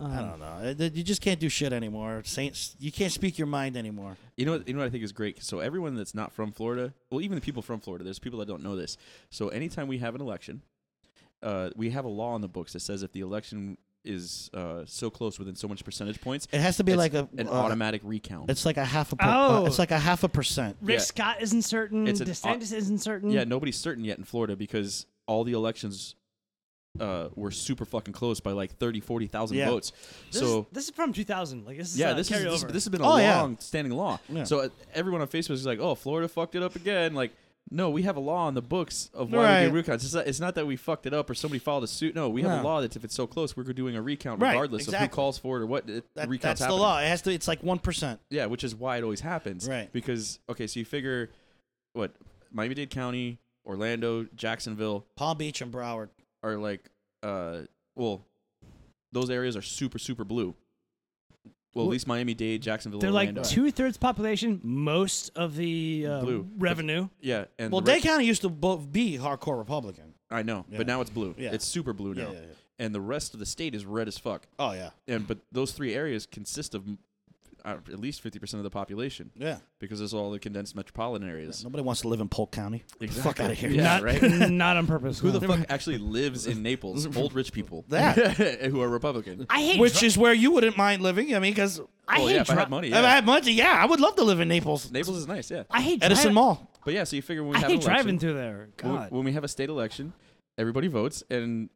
Speaker 4: Um,
Speaker 3: I don't know. It- it- You just can't do shit anymore. Saints, you can't speak your mind anymore.
Speaker 2: You know, what, you know what I think is great. So everyone that's not from Florida, well, even the people from Florida, there's people that don't know this. So anytime we have an election, uh, we have a law on the books that says if the election is uh, so close within so much percentage points,
Speaker 3: It has to be
Speaker 2: it's
Speaker 3: like a
Speaker 2: an
Speaker 3: uh,
Speaker 2: automatic recount.
Speaker 3: It's like a half a. Per,
Speaker 4: Oh.
Speaker 3: uh, it's like a half a percent.
Speaker 4: Rick
Speaker 2: Yeah.
Speaker 4: Scott isn't certain.
Speaker 2: It's an-
Speaker 4: DeSantis isn't certain.
Speaker 2: Yeah, nobody's certain yet in Florida because all the elections uh, were super fucking close by like 30, 40,000
Speaker 3: Yeah.
Speaker 2: votes.
Speaker 4: This
Speaker 2: so
Speaker 4: is, this is from 2000. Like this is
Speaker 2: yeah,
Speaker 4: uh,
Speaker 2: this is this,
Speaker 4: carryover.
Speaker 2: this has been a
Speaker 3: Oh, yeah.
Speaker 2: long-standing law.
Speaker 3: Yeah.
Speaker 2: So uh, everyone on Facebook is like, "Oh, Florida fucked it up again." Like, no, we have a law on the books of why we do
Speaker 3: Right.
Speaker 2: recounts. It's not, it's not that we fucked it up or somebody filed a suit. No, we have
Speaker 3: No.
Speaker 2: a law that if it's so close, we're doing a recount
Speaker 3: Right,
Speaker 2: regardless of who
Speaker 3: exactly.
Speaker 2: calls for it or what. It,
Speaker 3: That-
Speaker 2: recounts
Speaker 3: that's
Speaker 2: happening.
Speaker 3: the law. It has to. It's like one percent.
Speaker 2: Yeah, which is why it always happens.
Speaker 3: Right.
Speaker 2: Because okay, so you figure what Miami Dade County, Orlando, Jacksonville
Speaker 3: Palm Beach and Broward.
Speaker 2: are like, uh, well, those areas are super super blue. Well, at least Miami Dade, Jacksonville,
Speaker 4: They're
Speaker 2: Orlando.
Speaker 4: like two thirds population, most of the uh,
Speaker 2: Blue.
Speaker 4: revenue.
Speaker 2: Yeah, and
Speaker 3: Well,
Speaker 2: the
Speaker 3: Day
Speaker 2: re-
Speaker 3: County used to both be hardcore Republican.
Speaker 2: I know,
Speaker 3: Yeah.
Speaker 2: but now it's blue.
Speaker 3: Yeah.
Speaker 2: It's super blue now,
Speaker 3: Yeah, yeah, yeah.
Speaker 2: and the rest of the state is red as fuck.
Speaker 3: Oh yeah,
Speaker 2: And but those three areas consist of m- uh, at least fifty percent of the population
Speaker 3: yeah.
Speaker 2: because it's all the condensed metropolitan areas.
Speaker 3: Nobody wants to live in Polk County. Get the Fuck
Speaker 2: Exactly.
Speaker 3: out of here.
Speaker 2: Yeah,
Speaker 4: not,
Speaker 2: right.
Speaker 4: not on purpose.
Speaker 2: Who
Speaker 4: no.
Speaker 2: the fuck actually lives in Naples? Old rich people
Speaker 3: That.
Speaker 2: who are Republican.
Speaker 4: I hate.
Speaker 3: Which
Speaker 4: dri-
Speaker 3: is where you wouldn't mind living. I mean, because
Speaker 4: I
Speaker 2: oh
Speaker 4: hate.
Speaker 2: yeah, if I
Speaker 4: dri-
Speaker 2: had money,
Speaker 3: if I
Speaker 2: yeah.
Speaker 3: had money, yeah, I would love to live in Naples.
Speaker 2: Naples is nice, yeah.
Speaker 4: I hate.
Speaker 3: Edison
Speaker 4: dri-
Speaker 3: Mall.
Speaker 2: But yeah, so you figure when we
Speaker 4: I
Speaker 2: have an
Speaker 4: hate driving
Speaker 2: election,
Speaker 4: through there.
Speaker 2: when we-
Speaker 4: God.
Speaker 2: when we have a state election, everybody votes and.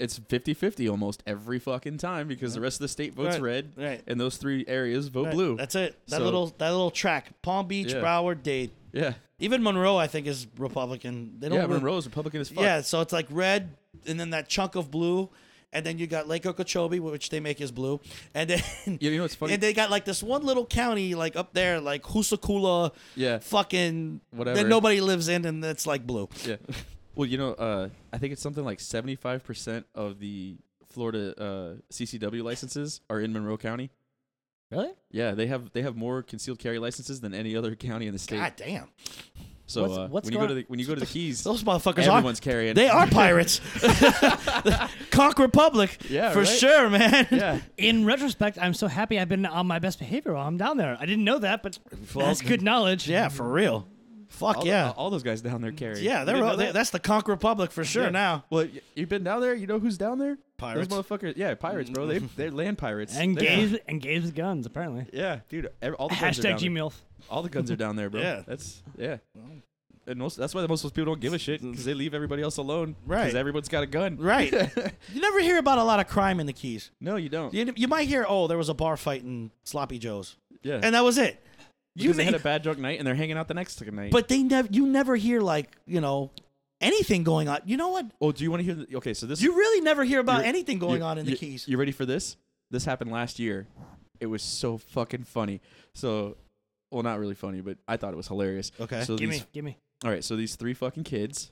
Speaker 2: It's 50-50 almost every fucking time because the rest of the state votes
Speaker 3: Right,
Speaker 2: red,
Speaker 3: right.
Speaker 2: and those three areas vote
Speaker 3: Right,
Speaker 2: blue.
Speaker 3: That's it. That
Speaker 2: So-
Speaker 3: little that little track. Palm Beach,
Speaker 2: Yeah.
Speaker 3: Broward, Dade.
Speaker 2: yeah.
Speaker 3: Even Monroe, I think, is Republican. They don't
Speaker 2: Yeah,
Speaker 3: really-
Speaker 2: Monroe's Republican as fuck.
Speaker 3: Yeah, so it's like red and then that chunk of blue. and then you got Lake Okeechobee, which they make is blue, and then
Speaker 2: You know what's funny?
Speaker 3: And they got like this one little county like up there, like Husakula,
Speaker 2: Yeah.
Speaker 3: fucking
Speaker 2: Whatever.
Speaker 3: that nobody lives in, and it's like blue.
Speaker 2: Yeah. Well, you know, uh, I think it's something like 75% of the Florida uh, CCW licenses are in Monroe County.
Speaker 4: Really?
Speaker 2: Yeah, they have they have more concealed carry licenses than any other county in the state.
Speaker 3: God damn,
Speaker 2: so
Speaker 4: What's-
Speaker 2: uh,
Speaker 4: what's
Speaker 2: when you go
Speaker 4: going-
Speaker 2: to the when you go to the Keys,
Speaker 3: those motherfuckers
Speaker 2: everyone's
Speaker 3: are
Speaker 2: carrying.
Speaker 3: they are pirates. Conk Republic,
Speaker 2: Yeah,
Speaker 3: for
Speaker 2: right?
Speaker 3: sure, man.
Speaker 2: Yeah.
Speaker 4: In retrospect, I'm so happy I've been on my best behavior while I'm down there. I didn't know that, but
Speaker 3: Well,
Speaker 4: that's good knowledge.
Speaker 3: yeah, for real. Fuck
Speaker 2: All, the- uh,
Speaker 3: yeah, Mm,
Speaker 2: all those guys down there carry.
Speaker 3: yeah.
Speaker 2: You
Speaker 3: They're
Speaker 2: didn't
Speaker 3: all,
Speaker 2: know
Speaker 3: they,
Speaker 2: that?
Speaker 3: that's the Conk Republic for sure
Speaker 2: Yeah.
Speaker 3: now.
Speaker 2: Well, y- you've been down there. You know who's down there?
Speaker 3: Pirates.
Speaker 2: Those motherfuckers. Yeah, pirates, bro. They they're land pirates.
Speaker 4: And
Speaker 2: They're-
Speaker 4: gays and gays with guns, apparently.
Speaker 2: Yeah, dude. ev- All the guns are
Speaker 4: Hashtag
Speaker 2: down there.
Speaker 4: Gmilf.
Speaker 2: All the guns are down there, bro.
Speaker 3: Yeah.
Speaker 2: that's yeah. And most, that's why most of those people don't give a shit because they leave everybody else alone.
Speaker 3: Right.
Speaker 2: Because everyone's got a gun.
Speaker 3: Right. you never hear about a lot of crime in the Keys.
Speaker 2: No, you don't.
Speaker 3: You, you might hear, oh, there was a bar fight in Sloppy Joe's,
Speaker 2: Yeah.
Speaker 3: and that was it.
Speaker 2: because they
Speaker 3: may-
Speaker 2: had a bad drunk night and they're hanging out the next night.
Speaker 3: but they never, you never hear like you know anything going on. You know what?
Speaker 2: oh, do you want to hear? The, okay, so this
Speaker 3: You really never hear about
Speaker 2: You're-
Speaker 3: anything going
Speaker 2: you-
Speaker 3: on in the
Speaker 2: you-
Speaker 3: Keys.
Speaker 2: You ready for this? This happened last year. It was so fucking funny. So, well, not really funny, but I thought it was hilarious.
Speaker 3: Okay.
Speaker 2: So
Speaker 4: Gimme,
Speaker 2: these,
Speaker 4: gimme.
Speaker 2: all right. So these three fucking kids.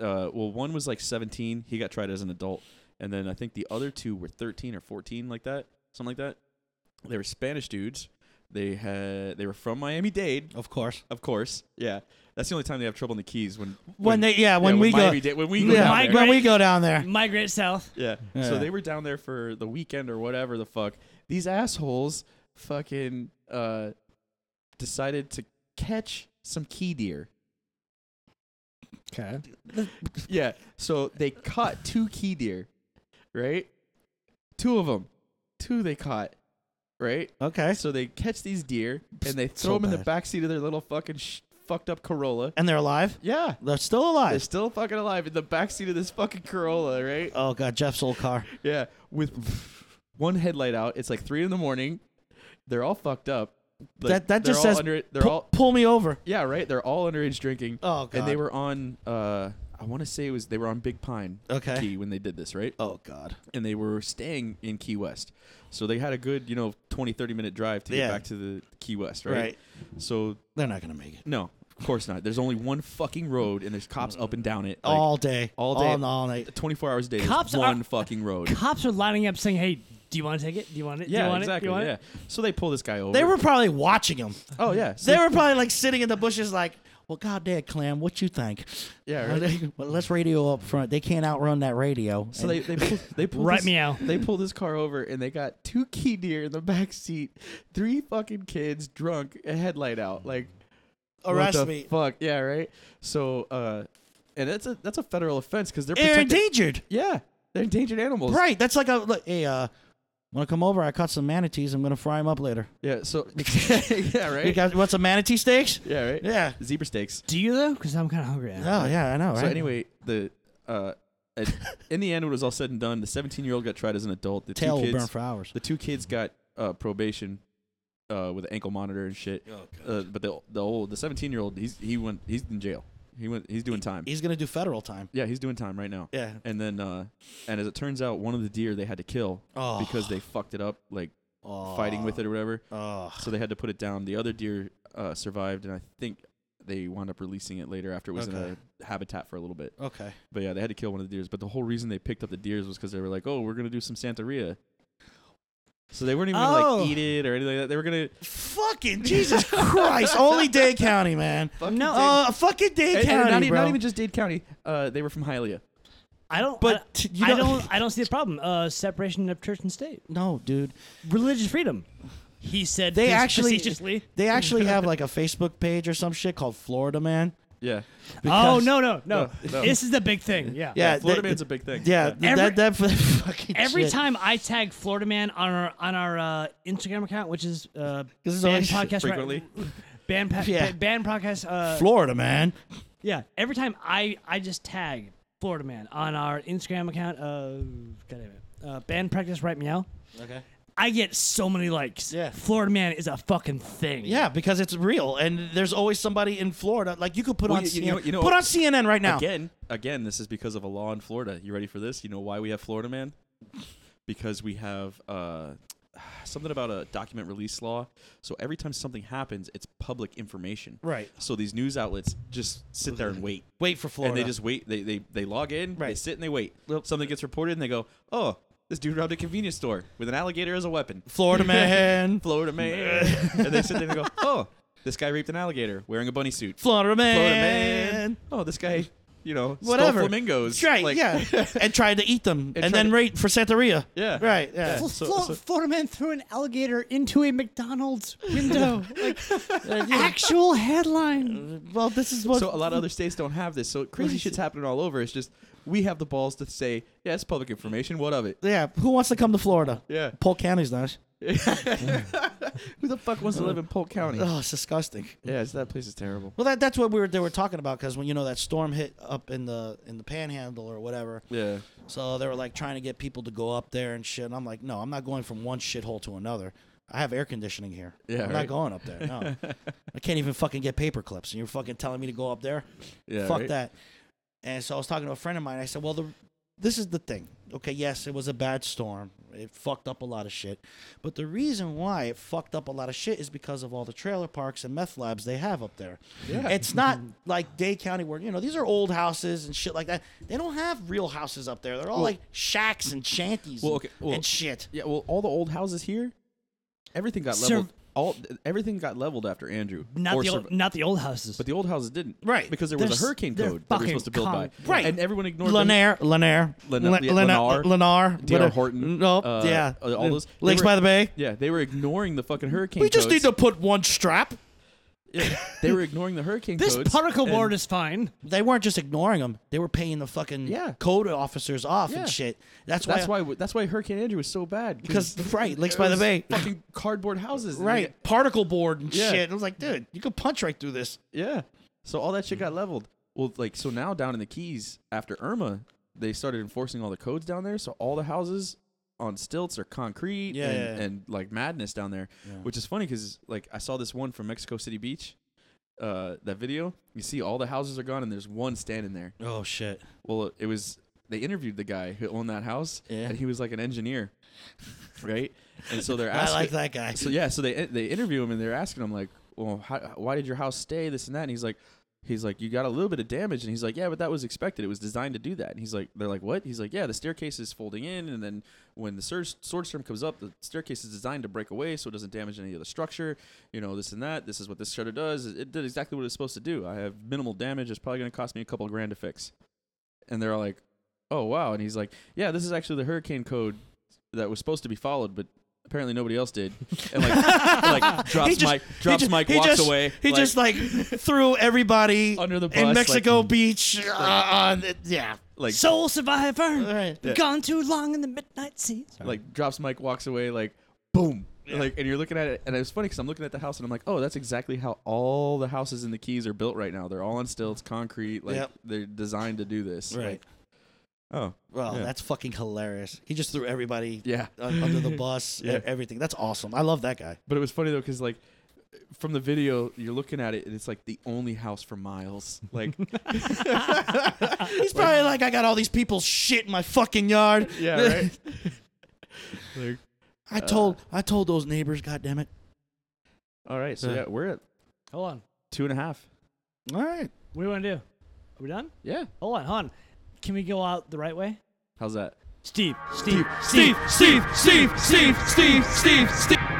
Speaker 2: Uh, well, one was like 17. He got tried as an adult, and then I think the other two were 13 or 14, like that, something like that. They were Spanish dudes. They had they were from Miami Dade,
Speaker 3: of course.
Speaker 2: of course. Yeah, that's the only time they have trouble in the Keys when
Speaker 3: When they yeah, when we go
Speaker 2: Miami-Dade- when we go
Speaker 3: yeah,
Speaker 2: down
Speaker 4: Miami-
Speaker 2: there.
Speaker 3: when we go down there.
Speaker 4: Migrate south.
Speaker 2: Yeah.
Speaker 3: Yeah.
Speaker 2: So they were down there for the weekend or whatever the fuck. These assholes fucking uh decided to catch some key deer.
Speaker 4: Okay.
Speaker 2: Yeah. So they caught two key deer, right? Two of them. Two they caught, right?
Speaker 3: Okay.
Speaker 2: So they catch these deer and they
Speaker 3: So
Speaker 2: throw them in the
Speaker 3: bad.
Speaker 2: backseat of their little fucking sh- fucked up Corolla.
Speaker 3: And they're alive.
Speaker 2: Yeah.
Speaker 3: They're still
Speaker 2: They're
Speaker 3: alive.
Speaker 2: still fucking alive in the backseat of this fucking Corolla, right?
Speaker 3: Oh god, Jeff's old car.
Speaker 2: Yeah, with one headlight out. It's like three in the morning. They're all fucked up. Like,
Speaker 3: that that
Speaker 2: they're
Speaker 3: just
Speaker 2: all
Speaker 3: says
Speaker 2: under, they're
Speaker 3: "Pu-
Speaker 2: all
Speaker 3: pull me over.
Speaker 2: yeah right. They're all underage drinking.
Speaker 3: Oh, God.
Speaker 2: And they were on. Uh, I want to say it was they were on Big Pine
Speaker 3: Okay.
Speaker 2: Key when they did this right,
Speaker 3: Oh god.
Speaker 2: and they were staying in Key West, so they had a good you know 20, 30 minute drive to
Speaker 3: Yeah.
Speaker 2: get back to the Key West
Speaker 3: Right.
Speaker 2: right. So
Speaker 3: They're not gonna make it.
Speaker 2: no, of course not. There's only one fucking road, and there's cops up and down it like,
Speaker 3: all day.
Speaker 2: all day,
Speaker 3: All, all night.
Speaker 2: 24 hours a day. there's
Speaker 4: Cops are-
Speaker 2: one fucking road.
Speaker 4: Cops are lining up saying, hey, do you want to take it? Do you want it? Do you
Speaker 2: Yeah,
Speaker 4: want it? Do you
Speaker 2: exactly.
Speaker 4: want it?"
Speaker 2: Yeah. So they pull this guy over.
Speaker 3: They were probably watching him.
Speaker 2: Oh yeah. So
Speaker 3: They were probably like sitting in the bushes like well, goddamn, Clam, what you think?
Speaker 2: Yeah, right.
Speaker 3: well, let's radio up front. They can't outrun that radio.
Speaker 2: So they they pulled, they pulled
Speaker 4: Right
Speaker 2: this,
Speaker 4: meow.
Speaker 2: They pulled this car over and they got two key deer in the back seat, three fucking kids drunk, a headlight out. Like what
Speaker 3: arrest
Speaker 2: the
Speaker 3: me.
Speaker 2: Fuck yeah, right. So uh, and that's a that's a federal offense because they're
Speaker 3: They're
Speaker 2: protected.
Speaker 3: endangered.
Speaker 2: yeah, they're endangered animals.
Speaker 3: Right. That's like a like, hey, uh, want to come over? I caught some manatees. I'm gonna fry them up later.
Speaker 2: Yeah. So yeah,
Speaker 3: You
Speaker 2: right.
Speaker 3: guys want some manatee steaks?
Speaker 2: Yeah, right.
Speaker 3: Yeah.
Speaker 2: Zebra steaks.
Speaker 4: Do you, though? Because I'm kind of hungry. now.
Speaker 3: Oh yeah, I know. Right.
Speaker 2: So anyway, the uh, at- in the end, when it was all said and done, the 17 year old got tried as an adult. The two
Speaker 3: tail will
Speaker 2: kids,
Speaker 3: burn for hours.
Speaker 2: The two kids got uh, probation uh, with an ankle monitor and shit.
Speaker 3: Oh,
Speaker 2: uh, but the the old the 17 year old he's he went he's in jail. He went he's doing time.
Speaker 3: He's gonna do federal time.
Speaker 2: yeah, he's doing time right now.
Speaker 3: Yeah.
Speaker 2: And then uh, and as it turns out, one of the deer they had to kill
Speaker 3: Oh.
Speaker 2: because they fucked it up like fighting with it or whatever.
Speaker 3: Oh.
Speaker 2: So they had to put it down. The other deer uh, survived, and I think they wound up releasing it later after it was in
Speaker 3: Okay.
Speaker 2: a habitat for a little bit.
Speaker 3: Okay.
Speaker 2: But yeah, they had to kill one of the deers. But the whole reason they picked up the deers was because they were like, "Oh, we're gonna do some Santeria." So they weren't even gonna,
Speaker 4: Oh.
Speaker 2: like eat it or anything like that. They were gonna
Speaker 3: Fucking Jesus Christ! Only Dade County, man.
Speaker 4: No.
Speaker 3: Uh, fucking
Speaker 2: and,
Speaker 3: Dade
Speaker 2: and
Speaker 3: County,
Speaker 2: not, e-
Speaker 3: bro.
Speaker 2: not even just Dade County. Uh, they were from Hialeah.
Speaker 4: I don't.
Speaker 3: But
Speaker 4: I,
Speaker 3: t- you
Speaker 4: I
Speaker 3: don't-
Speaker 4: don't. I don't see the problem. Uh, separation of church and state,
Speaker 3: no, dude.
Speaker 4: religious freedom. He said
Speaker 3: They
Speaker 4: fac-
Speaker 3: actually
Speaker 4: facetiously.
Speaker 3: they actually have like a Facebook page or some shit called Florida Man.
Speaker 2: Yeah,
Speaker 4: Oh
Speaker 3: because-
Speaker 4: no no no!
Speaker 2: No, no.
Speaker 4: This is the big thing. Yeah.
Speaker 3: Yeah,
Speaker 2: Florida
Speaker 3: they-
Speaker 2: man's a big thing.
Speaker 3: Yeah,
Speaker 4: Every-
Speaker 3: that that fucking
Speaker 4: Every
Speaker 3: shit.
Speaker 4: time I tag Florida Man on our on our uh, Instagram account, which is uh,
Speaker 3: This is
Speaker 4: band
Speaker 3: always-
Speaker 4: podcast
Speaker 2: frequently.
Speaker 4: Right, band pa-
Speaker 3: Yeah.
Speaker 4: ba- band podcast. Uh,
Speaker 3: Florida Man.
Speaker 4: yeah. Every time I I just tag Florida Man on our Instagram account. Uh, God damn it. Uh, band practice right meow.
Speaker 3: Okay.
Speaker 4: I get so many likes.
Speaker 3: Yeah.
Speaker 4: Florida Man is a fucking thing.
Speaker 3: Yeah, because it's real, and there's always somebody in Florida. Like you could put
Speaker 2: Well,
Speaker 3: on
Speaker 2: you- you
Speaker 3: CNN,
Speaker 2: know- you know-
Speaker 3: put on CNN right now.
Speaker 2: Again, again, this is because of a law in Florida. You ready for this? You know why we have Florida man? because we have uh, something about a document release law. So every time something happens, it's public information.
Speaker 3: Right.
Speaker 2: So these news outlets just sit there and wait.
Speaker 3: Wait for Florida.
Speaker 2: And they just wait. They they, they log in. They
Speaker 3: Right.
Speaker 2: sit and they wait. Something gets reported and they go, oh, this dude robbed a convenience store with an alligator as a weapon.
Speaker 3: Florida man.
Speaker 2: Florida man. and they sit there and go, oh, this guy raped an alligator wearing a bunny suit.
Speaker 3: Florida man.
Speaker 2: Florida man. Oh, this guy, you know,
Speaker 3: Whatever.
Speaker 2: stole flamingos.
Speaker 3: Right.
Speaker 2: Like-
Speaker 3: yeah. and tried to eat them, and,
Speaker 2: tried
Speaker 3: then
Speaker 2: to-
Speaker 3: rate for Santeria.
Speaker 2: Yeah.
Speaker 3: Right. Yeah.
Speaker 2: Yeah. So- so-
Speaker 4: Florida man threw an alligator into a McDonald's window. like, actual headline.
Speaker 3: Well, this is what.
Speaker 2: so a lot of other states don't have this. So crazy shit's happening all over. It's just we have the balls to say, yeah, it's public information. What of it?
Speaker 3: yeah. Who wants to come to Florida?
Speaker 2: Yeah.
Speaker 3: Polk County's nice.
Speaker 2: Who the fuck wants to live in Polk County?
Speaker 3: Oh, it's disgusting.
Speaker 2: Yeah, it's, that place is terrible.
Speaker 3: Well, that that's what we were they were talking about because when you know that storm hit up in the in the Panhandle or whatever,
Speaker 2: Yeah.
Speaker 3: so they were like trying to get people to go up there and shit. And I'm like, no, I'm not going from one shithole to another. I have air conditioning here.
Speaker 2: Yeah,
Speaker 3: I'm
Speaker 2: right.
Speaker 3: not going up there. No, I can't even fucking get paper clips, and you're fucking telling me to go up there.
Speaker 2: Yeah.
Speaker 3: Fuck
Speaker 2: right?
Speaker 3: that. And so I was talking to a friend of mine. I said, well, the this is the thing. Okay, yes, it was a bad storm. It fucked up a lot of shit. But the reason why it fucked up a lot of shit is because of all the trailer parks and meth labs they have up there.
Speaker 2: Yeah.
Speaker 3: It's not like Day County where, you know, these are old houses and shit like that. They don't have real houses up there. They're all like shacks and shanties
Speaker 2: Well,
Speaker 3: and-
Speaker 2: okay, well-
Speaker 3: and shit.
Speaker 2: Yeah. Well, all the old houses here, everything got
Speaker 4: Sur-
Speaker 2: leveled. all everything got leveled after Andrew.
Speaker 4: Not
Speaker 2: Or
Speaker 4: the
Speaker 2: surv-
Speaker 4: old, not the old houses.
Speaker 2: but the old houses didn't.
Speaker 3: Right.
Speaker 2: Because there was
Speaker 4: There's-
Speaker 2: a hurricane
Speaker 4: they're
Speaker 2: code that we
Speaker 4: fucking
Speaker 2: were supposed to build by.
Speaker 4: con-
Speaker 3: Right.
Speaker 2: And everyone ignored the-
Speaker 3: Lanier, Lanier,
Speaker 2: Lena-
Speaker 3: Lin-
Speaker 2: yeah,
Speaker 3: Lenar, Lenar,
Speaker 2: D.R.
Speaker 3: whatever.
Speaker 2: Horton,
Speaker 3: Nope.
Speaker 2: uh,
Speaker 3: yeah.
Speaker 2: uh, all those- they
Speaker 3: Lakes
Speaker 2: were-
Speaker 3: by the Bay.
Speaker 2: Yeah, they were ignoring the fucking hurricane
Speaker 3: We just
Speaker 2: codes.
Speaker 3: need to put one strap.
Speaker 2: They were ignoring the hurricane
Speaker 4: this
Speaker 2: codes.
Speaker 4: particle
Speaker 2: and-
Speaker 4: board is fine.
Speaker 3: they weren't just ignoring them; they were paying the fucking
Speaker 2: Yeah.
Speaker 3: code officers off
Speaker 2: Yeah.
Speaker 3: and shit. That's,
Speaker 2: That's
Speaker 3: why,
Speaker 2: why. That's why Hurricane Andrew was so bad.
Speaker 3: because right, Lakes
Speaker 2: it
Speaker 3: by the
Speaker 2: was
Speaker 3: Bay,
Speaker 2: fucking cardboard houses. and
Speaker 3: right, particle board and
Speaker 2: Yeah.
Speaker 3: shit. I was like, dude, you could punch right through this.
Speaker 2: they- yeah. So all that shit got leveled. Well, like so now down in the Keys after Irma, they started enforcing all the codes down there. So all the houses on stilts are concrete
Speaker 3: Yeah,
Speaker 2: and,
Speaker 3: yeah, yeah.
Speaker 2: and like madness down there, which is funny because like I saw this one from Mexico City Beach. Uh, that video, you see all the houses are gone and there's one standing there.
Speaker 3: Oh shit!
Speaker 2: Well, it was they interviewed the guy who owned that house,
Speaker 3: Yeah.
Speaker 2: and he was like an engineer, right? And so they're
Speaker 3: I
Speaker 2: asking,
Speaker 3: like that guy.
Speaker 2: So yeah, so they they interview him and they're asking him like, well, how, why did your house stay this and that? And he's like, he's like, you got a little bit of damage, and he's like, yeah, but that was expected. It was designed to do that. And he's like, they're like, what? He's like, yeah, the staircase is folding in, and then when the surge, sword storm comes up, the staircase is designed to break away so it doesn't damage any of the structure. You know, this and that. This is what this shutter does. It, it did exactly what it's supposed to do. I have minimal damage. It's probably going to cost me a couple grand to fix. And they're like, oh wow. And he's like, yeah, this is actually the hurricane code that was supposed to be followed, but apparently nobody else did. And like, like drops
Speaker 3: He just-
Speaker 2: Mike,
Speaker 3: he
Speaker 2: drops
Speaker 3: just-
Speaker 2: Mike,
Speaker 3: he
Speaker 2: walks
Speaker 3: just-
Speaker 2: away.
Speaker 3: He
Speaker 2: like,
Speaker 3: just like threw everybody
Speaker 2: Under the
Speaker 3: in
Speaker 2: bus,
Speaker 3: Mexico
Speaker 2: like-
Speaker 3: Beach. uh, on the- yeah,
Speaker 2: like
Speaker 4: Soul survivor,
Speaker 3: Right. Yeah.
Speaker 4: gone too long in the midnight sea.
Speaker 2: like drops Mike, walks away. Like boom. Like and you're looking at it, and it's funny because I'm looking at the house, and I'm like, "Oh, that's exactly how all the houses in the Keys are built right now. They're all on stilts, concrete. Like
Speaker 3: Yep.
Speaker 2: they're designed to do this.
Speaker 3: right.
Speaker 2: Like, oh,
Speaker 3: Well,
Speaker 2: yeah.
Speaker 3: that's fucking hilarious. He just threw everybody
Speaker 2: yeah.
Speaker 3: un- under the bus.
Speaker 2: Yeah.
Speaker 3: e- Everything. That's awesome. I love that guy.
Speaker 2: But it was funny though, because like from the video, you're looking at it, and it's like the only house for miles. Like
Speaker 3: He's probably like, I got all these people shit in my fucking yard.
Speaker 2: yeah, right. like
Speaker 3: I told I told those neighbors, God damn it.
Speaker 2: all right, so
Speaker 3: Yeah.
Speaker 2: yeah, we're at
Speaker 4: Hold on.
Speaker 2: two and a half.
Speaker 3: All right.
Speaker 4: What do you want to do? Are we done?
Speaker 2: Yeah,
Speaker 4: Hold on, hold on. Can we go out the right way?
Speaker 2: how's that?
Speaker 4: Steve, Steve, Steve, Steve, Steve, Steve, Steve, Steve, Steve.